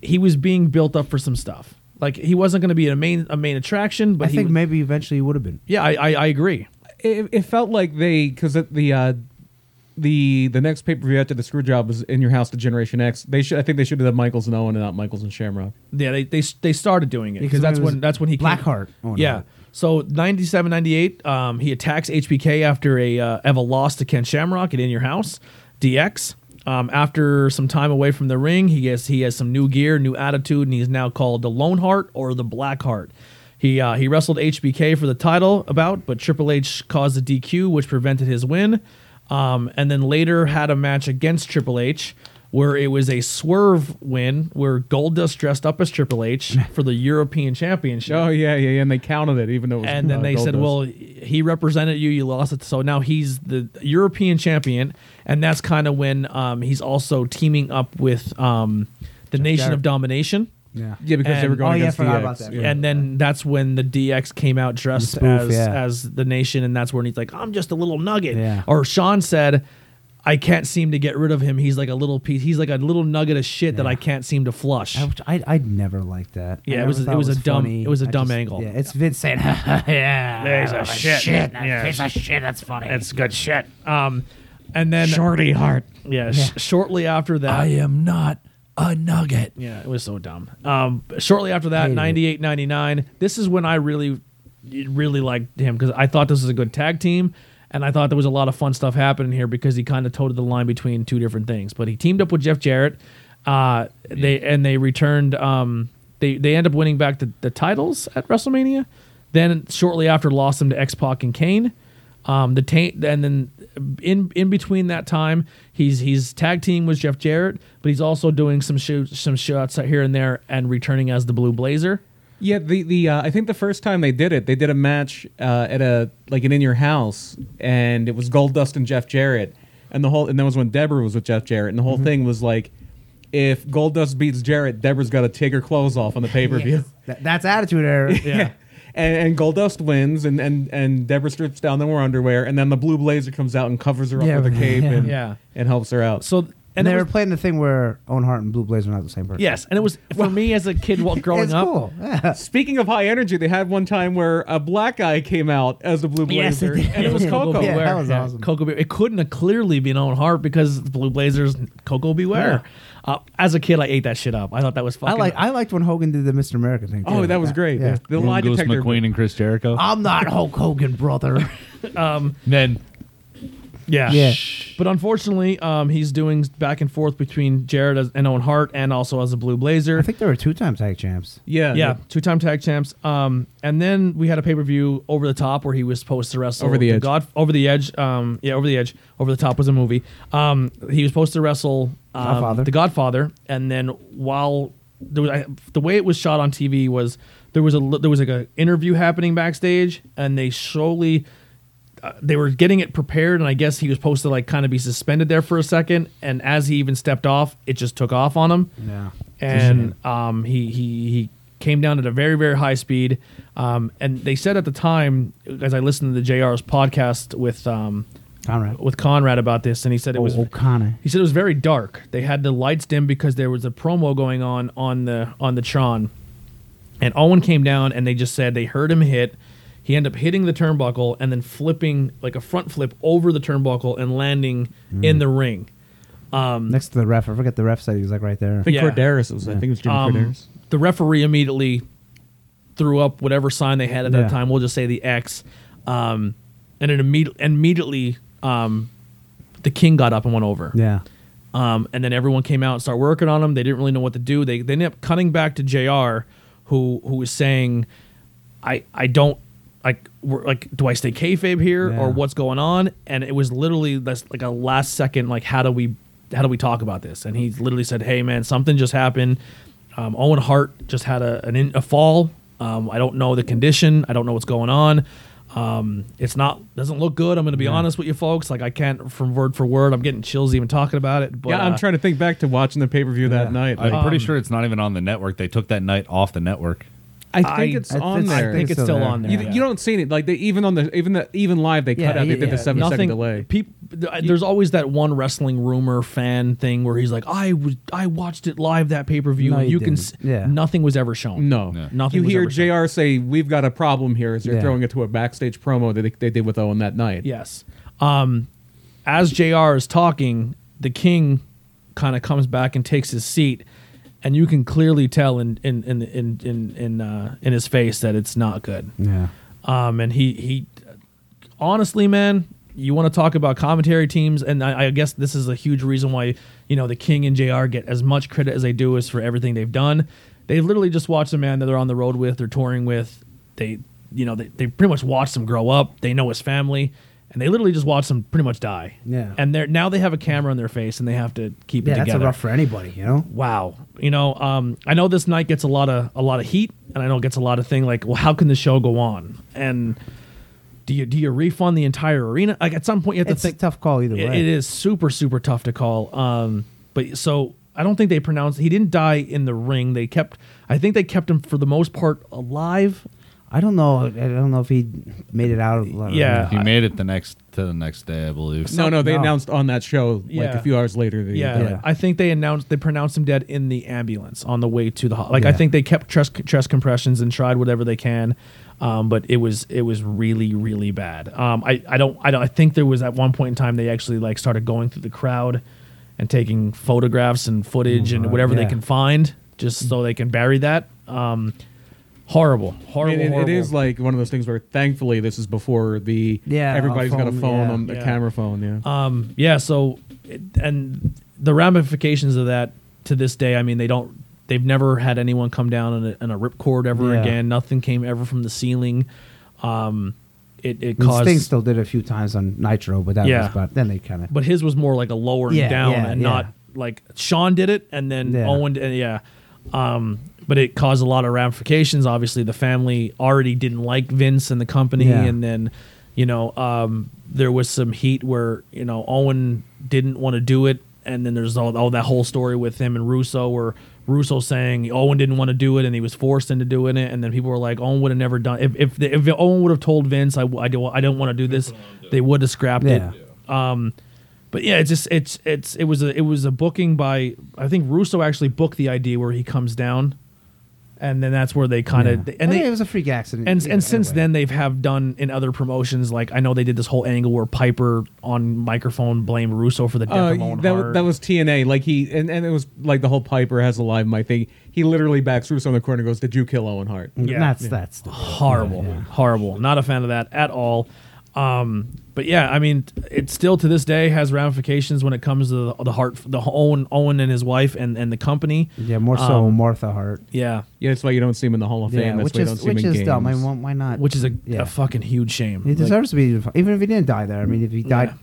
S2: he was being built up for some stuff. Like he wasn't going to be a main a main attraction, but
S3: I
S2: he
S3: think
S2: was-
S3: maybe eventually he would have been.
S2: yeah, I, I I agree.
S6: It, it felt like they, because the. Uh, the the next pay per view after the screw job was in your house to Generation X. They should I think they should have done Michaels and Owen and not Michaels and Shamrock.
S2: Yeah, they they, they started doing it
S3: Because
S2: because that's
S3: it was
S2: when that's when he came-
S3: Blackheart. Oh, no.
S2: yeah. So 97, 98, um, he attacks HBK after a uh, Eva loss to Ken Shamrock at In Your House, DX. Um, after some time away from the ring, he gets he has some new gear, new attitude, and he's now called the Lone Heart or the Black Heart. He uh, he wrestled HBK for the title about, but Triple H caused a DQ, which prevented his win. Um, and then later had a match against Triple H where it was a swerve win where Goldust dressed up as Triple H for the European Championship.
S6: Oh yeah, yeah, yeah. And they counted it even though it was
S2: and then
S6: uh,
S2: they said,
S6: Goldust.
S2: "Well, he represented you. You lost it, so now he's the European champion." And that's kind of when um, he's also teaming up with um, the Nation
S3: Jarrett.
S2: of Domination.
S3: Yeah.
S6: Yeah, because they
S2: And-
S6: were going
S3: oh, yeah,
S6: against
S3: I forgot
S6: DX.
S3: about that.
S6: Yeah.
S2: And then that's when the DX came out dressed
S3: spoof,
S2: as
S3: yeah.
S2: as the nation, and that's when he's like, "I'm just a little nugget."
S3: Yeah.
S2: Or Sean said, "I can't seem to get rid of him. He's like a little piece. He's like a little nugget of shit that I can't seem to flush."
S3: I, wish- I I never liked that.
S2: Yeah, it
S3: I never
S2: was- it
S3: thought
S2: was a dumb-
S3: funny.
S2: it was a
S3: I
S2: dumb angle.
S3: Yeah, it's Vince saying, "Yeah,
S2: There's a
S3: that's
S2: shit.
S3: that
S2: Yeah.
S3: piece of shit. That's funny."
S2: That's good shit. Um, and then
S6: Shorty Hart.
S2: yeah, sh- shortly after that,
S4: am not a nugget.
S2: Yeah, it was so dumb. Um, shortly after that,
S3: Hated it.
S2: 98, 99, this is when I really, really liked him because I thought this was a good tag team. And I thought there was a lot of fun stuff happening here because he kind of toed the line between two different things. But he teamed up with Jeff Jarrett. Uh, they and they returned. Um, they they end up winning back the, the titles at WrestleMania. Then shortly after, lost them to X Pac and Kane. Um, the taint, and then in in between that time, he's he's tag team with Jeff Jarrett, but he's also doing some shoots, some shots here and there, and returning as the Blue Blazer.
S6: Yeah, the the uh, I think the first time they did it, they did a match uh, at a like an in your house, and it was Goldust and Jeff Jarrett, and the whole and that was when Deborah was with Jeff Jarrett, and the whole thing was like, if Goldust beats Jarrett, Deborah's got to take her clothes off on the pay per view.
S3: That- that's attitude error.
S2: Yeah.
S6: And, and Goldust wins, and, and, and Deborah strips down in her underwear, and then the blue blazer comes out and covers her up
S3: Yeah,
S6: with a cape and,
S2: yeah.
S6: and helps her out.
S2: So
S3: And
S2: and
S3: they
S2: it
S3: were
S2: was,
S3: playing the thing where Owen Hart and Blue Blazer are not the same person.
S2: yes, and it was for me as a kid while growing
S3: it's
S2: up.
S3: cool. Yeah.
S6: Uh, Speaking of high energy, they had one time where a black guy came out as the blue
S3: Yes, they
S6: blazer,
S3: did.
S6: and it was
S3: Yeah,
S6: Coco.
S3: that was
S2: Yeah,
S3: awesome.
S2: Coco Beware. It couldn't have clearly been Owen Hart because the Blue Blazers, Coco Beware. Uh, as a kid, I ate that shit up. I thought that was
S3: I
S2: fucking.
S3: like I liked when Hogan did the Mr. America thing.
S6: Oh,
S3: too.
S6: that was great.
S3: Yeah.
S6: The lie
S4: Goose
S6: detector.
S4: McQueen and Chris Jericho.
S3: I'm not Hulk Hogan, brother.
S4: then
S2: Yeah.
S3: Yeah.
S2: But unfortunately, um, he's doing back and forth between Jared as, and Owen Hart and also as a Blue Blazer.
S3: I think there were two time tag champs.
S6: Yeah.
S2: yeah, two time tag champs. Um, and then we had a pay per view over the top where he was supposed to wrestle
S6: Over the Edge.
S2: God, over the edge. Um, yeah, over the edge. Over the top was a movie. Um, he was supposed to wrestle um,
S3: Godfather.
S2: the Godfather, and then while there was, I, the way it was shot on TV was there was a li- there was like an interview happening backstage, and they slowly uh, they were getting it prepared, and I guess he was supposed to like kind of be suspended there for a second, and as he even stepped off, it just took off on him.
S3: Yeah.
S2: and um, he he he came down at a very very high speed, um, and they said at the time, as I listened to the JR's podcast with um,
S3: Conrad.
S2: with Conrad about this, and he said it was
S3: Oh, O'Connor.
S2: he said it was very dark. They had the lights dim because there was a promo going on on the on the Tron, and Owen came down and they just said they heard him hit. He ended up hitting the turnbuckle and then flipping like a front flip over the turnbuckle and landing in the ring.
S3: Next to the ref. I forget the ref said he was like right there.
S6: I think
S2: Yeah.
S6: Corderis was. I think it was Jimmy
S2: Um,
S6: Corderis.
S2: the referee immediately threw up whatever sign they had at
S3: Yeah.
S2: that time. We'll just say the X, um, and it imme- immediately um, the king got up and went over.
S3: Yeah.
S2: Um, and then everyone came out and started working on him. They didn't really know what to do. They they ended up cutting back to Jr. who who was saying, I I don't like we're, like do I stay kayfabe here
S3: Yeah.
S2: or what's going on? And it was literally that's like a last second like how do we how do we talk about this? And he literally said, Hey man, something just happened. Um, Owen Hart just had a an in, a fall. Um, I don't know the condition. I don't know what's going on. Um, it's not doesn't look good. I'm going to be honest with you folks. Like I can't from word for word. I'm getting chills even talking about it. But
S6: yeah, I'm
S2: uh,
S6: trying to think back to watching the pay per view that night.
S4: I'm
S3: Um,
S6: Like,
S4: pretty sure it's not even on the network. They took that night off the network.
S6: I
S2: I-
S6: think it's
S3: I-
S6: on
S3: it's-
S6: there.
S2: I think it's still on there.
S6: You, you don't see it like they even on the even the even live they
S3: Yeah,
S6: cut out they
S3: yeah,
S6: did
S3: yeah.
S6: the seven second delay.
S2: Peop, th- uh, there's always that one wrestling rumor fan thing where he's like, "I was, I watched it live that pay per view.
S3: No,
S2: and
S3: you
S2: you can,
S3: didn't.
S2: s-
S3: Yeah.
S2: nothing was ever shown.
S6: no,
S2: nothing.
S6: You
S2: was
S6: hear
S2: ever shown.
S6: Jr. say, "We've got a problem here," as they're
S3: Yeah.
S6: throwing it to a backstage promo that they, they did with Owen that night.
S2: Yes. Um, as Jr. is talking, the King kind of comes back and takes his seat, and you can clearly tell in in in in in in, uh, in his face that it's not good.
S3: Yeah.
S2: Um, and he he, honestly, man, you want to talk about commentary teams, and I, I guess this is a huge reason why you know the King and Jr. get as much credit as they do is for everything they've done. They literally just watch the man that they're on the road with, they're touring with. They you know they they pretty much watched him grow up. They know his family. And they literally just watched him pretty much die.
S3: Yeah.
S2: And they're now they have a camera on their face and they have to keep
S3: Yeah,
S2: it
S3: that's a
S2: together
S3: rough for anybody, you know?
S2: wow you know um, i know this night gets a lot of a lot of heat and i know it gets a lot of thing like well how can the show go on and do you do you refund the entire arena like at some point you have
S3: It's
S2: to
S3: a
S2: think
S3: tough call either
S2: it-
S3: way.
S2: it is super super tough to call um but so i don't think they pronounced he didn't die in the ring they kept i think they kept him for the most part alive
S3: I don't know. I don't know if he made it out. of-
S2: Yeah.
S4: He
S2: I-
S4: made it the next to the next day, I believe.
S6: No, no, they
S3: No.
S6: announced on that show like
S2: Yeah.
S6: a few hours later. They,
S2: yeah,
S3: Yeah.
S2: i think they announced they pronounced him dead in the ambulance on the way to the ho- like i
S3: Yeah.
S2: think they kept chest, chest compressions and tried whatever they can um, but it was it was really really bad um, I, I don't i don't i think there was at one point in time they actually like started going through the crowd and taking photographs and footage and whatever they
S3: yeah.
S2: can find just so they can bury that um, horrible
S6: I
S2: horrible,
S6: mean, it- it
S2: horrible.
S6: is like one of those things where, thankfully, this is before the
S3: Yeah, a
S6: everybody's got a
S3: phone,
S6: phone
S3: yeah.
S6: on the
S2: Yeah.
S6: camera phone. Yeah,
S2: Um, yeah. So, it- and the ramifications of that to this day, I mean, they don't, they've never had anyone come down on a, on a ripcord ever
S3: Yeah.
S2: again. Nothing came ever from the ceiling. Um, it, it
S3: I mean, Sting
S2: caused,
S3: still did it a few times on Nitro, but that
S2: Yeah.
S3: was but then they kind of
S2: but his was more like a lower and
S3: Yeah,
S2: down
S3: yeah,
S2: and
S3: yeah.
S2: not like Sean did it. And then
S3: Yeah.
S2: Owen, did, yeah. Um, but it caused a lot of ramifications. Obviously the family already didn't like Vince and the company.
S3: Yeah.
S2: And then, you know, um, there was some heat where you know Owen didn't want to do it, and then there's all, all that whole story with him and Russo, where Russo saying Owen didn't want to do it, and he was forced into doing it, and then people were like, Owen would have never done if if, the, if Owen would have told Vince, I w- I don't I don't want to do this, they would have scrapped
S3: Yeah.
S2: it. Um, but yeah, it's just it's it's it was a it was a booking by I think Russo actually booked the idea where he comes down, and then that's where they kind of
S3: I
S2: and
S3: mean,
S2: they
S3: it was a freak accident.
S2: and
S3: either-
S2: and since
S3: anyway.
S2: then they've have done in other promotions like I know they did this whole angle where Piper on microphone blamed Russo for the death
S6: Uh,
S2: of Owen
S6: that,
S2: Hart.
S6: that was TNA. Like he and, and it was like the whole Piper has a live mic thing. He literally backs Russo in the corner and goes, "Did you kill Owen Hart?"
S2: yeah.
S3: that's that's
S2: horrible, horrible. Not a fan of that at all. Um, but yeah, I mean, it still to this day has ramifications when it comes to the, the heart, the Owen, Owen and his wife, and, and the company. Um,
S3: yeah more so Martha Hart.
S2: Yeah,
S6: Yeah, that's why you don't see him in the Hall of Fame.
S3: Yeah,
S6: that's
S3: which
S6: why you don't
S3: is
S6: see him
S3: which
S6: in
S3: is
S6: games.
S3: dumb. I mean, why- why not?
S2: which is a,
S3: yeah.
S2: a fucking huge shame.
S3: he
S2: Like,
S3: deserves to be even if he didn't die there. I mean, if he died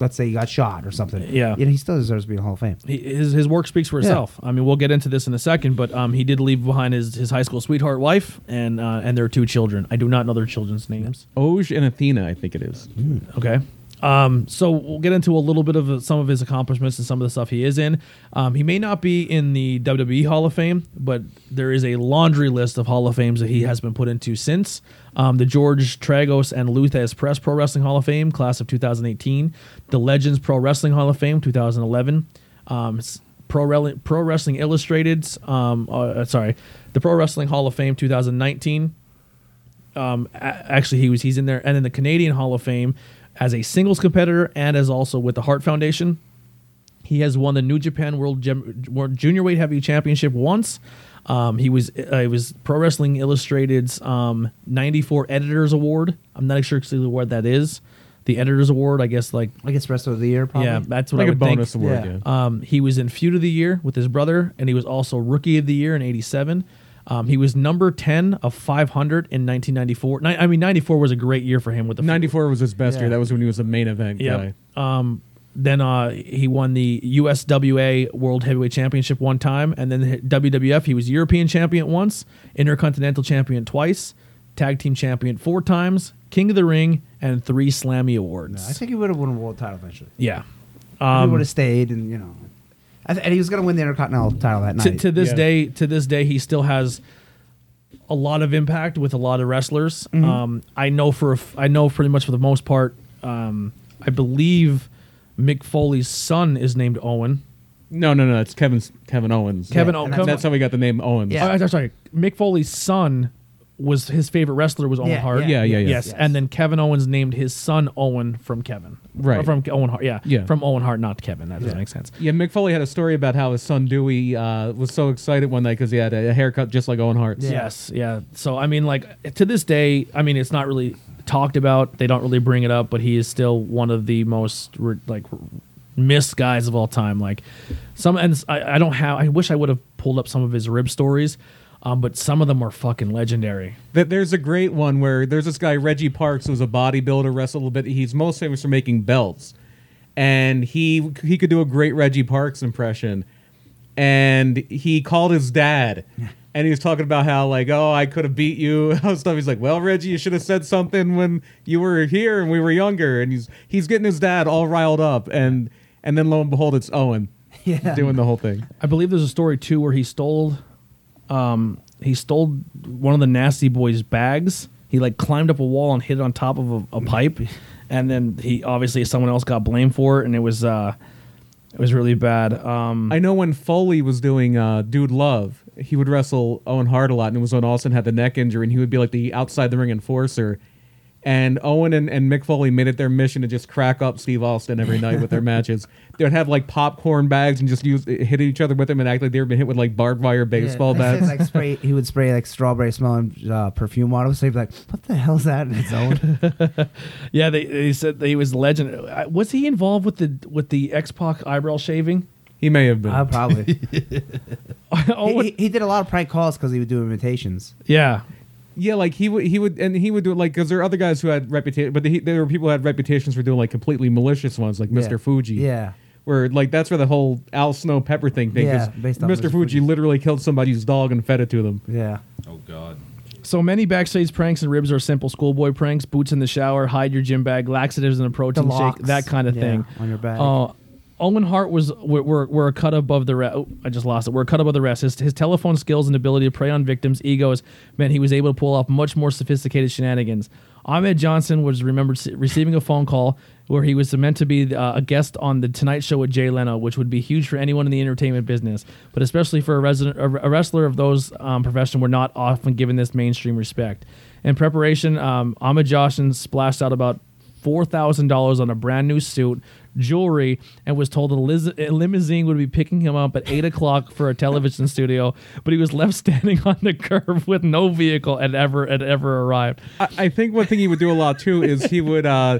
S3: let's say he got shot or something.
S2: Yeah.
S3: You know, he still deserves to be in the Hall of Fame.
S2: He- his his work speaks for itself. I mean, we'll get into this in a second, but um, he did leave behind his, his high school sweetheart wife and uh, and their two children. I do not know their children's names.
S6: Oge and Athena, I think it is.
S2: Okay. Um, so we'll get into a little bit of uh, some of his accomplishments and some of the stuff he is in. Um, he may not be in the WWE Hall of Fame, but there is a laundry list of Hall of Fames that he has been put into since um, the George Tragos and Luthes Press Pro Wrestling Hall of Fame, class of 2018, the Legends Pro Wrestling Hall of Fame, 2011, um, s- Pro, Rel- Pro Wrestling Illustrated's, um, uh, sorry, the Pro Wrestling Hall of Fame, 2019 um, a- actually he was he's in there and in the Canadian Hall of Fame as a singles competitor and as also with the Hart Foundation. He has won the New Japan World, Gem- World Junior Weight Heavy Championship once. Um, he was uh, he was Pro Wrestling Illustrated's um, 94 Editors Award. I'm not sure exactly what that is. The Editors Award, I guess, like
S3: I guess rest of the year probably.
S2: yeah, that's what
S6: Like
S2: I
S6: a
S2: would
S6: bonus
S2: think.
S6: award,
S3: Yeah.
S6: yeah.
S2: Um, he was in Feud of the Year with his brother, and he was also Rookie of the Year in '87. Um, he was number 10 of 500 in 1994. Ni- I mean, 94 was a great year for him with the
S6: 94 was his best
S3: Yeah.
S6: year. That was when he was the main event
S2: Yeah.
S6: guy.
S2: Um, then uh, he won the USWA World Heavyweight Championship one time, and then the WWF. He was European champion once, Intercontinental champion twice, Tag Team champion four times, King of the Ring, and three Slammy awards.
S3: I think he would have won a world title eventually.
S2: yeah. Um,
S3: he would have stayed, and you know, I th- and he was going to win the Intercontinental title that
S2: to,
S3: night.
S2: to this
S6: Yeah.
S2: day to this day he still has a lot of impact with a lot of wrestlers um, i know for a f- i know pretty much for the most part um, i believe mick foley's son is named owen
S6: No, no, no. It's Kevin's, Kevin Owens.
S2: Kevin
S3: Yeah,
S2: Owen.
S3: and that's-
S6: That's how we got the name Owens.
S3: Yeah.
S2: Oh, I'm sorry mick foley's son was his favorite wrestler was owen
S3: Yeah,
S2: hart
S6: yeah, yeah, yeah.
S2: yes.
S3: Yes.
S2: and then kevin owens named his son owen from kevin
S6: Right.
S2: Or from owen hart yeah,
S6: Yeah.
S2: from owen hart not kevin that doesn't make sense
S6: Yeah, Mick Foley had a story about how his son Dewey uh, was so excited one night because he had a, a haircut just like Owen Hart's.
S3: Yeah.
S2: Yes, yeah. So I mean, like to this day, I mean, it's not really talked about. They don't really bring it up, but he is still one of the most re- like missed guys of all time. Like some, and s- I, I don't have. I wish I would have pulled up some of his rib stories, um, but some of them are fucking legendary.
S6: That there's a great one where there's this guy Reggie Parks who's a bodybuilder, wrestled a little bit. He's most famous for making belts, and he he could do a great Reggie Parks impression. And he called his dad, and he was talking about how like, oh, I could have beat you, and all this stuff. He's like, well, Reggie, you should have said something when you were here and we were younger. And he's he's getting his dad all riled up, and and then lo and behold, it's Owen
S3: Yeah.
S6: doing the whole thing.
S2: I believe there's a story too where he stole, um, he stole one of the nasty boys' bags. He like climbed up a wall and hid it on top of a, a pipe, and then he obviously someone else got blamed for it, and it was uh, it was really bad. Um,
S6: I know when Foley was doing uh, Dude Love, he would wrestle Owen Hart a lot, and it was when Austin had the neck injury, and he would be like the outside the ring enforcer. And Owen and, and Mick Foley made it their mission to just crack up Steve Austin every night with their matches. They would have like popcorn bags and just use hit each other with them and act like they were been hit with like barbed wire baseball
S3: They said,
S6: bats.
S3: Like spray, he would spray like strawberry smelling uh, perfume on him. So he'd be like, "What the hell's that?" in his own.
S2: yeah, they, they said that he was legend. Uh, Was he involved with the with the X Pac eyebrow shaving?
S6: he may have been.
S3: uh, probably.
S2: oh,
S3: he, he, he did a lot of prank calls because he would do imitations.
S2: yeah,
S6: Yeah, like he would, he would, and he would do it like because there are other guys who had reputation, but he, there were people who had reputations for doing like completely malicious ones, like Mr.
S3: Yeah.
S6: Fuji.
S3: Yeah.
S6: where like that's where the whole Al Snow Pepper thing thing.
S3: Yeah,
S6: is.
S3: based on
S6: Mr.
S3: Mr.
S6: Fuji, literally killed somebody's dog and fed it to them.
S3: Yeah.
S4: Oh God.
S2: So many backstage pranks and ribs are simple schoolboy pranks: boots in the shower, hide your gym bag, laxatives in a protein
S3: The
S2: shake,
S3: locks,
S2: that kind of
S3: yeah,
S2: thing.
S3: on your bag.
S2: Uh, Owen Hart was were, were, were a cut above the rest. Oh, I just lost it. We're a cut above the rest. His, his telephone skills and ability to prey on victims' egos meant he was able to pull off much more sophisticated shenanigans. Ahmed Johnson was remembered se- receiving a phone call where he was meant to be uh, a guest on the Tonight Show with Jay Leno, which would be huge for anyone in the entertainment business, but especially for a, resident, a a wrestler of those um, profession were not often given this mainstream respect. In preparation, um, Ahmed Johnson splashed out about four thousand dollars on a brand new suit, jewelry, and was told a, liz- a limousine would be picking him up at eight o'clock for a television studio. But he was left standing on the curb with no vehicle and ever and ever arrived.
S6: I, I think one thing he would do a lot too is he would uh,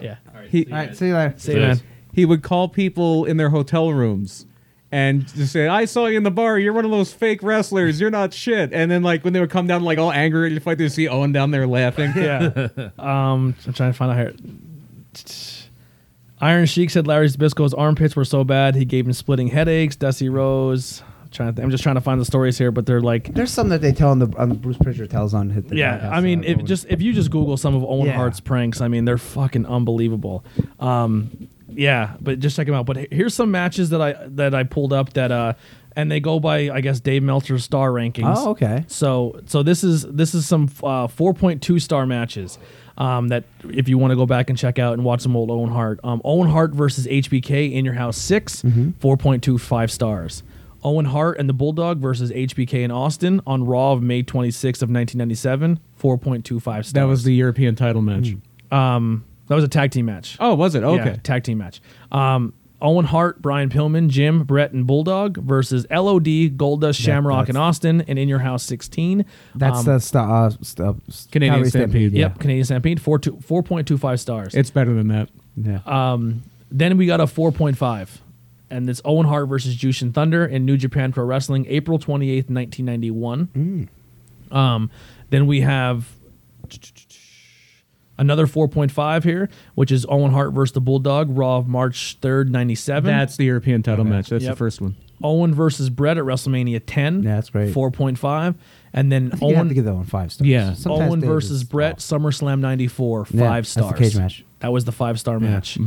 S2: Yeah.
S6: he
S3: All right. See you later.
S2: See, man.
S6: he would call people in their hotel rooms and just say, "I saw you in the bar. You're one of those fake wrestlers. You're not shit." And then like when they would come down like all angry, you fight to see Owen down there laughing.
S2: Yeah. um, I'm trying to find out here. Iron Sheik said Larry Zabisco's armpits were so bad he gave him splitting headaches. Dusty Rose. I'm Trying to th- I'm just trying to find the stories here, but they're like,
S3: There's some that they tell on the on Bruce Pritchard tells on hit the
S2: yeah.
S3: podcast,
S2: I mean,
S3: uh,
S2: if
S3: Rowan.
S2: just if you just Google some of Owen
S3: Yeah.
S2: Hart's pranks, I mean, they're fucking unbelievable. Um, yeah, but just check them out. But he- here's some matches that I that I pulled up that uh, and they go by I guess Dave Meltzer's star rankings.
S3: Oh, okay.
S2: So so this is this is some uh, 4.2 star matches um, that if you want to go back and check out and watch some old Owen Hart. Um, Owen Hart versus HBK in your house 6
S3: Mm-hmm.
S2: 4.25 stars. Owen Hart and the Bulldog versus HBK in Austin on Raw of May 26th of 1997 4.25 stars.
S6: That was the European title match.
S2: um, that was a tag team match.
S6: Oh, was it?
S2: Yeah,
S6: Okay.
S2: tag team match. Um, Owen Hart, Brian Pillman, Jim, Brett, and Bulldog versus LOD, Goldust, Shamrock, and Austin, and In Your House 16.
S3: that's
S2: Um,
S3: the sta- uh, sta- s-
S6: Canadian
S3: Calgary
S6: Stampede.
S3: yeah.
S2: Yep, Canadian Stampede, four two, 4.25 stars.
S6: It's better than that.
S3: Yeah.
S2: um, then we got a 4.5, and it's Owen Hart versus Jushin Thunder in New Japan Pro Wrestling, April 28th, 1991.
S3: Hmm.
S2: Um, then we have another 4.5 here, which is Owen Hart versus the Bulldog, Raw of March 3rd, 97.
S6: That's the European title match. That's
S2: Yep.
S6: the first one.
S2: Owen versus Brett at WrestleMania 10.
S3: Yeah, that's great.
S2: 4.5. And then
S3: I think you have
S2: Owen,
S3: to give that one five stars.
S6: Yeah.
S3: Sometimes
S2: Owen
S3: Dave
S2: versus
S3: is
S2: Brett,
S3: off.
S2: SummerSlam 94, five
S3: Yeah, that's the
S2: stars.
S3: cage match. Mm-hmm.
S2: That was the five star match.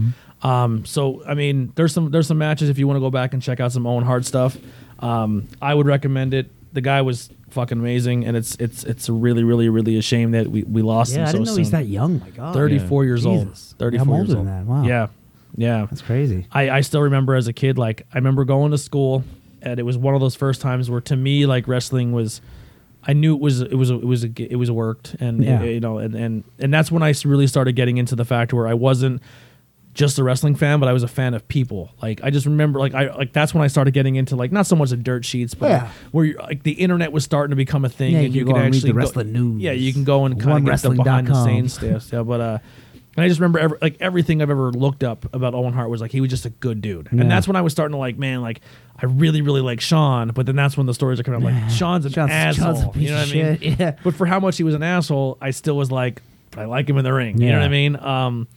S2: Um, so, I mean, there's some there's some matches if you want to go back and check out some Owen Hart stuff. Um, I would recommend it. The guy was fucking amazing, and it's it's it's really, really, really a shame that we, we lost him
S3: Yeah, I
S2: so
S3: didn't know
S2: soon.
S3: he's that young. My God.
S2: 34 years old.
S3: Oh, Jesus.
S2: 34
S3: I'm
S2: years
S3: older
S2: old.
S3: than that. Wow.
S2: Yeah. Yeah.
S3: That's crazy.
S2: I, I still remember as a kid, like I remember going to school, and it was one of those first times where, to me, like wrestling was, I knew it was it was a, it was a, g- it was worked, and
S3: Yeah.
S2: you know, and and and that's when I s- really started getting into the fact where I wasn't just a wrestling fan, but I was a fan of people. Like I just remember, like I like that's when I started getting into like not so much the dirt sheets, but
S3: Yeah.
S2: where you like the internet was starting to become a thing,
S3: Yeah,
S2: and
S3: you
S2: you,
S3: could
S2: could
S3: go and read
S2: actually
S3: the wrestling
S2: go,
S3: news.
S2: Yeah, you can go and kind of get the
S3: OneWrestling.com.
S2: behind the scenes stuff. Yeah, but uh, and I just remember every, like everything I've ever looked up about Owen Hart was like he was just a good dude,
S3: Yeah.
S2: and that's when I was starting to like, man, like I really really like Sean, but then that's when the stories are coming out like Sean's an
S3: Sean's-
S2: asshole,
S3: Sean's a piece
S2: you know what
S3: of
S2: I mean?
S3: shit, yeah.
S2: But for how much he was an asshole, I still was like, I like him in the ring, you know what I
S3: Yeah.
S2: mean? Um.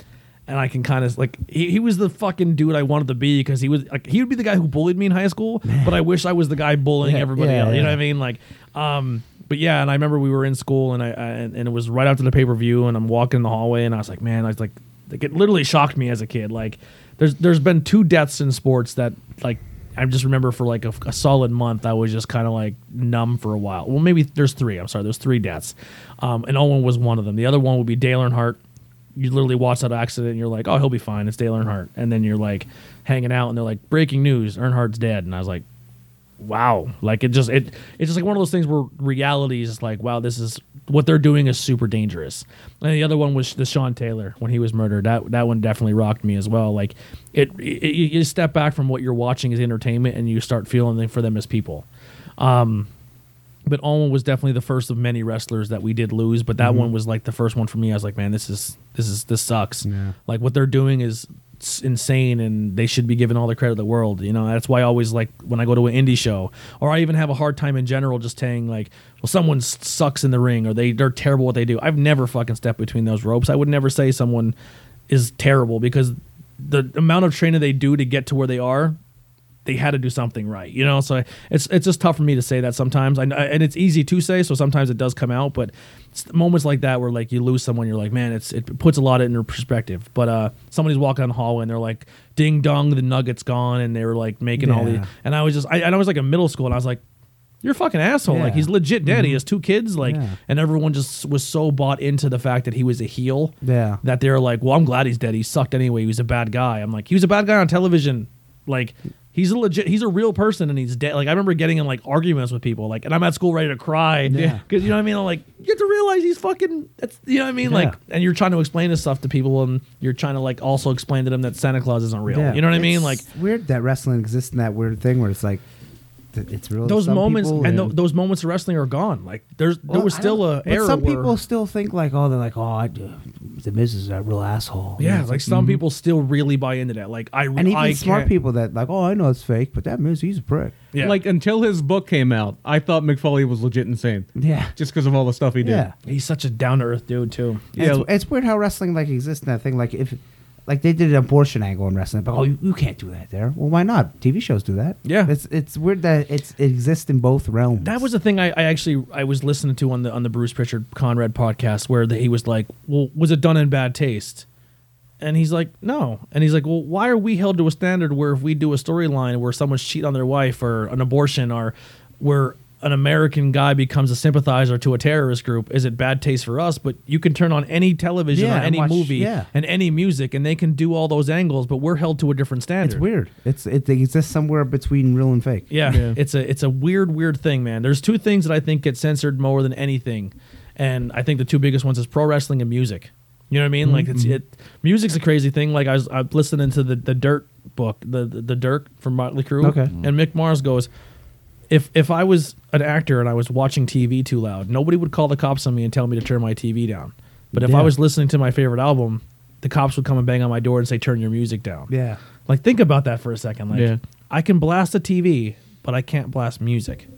S2: And I can kind of like he, he was the fucking dude I wanted to be because he was like he would be the guy who bullied me in high school, but I wish I was the guy bullying
S3: Yeah,
S2: everybody
S3: yeah,
S2: else. You know
S3: yeah.
S2: what I mean? Like, um, but yeah, and I remember we were in school, and I, I and, and it was right after the pay per view, and I'm walking in the hallway, and I was like, man, I was like, like, it literally shocked me as a kid. Like, there's there's been two deaths in sports that like I just remember for like a, a solid month, I was just kind of like numb for a while. Well, maybe there's three. I'm sorry, there's three deaths, um, and Owen was one of them. The other one would be Dale Earnhardt. You literally watch that accident, and you're like, oh, he'll be fine. It's Dale Earnhardt, and then you're like hanging out, and they're like, breaking news, Earnhardt's dead, and I was like wow like it just it it's just like one of those things where reality is just like wow this is what they're doing is super dangerous and the other one was the sean taylor when he was murdered that that one definitely rocked me as well like it, it you you step back from what you're watching as entertainment and you start feeling them- for them as people um but Owen was definitely the first of many wrestlers that we did lose, but that one was like the first one for me. I was like, man, this is this is this sucks.
S3: Yeah.
S2: Like what they're doing is s- insane, and they should be given all the credit of the world. You know, that's why I always like when I go to an indie show, or I even have a hard time in general just saying like, well, someone s- sucks in the ring, or they they're terrible at what they do. I've never fucking stepped between those ropes. I would never say someone is terrible because the amount of training they do to get to where they are they had to do something right, you know. So it's it's just tough for me to say that sometimes, I, I- and it's easy to say, so sometimes it does come out. But it's moments like that where like you lose someone, you're like, man, it's it puts a lot into perspective. But uh, somebody's walking down the hallway and they're like, ding dong, the nugget's gone, and they were like making all the,
S3: Yeah.
S2: and I was just, I, and I was like in middle school, and I was like, you're a fucking asshole. Like
S3: Yeah. Mm-hmm.
S2: he's legit dead. He has two kids, like,
S3: Yeah.
S2: and everyone just was so bought into the fact that he was a heel,
S3: Yeah.
S2: that they're like, well, I'm glad he's dead. He sucked anyway. He was a bad guy. I'm like, he was a bad guy on television. Like, he's a legit, he's a real person and he's dead. Like, I remember getting in like arguments with people, like, and I'm at school ready to cry.
S3: Yeah.
S2: Cause you know what I mean? I'm like, you have to realize he's fucking, that's, you know what I mean? Like, and you're trying to explain this stuff to people and you're trying to like also explain to them that Santa Claus isn't real.
S3: Yeah.
S2: You know what I mean?
S3: It's
S2: Like,
S3: weird that wrestling exists in that weird thing where it's like th- it's real. to
S2: those
S3: some
S2: moments
S3: people
S2: and tho- those moments of wrestling are gone. Like, there's, there
S3: Well,
S2: was
S3: I
S2: still
S3: don't-
S2: a
S3: but
S2: era
S3: Some
S2: where-
S3: people still think like, oh, they're like, oh, I, do- the Miz is a real asshole. And
S2: yeah,
S3: it's
S2: like some people still really buy into that. Like I,
S3: Mm-hmm. and even
S2: I
S3: smart
S2: can't-
S3: people that like, oh, I know it's fake, but that Miz, he's a prick.
S2: Yeah.
S6: Like until his book came out, I thought McFoley was legit insane.
S3: Yeah.
S6: Just because of all the stuff he did.
S3: Yeah.
S2: He's such a down to earth dude too.
S3: And
S6: Yeah.
S3: It's, it's weird how wrestling like exists in that thing. Like if like they did an abortion angle in wrestling. But oh, you, you can't do that there. Well, why not? TV shows do that.
S2: Yeah.
S3: it's it's weird that it's it exists in both realms.
S2: That was the thing I, I actually I was listening to on the on the Bruce Pritchard Conrad podcast where the, he was like, "Well, was it done in bad taste?" And he's like, "No." And he's like, "Well, why are we held to a standard where if we do a storyline where someone's cheating on their wife or an abortion or where an American guy becomes a sympathizer to a terrorist group, is it bad taste for us? But you can turn on any television
S3: Yeah,
S2: or any
S3: watch-
S2: movie
S3: yeah.
S2: and any music, and they can do all those angles, but we're held to a different standard.
S3: it's weird. It's it exists somewhere between real and fake.
S2: Yeah, it's a it's a weird weird thing, man. There's two things that I think get censored more than anything, and I think the two biggest ones is pro wrestling and music. You know what I mean? Like
S3: Mm-hmm.
S2: it's it music's a crazy thing. Like I was I'm listening to the the Dirt book, the the, the Dirt from Motley Crue,
S3: Okay.
S2: and Mick Mars goes. If, if I was an actor and I was watching TV too loud, nobody would call the cops on me and tell me to turn my TV down. But if
S3: Yeah.
S2: I was listening to my favorite album, the cops would come and bang on my door and say, "Turn your music down."
S3: Yeah.
S2: Like think about that for a second. Like
S6: Yeah.
S2: I can blast a TV, but I can't blast music.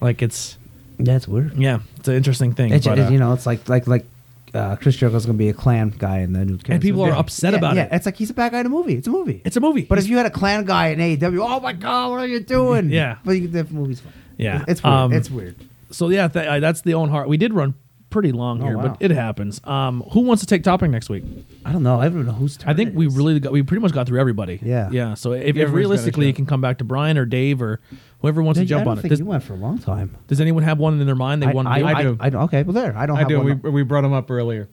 S2: Like it's
S3: That's weird.
S2: yeah, it's an interesting thing.
S3: It's,
S2: but,
S3: it-
S2: uh,
S3: you know, it's like like like uh, Chris Jericho's gonna be a clan guy in the new.
S2: And people are upset
S3: Yeah,
S2: about
S3: yeah,
S2: it.
S3: it's like he's a bad guy in a movie. It's a movie.
S2: it's a movie.
S3: But if you had a clan guy in AEW, oh my god, what are you doing?
S2: Yeah.
S3: but you, the movie's fun.
S2: Yeah.
S3: it's weird.
S2: Um,
S3: it's weird.
S2: so yeah, th- uh, that's the own heart. We did run pretty long here,
S3: Oh, wow.
S2: but it happens. Um, who wants to take topic next week?
S3: I don't know. I don't know who's. Turn
S2: I think
S3: it
S2: we
S3: is.
S2: really got we pretty much got through everybody.
S3: Yeah.
S2: yeah. So if,
S6: got
S2: if
S6: a
S2: realistically,
S6: shot.
S2: you can come back to Brian or Dave or whoever wants
S3: Dude,
S2: to jump
S3: I don't
S2: on it.
S3: think
S2: Does,
S3: you went for a long time.
S2: does anyone have one in their mind they
S3: I,
S2: want to
S3: I,
S2: do?
S3: I,
S6: do.
S3: I, okay, well there. I don't.
S6: I
S3: have
S6: do.
S3: One.
S6: We, we brought him up earlier.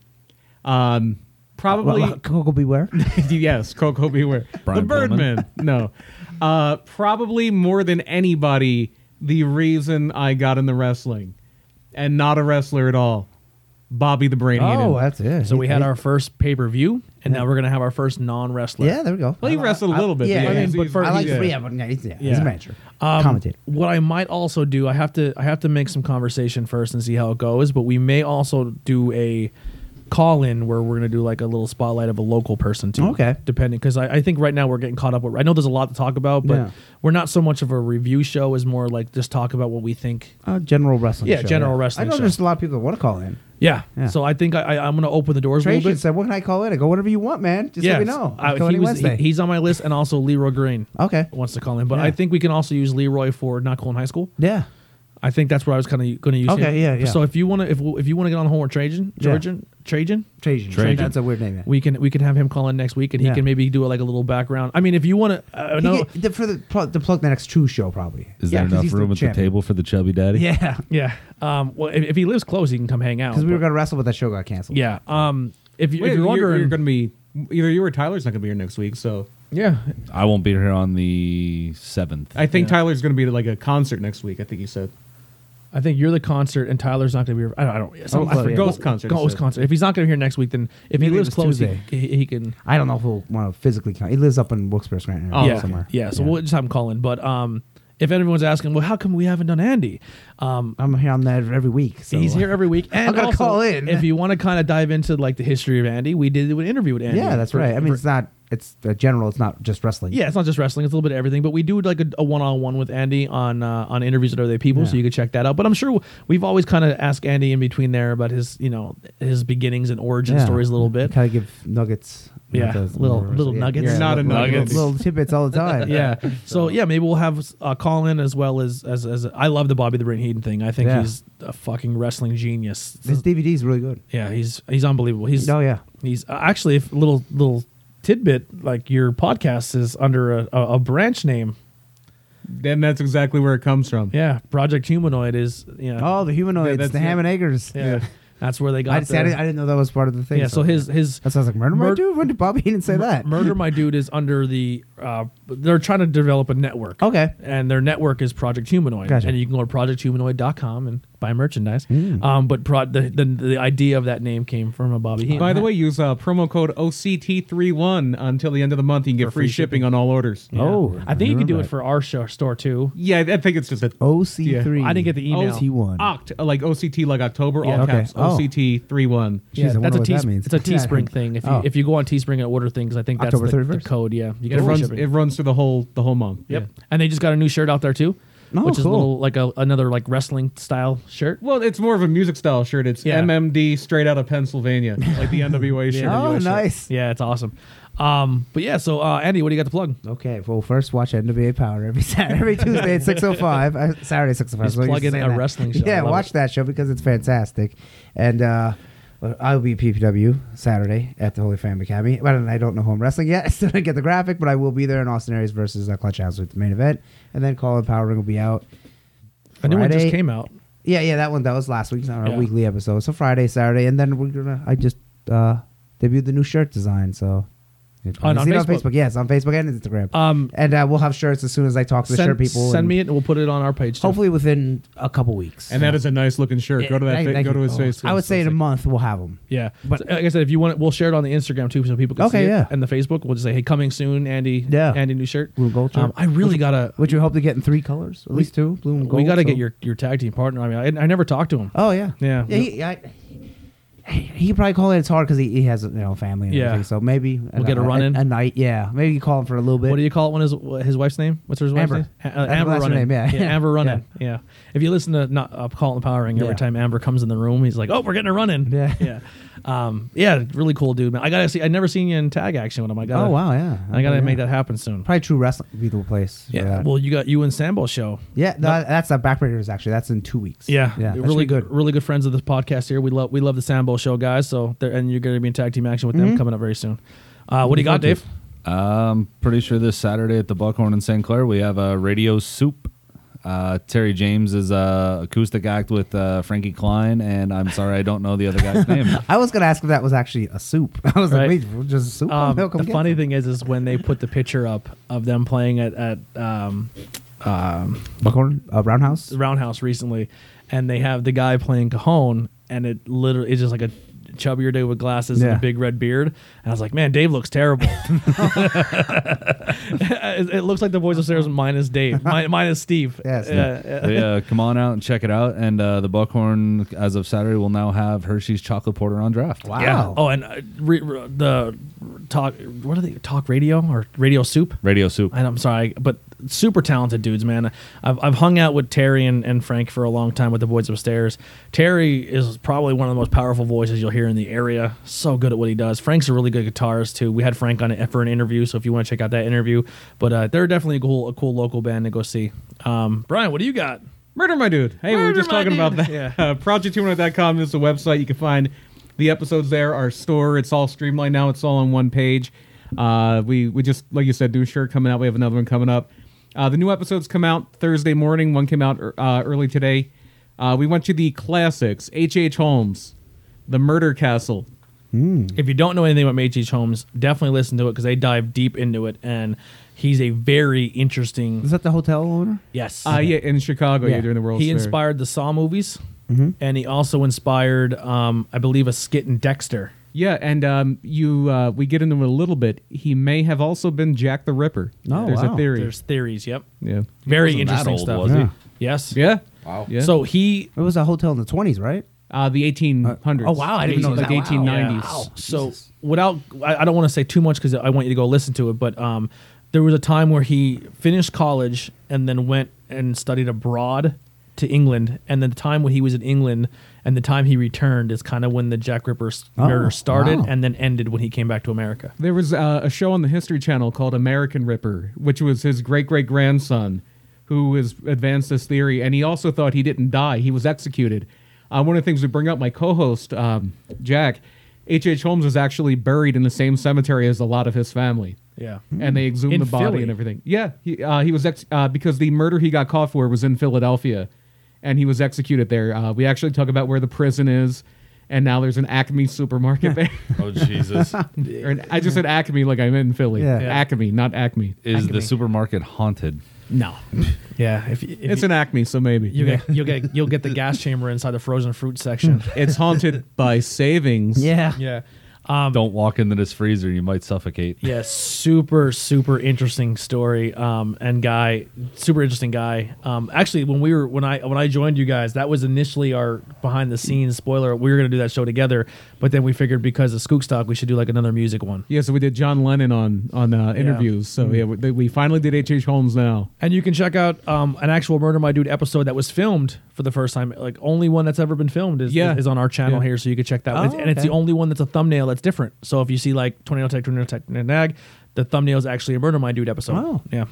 S6: Um,
S3: Well,
S6: probably
S3: uh, Coco beware.
S6: yes, Coco Beware. the
S4: Brian
S6: Birdman. no. Uh, probably more than anybody, the reason I got into wrestling and not a wrestler at all, Bobby the Brain. Heenan.
S3: oh, that's it.
S2: so we had
S3: He-
S2: our first pay per view, and now we're gonna have our first non wrestler.
S3: Yeah, there we go.
S6: Well, he
S3: I-
S6: wrestled a
S3: I-
S6: little bit,
S3: Yeah,
S6: but
S3: I
S6: yeah,
S3: mean,
S6: he's-
S3: but for, I like.
S6: he's-
S3: Yeah, but yeah, he's, yeah, he's
S2: Yeah.
S3: a manager,
S2: Um,
S3: commentator.
S2: What I might also do, I have to I have to make some conversation first and see how it goes, but we may also do a call in where we're gonna do like a little spotlight of a local person too.
S3: Okay.
S2: Depending because I, I think right now we're getting caught up with I know there's a lot to talk about, but
S3: Yeah.
S2: we're not so much of a review show as more like just talk about what we think.
S3: Uh, general wrestling.
S2: Yeah,
S3: show,
S2: general wrestling
S3: I know
S2: show.
S3: there's a lot of people that want to call in.
S2: Yeah.
S3: Yeah.
S2: So I think I, I I'm gonna open the doors a
S3: Trajan
S2: little bit.
S3: said, "What can I call in? I go whatever you want, man. Just let me know.
S2: Uh,
S3: I call
S2: he
S3: in
S2: was-
S3: Wednesday.
S2: he- he's on my list and also Leroy Green
S3: okay.
S2: wants to call in. But
S3: Yeah.
S2: I think we can also use Leroy for not cool in high school.
S3: Yeah,
S2: I think that's what I was kind of going to use. him.
S3: Okay, yeah, yeah.
S2: So if you want to, if if you want to get on the horn with Trajan,
S3: Yeah.
S2: Georgian, Trajan,
S3: Trajan.
S4: Trajan.
S3: That's a weird name. Yeah.
S2: we can we can have him call in next week, and he
S3: Yeah.
S2: can maybe do like a little background. I mean, if you want to, uh,
S3: He
S2: no,
S3: get- the, for the pro- to plug the next two show probably.
S4: Is
S3: Yeah,
S4: there
S3: 'cause
S4: enough
S3: he's
S4: room at the
S3: champion.
S4: table for the chubby daddy?
S3: Yeah,
S2: yeah. Um, well, if, if he lives close, he can come hang out.
S3: because we were
S2: but-
S3: gonna wrestle, but that show got canceled.
S2: yeah. Um, if, you,
S6: Wait,
S2: if
S6: you're,
S2: you're wondering,
S6: you're going to be either you or Tyler's not going to be here next week. So
S2: yeah,
S4: I won't be here on the seventh.
S6: I think Tyler's going to be at like a concert next week. I think he said.
S2: I think you're the concert, and Tyler's not going to be. I don't. I don't yeah, something-
S3: I forgot.
S6: Ghost concert, he
S2: Ghost
S6: said.
S2: concert. If he's not going to be here next week, then if
S3: Maybe
S2: he
S3: it
S2: lives
S3: was
S2: close, he,
S3: Tuesday.
S2: he he can.
S3: I don't know if he'll want to physically come. He lives up in Wilkes-Barre, right now,
S6: Oh,
S2: yeah,
S3: somewhere.
S2: Yeah, so we'll just have him call in. But um, if everyone's asking, well, how come we haven't done Andy? Um,
S3: I'm here on that every week. So.
S2: he's here every week. And
S3: I'm gonna
S2: also,
S3: call in.
S2: if you want to kind of dive into like the history of Andy. We did do an interview with Andy.
S3: yeah, that's
S2: for-
S3: right. I mean,
S2: for-
S3: it's not. It's uh, general. It's not just wrestling.
S2: yeah, it's not just wrestling; it's a little bit of everything. But we do like a, a one-on-one with Andy on uh, on interviews with other people, so
S3: Yeah.
S2: you can check that out. But I'm sure we've always kind of asked Andy in between there about his you know his beginnings and origin stories a little bit.
S3: Kind of give nuggets.
S2: Yeah,
S3: Those-
S2: little- little nuggets.
S6: You're not a
S3: little-
S6: nugget.
S3: Little, little tidbits all the time.
S2: yeah. So yeah, maybe we'll have uh, call in as well as as as I love the Bobby the Brain Heenan thing. I think
S3: Yeah.
S2: he's a fucking wrestling genius.
S3: This DVD is really good.
S2: Yeah, he's he's unbelievable. He's
S3: Oh, yeah.
S2: He's uh, actually if little little tidbit like your podcast is under a, a, a branch name.
S6: Then that's exactly where it comes from.
S2: Yeah, Project Humanoid is you know,
S3: Oh, the humanoids,
S6: that's
S3: the
S6: it.
S3: ham and eggers.
S2: yeah, that's where they got.
S3: I, see, I,
S2: the-
S3: didn't, I didn't know that was part of the thing.
S2: yeah, so his his
S3: that sounds like murder, my
S2: Mur-
S3: dude. When did Bobby Heenan say that?
S2: Murder My Dude is under the. Uh, they're trying to develop a network.
S3: Okay.
S2: And their network is Project Humanoid.
S3: Gotcha. Hmm.
S2: And you can go to projecthumanoid.com and buy merchandise. Um, but pro- the, the the idea of that name came from a Bobby Heenan.
S6: By the way, use uh, promo code OCT31 until the end of the month. You can get free, shipping, on all orders.
S2: Yeah.
S3: Oh,
S2: I think you can do
S3: remember
S2: it
S3: that.
S2: for our show store too.
S6: Yeah, I think it's just a
S3: OC3.
S2: I didn't get the email.
S3: OC1.
S2: Ah,
S6: oct like OCT like October
S2: Yeah,
S6: all
S3: okay.
S6: caps
S3: Oh.
S6: OCT three one.
S3: Jeez, I wonder
S2: that's a
S3: what that
S2: Tees-
S3: means.
S2: It's a
S3: Yeah.
S2: Teespring thing. If you
S3: Oh.
S2: if you go on Teespring and order things, I think that's
S3: October
S2: the, the
S3: 31st.
S2: code. Yeah, you
S6: It
S2: get free
S6: runs
S2: shipping.
S6: it runs through the whole the whole month.
S2: Yep.
S6: Yeah.
S2: And they just got a new shirt out there too,
S3: Oh,
S2: which is a
S3: cool.
S2: little like a, another like wrestling style shirt.
S6: Well, it's more of a music style shirt. It's
S2: Yeah.
S6: MMD straight out of Pennsylvania, like the NWA shirt.
S3: Oh,
S6: NWA shirt.
S3: nice.
S2: Yeah, it's awesome. Um, but yeah, so uh, Andy, what do you got to plug?
S3: Okay, well, first watch NWA Power every Saturday, every Tuesday at six oh five, Saturday six oh five.
S2: He's plugging a wrestling show. I
S3: Yeah,
S2: love
S3: watch
S2: it.
S3: that show because it's fantastic. And uh, well, I'll be PPW Saturday at the Holy Family Academy. But I don't know who I'm wrestling yet. I still didn't get the graphic, but I will be there in Austin Aries versus uh, Clutch House with the main event, and then Call and Power Ring will be out.
S2: A new one just
S3: Friday.
S2: came out.
S3: Yeah, yeah, that one that was last week's on our
S2: Yeah.
S3: weekly episode. So Friday, Saturday, and then we're gonna. I just uh, debuted the new shirt design. So. you
S2: On-
S3: can
S2: on
S3: see it on
S2: Facebook?
S3: Facebook, yes, on Facebook and Instagram.
S2: Um,
S3: and uh, we'll have shirts as soon as I talk to the
S2: send,
S3: shirt people.
S2: send
S3: and
S2: me it, and we'll put it on our page. Too.
S3: Hopefully within a couple weeks.
S6: And that is a nice looking shirt. Go to that.
S3: Thank-
S6: fa-
S3: thank
S6: go to
S3: you.
S6: his face.
S3: Oh, I would say in a month we'll have them.
S2: yeah. But like I said, if you want it, we'll share it on the Instagram too, so people can
S3: Okay,
S2: see it.
S3: yeah.
S2: And the Facebook, we'll just say, "Hey, coming soon, Andy."
S3: Yeah.
S2: Andy, new shirt.
S3: Blue and gold shirt.
S2: Um, I really gotta.
S3: Which we hope to get in three colors, at least two, blue and gold.
S2: we gotta get
S3: so-
S2: your your tag team partner. I mean, I, I never talked to him.
S3: Oh yeah,
S2: Yeah.
S3: yeah. He, I, he could probably call it. It's hard because he, he has you know family. And
S2: Yeah.
S3: everything, so maybe
S2: We'll get a run in.
S3: a night. Yeah, maybe you call him for a little bit.
S2: What do you call it when his what- his wife's name? What's her wife's
S3: Amber.
S2: name? Ha- uh,
S3: That's her
S2: Amber
S3: last
S2: running.
S3: name, yeah.
S2: Amber running. Yeah. If you listen to not uh, Colin Power Ring, every
S3: Yeah.
S2: time Amber comes in the room, he's like, "Oh, we're getting a running."
S3: Yeah.
S2: Yeah. Um, yeah. Really cool dude, man. I gotta see. I never seen you in tag action with him. I gotta.
S3: Oh wow, yeah.
S2: I gotta
S3: Yeah.
S2: make that happen soon.
S3: Probably true wrestling would be the place. for
S2: Yeah.
S3: that.
S2: Well, you got you and Sambo show.
S3: yeah. No, that's not backbreakers actually. That's in two weeks.
S2: Yeah,
S3: yeah. that should
S2: really
S3: be good.
S2: really good friends of this podcast here. We love we love the Sambo Show guys. So they're, and you're going to be in tag team action with
S3: Mm-hmm.
S2: them coming up very soon. Uh, what do you got, Dave?
S4: I'm pretty sure this Saturday at the Buckhorn in St. Clair we have a radio soup. Uh, Terry James is uh, acoustic act with uh, Frankie Klein, and I'm sorry I don't know the other guy's name.
S3: I was gonna ask if that was actually a soup. I was
S2: Right.
S3: like, wait, we'll just soup.
S2: Um,
S3: They'll come
S2: the
S3: get
S2: funny
S3: some.
S2: thing is, is when they put the picture up of them playing at at um, um,
S3: Buckhorn uh, Roundhouse.
S2: the Roundhouse recently, and they have the guy playing Cajon, and it literally it's just like a chubbier dude with glasses and
S3: Yeah.
S2: a big red beard. And I was like, man, Dave looks terrible. it, it looks like the voice of Sarah's minus Dave, mi- minus Steve.
S3: Yes.
S2: Uh,
S4: But yeah, come on out and check it out. And uh, the Buckhorn, as of Saturday, will now have Hershey's chocolate porter on draft.
S3: Wow.
S2: Yeah. Oh, and uh, re, re, the talk. What are they? Talk radio or radio soup?
S4: Radio soup.
S2: And I'm sorry, but super talented dudes, man. I've, I've hung out with Terry and, and Frank for a long time with the boys upstairs. Terry is probably one of the most powerful voices you'll hear in the area. So good at what he does. Frank's a really good guitarist too. We had Frank on it for an interview, so if you want to check out that interview, but uh, they're definitely a cool, a cool local band to go see. Um, Brian, what do you got?
S6: Murder My Dude. Hey, we were
S2: Murder
S6: just
S2: My
S6: talking about
S2: Dude.
S6: that.
S2: Yeah.
S6: Uh, Project200.com is the website. You can find the episodes there, our store. It's all streamlined now, it's all on one page. Uh, we, we just, like you said, new shirt coming out. We have another one coming up. Uh, the new episodes come out Thursday morning. One came out er- uh, early today. Uh, we went to the classics H.H. H. Holmes, The Murder Castle.
S2: If you don't know anything about Meiji Holmes, definitely listen to it because they dive deep into it, and he's a very interesting.
S3: Is that the hotel owner?
S2: Yes,
S6: Uh, yeah, in Chicago, yeah,
S3: Yeah.
S6: during the World
S2: he
S6: Fair.
S2: inspired the Saw movies,
S3: Mm-hmm.
S2: and he also inspired, um, I believe, a skit in Dexter.
S6: Yeah, and um, you uh, we get into it a little bit. He may have also been Jack the Ripper.
S3: Oh,
S6: There's a
S3: wow.
S6: theory.
S2: There's theories. Yep,
S6: yeah.
S2: very
S4: wasn't that
S2: interesting
S4: old,
S2: stuff.
S4: was he? Yeah.
S2: Yes.
S6: Yeah. Wow. Yeah.
S3: Uh,
S2: So he.
S3: It was a hotel in the twenties, right?
S6: uh, the 1800s.
S3: oh, wow, I didn't even know it was
S6: like
S3: that- wow.
S6: 1890s.
S3: Wow.
S2: So without, I, I don't want to say too much because I want you to go listen to it. But um, there was a time where he finished college and then went and studied abroad to England. And the time when he was in England and the time he returned is kind of when the Jack Ripper s-
S3: Oh,
S2: murder started
S3: wow.
S2: and then ended when he came back to America.
S6: There was uh, a show on the History Channel called American Ripper, which was his great great grandson who has advanced this theory, and he also thought he didn't die; he was executed. Uh, one of the things we bring up, my co-host um, Jack, H. H. Holmes was actually buried in the same cemetery as a lot of his family.
S2: Yeah.
S6: and they exhumed
S2: In
S6: the body
S2: Philly.
S6: and everything. Yeah, he uh, he was ex- uh, because the murder he got caught for was in Philadelphia, and he was executed there. Uh, we actually talk about where the prison is, and now there's an Acme supermarket there.
S4: Oh, Jesus.
S6: Or an- I just said Acme like I'm in Philly.
S3: Yeah. Yeah.
S6: Acme, not Acme.
S4: Is the supermarket haunted?
S2: No. yeah. If, if
S6: It's
S2: you,
S6: an Acme, so maybe.
S2: you get you'll get you'll get the gas chamber inside the frozen fruit section.
S6: it's haunted by savings.
S2: yeah.
S4: Don't walk into this freezer. You might suffocate.
S2: Yeah, super, super interesting story. Um, and guy, super interesting guy. Um, actually, when we were when I when I joined you guys, that was initially our behind the scenes spoiler. We were gonna do that show together, but then we figured because of Skookstock, we should do like another music one.
S6: Yeah, so we did John Lennon on on uh, interviews. So yeah, we, we finally did H.H. H. Holmes now.
S2: And you can check out um, an actual Murder My Dude episode that was filmed for the first time. Like only one that's ever been filmed is
S6: Yeah.
S2: is, on our channel
S6: Yeah.
S2: here, so you can check that.
S3: Oh,
S2: one. And it's the
S3: okay.
S2: only one that's a thumbnail that's different. So if you see like tornado tech, tornado tech, tornado nag, the thumbnail is actually a Murder My Dude episode.
S3: Oh.
S2: yeah,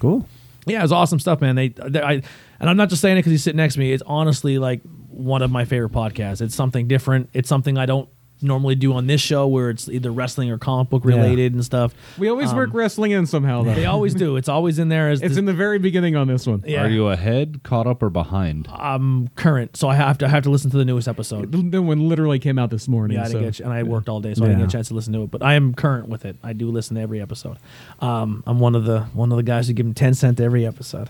S3: Cool.
S2: yeah, it was awesome stuff, man. They, they I, and I'm not just saying it because he's sitting next to me. It's honestly like one of my favorite podcasts. It's something different. It's something I don't normally do on this show where it's either wrestling or comic book related and stuff.
S6: We always work wrestling in somehow, though.
S2: Um, They always do. It's always in there as
S6: it's
S2: the,
S6: in the very beginning on this one.
S2: yeah,
S4: Are you ahead, caught up, or behind?
S2: current. So I have to I have to listen to the newest episode.
S6: The new one literally came out this morning.
S2: Yeah, I
S6: so.
S2: didn't get, ch- and I worked all day, so I didn't
S3: Yeah.
S2: get a chance to listen to it. But I am current with it. I do listen to every episode. Um, I'm one of the one of the guys who give him ten cent to every episode.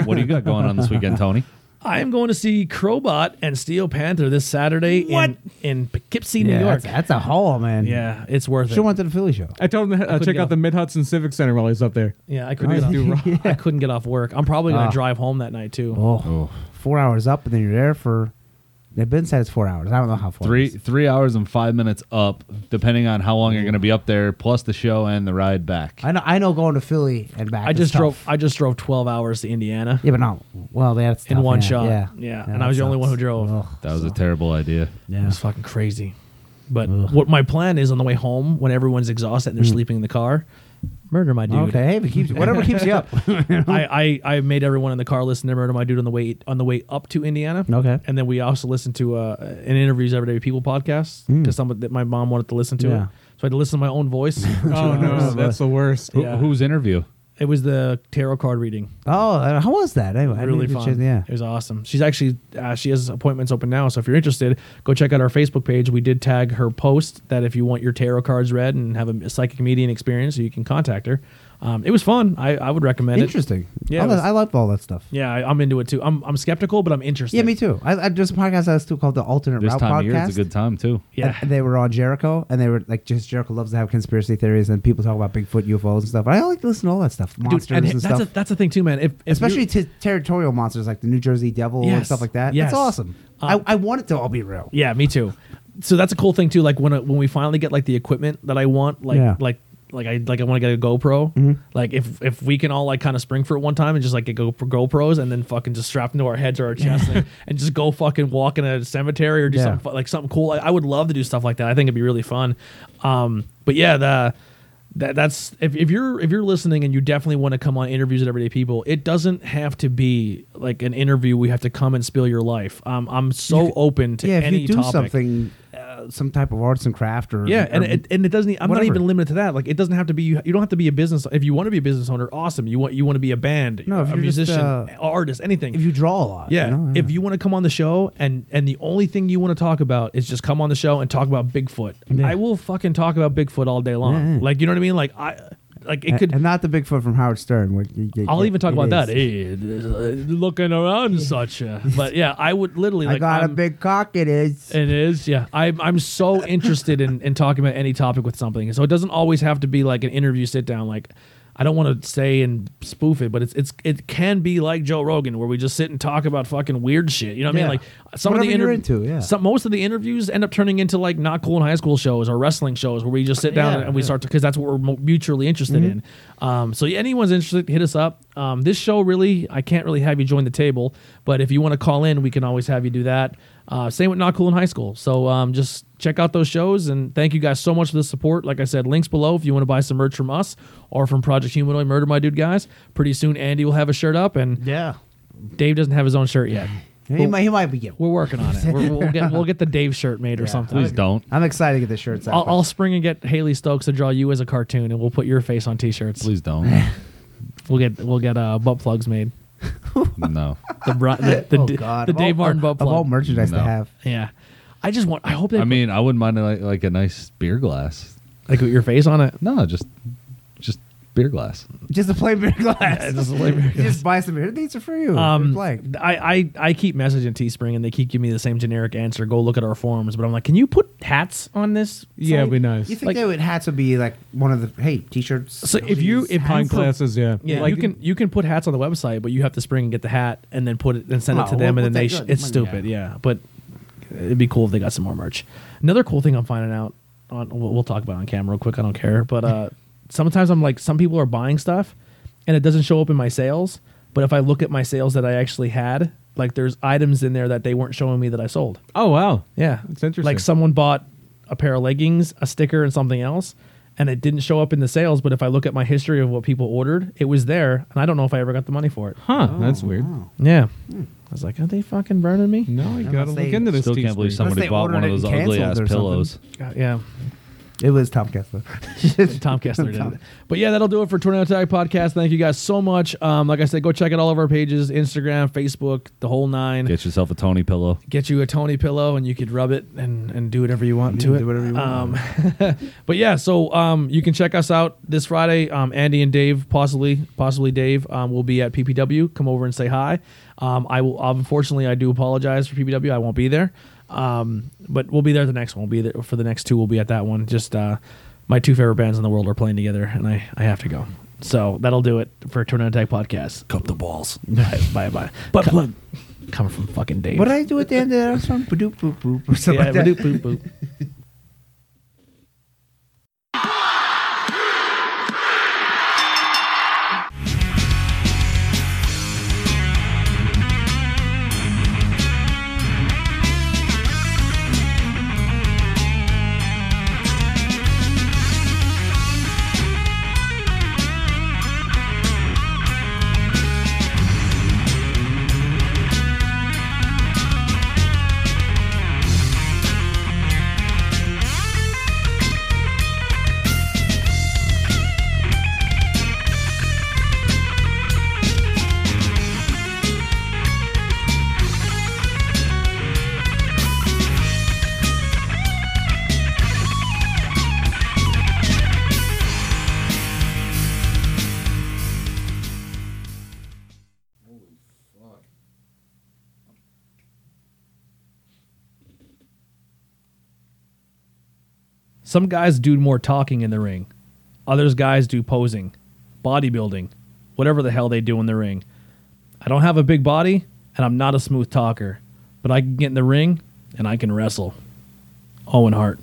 S4: what do you got going on this weekend, Tony?
S2: I am going to see Crowbot and Steel Panther this Saturday in in Poughkeepsie,
S3: yeah,
S2: New York.
S3: That's, that's a haul, man.
S2: yeah, it's worth
S3: She
S2: it.
S3: went to the Philly show.
S6: I told him to uh, check
S2: go.
S6: out the Mid Hudson Civic Center while he's up there.
S2: yeah, I
S6: They
S2: couldn't,
S6: do
S2: get
S6: rock.
S2: off, I couldn't get off work. I'm probably going to
S3: Ah.
S2: drive home that night too.
S3: Oh, four hours up, and then you're there for. They've been said it's four hours. I don't know how four.
S4: Three
S3: Hours.
S4: three hours and five minutes up, depending on how long you're going to be up there, plus the show and the ride back.
S3: I know. I know going to Philly and back.
S2: I
S3: is
S2: just
S3: tough.
S2: drove. I just drove 12 hours to Indiana.
S3: Yeah, but not well. That's
S2: In
S3: tough,
S2: one
S3: yeah,
S2: shot.
S3: Yeah,
S2: Yeah, and I was
S3: that
S2: the only one who
S3: sucks.
S2: drove.
S3: Ugh,
S4: That was
S3: so-
S4: a terrible idea.
S2: It
S3: Yeah.
S2: was fucking crazy. But what my plan is on the way home when everyone's exhausted and they're sleeping in the car, murder my dude.
S3: Hmm. Okay, hey, but keeps whatever keeps you up.
S2: I, I, I made everyone in the car listen to Murder My Dude on the way on the way up to Indiana.
S3: Okay.
S2: and then we also listened to uh, an interviews everyday people podcast because someone that my mom wanted to listen to
S3: Hmm. Yeah.
S2: it, so I had to listen to my own voice.
S6: Oh no, that's the worst.
S4: Who,
S2: Yeah.
S4: Whose interview?
S2: it was the tarot card reading.
S3: Oh, uh, how was that? Anyway, I
S2: really
S3: didn't
S2: fun.
S3: get you- yeah.
S2: It was awesome. She's actually uh, she has appointments open now, so if you're interested, go check out our Facebook page. We did tag her post that if you want your tarot cards read and have a psychic medium experience, you can contact her. Um, it was fun. I, I would recommend it.
S3: Interesting.
S2: Yeah,
S3: I,
S2: it
S3: li-
S2: was-
S3: I love all that stuff.
S2: Yeah, I, I'm into it too. I'm I'm skeptical, but I'm interested.
S3: Yeah, me too. I, I there's a podcast I was too called the Alternate
S4: This
S3: Route
S4: time of
S3: Podcast.
S4: year is a good time too.
S2: Yeah.
S3: And they were on Jericho, and they were like, just Jericho loves to have conspiracy theories, and people talk about Bigfoot, UFOs, and stuff. I like to listen to all that stuff, monsters
S2: Dude, and
S3: and
S2: that's
S3: stuff.
S2: a, that's the thing too, man. If, if you-
S3: Especially t- territorial monsters like the New Jersey Devil and
S2: Yes.
S3: stuff like that.
S2: Yes.
S3: That's awesome.
S2: Um,
S3: I, I want it to all be real.
S2: Yeah, me too. So that's a cool thing too. Like when uh, when we finally get like the equipment that I want, like
S3: Yeah. Mm-hmm.
S2: like like I like I want to get a GoPro. Like if if we can all like kind of spring for it one time and just like get Go, GoPros and then fucking just strap into our heads or our chests and, and just go fucking walk in a cemetery or do
S3: Yeah.
S2: something fu- like something cool. I, I would love to do stuff like that. I think it'd be really fun. Um, but yeah, the. That, that's if, if you're if you're listening and you definitely want to come on interviews with everyday people it doesn't have to be like an interview we have to come and spill your life um, i'm so open to
S3: Yeah, if
S2: any
S3: you do
S2: topic.
S3: something, uh, some type of arts and craft, or
S2: Yeah, and
S3: or-
S2: it, and it doesn't. e, I'm not
S3: whatever.
S2: even limited to that. Like, it doesn't have to be. You don't have to be a business. If you want to be a business owner, awesome. You want you want to be a band,
S3: No, if
S2: a
S3: you're just,
S2: musician,
S3: uh,
S2: artist, anything.
S3: if you draw a lot,
S2: yeah,
S3: you know,
S2: if you want to come on the show and and the only thing you want to talk about is just come on the show and talk about Bigfoot.
S3: Yeah.
S2: I will fucking talk about Bigfoot all day long.
S3: Yeah, yeah.
S2: Like, you know what I mean? Like I, like it could.
S3: and not the Bigfoot from Howard Stern. Where you get,
S2: I'll even talk about that.
S3: that.
S2: Hey, there's, uh, looking around, and such. uh, But yeah, I would literally.
S3: I
S2: Like,
S3: got a
S2: I'm- Eh,
S3: big cock. It is.
S2: It is, yeah. I'm I'm so interested in, in talking about any topic with something. So it doesn't always have to be like an interview sit down. Like I don't want to say and spoof it, but it's it's it can be like Joe Rogan where we just sit and talk about fucking weird shit. You know what I
S3: Yeah.
S2: mean? Like some of the
S3: Whatever you're
S2: interv-
S3: into, yeah.
S2: Some most of the interviews end up turning into like not cool in high school shows or wrestling shows where we just sit down
S3: Yeah,
S2: and, we
S3: yeah. Mm-hmm.
S2: start to because that's what we're mo- mutually interested in. Um, so yeah, anyone's interested, hit us up. Um, this show really, I can't really have you join the table, but if you want to call in, we can always have you do that. Uh, same with Not Cool in High School. So um, just check out those shows and thank you guys so much for the support. Like I said, links below if you want to buy some merch from us or from Project Humanoid Murder My Dude guys. Pretty soon, Andy will have a shirt up and
S3: Yeah,
S2: Dave doesn't have his own shirt yet.
S3: he might. He might be getting.
S2: We're working on it. We're, we'll get we'll get the Dave shirt made or something.
S4: Please don't.
S3: I'm excited to get the shirts out.
S2: I'll, I'll spring and get Haley Stokes to draw you as a cartoon, and we'll put your face on T-shirts.
S4: Please don't.
S2: We'll get we'll get uh, butt plugs made.
S4: no.
S2: The bra- the, the,
S3: oh
S2: D-
S3: God,
S2: the
S3: Of all-
S2: Dave Martin butt
S3: of all
S2: plug.
S3: merchandise
S4: No.
S3: to have.
S2: yeah, I just want. I hope they
S4: I mean, I wouldn't mind like, like a nice beer glass.
S2: like put your face on it.
S4: No, just just beer glass.
S3: Just a plain beer glass.
S2: just a plain beer
S3: Just buy some beer. These are for you.
S2: Um,
S3: Um,
S2: I,
S3: blank.
S2: I I keep messaging Teespring and they keep giving me the same generic answer. Go look at our forums, but I'm like, can you put hats on this?
S6: Yeah,
S2: site?
S6: it'd be nice.
S3: You think
S2: like-
S3: they would have to be like one of the hey t-shirts?
S2: So if you if
S6: Pine
S2: you put-
S6: classes, yeah.
S2: Yeah,
S6: Like-
S2: you can you can put hats on the website, but you have to spring and get the hat and then put it and send it
S3: Oh,
S2: to them,
S3: well,
S2: and then they
S3: what's
S2: sh-
S3: that good?
S2: it's
S3: Money,
S2: stupid. Yeah, but it'd be cool if they got some more merch. Another cool thing I'm finding out on we'll we'll talk about it on camera real quick. I don't care, but uh, sometimes I'm like some people are buying stuff and it doesn't show up in my sales, but if I look at my sales that I actually had, like there's items in there that they weren't showing me that I sold.
S6: Oh wow.
S2: Yeah,
S6: That's interesting.
S2: Like someone bought a pair of leggings, a sticker, and something else. And it didn't show up in the sales, but if I look at my history of what people ordered, it was there, and I don't know if I ever got the money for it.
S5: Huh,
S6: Oh,
S5: that's
S2: Oh,
S5: weird.
S2: Yeah, I was like, are they fucking burning me?
S6: No, you gotta
S3: Unless
S6: look
S3: they-
S6: into this.
S4: Still can't believe
S6: Teespring.
S4: somebody
S3: they
S4: bought
S3: ordered
S4: one of
S3: it
S4: those
S3: and
S4: ugly
S3: canceled
S4: ass
S3: or something.
S4: pillows.
S2: God, Uh, yeah.
S3: It was Tom Kessler.
S2: Tom Kessler did. it. But yeah, that'll do it for Tornado Tag Podcast. Thank you guys so much. Um, like I said, go check out all of our pages Instagram, Facebook, the whole nine. Get,
S4: Get yourself a Tony pillow.
S2: you a Tony pillow and you could rub it and, and do whatever you want to
S3: do
S2: it.
S3: whatever you want.
S2: Um, but yeah, so um, you can check us out this Friday. Um, Andy and Dave, possibly possibly Dave, um, will be at PPW. Come over and say hi. Um, I will. Unfortunately, I do apologize for PPW. I won't be there. Um, but we'll be there. at The next one. We'll be there for the next two. We'll be at that one. Just uh, my two favorite bands in the world are playing together, and I I have to go. So that'll do it for Tornado Tag Podcast. Cup the balls. bye bye. bye. But plug. Coming from fucking Dave.
S3: what did I do at the end of that song? Badoop boop boop or something
S2: yeah,
S3: like that.
S2: boop, boop, boop. Some guys do more talking in the ring. Others guys do posing, bodybuilding, whatever the hell they do in the ring. I don't have a big body and I'm not a smooth talker, but I can get in the ring and I can wrestle. Owen Hart.